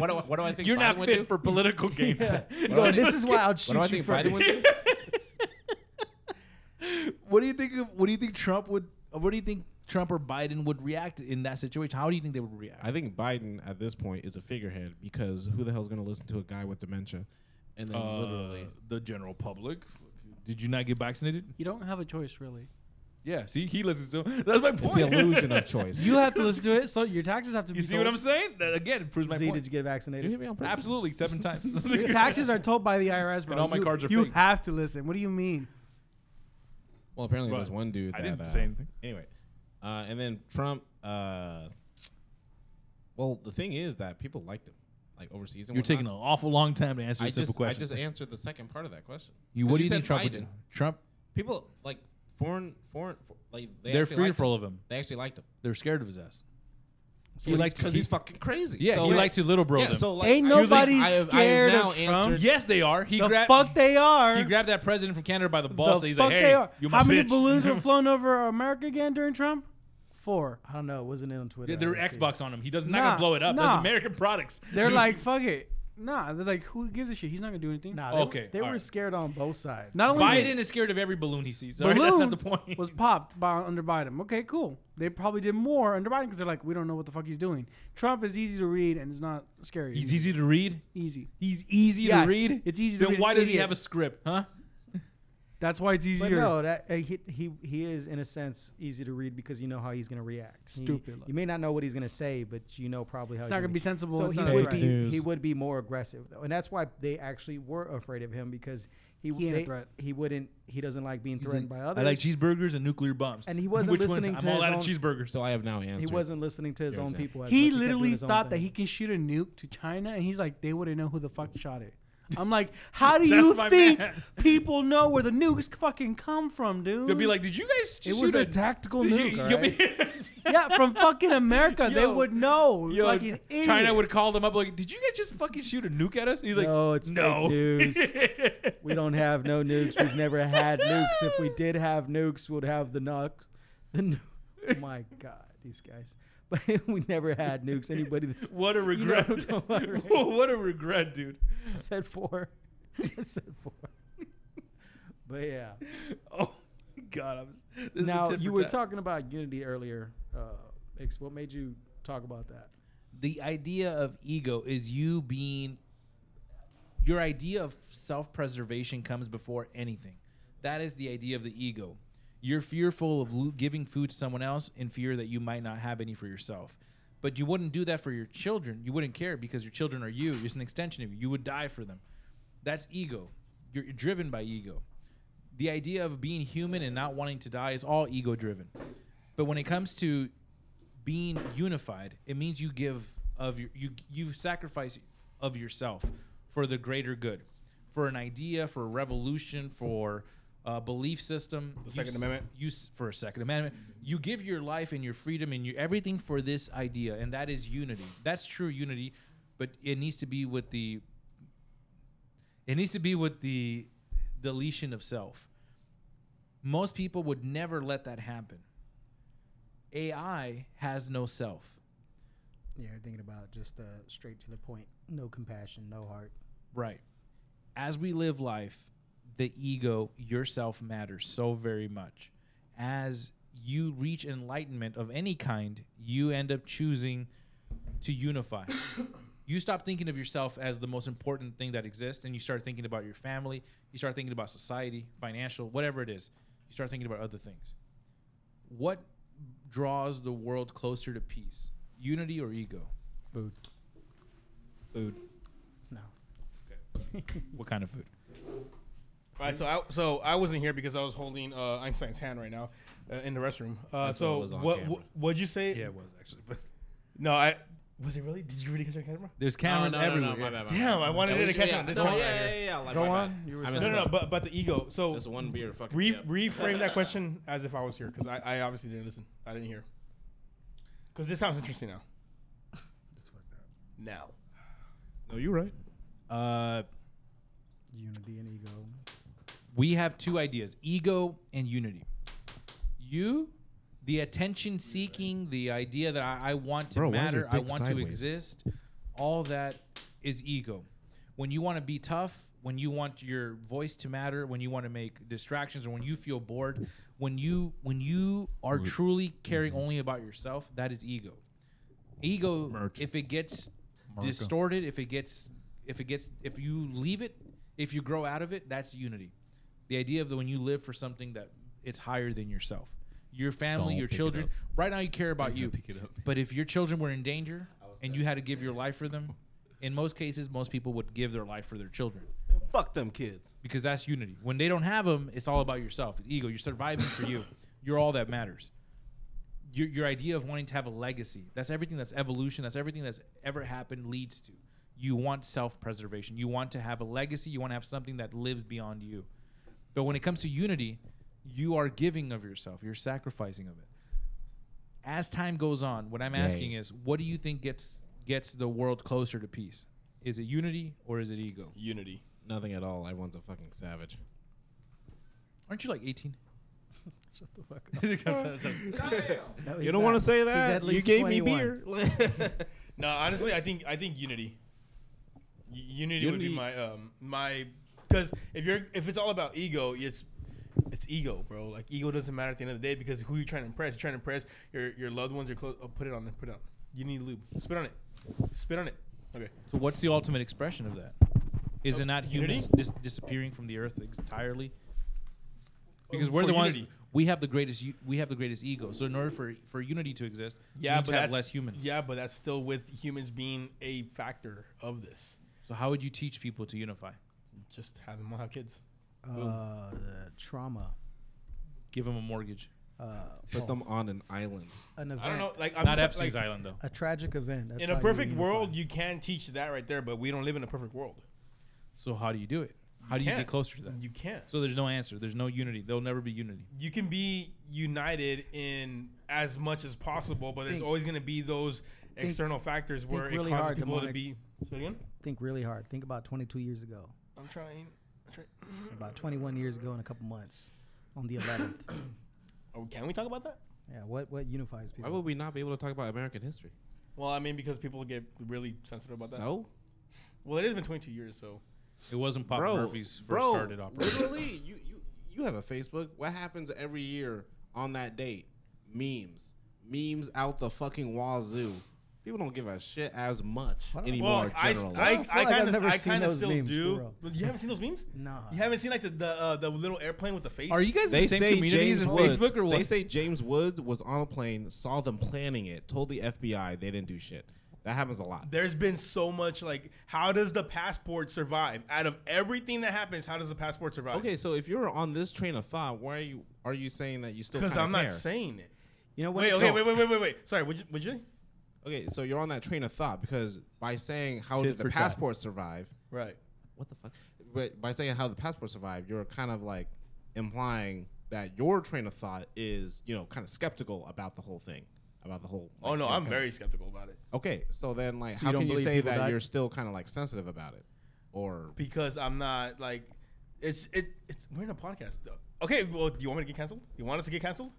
[SPEAKER 2] what- what- what do I- what do I think
[SPEAKER 6] You're not
[SPEAKER 2] Biden would
[SPEAKER 6] fit
[SPEAKER 2] do?
[SPEAKER 6] for political games.
[SPEAKER 2] Yeah.
[SPEAKER 6] What do
[SPEAKER 3] Yo,
[SPEAKER 6] I
[SPEAKER 3] this
[SPEAKER 6] think-
[SPEAKER 3] is why I'll shoot
[SPEAKER 2] do I
[SPEAKER 3] you
[SPEAKER 2] think
[SPEAKER 3] first.
[SPEAKER 2] Biden would do?
[SPEAKER 6] what do you think? Of, what do you think Trump would? What do you think Trump or Biden would react in that situation? How do you think they would react?
[SPEAKER 2] I think Biden at this point is a figurehead because who the hell's going to listen to a guy with dementia? And then
[SPEAKER 6] Uh,
[SPEAKER 2] literally,
[SPEAKER 6] the general public. Did you not get vaccinated?
[SPEAKER 5] You don't have a choice, really.
[SPEAKER 6] Yeah. See, he listens to. That's my
[SPEAKER 2] it's
[SPEAKER 6] point.
[SPEAKER 2] the illusion of choice.
[SPEAKER 5] You have to listen to it, so your taxes have to be.
[SPEAKER 6] you see what
[SPEAKER 5] told-
[SPEAKER 6] I'm saying? That, again, proves my
[SPEAKER 3] Z,
[SPEAKER 6] point.
[SPEAKER 3] did you get vaccinated?
[SPEAKER 6] Absolutely, seven times.
[SPEAKER 5] Your taxes are told by the IRS, bro.
[SPEAKER 6] And all my
[SPEAKER 5] you,
[SPEAKER 6] cards are
[SPEAKER 5] You
[SPEAKER 6] fake.
[SPEAKER 5] have to listen. What do you mean?
[SPEAKER 2] Well, apparently
[SPEAKER 6] But
[SPEAKER 2] there's one dude.
[SPEAKER 6] I
[SPEAKER 2] That,
[SPEAKER 6] didn't
[SPEAKER 2] uh,
[SPEAKER 6] say anything.
[SPEAKER 2] Anyway, uh, and then Trump. Uh, well, the thing is that people liked him, like overseas. And
[SPEAKER 6] You're taking an
[SPEAKER 2] whatnot.
[SPEAKER 6] awful long time to answer
[SPEAKER 2] I
[SPEAKER 6] a simple
[SPEAKER 2] just,
[SPEAKER 6] question.
[SPEAKER 2] I just answered the second part of that question.
[SPEAKER 6] You,
[SPEAKER 2] 'Cause
[SPEAKER 6] what do you think
[SPEAKER 2] said
[SPEAKER 6] Trump would
[SPEAKER 2] Biden.
[SPEAKER 6] do? Trump,
[SPEAKER 2] People like foreign, foreign, for, like they
[SPEAKER 6] They're
[SPEAKER 2] actually liked
[SPEAKER 6] fearful of him.
[SPEAKER 2] They actually liked him.
[SPEAKER 6] they're scared of his ass.
[SPEAKER 2] So he's- 'cause he's fucking crazy.
[SPEAKER 6] Yeah,
[SPEAKER 2] So,
[SPEAKER 6] he
[SPEAKER 2] like-
[SPEAKER 6] liked to little bro
[SPEAKER 2] yeah,
[SPEAKER 6] them.
[SPEAKER 2] so, like,
[SPEAKER 5] Ain't
[SPEAKER 2] I-
[SPEAKER 5] nobody
[SPEAKER 2] I have- I have
[SPEAKER 5] scared
[SPEAKER 2] now
[SPEAKER 5] of Trump.
[SPEAKER 2] answered-
[SPEAKER 6] yes, they are. He
[SPEAKER 5] the
[SPEAKER 6] grabbed.
[SPEAKER 5] fuck they are.
[SPEAKER 6] he grabbed that president from Canada by the
[SPEAKER 5] the
[SPEAKER 6] balls. so he's
[SPEAKER 5] fuck
[SPEAKER 6] like,
[SPEAKER 5] they
[SPEAKER 6] "Hey,
[SPEAKER 5] are.
[SPEAKER 6] you my
[SPEAKER 5] How many
[SPEAKER 6] bitch."
[SPEAKER 5] balloons were flown over America again during Trump? Four.
[SPEAKER 3] I don't know. It wasn't in on Twitter.
[SPEAKER 6] Yeah,
[SPEAKER 3] I
[SPEAKER 6] there were
[SPEAKER 3] didn't see it.
[SPEAKER 6] Xbox on him. He does not
[SPEAKER 5] Nah,
[SPEAKER 6] gonna blow it up. That's
[SPEAKER 5] nah.
[SPEAKER 6] American products.
[SPEAKER 5] They're like, fuck it. Nah, they're like, who gives a shit? He's not gonna do anything.
[SPEAKER 3] Nah, they,
[SPEAKER 6] Okay,
[SPEAKER 3] okay, they were
[SPEAKER 6] alright.
[SPEAKER 3] scared on both sides.
[SPEAKER 5] Not only
[SPEAKER 6] Biden is scared of every balloon he sees. All right,
[SPEAKER 5] balloon
[SPEAKER 6] that's not the point.
[SPEAKER 5] was popped by under Biden. Okay, cool. They probably did more under Biden because they're like, we don't know what the fuck he's doing. Trump is easy to read and it's not scary.
[SPEAKER 6] He's easy to read.
[SPEAKER 5] Easy.
[SPEAKER 6] He's easy
[SPEAKER 5] Yeah,
[SPEAKER 6] to read.
[SPEAKER 5] it's easy to
[SPEAKER 6] Then
[SPEAKER 5] read,
[SPEAKER 6] why does he
[SPEAKER 5] idiot.
[SPEAKER 6] have a script, huh?
[SPEAKER 5] That's why it's
[SPEAKER 3] But
[SPEAKER 5] easier.
[SPEAKER 3] no, that uh, he, he he is in a sense easy to read because you know how he's going to react. He-
[SPEAKER 5] Stupid.
[SPEAKER 3] you may not know what he's going to say, but you know probably how
[SPEAKER 5] It's
[SPEAKER 3] he's
[SPEAKER 5] not
[SPEAKER 3] gonna
[SPEAKER 5] gonna be sensible,
[SPEAKER 3] So
[SPEAKER 5] it's
[SPEAKER 3] he
[SPEAKER 5] not
[SPEAKER 3] would
[SPEAKER 5] right.
[SPEAKER 3] be
[SPEAKER 2] News.
[SPEAKER 3] he would be more aggressive though, and that's why they actually were afraid of him because he
[SPEAKER 5] He ain't a
[SPEAKER 3] they-
[SPEAKER 5] threat.
[SPEAKER 3] he wouldn't he doesn't like being threatened by others.
[SPEAKER 6] I like cheeseburgers and nuclear bombs.
[SPEAKER 3] And he wasn't
[SPEAKER 6] Which
[SPEAKER 3] listening
[SPEAKER 6] one?
[SPEAKER 3] to
[SPEAKER 6] I'm all
[SPEAKER 3] his
[SPEAKER 6] out
[SPEAKER 3] own-
[SPEAKER 6] of cheeseburgers.
[SPEAKER 2] So I have now answered.
[SPEAKER 3] he wasn't listening to his
[SPEAKER 2] Your
[SPEAKER 3] own
[SPEAKER 2] example.
[SPEAKER 3] people. as much.
[SPEAKER 5] he
[SPEAKER 3] kept doing
[SPEAKER 5] literally
[SPEAKER 3] his own
[SPEAKER 5] thought that
[SPEAKER 3] thing.
[SPEAKER 5] he can shoot a nuke to China, and he's like, they wouldn't know who the fuck shot it. I'm like, how do
[SPEAKER 6] That's
[SPEAKER 5] you
[SPEAKER 6] my
[SPEAKER 5] think
[SPEAKER 6] man.
[SPEAKER 5] people know where the nukes fucking come from, dude?
[SPEAKER 6] They'll be like, "Did you guys?"
[SPEAKER 3] It
[SPEAKER 6] shoot
[SPEAKER 3] was a tactical
[SPEAKER 6] Did
[SPEAKER 3] nuke,
[SPEAKER 6] you'll be-
[SPEAKER 5] yeah, from fucking America, they
[SPEAKER 6] Yo.
[SPEAKER 5] would know.
[SPEAKER 6] Yo,
[SPEAKER 5] like an idiot.
[SPEAKER 6] China would call them up like, "Did you guys just fucking shoot a nuke at us?" And he's like,
[SPEAKER 3] No, it's fake
[SPEAKER 6] no."
[SPEAKER 3] news. we don't have no nukes. We've never had nukes. If we did have nukes, we'd have the nukes. The nu- oh my god, these guys. But we never had nukes. Anybody that's
[SPEAKER 6] what a regret!
[SPEAKER 3] You know what I'm talking about, right?
[SPEAKER 6] what a regret, dude.
[SPEAKER 3] I said four. I said four. But yeah.
[SPEAKER 6] Oh my god, I'm, this is
[SPEAKER 3] now
[SPEAKER 6] the tit
[SPEAKER 3] you
[SPEAKER 6] for
[SPEAKER 3] were
[SPEAKER 6] tat.
[SPEAKER 3] talking about unity earlier. Uh, Ix, what made you talk about that?
[SPEAKER 6] the idea of ego is you being your idea of self-preservation comes before anything that is the idea of the ego you're fearful of lo- giving food to someone else in fear that you might not have any for yourself but you wouldn't do that for your children you wouldn't care because your children are you it's an extension of you you would die for them that's ego you're, you're driven by ego the idea of being human and not wanting to die is all ego driven but when it comes to being unified, it means you give of your you you sacrifice of yourself for the greater good, for an idea, for a revolution, for a belief system. The
[SPEAKER 18] Second Amendment.
[SPEAKER 6] You s- for a Second Amendment, you give your life and your freedom and your everything for this idea, and that is unity. That's true unity, but it needs to be with the it needs to be with the deletion of self. Most people would never let that happen. AI has no self.
[SPEAKER 3] Yeah, thinking about just uh, straight to the point. No compassion, no heart.
[SPEAKER 6] Right. As we live life, the ego, yourself matters so very much. As you reach enlightenment of any kind, you end up choosing to unify. you stop thinking of yourself as the most important thing that exists and you start thinking about your family, you start thinking about society, financial, whatever it is. You start thinking about other things. What draws the world closer to peace? Unity or ego?
[SPEAKER 3] Food.
[SPEAKER 2] Food.
[SPEAKER 3] No.
[SPEAKER 6] Okay. what kind of food?
[SPEAKER 1] All right, so I, so I wasn't here because I was holding uh, Einstein's hand right now uh, in the restroom. Uh,
[SPEAKER 2] That's
[SPEAKER 1] so
[SPEAKER 2] what was on
[SPEAKER 1] what
[SPEAKER 2] camera.
[SPEAKER 1] what would you say?
[SPEAKER 6] Yeah, it was actually. But
[SPEAKER 1] No, I was it really? Did you really catch on camera?
[SPEAKER 6] There's cameras
[SPEAKER 2] no, no, no,
[SPEAKER 6] everywhere.
[SPEAKER 2] my bad, my bad.
[SPEAKER 1] Damn, I wanted
[SPEAKER 2] Yeah,
[SPEAKER 1] it to
[SPEAKER 2] we
[SPEAKER 1] catch
[SPEAKER 2] should-
[SPEAKER 1] on. This
[SPEAKER 2] no,
[SPEAKER 1] one right
[SPEAKER 2] yeah, yeah,
[SPEAKER 1] here.
[SPEAKER 2] yeah, yeah, like,
[SPEAKER 3] Go
[SPEAKER 2] my
[SPEAKER 3] on.
[SPEAKER 2] bad.
[SPEAKER 3] You were
[SPEAKER 2] I
[SPEAKER 3] saying
[SPEAKER 1] No,
[SPEAKER 2] messed
[SPEAKER 1] no, no,
[SPEAKER 2] up.
[SPEAKER 1] but but the ego. So
[SPEAKER 2] This one beer fucking
[SPEAKER 1] re-
[SPEAKER 2] me up.
[SPEAKER 1] reframe that question as if I was here because I, I obviously didn't listen. I didn't hear. Because this sounds interesting now. Now.
[SPEAKER 2] No, you're right.
[SPEAKER 6] Uh,
[SPEAKER 3] Unity and ego.
[SPEAKER 6] we have two ideas ego and unity. You, the attention seeking, the idea that I, I want to
[SPEAKER 2] Bro, why is your
[SPEAKER 6] matter, I
[SPEAKER 2] dick
[SPEAKER 6] want to
[SPEAKER 2] sideways?
[SPEAKER 6] exist, all that is ego. When you want to be tough, when you want your voice to matter, when you want to make distractions, or when you feel bored, when you when you are
[SPEAKER 4] Root.
[SPEAKER 6] truly caring
[SPEAKER 2] Mm-hmm.
[SPEAKER 6] only about yourself, that is ego. Ego,
[SPEAKER 4] Merch.
[SPEAKER 6] if it gets
[SPEAKER 4] Marco.
[SPEAKER 6] distorted, if it gets if it gets if you leave it, if you grow out of it, that's unity. The idea of the, when you live for something that it's higher than yourself, your family,
[SPEAKER 4] Don't
[SPEAKER 6] your
[SPEAKER 4] pick it
[SPEAKER 6] children.
[SPEAKER 4] up.
[SPEAKER 6] Right now, you care about
[SPEAKER 4] gonna
[SPEAKER 6] you.
[SPEAKER 4] pick it up.
[SPEAKER 6] But if your children were in danger and you had to give your life for them, in most cases, most people would give their life for their children
[SPEAKER 2] Fuck them kids.
[SPEAKER 6] because that's unity. When they don't have them, it's all about yourself. It's ego. You're surviving for you. You're all that matters. Your, your idea of wanting to have a legacy. That's everything that's evolution. That's everything that's ever happened leads to. You want self preservation. You want to have a legacy. You want to have something that lives beyond you. But when it comes to unity, you are giving of yourself, you're sacrificing of it. As time goes on, what I'm asking is what do you think gets gets the world closer to peace? Is it unity or is it ego?
[SPEAKER 1] Unity.
[SPEAKER 2] Nothing at all. Everyone's a fucking savage.
[SPEAKER 6] Aren't you like 18?
[SPEAKER 3] Shut the fuck up.
[SPEAKER 6] Damn.
[SPEAKER 3] No,
[SPEAKER 2] You
[SPEAKER 3] he's
[SPEAKER 2] don't want
[SPEAKER 3] not.
[SPEAKER 2] to say
[SPEAKER 3] He's
[SPEAKER 2] that.
[SPEAKER 3] at
[SPEAKER 2] You
[SPEAKER 3] least
[SPEAKER 2] gave me
[SPEAKER 3] 21.
[SPEAKER 2] beer.
[SPEAKER 1] No, honestly, I think I think unity. U- unity, would be
[SPEAKER 2] Unity-
[SPEAKER 1] my um my because if you're if it's all about ego, it's it's ego, bro. Like ego doesn't matter at the end of the day because who you trying to impress? You're trying to impress your your loved ones. Your close. Oh, put it on. Put it on. You need lube. Spit on it. Spit on it. Okay.
[SPEAKER 6] So what's the ultimate expression of that? Is it not
[SPEAKER 1] Unity?
[SPEAKER 6] humans dis- disappearing from the earth entirely? Because
[SPEAKER 1] Oh,
[SPEAKER 6] we're
[SPEAKER 1] for
[SPEAKER 6] the ones
[SPEAKER 1] unity.
[SPEAKER 6] we have the greatest u- we have the greatest ego. So in order for for unity to exist, we
[SPEAKER 1] Yeah,
[SPEAKER 6] need
[SPEAKER 1] but
[SPEAKER 6] to have
[SPEAKER 1] that's
[SPEAKER 6] less humans.
[SPEAKER 1] Yeah, but that's still with humans being a factor of this.
[SPEAKER 6] So how would you teach people to unify?
[SPEAKER 1] Just have them all have kids.
[SPEAKER 3] Uh, trauma.
[SPEAKER 6] Give them a mortgage.
[SPEAKER 3] Uh,
[SPEAKER 2] Put
[SPEAKER 3] oh,
[SPEAKER 2] them on an island.
[SPEAKER 3] An event.
[SPEAKER 1] I don't know. Like I'm
[SPEAKER 6] Not
[SPEAKER 1] just,
[SPEAKER 6] Epstein's
[SPEAKER 1] like,
[SPEAKER 6] island though.
[SPEAKER 3] A tragic event. That's
[SPEAKER 1] in a
[SPEAKER 3] how you
[SPEAKER 1] perfect
[SPEAKER 3] unify.
[SPEAKER 1] world, you can teach that right there, but we don't live in a perfect world.
[SPEAKER 6] So how do you do it? How do you
[SPEAKER 1] can't.
[SPEAKER 6] get closer to that?
[SPEAKER 1] You can't.
[SPEAKER 6] So there's no answer. There's no unity. There'll never be unity.
[SPEAKER 1] you can be united in as much as possible, but there's
[SPEAKER 3] Think-
[SPEAKER 1] always going to be those external factors where it
[SPEAKER 3] really
[SPEAKER 1] causes
[SPEAKER 3] hard,
[SPEAKER 1] people to
[SPEAKER 3] demonic.
[SPEAKER 1] be. Say again?
[SPEAKER 3] Think really hard. Think about 22 years ago.
[SPEAKER 1] I'm trying. I'm trying.
[SPEAKER 3] About 21 years ago in a couple months. On the 11th.
[SPEAKER 1] Oh, can we talk about that?
[SPEAKER 3] yeah, what, what unifies
[SPEAKER 2] Why
[SPEAKER 3] people?
[SPEAKER 2] would we not be able to talk about American history?
[SPEAKER 1] Well, I mean, because people get really sensitive about that.
[SPEAKER 2] So,
[SPEAKER 1] Well, it has been 22 years, so
[SPEAKER 6] It wasn't Pop
[SPEAKER 2] bro,
[SPEAKER 6] Murphy's first
[SPEAKER 2] bro,
[SPEAKER 6] started operating.
[SPEAKER 2] literally, you, you you have a Facebook. What happens every year on that date? Memes, memes out the fucking wazoo. People don't give a shit as much
[SPEAKER 3] Why don't-
[SPEAKER 2] anymore.
[SPEAKER 1] well, I, s-
[SPEAKER 2] generally,
[SPEAKER 1] I,
[SPEAKER 3] don't feel
[SPEAKER 1] I
[SPEAKER 3] like I've
[SPEAKER 1] kind of
[SPEAKER 3] never
[SPEAKER 1] I
[SPEAKER 3] seen
[SPEAKER 1] kind of
[SPEAKER 3] those
[SPEAKER 1] still
[SPEAKER 3] memes, for
[SPEAKER 1] do.
[SPEAKER 3] real.
[SPEAKER 1] But You haven't seen those memes?
[SPEAKER 3] Nah.
[SPEAKER 1] You haven't seen like the the, uh, the little airplane with the face?
[SPEAKER 6] Are you guys in
[SPEAKER 2] they
[SPEAKER 6] the same
[SPEAKER 2] say
[SPEAKER 6] communities
[SPEAKER 2] James
[SPEAKER 6] in
[SPEAKER 2] Woods.
[SPEAKER 6] Facebook or what?
[SPEAKER 2] They say James Woods was on a plane, saw them planning it, told the FBI they didn't do shit. That happens a lot.
[SPEAKER 1] There's been so much like, how does the passport survive? Out of everything that happens, how does the passport survive?
[SPEAKER 2] Okay, so if you're on this train of thought, why are you are you saying that you still?
[SPEAKER 1] because
[SPEAKER 2] kinda
[SPEAKER 1] I'm not
[SPEAKER 2] care?
[SPEAKER 1] saying it.
[SPEAKER 3] You know what?
[SPEAKER 1] Wait, okay,
[SPEAKER 2] No.
[SPEAKER 1] wait, wait, wait, wait, wait. Sorry, would you? Would you?
[SPEAKER 2] Okay, so you're on that train of thought because by saying how
[SPEAKER 6] Tit
[SPEAKER 2] did
[SPEAKER 6] for
[SPEAKER 2] the
[SPEAKER 6] tat.
[SPEAKER 2] passport survive,
[SPEAKER 1] Right.
[SPEAKER 2] what the fuck? But by saying how the passport survived, you're kind of like implying that your train of thought is you know kind of skeptical about the whole thing, about the whole.
[SPEAKER 1] Oh
[SPEAKER 2] like,
[SPEAKER 1] no,
[SPEAKER 2] you know,
[SPEAKER 1] I'm
[SPEAKER 2] kinda-
[SPEAKER 1] very skeptical about it
[SPEAKER 2] okay. So then, like,
[SPEAKER 3] So you
[SPEAKER 2] how
[SPEAKER 3] don't
[SPEAKER 2] can you
[SPEAKER 3] believe
[SPEAKER 2] say
[SPEAKER 3] people
[SPEAKER 2] that
[SPEAKER 3] died?
[SPEAKER 2] you're still kind of like sensitive about it, or
[SPEAKER 1] because I'm not like, it's it it's we're in a podcast though. Okay, well, do you want me to get canceled? You want us to get canceled?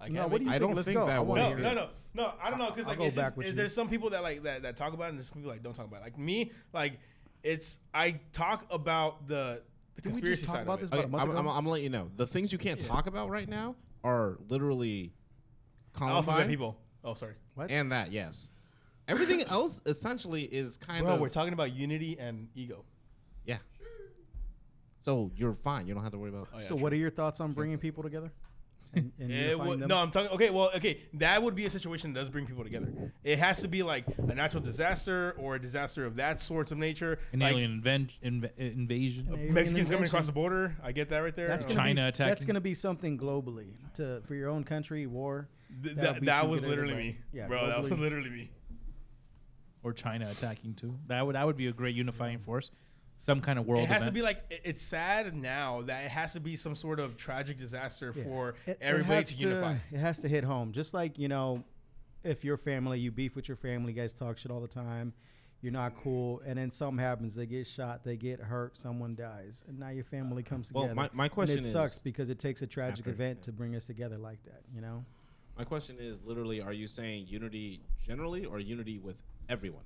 [SPEAKER 1] I
[SPEAKER 3] No, what do you
[SPEAKER 2] I
[SPEAKER 3] think?
[SPEAKER 2] don't
[SPEAKER 3] Let's
[SPEAKER 2] think
[SPEAKER 3] go.
[SPEAKER 2] that
[SPEAKER 3] I
[SPEAKER 2] would.
[SPEAKER 3] wanna
[SPEAKER 1] No,
[SPEAKER 3] hear
[SPEAKER 1] no,
[SPEAKER 3] it.
[SPEAKER 1] no, no. I don't know because
[SPEAKER 3] I'll
[SPEAKER 1] like
[SPEAKER 3] go
[SPEAKER 1] it's
[SPEAKER 3] back
[SPEAKER 1] just,
[SPEAKER 3] with
[SPEAKER 1] it-
[SPEAKER 3] you.
[SPEAKER 1] there's some people that like that, that talk about it, and there's some people that don't talk about it. Like me, like it's I talk about the the
[SPEAKER 3] Didn't we just
[SPEAKER 1] conspiracy
[SPEAKER 3] talk
[SPEAKER 1] side
[SPEAKER 3] about
[SPEAKER 1] of it.
[SPEAKER 3] this? about a
[SPEAKER 2] Okay,
[SPEAKER 3] month
[SPEAKER 2] I'm,
[SPEAKER 3] ago?
[SPEAKER 2] I'm, I'm gonna let you know. The things you can't talk about right now are literally
[SPEAKER 17] Alphabet
[SPEAKER 2] Columbine?
[SPEAKER 17] people. Oh, sorry.
[SPEAKER 2] And that, yes. Everything else essentially is kind
[SPEAKER 17] Bro,
[SPEAKER 2] of.
[SPEAKER 17] we're talking about unity and ego.
[SPEAKER 2] Yeah. So you're fine. You don't have to worry about.
[SPEAKER 3] so, what are your thoughts on bringing people together? And, and
[SPEAKER 17] It
[SPEAKER 3] unifying
[SPEAKER 17] would,
[SPEAKER 3] them?
[SPEAKER 17] no, I'm talking. Okay, well, okay, that would be a situation that does bring people together. It has to be like a natural disaster or a disaster of that sorts of nature.
[SPEAKER 6] An
[SPEAKER 17] like
[SPEAKER 6] alien inven- inv- invasion.
[SPEAKER 17] Mexicans coming across the border. I get that right there.
[SPEAKER 3] That's
[SPEAKER 17] Um,
[SPEAKER 3] gonna be-
[SPEAKER 6] China attacking.
[SPEAKER 3] That's going to be something globally to for your own country war.
[SPEAKER 17] Th-
[SPEAKER 3] That'll
[SPEAKER 17] that,
[SPEAKER 3] be
[SPEAKER 17] that
[SPEAKER 3] too
[SPEAKER 17] was
[SPEAKER 3] good
[SPEAKER 17] literally
[SPEAKER 3] everybody.
[SPEAKER 17] me,
[SPEAKER 3] Yeah,
[SPEAKER 17] bro. That was
[SPEAKER 3] globally.
[SPEAKER 17] literally me.
[SPEAKER 6] or China attacking too. That would that would be a great unifying force. Some kind of world
[SPEAKER 17] it has
[SPEAKER 6] event.
[SPEAKER 17] to be like it- it's sad now that it has to be some sort of tragic disaster
[SPEAKER 3] Yeah.
[SPEAKER 17] for
[SPEAKER 3] It- it
[SPEAKER 17] everybody
[SPEAKER 3] has
[SPEAKER 17] to unify.
[SPEAKER 3] It has to hit home. Just like, you know, if your family, you beef with your family, you guys talk shit all the time, you're not cool, and then something happens, they get shot, they get hurt, someone dies, and now your family comes
[SPEAKER 2] Well,
[SPEAKER 3] together.
[SPEAKER 2] my- my
[SPEAKER 3] And
[SPEAKER 2] question
[SPEAKER 3] it
[SPEAKER 2] is-
[SPEAKER 3] sucks because it takes a tragic
[SPEAKER 2] After,
[SPEAKER 3] event to bring us together like that, you know?
[SPEAKER 2] My question is literally: Are you saying unity generally, or unity with everyone?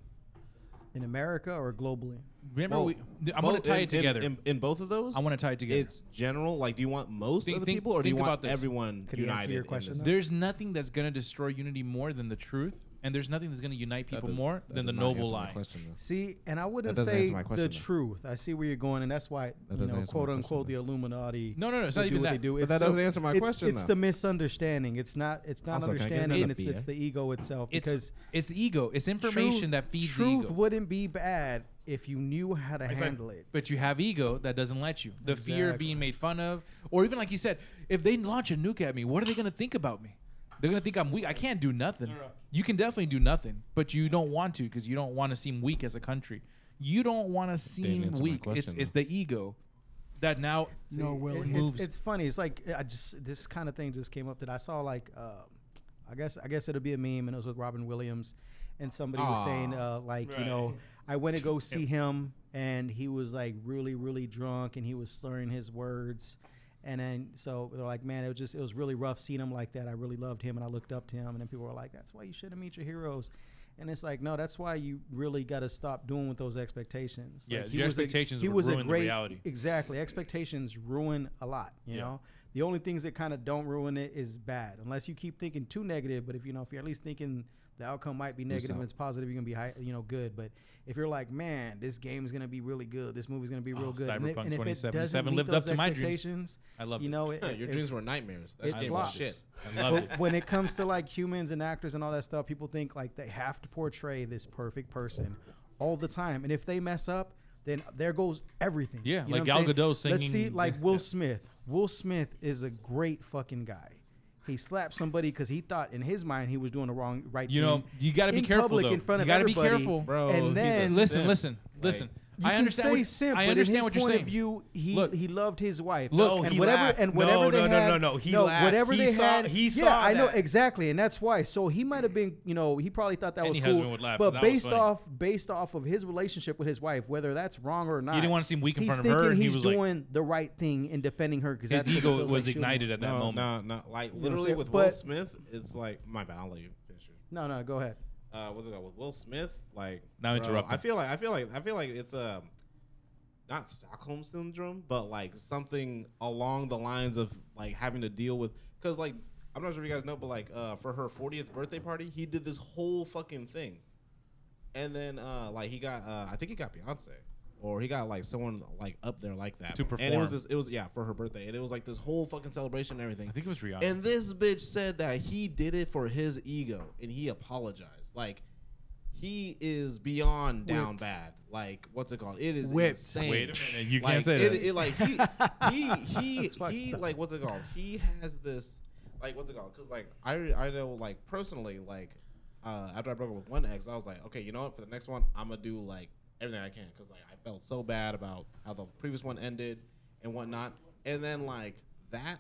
[SPEAKER 3] In America or globally?
[SPEAKER 6] Remember,
[SPEAKER 2] Well,
[SPEAKER 6] we, I want
[SPEAKER 2] both-
[SPEAKER 6] to tie
[SPEAKER 2] in-
[SPEAKER 6] it together.
[SPEAKER 2] In, in, in both of those,
[SPEAKER 6] I want to tie it together.
[SPEAKER 2] It's general. Like, do you want most
[SPEAKER 6] Think-
[SPEAKER 2] of the
[SPEAKER 6] think-
[SPEAKER 2] people, or do you
[SPEAKER 6] think
[SPEAKER 2] want
[SPEAKER 6] about this.
[SPEAKER 2] everyone
[SPEAKER 3] Could you answer
[SPEAKER 2] united?
[SPEAKER 3] your
[SPEAKER 2] in
[SPEAKER 3] question,
[SPEAKER 2] this?
[SPEAKER 3] though?
[SPEAKER 6] There's nothing that's going to destroy unity more than the truth, and there's nothing that's going to unite
[SPEAKER 2] That
[SPEAKER 6] people
[SPEAKER 2] does-
[SPEAKER 6] more
[SPEAKER 2] that
[SPEAKER 6] than the
[SPEAKER 2] does not
[SPEAKER 6] noble
[SPEAKER 2] answer my
[SPEAKER 6] lie.
[SPEAKER 2] question, though.
[SPEAKER 3] See, and I wouldn't
[SPEAKER 2] doesn't
[SPEAKER 3] say
[SPEAKER 2] answer my
[SPEAKER 3] the
[SPEAKER 2] question, though.
[SPEAKER 3] truth. I see where you're going, and that's why you
[SPEAKER 2] doesn't
[SPEAKER 3] know,
[SPEAKER 2] answer my
[SPEAKER 3] quote
[SPEAKER 2] question,
[SPEAKER 3] unquote, the Illuminati.
[SPEAKER 6] No, no, no, it's
[SPEAKER 3] they
[SPEAKER 6] not
[SPEAKER 3] do
[SPEAKER 6] even
[SPEAKER 3] what They
[SPEAKER 6] that.
[SPEAKER 3] do.
[SPEAKER 2] But
[SPEAKER 3] It's
[SPEAKER 2] that
[SPEAKER 3] so-
[SPEAKER 2] doesn't answer my
[SPEAKER 3] it's-
[SPEAKER 2] question,
[SPEAKER 3] It's
[SPEAKER 2] though.
[SPEAKER 3] the misunderstanding. It's not. It's not
[SPEAKER 2] Also, can I get
[SPEAKER 3] understanding.
[SPEAKER 2] another
[SPEAKER 3] It's, it's
[SPEAKER 2] beer?
[SPEAKER 3] the ego itself.
[SPEAKER 6] It's
[SPEAKER 3] because
[SPEAKER 6] it's the ego. It's information
[SPEAKER 3] truth-
[SPEAKER 6] that feeds the
[SPEAKER 3] Truth
[SPEAKER 6] ego.
[SPEAKER 3] wouldn't be bad if you knew how to handle it.
[SPEAKER 6] But you have ego that doesn't let you. The fear of
[SPEAKER 3] Exactly.
[SPEAKER 6] being made fun of, or even like he said, if they launch a nuke at me, what are they going to think about me? They're going to think I'm weak. I can't do nothing. You can definitely do nothing, but you don't want to because you don't want to seem weak as a country. You don't want to seem
[SPEAKER 2] answer my
[SPEAKER 6] weak.
[SPEAKER 2] question,
[SPEAKER 6] it's it's
[SPEAKER 2] though.
[SPEAKER 6] the ego that now
[SPEAKER 5] No will
[SPEAKER 3] it- it-
[SPEAKER 6] moves.
[SPEAKER 3] It's funny. It's like I just this kind of thing just came up that I saw. Like, uh, I guess I guess it'll be a meme, and it was with Robin Williams, and somebody was saying
[SPEAKER 2] Aw.
[SPEAKER 3] uh, like, you know, I went to go see him, and he was like really really drunk, and he was slurring his words. And then, so they're like, man, it was just, it was really rough seeing him like that. I really loved him and I looked up to him. And then people were like, that's why you shouldn't meet your heroes. And it's like, no, that's why you really got to stop doing with those expectations.
[SPEAKER 6] Yeah,
[SPEAKER 3] like,
[SPEAKER 6] your
[SPEAKER 3] was a-
[SPEAKER 6] expectations
[SPEAKER 3] he
[SPEAKER 6] would
[SPEAKER 3] was a
[SPEAKER 6] ruin the
[SPEAKER 3] great,
[SPEAKER 6] reality.
[SPEAKER 3] Exactly. Expectations ruin a lot, you
[SPEAKER 6] Yeah.
[SPEAKER 3] know? The only things that kind of don't ruin it is bad, unless you keep thinking too negative. But if you know, if you're at least thinking the outcome might be negative
[SPEAKER 2] out.
[SPEAKER 3] and it's positive, you're gonna be high, you know, good. But if you're like, man, this game is gonna be really good, this movie's gonna be real
[SPEAKER 6] Oh,
[SPEAKER 3] good, and if-
[SPEAKER 6] Cyberpunk
[SPEAKER 3] and if it
[SPEAKER 6] 2077
[SPEAKER 3] doesn't
[SPEAKER 6] lived
[SPEAKER 3] meet
[SPEAKER 6] up
[SPEAKER 3] those
[SPEAKER 6] to my dreams.
[SPEAKER 3] expectations,
[SPEAKER 6] I love
[SPEAKER 3] you
[SPEAKER 6] it.
[SPEAKER 3] know, it,
[SPEAKER 2] Yeah,
[SPEAKER 3] it-
[SPEAKER 2] your
[SPEAKER 3] it-
[SPEAKER 2] dreams were nightmares. That
[SPEAKER 3] it
[SPEAKER 2] game was
[SPEAKER 3] flops.
[SPEAKER 2] shit.
[SPEAKER 6] I love it.
[SPEAKER 3] but when it comes to like humans and actors and all that stuff, people think like they have to portray this perfect person all the time, and if they mess up, then there goes everything.
[SPEAKER 6] Yeah, like
[SPEAKER 3] what I'm
[SPEAKER 6] Gal
[SPEAKER 3] saying?
[SPEAKER 6] Gadot
[SPEAKER 3] Let's see,
[SPEAKER 6] singing-
[SPEAKER 3] like
[SPEAKER 6] yeah,
[SPEAKER 3] Will
[SPEAKER 6] yeah.
[SPEAKER 3] Smith. Will Smith is a great fucking guy. He slapped somebody because he thought in his mind he was doing the wrong right.
[SPEAKER 6] You
[SPEAKER 3] thing
[SPEAKER 6] know, you gotta be
[SPEAKER 3] in
[SPEAKER 6] careful,
[SPEAKER 3] public
[SPEAKER 6] though.
[SPEAKER 3] in front
[SPEAKER 6] You
[SPEAKER 3] of
[SPEAKER 6] gotta be
[SPEAKER 3] everybody,
[SPEAKER 6] careful. Bro,
[SPEAKER 3] and
[SPEAKER 2] he's a
[SPEAKER 3] then
[SPEAKER 2] simp.
[SPEAKER 6] listen, listen,
[SPEAKER 2] Like,
[SPEAKER 6] listen.
[SPEAKER 3] you
[SPEAKER 6] I
[SPEAKER 3] can
[SPEAKER 6] understand.
[SPEAKER 3] say
[SPEAKER 6] what,
[SPEAKER 3] simp,
[SPEAKER 6] I
[SPEAKER 3] but in
[SPEAKER 6] understand
[SPEAKER 3] his
[SPEAKER 6] what you're
[SPEAKER 3] point
[SPEAKER 6] saying.
[SPEAKER 3] Of view, he
[SPEAKER 6] Look.
[SPEAKER 3] he loved his wife.
[SPEAKER 17] Look,
[SPEAKER 3] and
[SPEAKER 17] he
[SPEAKER 3] whatever
[SPEAKER 17] laughed.
[SPEAKER 3] and
[SPEAKER 17] No,
[SPEAKER 3] whatever
[SPEAKER 17] no, no,
[SPEAKER 3] they had,
[SPEAKER 17] no, no, he laughed.
[SPEAKER 3] whatever
[SPEAKER 17] He
[SPEAKER 3] they
[SPEAKER 17] saw-
[SPEAKER 3] had,
[SPEAKER 17] he
[SPEAKER 3] yeah,
[SPEAKER 17] saw
[SPEAKER 3] I know
[SPEAKER 17] that.
[SPEAKER 3] exactly, and that's why. So he might have been, you know, he probably thought that
[SPEAKER 6] Any
[SPEAKER 3] was
[SPEAKER 6] husband
[SPEAKER 3] cool.
[SPEAKER 6] would laugh,
[SPEAKER 3] but
[SPEAKER 6] that was
[SPEAKER 3] based
[SPEAKER 6] funny.
[SPEAKER 3] off based off of his relationship with his wife, whether that's wrong or not,
[SPEAKER 6] didn't wanna seem weak in
[SPEAKER 3] he's
[SPEAKER 6] front of her,
[SPEAKER 3] thinking
[SPEAKER 6] and he
[SPEAKER 3] He's
[SPEAKER 6] was like-
[SPEAKER 3] doing the right thing in defending her because
[SPEAKER 6] His
[SPEAKER 3] that's what it
[SPEAKER 6] ego
[SPEAKER 3] feels
[SPEAKER 6] was
[SPEAKER 3] like shooting
[SPEAKER 6] ignited
[SPEAKER 3] him.
[SPEAKER 6] at that
[SPEAKER 2] No,
[SPEAKER 6] moment.
[SPEAKER 2] no, no. Like
[SPEAKER 3] what I'm
[SPEAKER 2] literally
[SPEAKER 3] saying?
[SPEAKER 2] with Will
[SPEAKER 3] But-
[SPEAKER 2] Smith, it's like my bad. I'll let you finish. your-
[SPEAKER 3] No, no, go ahead.
[SPEAKER 2] Uh, what's it called with Will Smith? Like
[SPEAKER 6] Now
[SPEAKER 2] bro,
[SPEAKER 6] interrupt
[SPEAKER 2] I
[SPEAKER 6] him.
[SPEAKER 2] feel like I feel like I feel like it's a not Stockholm syndrome, but like something along the lines of like having to deal with because like I'm not sure if you guys know, but like uh, for her 40th birthday party, he did this whole fucking thing, and then uh, like he got uh, I think he got Beyonce. Or he got like someone like up there like that
[SPEAKER 6] To
[SPEAKER 2] and it was
[SPEAKER 6] perform.
[SPEAKER 2] this, it was yeah for her birthday, and it was like this whole fucking celebration and everything.
[SPEAKER 6] I think it was Rihanna.
[SPEAKER 2] And this bitch said that he did it for his ego and he apologized. Like he is beyond down
[SPEAKER 3] Whipped.
[SPEAKER 2] bad. Like what's it called? It is
[SPEAKER 3] Whipped.
[SPEAKER 2] insane.
[SPEAKER 6] Wait a minute, you
[SPEAKER 2] like,
[SPEAKER 6] can't say
[SPEAKER 2] it,
[SPEAKER 6] that.
[SPEAKER 2] It, like he he he
[SPEAKER 3] That's fucked
[SPEAKER 2] he
[SPEAKER 3] up.
[SPEAKER 2] like what's it called? He has this like what's it called? Because like I I know like personally like uh, after I broke up with one ex, I was like, okay, you know what? For the next one, I'm gonna do like everything I can because like I felt so bad about how the previous one ended and whatnot. And then like that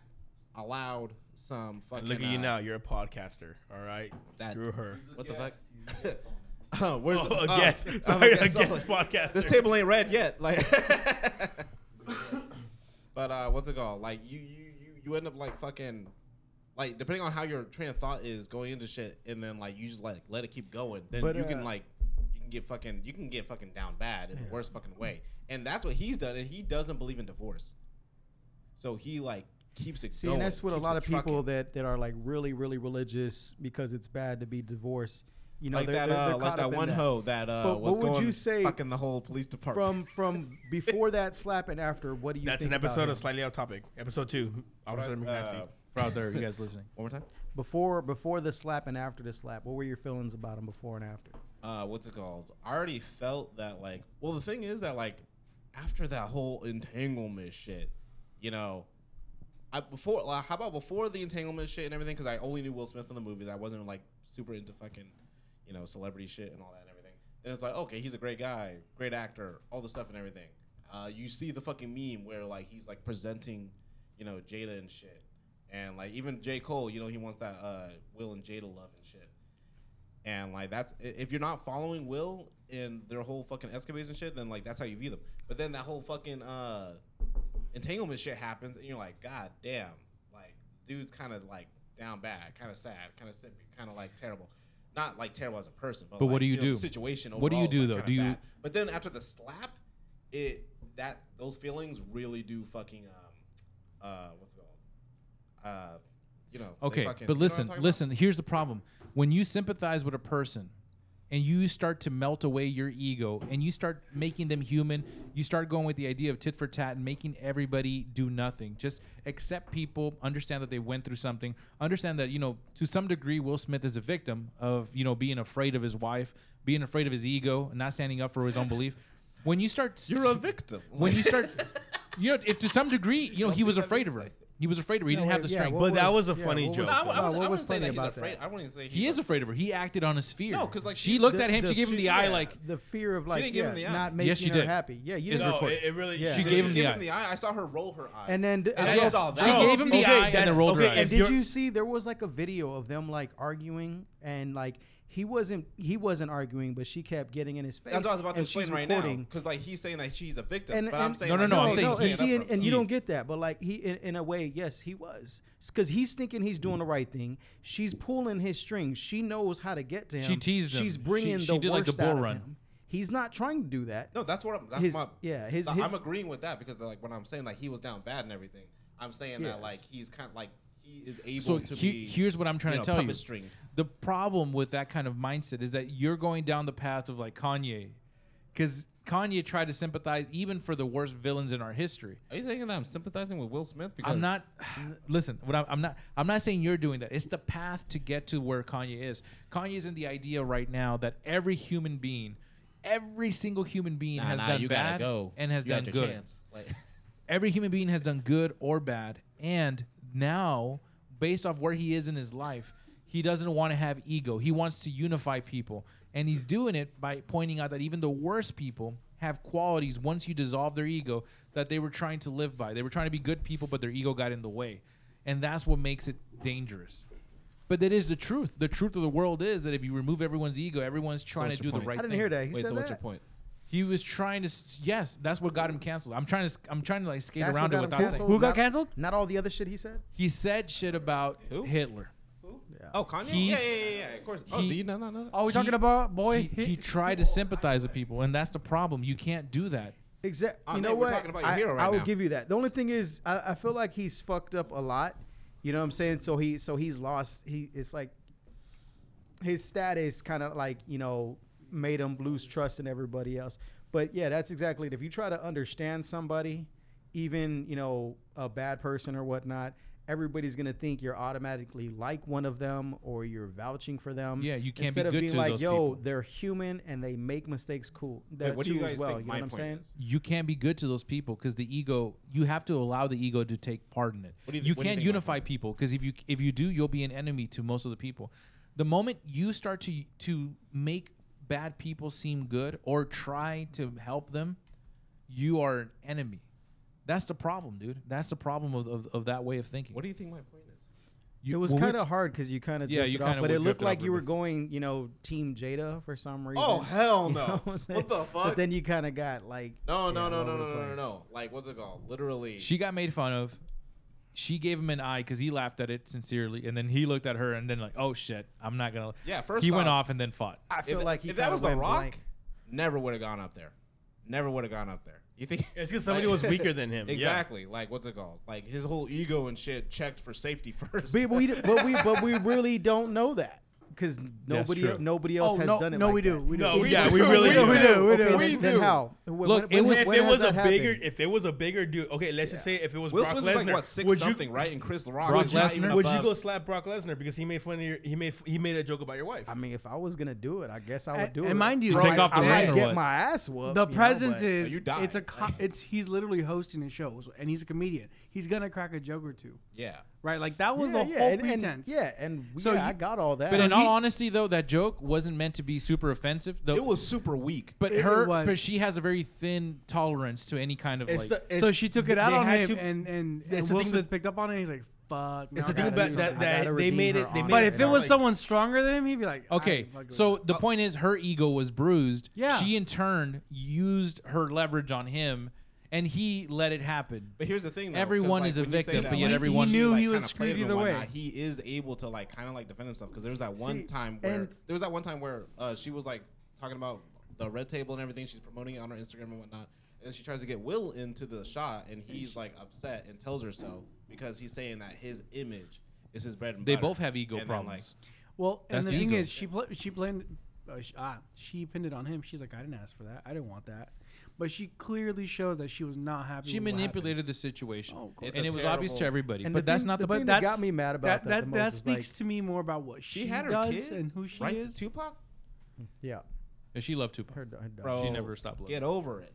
[SPEAKER 2] allowed some fucking
[SPEAKER 17] Look at you
[SPEAKER 2] uh,
[SPEAKER 17] now. You're a podcaster. All right.
[SPEAKER 2] That-
[SPEAKER 17] Screw her.
[SPEAKER 2] What the fuck? Oh, where's
[SPEAKER 17] Oh,
[SPEAKER 2] the,
[SPEAKER 17] a
[SPEAKER 2] oh,
[SPEAKER 17] guest.
[SPEAKER 2] I'm
[SPEAKER 17] Sorry, a
[SPEAKER 2] I'm
[SPEAKER 17] guest
[SPEAKER 2] like,
[SPEAKER 17] podcaster.
[SPEAKER 2] This table ain't red yet. Like, but uh, what's it called? Like you, you, you, you end up like fucking, like depending on how your train of thought is going into shit, and then like you just like let it keep going. Then
[SPEAKER 3] But,
[SPEAKER 2] you
[SPEAKER 3] uh,
[SPEAKER 2] can like you can get fucking you can get fucking down bad in the worst fucking way, and that's what he's done. And he doesn't believe in divorce, so he like keeps it
[SPEAKER 3] See,
[SPEAKER 2] going.
[SPEAKER 3] and that's what a
[SPEAKER 2] keeps
[SPEAKER 3] lot
[SPEAKER 2] it
[SPEAKER 3] of people
[SPEAKER 2] trucking.
[SPEAKER 3] that, that are like really, really religious because it's bad to be divorced. You know,
[SPEAKER 2] like
[SPEAKER 3] they're,
[SPEAKER 2] that,
[SPEAKER 3] they're,
[SPEAKER 2] uh,
[SPEAKER 3] they're
[SPEAKER 2] like
[SPEAKER 3] caught
[SPEAKER 2] that
[SPEAKER 3] up in
[SPEAKER 2] one
[SPEAKER 3] that.
[SPEAKER 2] hoe that uh,
[SPEAKER 3] But
[SPEAKER 2] was
[SPEAKER 3] what would
[SPEAKER 2] going
[SPEAKER 3] you say
[SPEAKER 2] fucking the whole police department.
[SPEAKER 3] from from before that slap and after? What do you?
[SPEAKER 17] That's
[SPEAKER 3] think
[SPEAKER 17] an
[SPEAKER 3] about
[SPEAKER 17] episode
[SPEAKER 3] him?
[SPEAKER 17] of Slightly Off Topic, episode two. Officer
[SPEAKER 2] Right,
[SPEAKER 17] McNasty.
[SPEAKER 2] uh,
[SPEAKER 17] for out
[SPEAKER 6] there, you guys listening.
[SPEAKER 2] One more time.
[SPEAKER 3] before before the slap and after the slap. What were your feelings about him before and after?
[SPEAKER 2] uh, what's it called? I already felt that like, well, the thing is that like, after that whole entanglement shit, you know, I before like, how about before the entanglement shit and everything? Because I only knew Will Smith in the movies. I wasn't like super into fucking, you know, celebrity shit and all that and everything. Then it's like, okay, he's a great guy, great actor, all the stuff and everything. Uh, you see the fucking meme where like he's like presenting, you know, Jada and shit, and like even J Cole, you know, he wants that uh, Will and Jada love and shit. And like that's i- if you're not following Will in their whole fucking escapades and shit, then like that's how you view them. But then that whole fucking uh entanglement shit happens, and you're like, God damn, like dude's kind of like down bad, kind of sad, kind of sippy, kind of like terrible. Not like terrible as a person, but,
[SPEAKER 6] But what
[SPEAKER 2] like,
[SPEAKER 6] do you
[SPEAKER 2] know,
[SPEAKER 6] do?
[SPEAKER 2] the situation overall
[SPEAKER 6] What do you
[SPEAKER 2] is,
[SPEAKER 6] do,
[SPEAKER 2] like,
[SPEAKER 6] though?
[SPEAKER 2] kinda
[SPEAKER 6] Do you-
[SPEAKER 2] bad. But then after the slap, it that those feelings really do fucking um uh what's it called uh you know they fucking- you
[SPEAKER 6] Okay,
[SPEAKER 2] know
[SPEAKER 6] but
[SPEAKER 2] what I'm
[SPEAKER 6] listen,
[SPEAKER 2] talking about?
[SPEAKER 6] listen. Here's the problem: when you sympathize with a person, and you start to melt away your ego, and you start making them human, you start going with the idea of tit for tat and making everybody do nothing. Just accept people, understand that they went through something, understand that you know to some degree Will Smith is a victim of you know being afraid of his wife, being afraid of his ego, and not standing up for his own belief. When you start,
[SPEAKER 2] You're a victim.
[SPEAKER 6] When you start, you know, if to some degree, you know, he was afraid of her. He was afraid of her. He
[SPEAKER 3] No,
[SPEAKER 6] didn't
[SPEAKER 3] wait,
[SPEAKER 6] have the
[SPEAKER 3] yeah,
[SPEAKER 6] strength.
[SPEAKER 3] what But that was- was a yeah, funny what was-
[SPEAKER 2] No, I,
[SPEAKER 3] joke. No,
[SPEAKER 2] I,
[SPEAKER 3] what
[SPEAKER 2] would I
[SPEAKER 3] was
[SPEAKER 2] wouldn't say
[SPEAKER 3] funny
[SPEAKER 2] that he's
[SPEAKER 3] about that?
[SPEAKER 2] afraid. I wouldn't say
[SPEAKER 6] He
[SPEAKER 2] he's
[SPEAKER 6] is afraid of her. He acted on his fear.
[SPEAKER 2] No, 'cause, like,
[SPEAKER 6] she
[SPEAKER 2] she's-
[SPEAKER 6] looked
[SPEAKER 2] the-
[SPEAKER 6] at him.
[SPEAKER 2] the-
[SPEAKER 6] she gave him the
[SPEAKER 2] she-
[SPEAKER 6] eye,
[SPEAKER 2] yeah.
[SPEAKER 6] like
[SPEAKER 3] The fear of like
[SPEAKER 2] didn't give
[SPEAKER 3] yeah,
[SPEAKER 2] him the eye.
[SPEAKER 3] not making
[SPEAKER 6] Yes, she
[SPEAKER 3] her
[SPEAKER 6] did.
[SPEAKER 3] happy. Yeah, you
[SPEAKER 6] It's
[SPEAKER 3] did.
[SPEAKER 6] No, recorded.
[SPEAKER 17] it really-
[SPEAKER 3] Yeah.
[SPEAKER 6] she
[SPEAKER 2] Did
[SPEAKER 6] gave
[SPEAKER 2] she
[SPEAKER 6] him the
[SPEAKER 2] give
[SPEAKER 6] eye.
[SPEAKER 2] him the eye. I saw her roll her eyes.
[SPEAKER 3] And then
[SPEAKER 2] I
[SPEAKER 3] yeah,
[SPEAKER 2] saw that.
[SPEAKER 6] She gave him the
[SPEAKER 17] Okay,
[SPEAKER 6] eye and then
[SPEAKER 17] that's-
[SPEAKER 6] rolled her
[SPEAKER 17] okay, and
[SPEAKER 3] And
[SPEAKER 6] eyes.
[SPEAKER 17] If
[SPEAKER 3] did
[SPEAKER 17] you're-
[SPEAKER 3] you see there was like a video of them like arguing and like he wasn't he wasn't arguing, but she kept getting in his face.
[SPEAKER 2] That's what I was about to
[SPEAKER 3] and she's
[SPEAKER 2] explain right now.
[SPEAKER 3] recording.
[SPEAKER 2] Because like he's saying that she's a victim,
[SPEAKER 3] And,
[SPEAKER 2] but
[SPEAKER 3] and-
[SPEAKER 2] I'm saying
[SPEAKER 6] No, no,
[SPEAKER 2] like,
[SPEAKER 6] no, I'm
[SPEAKER 2] he's
[SPEAKER 6] saying
[SPEAKER 2] standing
[SPEAKER 3] and,
[SPEAKER 2] up
[SPEAKER 3] see,
[SPEAKER 2] for
[SPEAKER 3] and, and you
[SPEAKER 2] himself.
[SPEAKER 3] don't get that, but like he, in, in a way, yes, he was, because he's thinking he's doing the right thing. She's pulling his strings. She knows how to get to him.
[SPEAKER 6] She teased him.
[SPEAKER 3] She's
[SPEAKER 6] She-
[SPEAKER 3] bringing
[SPEAKER 6] she
[SPEAKER 3] the
[SPEAKER 6] did, like, the
[SPEAKER 3] worst
[SPEAKER 6] bull
[SPEAKER 3] out of
[SPEAKER 6] run.
[SPEAKER 3] him. He's not trying to do that.
[SPEAKER 2] No, that's what I'm. That's
[SPEAKER 3] His-
[SPEAKER 2] my.
[SPEAKER 3] yeah, his-
[SPEAKER 2] no,
[SPEAKER 3] his-
[SPEAKER 2] I'm agreeing with that because like when I'm saying like he was down bad and everything, I'm saying that
[SPEAKER 3] Yes.
[SPEAKER 2] like he's kind of like he is able
[SPEAKER 6] So
[SPEAKER 2] to
[SPEAKER 6] he-
[SPEAKER 2] be.
[SPEAKER 6] here's what I'm trying
[SPEAKER 2] you know,
[SPEAKER 6] to tell you.
[SPEAKER 2] puppet String.
[SPEAKER 6] The problem with that kind of mindset is that you're going down the path of like Kanye, because Kanye tried to sympathize even for the worst villains in our history.
[SPEAKER 2] Are you thinking that I'm sympathizing with Will Smith? Because
[SPEAKER 6] I'm not. Listen, what I'm, I'm not. I'm not saying you're doing that. It's the path to get to where Kanye is. Kanye's in the idea right now that every human being, every single human being
[SPEAKER 2] Nah,
[SPEAKER 6] has
[SPEAKER 2] nah,
[SPEAKER 6] done
[SPEAKER 2] you gotta
[SPEAKER 6] bad
[SPEAKER 2] go.
[SPEAKER 6] and has
[SPEAKER 2] You had
[SPEAKER 6] done
[SPEAKER 2] your
[SPEAKER 6] good.
[SPEAKER 2] chance. Like,
[SPEAKER 6] every human being has done good or bad and now based off where he is in his life he doesn't want to have ego he wants to unify people and he's doing it by pointing out that even the worst people have qualities once you dissolve their ego that they were trying to live by they were trying to be good people but their ego got in the way and that's what makes it dangerous but that is the truth the truth of the world is that if you remove everyone's ego everyone's trying
[SPEAKER 2] what's
[SPEAKER 6] to do
[SPEAKER 2] your
[SPEAKER 6] the
[SPEAKER 2] point?
[SPEAKER 6] right
[SPEAKER 3] I didn't
[SPEAKER 6] thing
[SPEAKER 3] hear that. He
[SPEAKER 2] wait,
[SPEAKER 3] said
[SPEAKER 2] so what's your
[SPEAKER 3] that.
[SPEAKER 2] point?
[SPEAKER 6] he was trying to s- yes that's what got him canceled i'm trying to s- i'm trying to like skate
[SPEAKER 3] That's what
[SPEAKER 6] around it
[SPEAKER 3] got him
[SPEAKER 6] without saying
[SPEAKER 3] canceled,
[SPEAKER 5] Who got
[SPEAKER 3] not-
[SPEAKER 5] canceled?
[SPEAKER 3] Not all the other shit he said.
[SPEAKER 6] He said shit about
[SPEAKER 2] Who?
[SPEAKER 6] Hitler.
[SPEAKER 2] Oh, Kanye.
[SPEAKER 6] He's-
[SPEAKER 2] yeah, yeah, yeah, yeah. Of course. oh,
[SPEAKER 6] he-
[SPEAKER 2] do you not know that?
[SPEAKER 5] Are we
[SPEAKER 6] He-
[SPEAKER 5] talking about boy?
[SPEAKER 6] He, he tried to sympathize with people, and that's the problem. You can't do that.
[SPEAKER 3] Exactly.
[SPEAKER 2] Oh,
[SPEAKER 3] you know
[SPEAKER 2] man, we're
[SPEAKER 3] what?
[SPEAKER 2] talking about your
[SPEAKER 3] I,
[SPEAKER 2] hero right
[SPEAKER 3] I will
[SPEAKER 2] now.
[SPEAKER 3] give you that. The only thing is, I, I feel like he's fucked up a lot. You know what I'm saying? So he, so he's lost. He, it's like his status kind of like you know made him lose trust in everybody else. But yeah, that's exactly it. If you try to understand somebody, even you know a bad person or whatnot, everybody's gonna think you're automatically like one of them or you're vouching for them.
[SPEAKER 6] Yeah, you can't be
[SPEAKER 3] Instead of
[SPEAKER 6] good
[SPEAKER 3] being
[SPEAKER 6] to
[SPEAKER 3] like,
[SPEAKER 6] those
[SPEAKER 3] yo,
[SPEAKER 6] people."
[SPEAKER 3] they're human and they make mistakes. Cool.
[SPEAKER 2] Wait,
[SPEAKER 3] That
[SPEAKER 2] what do you
[SPEAKER 3] too
[SPEAKER 2] guys
[SPEAKER 3] as well.
[SPEAKER 2] think?
[SPEAKER 3] you
[SPEAKER 2] my
[SPEAKER 3] know what I'm
[SPEAKER 2] point
[SPEAKER 3] saying?
[SPEAKER 2] is.
[SPEAKER 6] You can't be good to those people because the ego. You have to allow the ego to take part in it.
[SPEAKER 2] What do you
[SPEAKER 6] you
[SPEAKER 2] thi- what do you
[SPEAKER 6] can't
[SPEAKER 2] think my
[SPEAKER 6] unify
[SPEAKER 2] point is?
[SPEAKER 6] people because if you if you do, you'll be an enemy to most of the people. The moment you start to to make bad people seem good or try to help them, you are an enemy. That's the problem, dude. That's the problem of, of, of that way of thinking.
[SPEAKER 2] What do you think my point is?
[SPEAKER 6] You-
[SPEAKER 3] it was
[SPEAKER 6] when we're
[SPEAKER 3] kind
[SPEAKER 6] t-
[SPEAKER 3] of hard because you kind of
[SPEAKER 6] Yeah,
[SPEAKER 3] yeah,
[SPEAKER 6] you
[SPEAKER 3] you
[SPEAKER 6] kinda
[SPEAKER 3] off, but it
[SPEAKER 6] would
[SPEAKER 3] looked
[SPEAKER 6] drift
[SPEAKER 3] like
[SPEAKER 6] off
[SPEAKER 3] you
[SPEAKER 6] a
[SPEAKER 3] were
[SPEAKER 6] bit.
[SPEAKER 3] going, you know, Team Jada for some reason.
[SPEAKER 2] Oh hell
[SPEAKER 3] You
[SPEAKER 2] no!
[SPEAKER 3] know I'm
[SPEAKER 2] what,
[SPEAKER 3] saying?
[SPEAKER 2] the fuck?
[SPEAKER 3] But then you kind of got like
[SPEAKER 2] no,
[SPEAKER 3] yeah,
[SPEAKER 2] no, no,
[SPEAKER 3] all
[SPEAKER 2] no, no,
[SPEAKER 3] over the
[SPEAKER 2] no, no,
[SPEAKER 3] place.
[SPEAKER 2] no! Like what's it called? Literally.
[SPEAKER 6] She got made fun of. She gave him an eye because he laughed at it sincerely, and then he looked at her and then like, oh shit, I'm not gonna.
[SPEAKER 2] Yeah, first
[SPEAKER 6] he went
[SPEAKER 2] off-
[SPEAKER 6] off and then fought.
[SPEAKER 3] I feel like he
[SPEAKER 2] if that was The
[SPEAKER 3] went
[SPEAKER 2] Rock,
[SPEAKER 3] blank.
[SPEAKER 2] never would have gone up there. Never would have gone up there. You think
[SPEAKER 17] It's 'cause somebody was weaker than him, yeah.
[SPEAKER 2] Exactly. Like what's it called? Like his whole ego and shit checked for safety first.
[SPEAKER 3] But we, but we, but we really don't know that because nobody,
[SPEAKER 2] true.
[SPEAKER 3] nobody else
[SPEAKER 5] Oh,
[SPEAKER 3] has
[SPEAKER 5] no-
[SPEAKER 3] done it.
[SPEAKER 5] no,
[SPEAKER 3] like
[SPEAKER 5] we do.
[SPEAKER 3] that.
[SPEAKER 5] We
[SPEAKER 17] No, do. we- yeah, we really do.
[SPEAKER 5] We
[SPEAKER 3] Okay,
[SPEAKER 5] do.
[SPEAKER 3] then-
[SPEAKER 5] We
[SPEAKER 3] then
[SPEAKER 5] do.
[SPEAKER 3] how? When-
[SPEAKER 6] Look,
[SPEAKER 3] when
[SPEAKER 6] it was-
[SPEAKER 3] has-
[SPEAKER 17] if
[SPEAKER 3] when
[SPEAKER 17] it
[SPEAKER 3] has
[SPEAKER 17] was a
[SPEAKER 3] that happened?
[SPEAKER 17] bigger, if it was a bigger dude, okay, let's just say if it was
[SPEAKER 2] Will
[SPEAKER 17] Brock
[SPEAKER 2] Smith was like
[SPEAKER 17] Lesnar,
[SPEAKER 2] what six
[SPEAKER 17] would you-
[SPEAKER 2] something, right? And Chris LaRock
[SPEAKER 6] Brock
[SPEAKER 2] was not even
[SPEAKER 6] Lesnar?
[SPEAKER 17] would you
[SPEAKER 2] above-
[SPEAKER 17] go slap Brock Lesnar because he made fun of your, he made he made a joke about your wife?
[SPEAKER 3] I mean, if I was gonna do it, I guess I would
[SPEAKER 5] And-
[SPEAKER 3] do it.
[SPEAKER 5] and mind you,
[SPEAKER 3] I
[SPEAKER 5] Take
[SPEAKER 3] might-
[SPEAKER 5] off the
[SPEAKER 3] I
[SPEAKER 5] ring
[SPEAKER 3] might
[SPEAKER 5] or
[SPEAKER 3] get
[SPEAKER 5] what?
[SPEAKER 3] my ass whooped.
[SPEAKER 5] the
[SPEAKER 3] you know,
[SPEAKER 5] presence
[SPEAKER 3] but-
[SPEAKER 5] is
[SPEAKER 2] you die.
[SPEAKER 5] it's a co- it's he's literally hosting a show so- and he's a comedian. He's gonna crack a joke or two,
[SPEAKER 2] Yeah.
[SPEAKER 5] right? Like that was
[SPEAKER 3] yeah,
[SPEAKER 5] the
[SPEAKER 3] yeah,
[SPEAKER 5] whole
[SPEAKER 3] and, and-
[SPEAKER 5] pretense.
[SPEAKER 3] yeah, and
[SPEAKER 5] So
[SPEAKER 3] yeah,
[SPEAKER 5] you-
[SPEAKER 3] I got all that.
[SPEAKER 6] But
[SPEAKER 5] So
[SPEAKER 6] in all
[SPEAKER 5] he-
[SPEAKER 6] honesty, though, that joke wasn't meant to be super offensive. Though
[SPEAKER 2] It was super weak.
[SPEAKER 6] But
[SPEAKER 5] It
[SPEAKER 6] her,
[SPEAKER 5] was.
[SPEAKER 6] but she has a very thin tolerance to any kind of like.
[SPEAKER 5] so she took it out
[SPEAKER 17] they
[SPEAKER 5] on
[SPEAKER 17] had
[SPEAKER 5] him,
[SPEAKER 17] to-
[SPEAKER 5] and and,
[SPEAKER 17] That's
[SPEAKER 5] and
[SPEAKER 17] the
[SPEAKER 5] Will
[SPEAKER 17] thing
[SPEAKER 5] Smith picked up on it. and He's like, "Fuck."
[SPEAKER 17] It's
[SPEAKER 5] now I
[SPEAKER 17] the thing
[SPEAKER 5] gotta
[SPEAKER 17] about
[SPEAKER 5] do
[SPEAKER 17] that,
[SPEAKER 3] gotta
[SPEAKER 5] something."
[SPEAKER 17] that they
[SPEAKER 3] redeem
[SPEAKER 17] made
[SPEAKER 3] her
[SPEAKER 17] it. They
[SPEAKER 3] honor.
[SPEAKER 17] made
[SPEAKER 5] But
[SPEAKER 17] it
[SPEAKER 5] if it
[SPEAKER 17] sound
[SPEAKER 5] was
[SPEAKER 17] like-
[SPEAKER 5] someone stronger than him, he'd be like, "I
[SPEAKER 6] Okay,
[SPEAKER 5] ain't fucking with
[SPEAKER 6] so
[SPEAKER 5] that."
[SPEAKER 6] the point is, her ego was bruised.
[SPEAKER 5] Yeah.
[SPEAKER 6] She in turn used her leverage on him, and he let it happen.
[SPEAKER 2] But here's the thing, though, 'cause,
[SPEAKER 6] Everyone
[SPEAKER 2] like,
[SPEAKER 6] is a
[SPEAKER 2] when you say
[SPEAKER 6] victim,
[SPEAKER 2] that,
[SPEAKER 6] but
[SPEAKER 2] like,
[SPEAKER 6] yet
[SPEAKER 2] she,
[SPEAKER 6] everyone-
[SPEAKER 5] He knew
[SPEAKER 2] like,
[SPEAKER 5] he was
[SPEAKER 2] kinda
[SPEAKER 5] screwed
[SPEAKER 2] played him
[SPEAKER 5] either
[SPEAKER 2] and
[SPEAKER 5] way.
[SPEAKER 2] whatnot, He is able to like kind of like defend himself because there was that one
[SPEAKER 3] See,
[SPEAKER 2] time where
[SPEAKER 3] and-
[SPEAKER 2] there was that one time where uh, she was like talking about the red table and everything. She's promoting it on her Instagram and whatnot, and she tries to get Will into the shot, and he's like upset and tells her so because he's saying that his image is his bread and
[SPEAKER 6] They
[SPEAKER 2] butter.
[SPEAKER 6] both have ego
[SPEAKER 2] And then, like,
[SPEAKER 6] problems.
[SPEAKER 5] Well,
[SPEAKER 6] That's
[SPEAKER 5] and
[SPEAKER 6] the
[SPEAKER 5] the, thing
[SPEAKER 6] ego.
[SPEAKER 5] is, she pl- she blamed, uh, sh- ah, she pinned it on him. She's like, I didn't ask for that. I didn't want that. But she clearly shows that she was not happy.
[SPEAKER 6] she
[SPEAKER 5] with what happened.
[SPEAKER 6] manipulated the situation,
[SPEAKER 5] Oh, of course.
[SPEAKER 2] It's
[SPEAKER 6] and
[SPEAKER 2] a
[SPEAKER 6] it was obvious
[SPEAKER 2] terrible-
[SPEAKER 6] to everybody.
[SPEAKER 3] And
[SPEAKER 6] But
[SPEAKER 3] the
[SPEAKER 6] that's
[SPEAKER 3] thing-
[SPEAKER 6] not the.
[SPEAKER 3] the
[SPEAKER 6] point.
[SPEAKER 3] thing that got me mad about that
[SPEAKER 5] that.
[SPEAKER 3] the
[SPEAKER 5] That,
[SPEAKER 3] most is, like-
[SPEAKER 5] speaks to me more about what she,
[SPEAKER 2] She had her
[SPEAKER 5] does
[SPEAKER 2] kids
[SPEAKER 5] and who she
[SPEAKER 2] right
[SPEAKER 5] is.
[SPEAKER 2] to Tupac.
[SPEAKER 3] yeah,
[SPEAKER 6] And she loved Tupac.
[SPEAKER 3] her, her dog.
[SPEAKER 2] Bro,
[SPEAKER 6] She never stopped loving.
[SPEAKER 2] Get over it.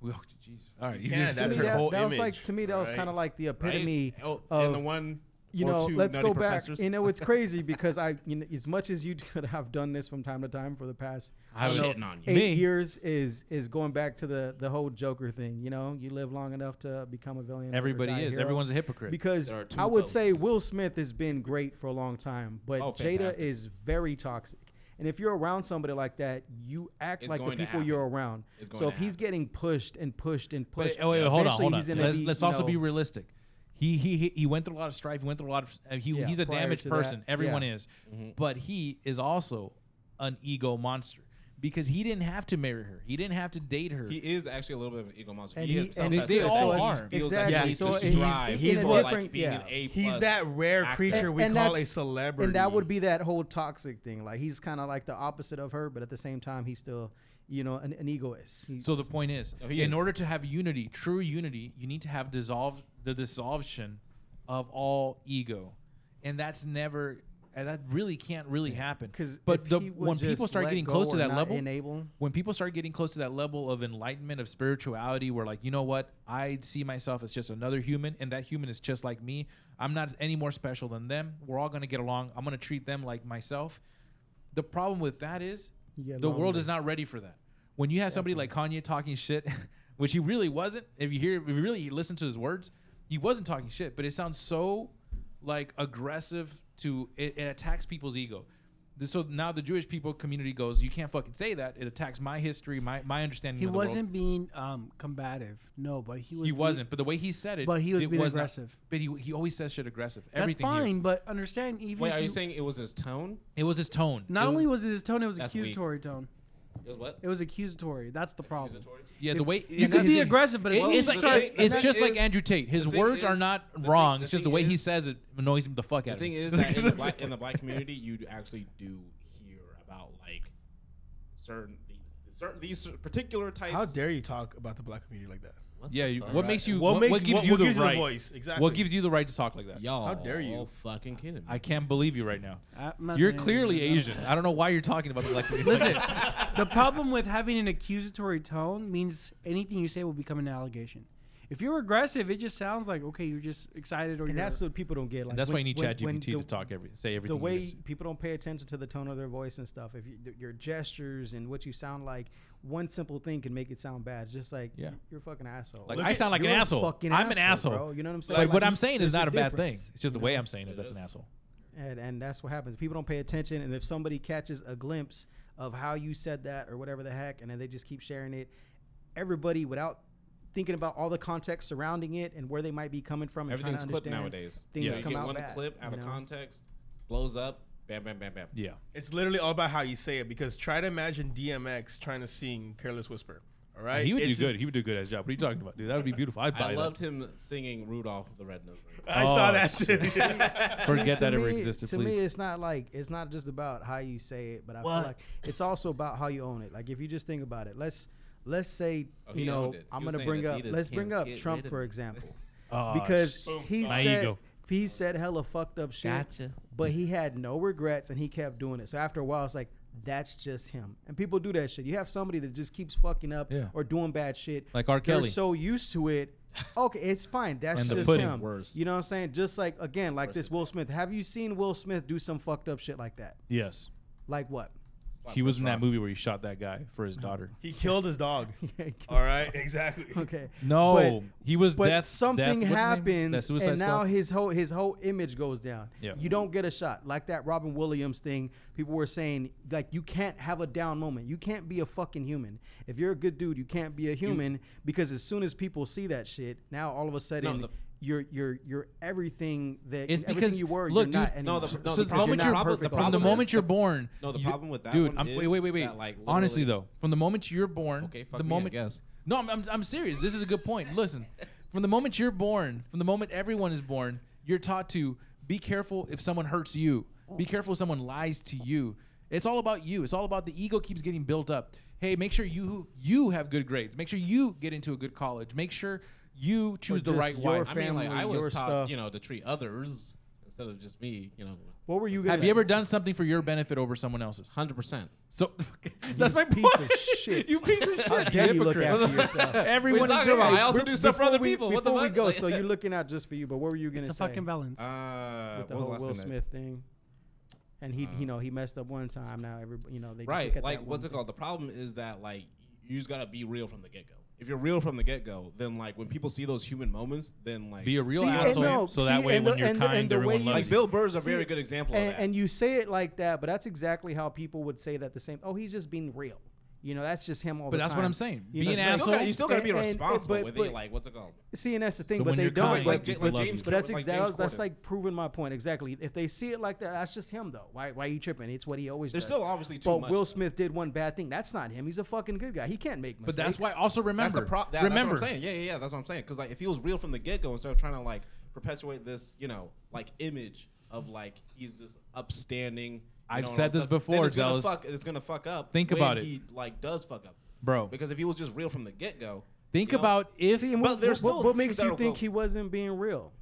[SPEAKER 6] We- oh, jeez. All right,
[SPEAKER 17] Yeah,
[SPEAKER 6] easy.
[SPEAKER 17] that's
[SPEAKER 3] See,
[SPEAKER 17] her
[SPEAKER 3] that,
[SPEAKER 17] whole
[SPEAKER 3] that was like
[SPEAKER 17] image,
[SPEAKER 3] to me that was
[SPEAKER 2] right?
[SPEAKER 3] kind of like the
[SPEAKER 2] Right?
[SPEAKER 3] epitome
[SPEAKER 2] Oh,
[SPEAKER 3] of
[SPEAKER 2] and the one
[SPEAKER 3] you
[SPEAKER 2] or
[SPEAKER 3] know,
[SPEAKER 2] two
[SPEAKER 3] let's
[SPEAKER 2] nutty
[SPEAKER 3] go back.
[SPEAKER 2] professors.
[SPEAKER 3] You know, it's crazy because I, you know, as much as you could have done this from time to time for the past
[SPEAKER 6] I
[SPEAKER 3] don't
[SPEAKER 6] was
[SPEAKER 3] know,
[SPEAKER 6] shitting on you.
[SPEAKER 3] eight
[SPEAKER 6] Me.
[SPEAKER 3] years, is is going back to the the whole Joker thing. You know, you live long enough to become a villain. or
[SPEAKER 6] Everybody
[SPEAKER 3] die a
[SPEAKER 6] is.
[SPEAKER 3] hero.
[SPEAKER 6] Everyone's a hypocrite.
[SPEAKER 3] Because
[SPEAKER 2] There are two
[SPEAKER 3] I would say
[SPEAKER 2] votes.
[SPEAKER 3] Will Smith has been great for a long time, but
[SPEAKER 2] Oh,
[SPEAKER 3] Jada
[SPEAKER 2] fantastic.
[SPEAKER 3] is very toxic. And if you're around somebody like that, you act
[SPEAKER 2] It's
[SPEAKER 3] like the
[SPEAKER 2] going to
[SPEAKER 3] people you're around.
[SPEAKER 2] It's
[SPEAKER 3] So
[SPEAKER 2] going
[SPEAKER 3] if
[SPEAKER 2] to
[SPEAKER 3] he's
[SPEAKER 2] happen.
[SPEAKER 3] getting pushed and pushed and
[SPEAKER 6] But
[SPEAKER 3] pushed,
[SPEAKER 6] oh, wait, hold on,
[SPEAKER 3] eventually
[SPEAKER 6] hold on.
[SPEAKER 3] he's gonna
[SPEAKER 6] Let's,
[SPEAKER 3] be,
[SPEAKER 6] let's
[SPEAKER 3] you
[SPEAKER 6] also be
[SPEAKER 3] know-
[SPEAKER 6] realistic. He, he he he went through a lot of strife. He went through a lot of. Uh, he,
[SPEAKER 3] Yeah,
[SPEAKER 6] he's a
[SPEAKER 3] prior
[SPEAKER 6] damaged
[SPEAKER 3] to that,
[SPEAKER 6] person. Everyone
[SPEAKER 3] yeah. Mm-hmm.
[SPEAKER 6] is, but he is also an ego monster because he didn't have to marry her. He didn't have to date her.
[SPEAKER 2] He is actually a little bit of an ego monster.
[SPEAKER 3] And
[SPEAKER 2] he,
[SPEAKER 3] he-
[SPEAKER 2] himself
[SPEAKER 3] and
[SPEAKER 2] has
[SPEAKER 6] they
[SPEAKER 2] said
[SPEAKER 6] all
[SPEAKER 2] that
[SPEAKER 6] are.
[SPEAKER 2] He feels
[SPEAKER 3] Exactly.
[SPEAKER 2] that he needs
[SPEAKER 17] So
[SPEAKER 2] to
[SPEAKER 17] he's-
[SPEAKER 2] strive
[SPEAKER 3] he's
[SPEAKER 2] for
[SPEAKER 3] what-
[SPEAKER 2] like being
[SPEAKER 3] yeah.
[SPEAKER 2] an A plus.
[SPEAKER 17] He's that rare
[SPEAKER 2] actor.
[SPEAKER 17] creature we
[SPEAKER 3] And
[SPEAKER 17] call
[SPEAKER 3] that's-
[SPEAKER 17] a celebrity,
[SPEAKER 3] And that would be that whole toxic thing. Like he's kind of like the opposite of her, but at the same time, he's still, you know, an, an egoist. He's,
[SPEAKER 6] so the point is,
[SPEAKER 3] Oh,
[SPEAKER 2] No, he
[SPEAKER 6] in
[SPEAKER 2] is.
[SPEAKER 6] order to have unity, true unity, you need to have dissolved the dissolution of all ego, and that's never. And that really can't really happen.
[SPEAKER 3] 'Cause
[SPEAKER 6] but
[SPEAKER 3] if
[SPEAKER 6] the,
[SPEAKER 3] he would
[SPEAKER 6] when people
[SPEAKER 3] just
[SPEAKER 6] start
[SPEAKER 3] let
[SPEAKER 6] getting
[SPEAKER 3] go
[SPEAKER 6] close to
[SPEAKER 3] or
[SPEAKER 6] that
[SPEAKER 3] not
[SPEAKER 6] level,
[SPEAKER 3] enable,
[SPEAKER 6] when people start getting close to that level of enlightenment of spirituality where like you know what i see myself as just another human and that human is just like me i'm not any more special than them we're all going to get along i'm going to treat them like myself the problem with that is
[SPEAKER 3] You get
[SPEAKER 6] the world
[SPEAKER 3] lonely.
[SPEAKER 6] is not ready for that when you have somebody like kanye talking shit which he really wasn't if you hear if you really listen to his words he wasn't talking shit but it sounds so like aggressive to it, it attacks people's ego Th- so now the jewish people community goes you can't fucking say that it attacks my history my my understanding
[SPEAKER 5] He
[SPEAKER 6] of the world."
[SPEAKER 5] wasn't being um, combative. No, but he was.
[SPEAKER 6] he
[SPEAKER 5] being-
[SPEAKER 6] wasn't but the way he said it
[SPEAKER 5] But he was
[SPEAKER 6] it
[SPEAKER 5] being
[SPEAKER 6] not-
[SPEAKER 5] aggressive.
[SPEAKER 6] but he, he always says shit aggressive
[SPEAKER 5] That's
[SPEAKER 6] everything he was-
[SPEAKER 5] fine, but understand even.
[SPEAKER 2] Wait,
[SPEAKER 5] if
[SPEAKER 2] are you
[SPEAKER 5] you-
[SPEAKER 2] saying it was his tone?
[SPEAKER 6] it was his tone
[SPEAKER 5] Not
[SPEAKER 6] It
[SPEAKER 5] only
[SPEAKER 6] was,
[SPEAKER 5] was it his tone, it was
[SPEAKER 2] That's weak.
[SPEAKER 5] accusatory tone.
[SPEAKER 2] It was what?
[SPEAKER 5] It was accusatory. That's the problem.
[SPEAKER 6] yeah the way
[SPEAKER 5] You could be aggressive, but if
[SPEAKER 6] It-
[SPEAKER 5] you
[SPEAKER 6] it's,
[SPEAKER 2] the
[SPEAKER 5] start-
[SPEAKER 2] thing- the
[SPEAKER 6] it's
[SPEAKER 2] thing
[SPEAKER 6] just like
[SPEAKER 2] is-
[SPEAKER 6] Andrew Tate. His
[SPEAKER 2] the thing
[SPEAKER 6] words are
[SPEAKER 2] is-
[SPEAKER 6] not
[SPEAKER 2] the thing-
[SPEAKER 6] wrong.
[SPEAKER 2] the
[SPEAKER 6] it's just the
[SPEAKER 2] thing
[SPEAKER 6] way he
[SPEAKER 2] is-
[SPEAKER 6] says it annoys him the fuck out
[SPEAKER 2] The
[SPEAKER 6] of
[SPEAKER 2] thing
[SPEAKER 6] me.
[SPEAKER 2] is that in the, black, in the black community, you do actually do hear about like certain these, certain these particular types.
[SPEAKER 17] How dare you talk about the black community like that?
[SPEAKER 2] What
[SPEAKER 6] yeah,
[SPEAKER 2] the
[SPEAKER 6] you,
[SPEAKER 2] fuck?
[SPEAKER 6] what makes you?
[SPEAKER 17] What
[SPEAKER 6] What,
[SPEAKER 17] makes-
[SPEAKER 6] what gives
[SPEAKER 17] what-
[SPEAKER 6] you
[SPEAKER 17] what
[SPEAKER 6] the
[SPEAKER 17] gives you the
[SPEAKER 6] right?
[SPEAKER 17] voice? Exactly.
[SPEAKER 6] What gives you the right to talk like that?
[SPEAKER 2] Y'all,
[SPEAKER 17] How dare you?
[SPEAKER 2] Fucking kidding me.
[SPEAKER 6] I can't believe you right now.
[SPEAKER 5] I'm not
[SPEAKER 6] You're
[SPEAKER 5] saying anything
[SPEAKER 6] clearly
[SPEAKER 5] about that.
[SPEAKER 6] Asian. I don't know why you're talking about the black community.
[SPEAKER 5] Listen, the problem with having an accusatory tone means anything you say will become an allegation. If you're aggressive, it just sounds like okay, you're just excited or
[SPEAKER 3] and
[SPEAKER 5] you're.
[SPEAKER 3] that's what people don't get. Like
[SPEAKER 6] And that's why you need
[SPEAKER 3] when- when- when
[SPEAKER 6] ChatGPT to
[SPEAKER 3] the-
[SPEAKER 6] talk every, say everything.
[SPEAKER 3] The
[SPEAKER 6] you
[SPEAKER 3] way
[SPEAKER 6] need to say.
[SPEAKER 3] people don't pay attention to the tone of their voice and stuff. If you, th- your gestures and what you sound like, one simple thing can make it sound bad. It's just like
[SPEAKER 6] Yeah.
[SPEAKER 3] you're a fucking asshole.
[SPEAKER 6] like
[SPEAKER 17] Look
[SPEAKER 6] I
[SPEAKER 17] at-
[SPEAKER 6] sound like an
[SPEAKER 3] you're a
[SPEAKER 6] asshole.
[SPEAKER 3] fucking
[SPEAKER 6] I'm an
[SPEAKER 3] asshole,
[SPEAKER 6] asshole.
[SPEAKER 3] bro. You know what I'm saying?
[SPEAKER 6] Like, what
[SPEAKER 3] Like,
[SPEAKER 6] I'm saying is
[SPEAKER 3] there's
[SPEAKER 6] not
[SPEAKER 3] a
[SPEAKER 6] a bad thing.
[SPEAKER 3] difference,
[SPEAKER 6] It's just the
[SPEAKER 3] you
[SPEAKER 6] way
[SPEAKER 3] know?
[SPEAKER 6] I'm saying it. That's an asshole.
[SPEAKER 3] And, and that's what happens. People don't pay attention. And if somebody catches a glimpse of how you said that or whatever the heck, and then they just keep sharing it, everybody without thinking about all the context surrounding it and where they might be coming from. And trying
[SPEAKER 2] Everything's
[SPEAKER 3] to
[SPEAKER 2] clipped
[SPEAKER 3] understand
[SPEAKER 2] nowadays.
[SPEAKER 3] Things
[SPEAKER 2] yeah,
[SPEAKER 3] come
[SPEAKER 2] you get
[SPEAKER 3] out
[SPEAKER 2] one
[SPEAKER 3] bad,
[SPEAKER 2] clip out
[SPEAKER 3] you
[SPEAKER 2] of
[SPEAKER 3] know?
[SPEAKER 2] context, blows up, bam, bam, bam, bam.
[SPEAKER 6] Yeah.
[SPEAKER 17] It's literally all about how you say it because try to imagine DMX trying to sing Careless Whisper. All right,
[SPEAKER 6] He would
[SPEAKER 17] It's
[SPEAKER 6] do
[SPEAKER 17] his-
[SPEAKER 6] good. He would do good at his job. What are you talking about, dude? That would be beautiful. I'd buy
[SPEAKER 2] I
[SPEAKER 6] that.
[SPEAKER 2] loved him singing Rudolph the Red-Nosed Reindeer.
[SPEAKER 17] I saw
[SPEAKER 6] Oh,
[SPEAKER 17] that too.
[SPEAKER 6] shit.
[SPEAKER 17] Yeah.
[SPEAKER 6] Forget
[SPEAKER 3] to
[SPEAKER 6] that ever
[SPEAKER 3] me-
[SPEAKER 6] existed,
[SPEAKER 3] To
[SPEAKER 6] please.
[SPEAKER 3] me, it's not like it's not just about how you say it, but I
[SPEAKER 17] What?
[SPEAKER 3] feel like it's also about how you own it. Like if you just think about it, let's let's say
[SPEAKER 2] Oh,
[SPEAKER 3] you
[SPEAKER 2] he
[SPEAKER 3] know
[SPEAKER 2] owned it.
[SPEAKER 3] I'm
[SPEAKER 2] He was
[SPEAKER 3] gonna
[SPEAKER 2] saying
[SPEAKER 3] bring up
[SPEAKER 2] Adidas
[SPEAKER 3] let's
[SPEAKER 2] can't
[SPEAKER 3] bring up
[SPEAKER 2] get rid
[SPEAKER 3] Trump
[SPEAKER 2] of
[SPEAKER 3] for
[SPEAKER 2] it.
[SPEAKER 3] example,
[SPEAKER 6] Oh,
[SPEAKER 3] because
[SPEAKER 6] sh- Boom.
[SPEAKER 3] he
[SPEAKER 6] My
[SPEAKER 3] said
[SPEAKER 6] ego.
[SPEAKER 3] he said hella fucked up shit,
[SPEAKER 2] Gotcha.
[SPEAKER 3] but he had no regrets and he kept doing it. So after a while, it's like. That's just him, and people do that shit. You have somebody that just keeps fucking up
[SPEAKER 6] Yeah.
[SPEAKER 3] or doing bad shit.
[SPEAKER 6] Like R.
[SPEAKER 3] They're
[SPEAKER 6] Kelly.
[SPEAKER 3] so used to it. Okay, it's fine. That's
[SPEAKER 6] And the
[SPEAKER 3] just
[SPEAKER 6] pudding.
[SPEAKER 3] him.
[SPEAKER 2] Worst.
[SPEAKER 3] You know what I'm saying? Just like again, like this Will Smith. Have you seen Will Smith do some fucked up shit like that?
[SPEAKER 6] Yes.
[SPEAKER 3] Like what?
[SPEAKER 6] He was in that movie where he shot that guy for his daughter.
[SPEAKER 17] He killed his dog.
[SPEAKER 3] Yeah, he killed
[SPEAKER 17] All right, exactly.
[SPEAKER 3] Okay.
[SPEAKER 6] No, he was
[SPEAKER 3] But
[SPEAKER 6] death.
[SPEAKER 3] something
[SPEAKER 6] death,
[SPEAKER 3] happens,
[SPEAKER 6] That
[SPEAKER 3] and now his whole his whole image goes down.
[SPEAKER 6] Yeah.
[SPEAKER 3] You don't get a shot like that Robin Williams thing. People were saying like you can't have a down moment. You can't be a fucking human. If you're a good dude, you can't be a human because as soon as people see that shit, now all of a sudden
[SPEAKER 2] the-
[SPEAKER 3] you're you're you're everything that
[SPEAKER 6] It's
[SPEAKER 3] everything
[SPEAKER 6] because-
[SPEAKER 3] you were. you're
[SPEAKER 6] look, dude,
[SPEAKER 3] not
[SPEAKER 2] No,
[SPEAKER 3] anymore.
[SPEAKER 2] the, no,
[SPEAKER 6] So
[SPEAKER 2] the
[SPEAKER 6] the
[SPEAKER 2] problem
[SPEAKER 6] moment
[SPEAKER 2] with
[SPEAKER 6] you're
[SPEAKER 2] not
[SPEAKER 3] born-
[SPEAKER 2] perfect
[SPEAKER 3] from
[SPEAKER 2] all
[SPEAKER 6] from the
[SPEAKER 2] of
[SPEAKER 6] moment
[SPEAKER 2] this-
[SPEAKER 6] you're born.
[SPEAKER 2] No, the
[SPEAKER 6] you-
[SPEAKER 2] problem with that
[SPEAKER 6] dude.
[SPEAKER 2] one
[SPEAKER 6] I'm,
[SPEAKER 2] is
[SPEAKER 6] wait, wait, wait, wait.
[SPEAKER 2] that, like,
[SPEAKER 6] Honestly,
[SPEAKER 2] literally-
[SPEAKER 6] though, from the moment you're born,
[SPEAKER 2] Okay, fuck
[SPEAKER 6] the
[SPEAKER 2] me, I
[SPEAKER 6] moment.
[SPEAKER 2] guess.
[SPEAKER 6] No, I'm, I'm, I'm serious. This is a good point. Listen, from the moment you're born, from the moment everyone is born, you're taught to be careful if someone hurts you. Be careful if someone lies to you. It's all about you. It's all about the ego keeps getting built up. Hey, make sure you you have good grades. Make sure you get into a good college. Make sure you choose the
[SPEAKER 3] just
[SPEAKER 6] right
[SPEAKER 3] your
[SPEAKER 6] wife.
[SPEAKER 2] I mean, like I
[SPEAKER 3] family, your
[SPEAKER 2] was taught,
[SPEAKER 3] stuff.
[SPEAKER 2] you know, to treat others instead of just me. You know,
[SPEAKER 3] What were you?
[SPEAKER 6] Have
[SPEAKER 3] gonna-
[SPEAKER 6] you ever done something for your benefit over someone else's?
[SPEAKER 2] hundred percent.
[SPEAKER 6] So that's my
[SPEAKER 3] piece
[SPEAKER 6] point.
[SPEAKER 3] of shit.
[SPEAKER 6] you piece of shit.
[SPEAKER 3] How dare you look
[SPEAKER 6] hypocrite.
[SPEAKER 3] after yourself?
[SPEAKER 6] Everyone
[SPEAKER 2] What are you
[SPEAKER 6] is
[SPEAKER 2] talking
[SPEAKER 6] there.
[SPEAKER 2] about? I also do stuff for
[SPEAKER 3] Before
[SPEAKER 2] other
[SPEAKER 3] we-
[SPEAKER 2] people. What the
[SPEAKER 3] Before we
[SPEAKER 2] fuck?
[SPEAKER 3] go,
[SPEAKER 2] Like-
[SPEAKER 3] so you're looking out just for you, but what were you gonna
[SPEAKER 5] It's a
[SPEAKER 3] say?
[SPEAKER 5] fucking balance.
[SPEAKER 2] Uh,
[SPEAKER 3] with the
[SPEAKER 2] what was
[SPEAKER 3] whole
[SPEAKER 2] last
[SPEAKER 3] Will
[SPEAKER 2] thing that-
[SPEAKER 3] Smith thing. And he, you know, he messed up one time. Now every, you know, they just look
[SPEAKER 2] Right.
[SPEAKER 3] at
[SPEAKER 2] Like,
[SPEAKER 3] that
[SPEAKER 2] what's
[SPEAKER 3] one
[SPEAKER 2] it called? The problem is that, like, you just got to be real from the get go. If you're real from the get go, then, like, when people see those human moments, then, like,
[SPEAKER 6] Be a real
[SPEAKER 3] See, and
[SPEAKER 6] asshole,
[SPEAKER 3] no,
[SPEAKER 6] so
[SPEAKER 3] see,
[SPEAKER 6] that way
[SPEAKER 3] and
[SPEAKER 6] when
[SPEAKER 3] the-
[SPEAKER 6] you're
[SPEAKER 3] and the-
[SPEAKER 6] kind,
[SPEAKER 3] and the way
[SPEAKER 6] everyone
[SPEAKER 3] you-
[SPEAKER 6] loves
[SPEAKER 2] Like,
[SPEAKER 6] you.
[SPEAKER 2] Bill Burr's a
[SPEAKER 3] See,
[SPEAKER 2] very good example
[SPEAKER 3] and,
[SPEAKER 2] of that.
[SPEAKER 3] and you say it like that, but that's exactly how people would say that. The same. Oh, he's just being real. You know, that's just him all the
[SPEAKER 6] But
[SPEAKER 3] time.
[SPEAKER 6] that's what I'm saying.
[SPEAKER 3] You
[SPEAKER 6] Be
[SPEAKER 3] know,
[SPEAKER 2] you
[SPEAKER 3] so-
[SPEAKER 6] an
[SPEAKER 2] still gotta-
[SPEAKER 6] asshole.
[SPEAKER 2] you still got to be
[SPEAKER 3] And- and-
[SPEAKER 2] responsible
[SPEAKER 3] but-
[SPEAKER 2] with
[SPEAKER 3] but-
[SPEAKER 2] it. Like, what's it called?
[SPEAKER 3] See, and that's the thing,
[SPEAKER 6] So
[SPEAKER 3] but
[SPEAKER 6] when
[SPEAKER 3] they
[SPEAKER 6] you're
[SPEAKER 3] don't.
[SPEAKER 6] kind,
[SPEAKER 3] but-
[SPEAKER 6] people
[SPEAKER 3] but,
[SPEAKER 6] love
[SPEAKER 3] James,
[SPEAKER 6] you.
[SPEAKER 3] but that's
[SPEAKER 2] Like
[SPEAKER 3] exactly
[SPEAKER 2] James
[SPEAKER 3] that's, that's
[SPEAKER 2] Corden.
[SPEAKER 3] like proving my point exactly. If they see it like that, that's just him though. Why why are you tripping? It's what he always
[SPEAKER 2] There's
[SPEAKER 3] does.
[SPEAKER 2] still obviously too
[SPEAKER 3] But
[SPEAKER 2] much,
[SPEAKER 3] Will
[SPEAKER 2] though.
[SPEAKER 3] Smith did one bad thing. That's not him. He's a fucking good guy. He can't make
[SPEAKER 6] But
[SPEAKER 3] mistakes.
[SPEAKER 6] that's why. Also remember.
[SPEAKER 2] That's the problem.
[SPEAKER 6] remember.
[SPEAKER 2] That's what I'm saying. Yeah, yeah, yeah. That's what I'm saying. Because like, if he was real from the get go, instead of trying to like perpetuate this, you know, like image of like he's this upstanding. you
[SPEAKER 6] I've
[SPEAKER 2] know, and
[SPEAKER 6] said
[SPEAKER 2] all that
[SPEAKER 6] this
[SPEAKER 2] stuff,
[SPEAKER 6] before,
[SPEAKER 2] then it's gonna
[SPEAKER 6] Zealous.
[SPEAKER 2] fuck. It's gonna fuck up.
[SPEAKER 6] Think
[SPEAKER 2] when
[SPEAKER 6] about it.
[SPEAKER 2] He like does fuck up,
[SPEAKER 6] Bro.
[SPEAKER 2] Because if he was just real from the get go,
[SPEAKER 6] Think about if
[SPEAKER 3] See, and
[SPEAKER 2] But
[SPEAKER 3] what,
[SPEAKER 2] there's
[SPEAKER 3] what-
[SPEAKER 2] still things
[SPEAKER 3] what makes
[SPEAKER 2] that
[SPEAKER 3] you
[SPEAKER 2] are
[SPEAKER 3] think
[SPEAKER 2] woke.
[SPEAKER 3] he wasn't being real?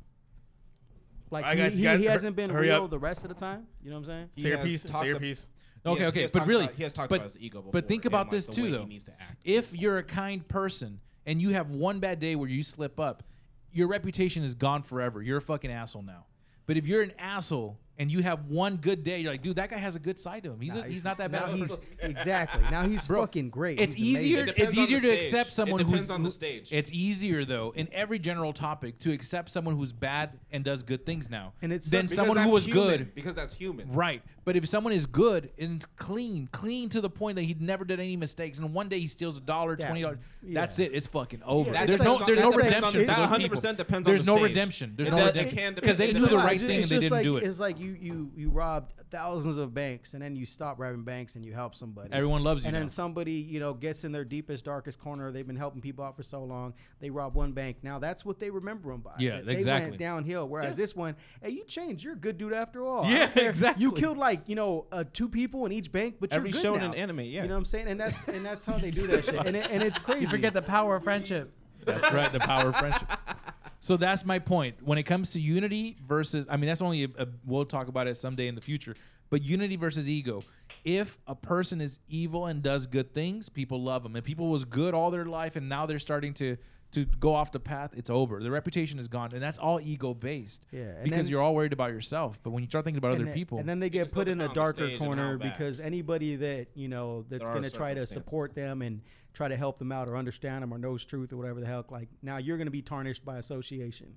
[SPEAKER 3] Like
[SPEAKER 17] Alright,
[SPEAKER 3] he,
[SPEAKER 17] guys,
[SPEAKER 3] he,
[SPEAKER 17] guys,
[SPEAKER 3] he
[SPEAKER 17] hur-
[SPEAKER 3] hasn't been
[SPEAKER 17] hurry
[SPEAKER 3] real
[SPEAKER 17] up.
[SPEAKER 3] the rest of the time. You know what I'm saying?
[SPEAKER 2] he
[SPEAKER 17] Say your
[SPEAKER 2] has
[SPEAKER 17] piece, say
[SPEAKER 2] talked
[SPEAKER 17] your
[SPEAKER 2] ab-
[SPEAKER 17] piece.
[SPEAKER 2] he
[SPEAKER 6] Okay,
[SPEAKER 2] has-
[SPEAKER 6] okay,
[SPEAKER 2] he has
[SPEAKER 6] but
[SPEAKER 2] talked
[SPEAKER 6] really,
[SPEAKER 2] about- he has talked
[SPEAKER 6] but,
[SPEAKER 2] about his ego.
[SPEAKER 6] But think
[SPEAKER 2] before
[SPEAKER 6] about
[SPEAKER 2] and, like,
[SPEAKER 6] this
[SPEAKER 2] the
[SPEAKER 6] too,
[SPEAKER 2] way
[SPEAKER 6] though.
[SPEAKER 2] He needs to act.
[SPEAKER 6] If you're a kind person and you have one bad day where you slip up, your reputation is gone forever. You're a fucking asshole now. But if you're an asshole and you have one good day, you're like, dude, that guy has a good side to him. He's, a, he's, not that bad.
[SPEAKER 3] now
[SPEAKER 6] of a
[SPEAKER 3] he's
[SPEAKER 6] person."
[SPEAKER 3] exactly now he's
[SPEAKER 6] Bro,
[SPEAKER 3] fucking great.
[SPEAKER 6] It's
[SPEAKER 3] He's amazing.
[SPEAKER 6] easier.
[SPEAKER 2] It
[SPEAKER 6] it's
[SPEAKER 2] depends on
[SPEAKER 6] easier
[SPEAKER 2] the
[SPEAKER 6] to
[SPEAKER 2] stage.
[SPEAKER 6] accept
[SPEAKER 2] It
[SPEAKER 6] someone
[SPEAKER 2] depends
[SPEAKER 6] who's
[SPEAKER 2] on the
[SPEAKER 6] who-
[SPEAKER 2] stage.
[SPEAKER 6] It's easier though in every general topic to accept someone who's bad and does good things now,
[SPEAKER 3] And it's-
[SPEAKER 6] than
[SPEAKER 3] Because
[SPEAKER 6] someone who
[SPEAKER 2] that's
[SPEAKER 6] was
[SPEAKER 2] human,
[SPEAKER 6] good.
[SPEAKER 2] because that's human.
[SPEAKER 6] Right, but if someone is good and it's clean, clean to the point that he never did any mistakes, and one day he steals a dollar,
[SPEAKER 3] Yeah.
[SPEAKER 6] twenty dollars,
[SPEAKER 3] Yeah.
[SPEAKER 6] that's it. It's fucking over.
[SPEAKER 3] that
[SPEAKER 6] there's
[SPEAKER 3] depends
[SPEAKER 6] no,
[SPEAKER 3] on-
[SPEAKER 6] there's
[SPEAKER 3] that
[SPEAKER 6] no
[SPEAKER 3] depends
[SPEAKER 6] redemption.
[SPEAKER 3] on-
[SPEAKER 6] for
[SPEAKER 2] that
[SPEAKER 6] those
[SPEAKER 2] 100%
[SPEAKER 6] people.
[SPEAKER 2] depends on
[SPEAKER 6] There's
[SPEAKER 2] the
[SPEAKER 6] no
[SPEAKER 2] stage.
[SPEAKER 6] redemption. There's
[SPEAKER 2] It
[SPEAKER 6] no
[SPEAKER 2] does- it
[SPEAKER 6] redemption
[SPEAKER 2] can
[SPEAKER 6] because they
[SPEAKER 2] depend-
[SPEAKER 6] do the
[SPEAKER 2] it's
[SPEAKER 6] right
[SPEAKER 2] just-
[SPEAKER 6] thing and
[SPEAKER 3] it's
[SPEAKER 6] they
[SPEAKER 3] just
[SPEAKER 6] didn't
[SPEAKER 3] like,
[SPEAKER 6] do it.
[SPEAKER 3] It's like you you you robbed thousands of banks and then you stop robbing banks and you help somebody.
[SPEAKER 6] Everyone loves you
[SPEAKER 3] And
[SPEAKER 6] now.
[SPEAKER 3] then somebody you know gets in their deepest darkest corner. They've been helping people out for so long. They rob one bank. Now that's what they remember them by.
[SPEAKER 6] Yeah,
[SPEAKER 3] that they
[SPEAKER 6] exactly.
[SPEAKER 3] went downhill. Whereas this one, hey, you changed. You're a good dude after all. I
[SPEAKER 6] Yeah,
[SPEAKER 3] don't care.
[SPEAKER 6] exactly.
[SPEAKER 3] You killed like you know uh, two people in each bank, but
[SPEAKER 2] Every
[SPEAKER 3] you're good
[SPEAKER 2] show in
[SPEAKER 3] now.
[SPEAKER 2] an anime, yeah.
[SPEAKER 3] You know what I'm saying? And that's and that's how they do that shit. And, it, and it's crazy.
[SPEAKER 5] You forget the power of friendship.
[SPEAKER 6] That's right, the power of friendship. So that's my point. When it comes to unity versus, I mean, that's only a, a- we'll talk about it someday in the future. But unity versus ego. If a person is evil and does good things, people love them. And people was good all their life, and now they're starting to to go off the path. It's over. Their reputation is gone, and that's all ego based.
[SPEAKER 3] Yeah, and
[SPEAKER 6] because
[SPEAKER 3] then-
[SPEAKER 6] you're all worried about yourself. But when you start thinking about other
[SPEAKER 3] and then-
[SPEAKER 6] people,
[SPEAKER 3] And then they get
[SPEAKER 2] just
[SPEAKER 3] put
[SPEAKER 2] look
[SPEAKER 3] in a
[SPEAKER 2] around the
[SPEAKER 3] darker
[SPEAKER 2] stage and
[SPEAKER 3] corner
[SPEAKER 2] how bad.
[SPEAKER 3] because anybody that you know that's
[SPEAKER 2] There are
[SPEAKER 3] going to try to
[SPEAKER 2] circumstances.
[SPEAKER 3] support them and try to help them out or understand them or knows truth or whatever the heck. Like now you're going to be tarnished by association.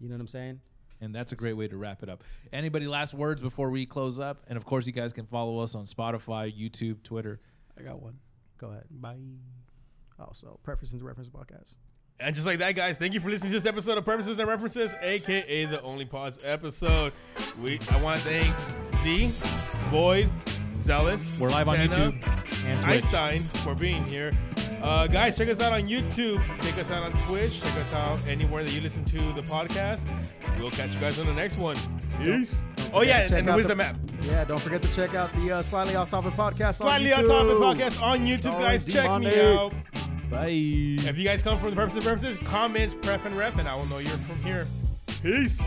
[SPEAKER 3] You know what I'm saying?
[SPEAKER 6] And that's a great way to wrap it up. Anybody last words before we close up? And of course, you guys can follow us on Spotify, YouTube, Twitter.
[SPEAKER 5] I got one.
[SPEAKER 3] Go ahead.
[SPEAKER 5] Bye.
[SPEAKER 3] Also, preference and reference podcast.
[SPEAKER 17] And just like that, guys, thank you for listening to this episode of Purposes and References, aka the Only Pods episode. We I want to thank Z, Void, Zealous.
[SPEAKER 6] We're live on
[SPEAKER 17] Tana,
[SPEAKER 6] YouTube. And Twitch.
[SPEAKER 1] Einstein for being here. Uh, guys, check us out on YouTube. Check us out on Twitch. Check us out anywhere that you listen to the podcast. We'll catch you guys on the next one. Peace. Oh, yeah,
[SPEAKER 3] Check
[SPEAKER 1] and
[SPEAKER 3] out
[SPEAKER 1] where's
[SPEAKER 3] the-
[SPEAKER 1] the map?
[SPEAKER 3] Yeah, don't forget to check out the uh, Slightly Off Topic podcast.
[SPEAKER 1] Slightly
[SPEAKER 3] on
[SPEAKER 1] on
[SPEAKER 3] YouTube.
[SPEAKER 1] topic podcast on YouTube,
[SPEAKER 3] On
[SPEAKER 1] guys. Check me
[SPEAKER 3] Demonic.
[SPEAKER 1] out. Bye. If you guys come from the purpose of purposes, comments, pref, and ref, and I will know you're from here. Peace.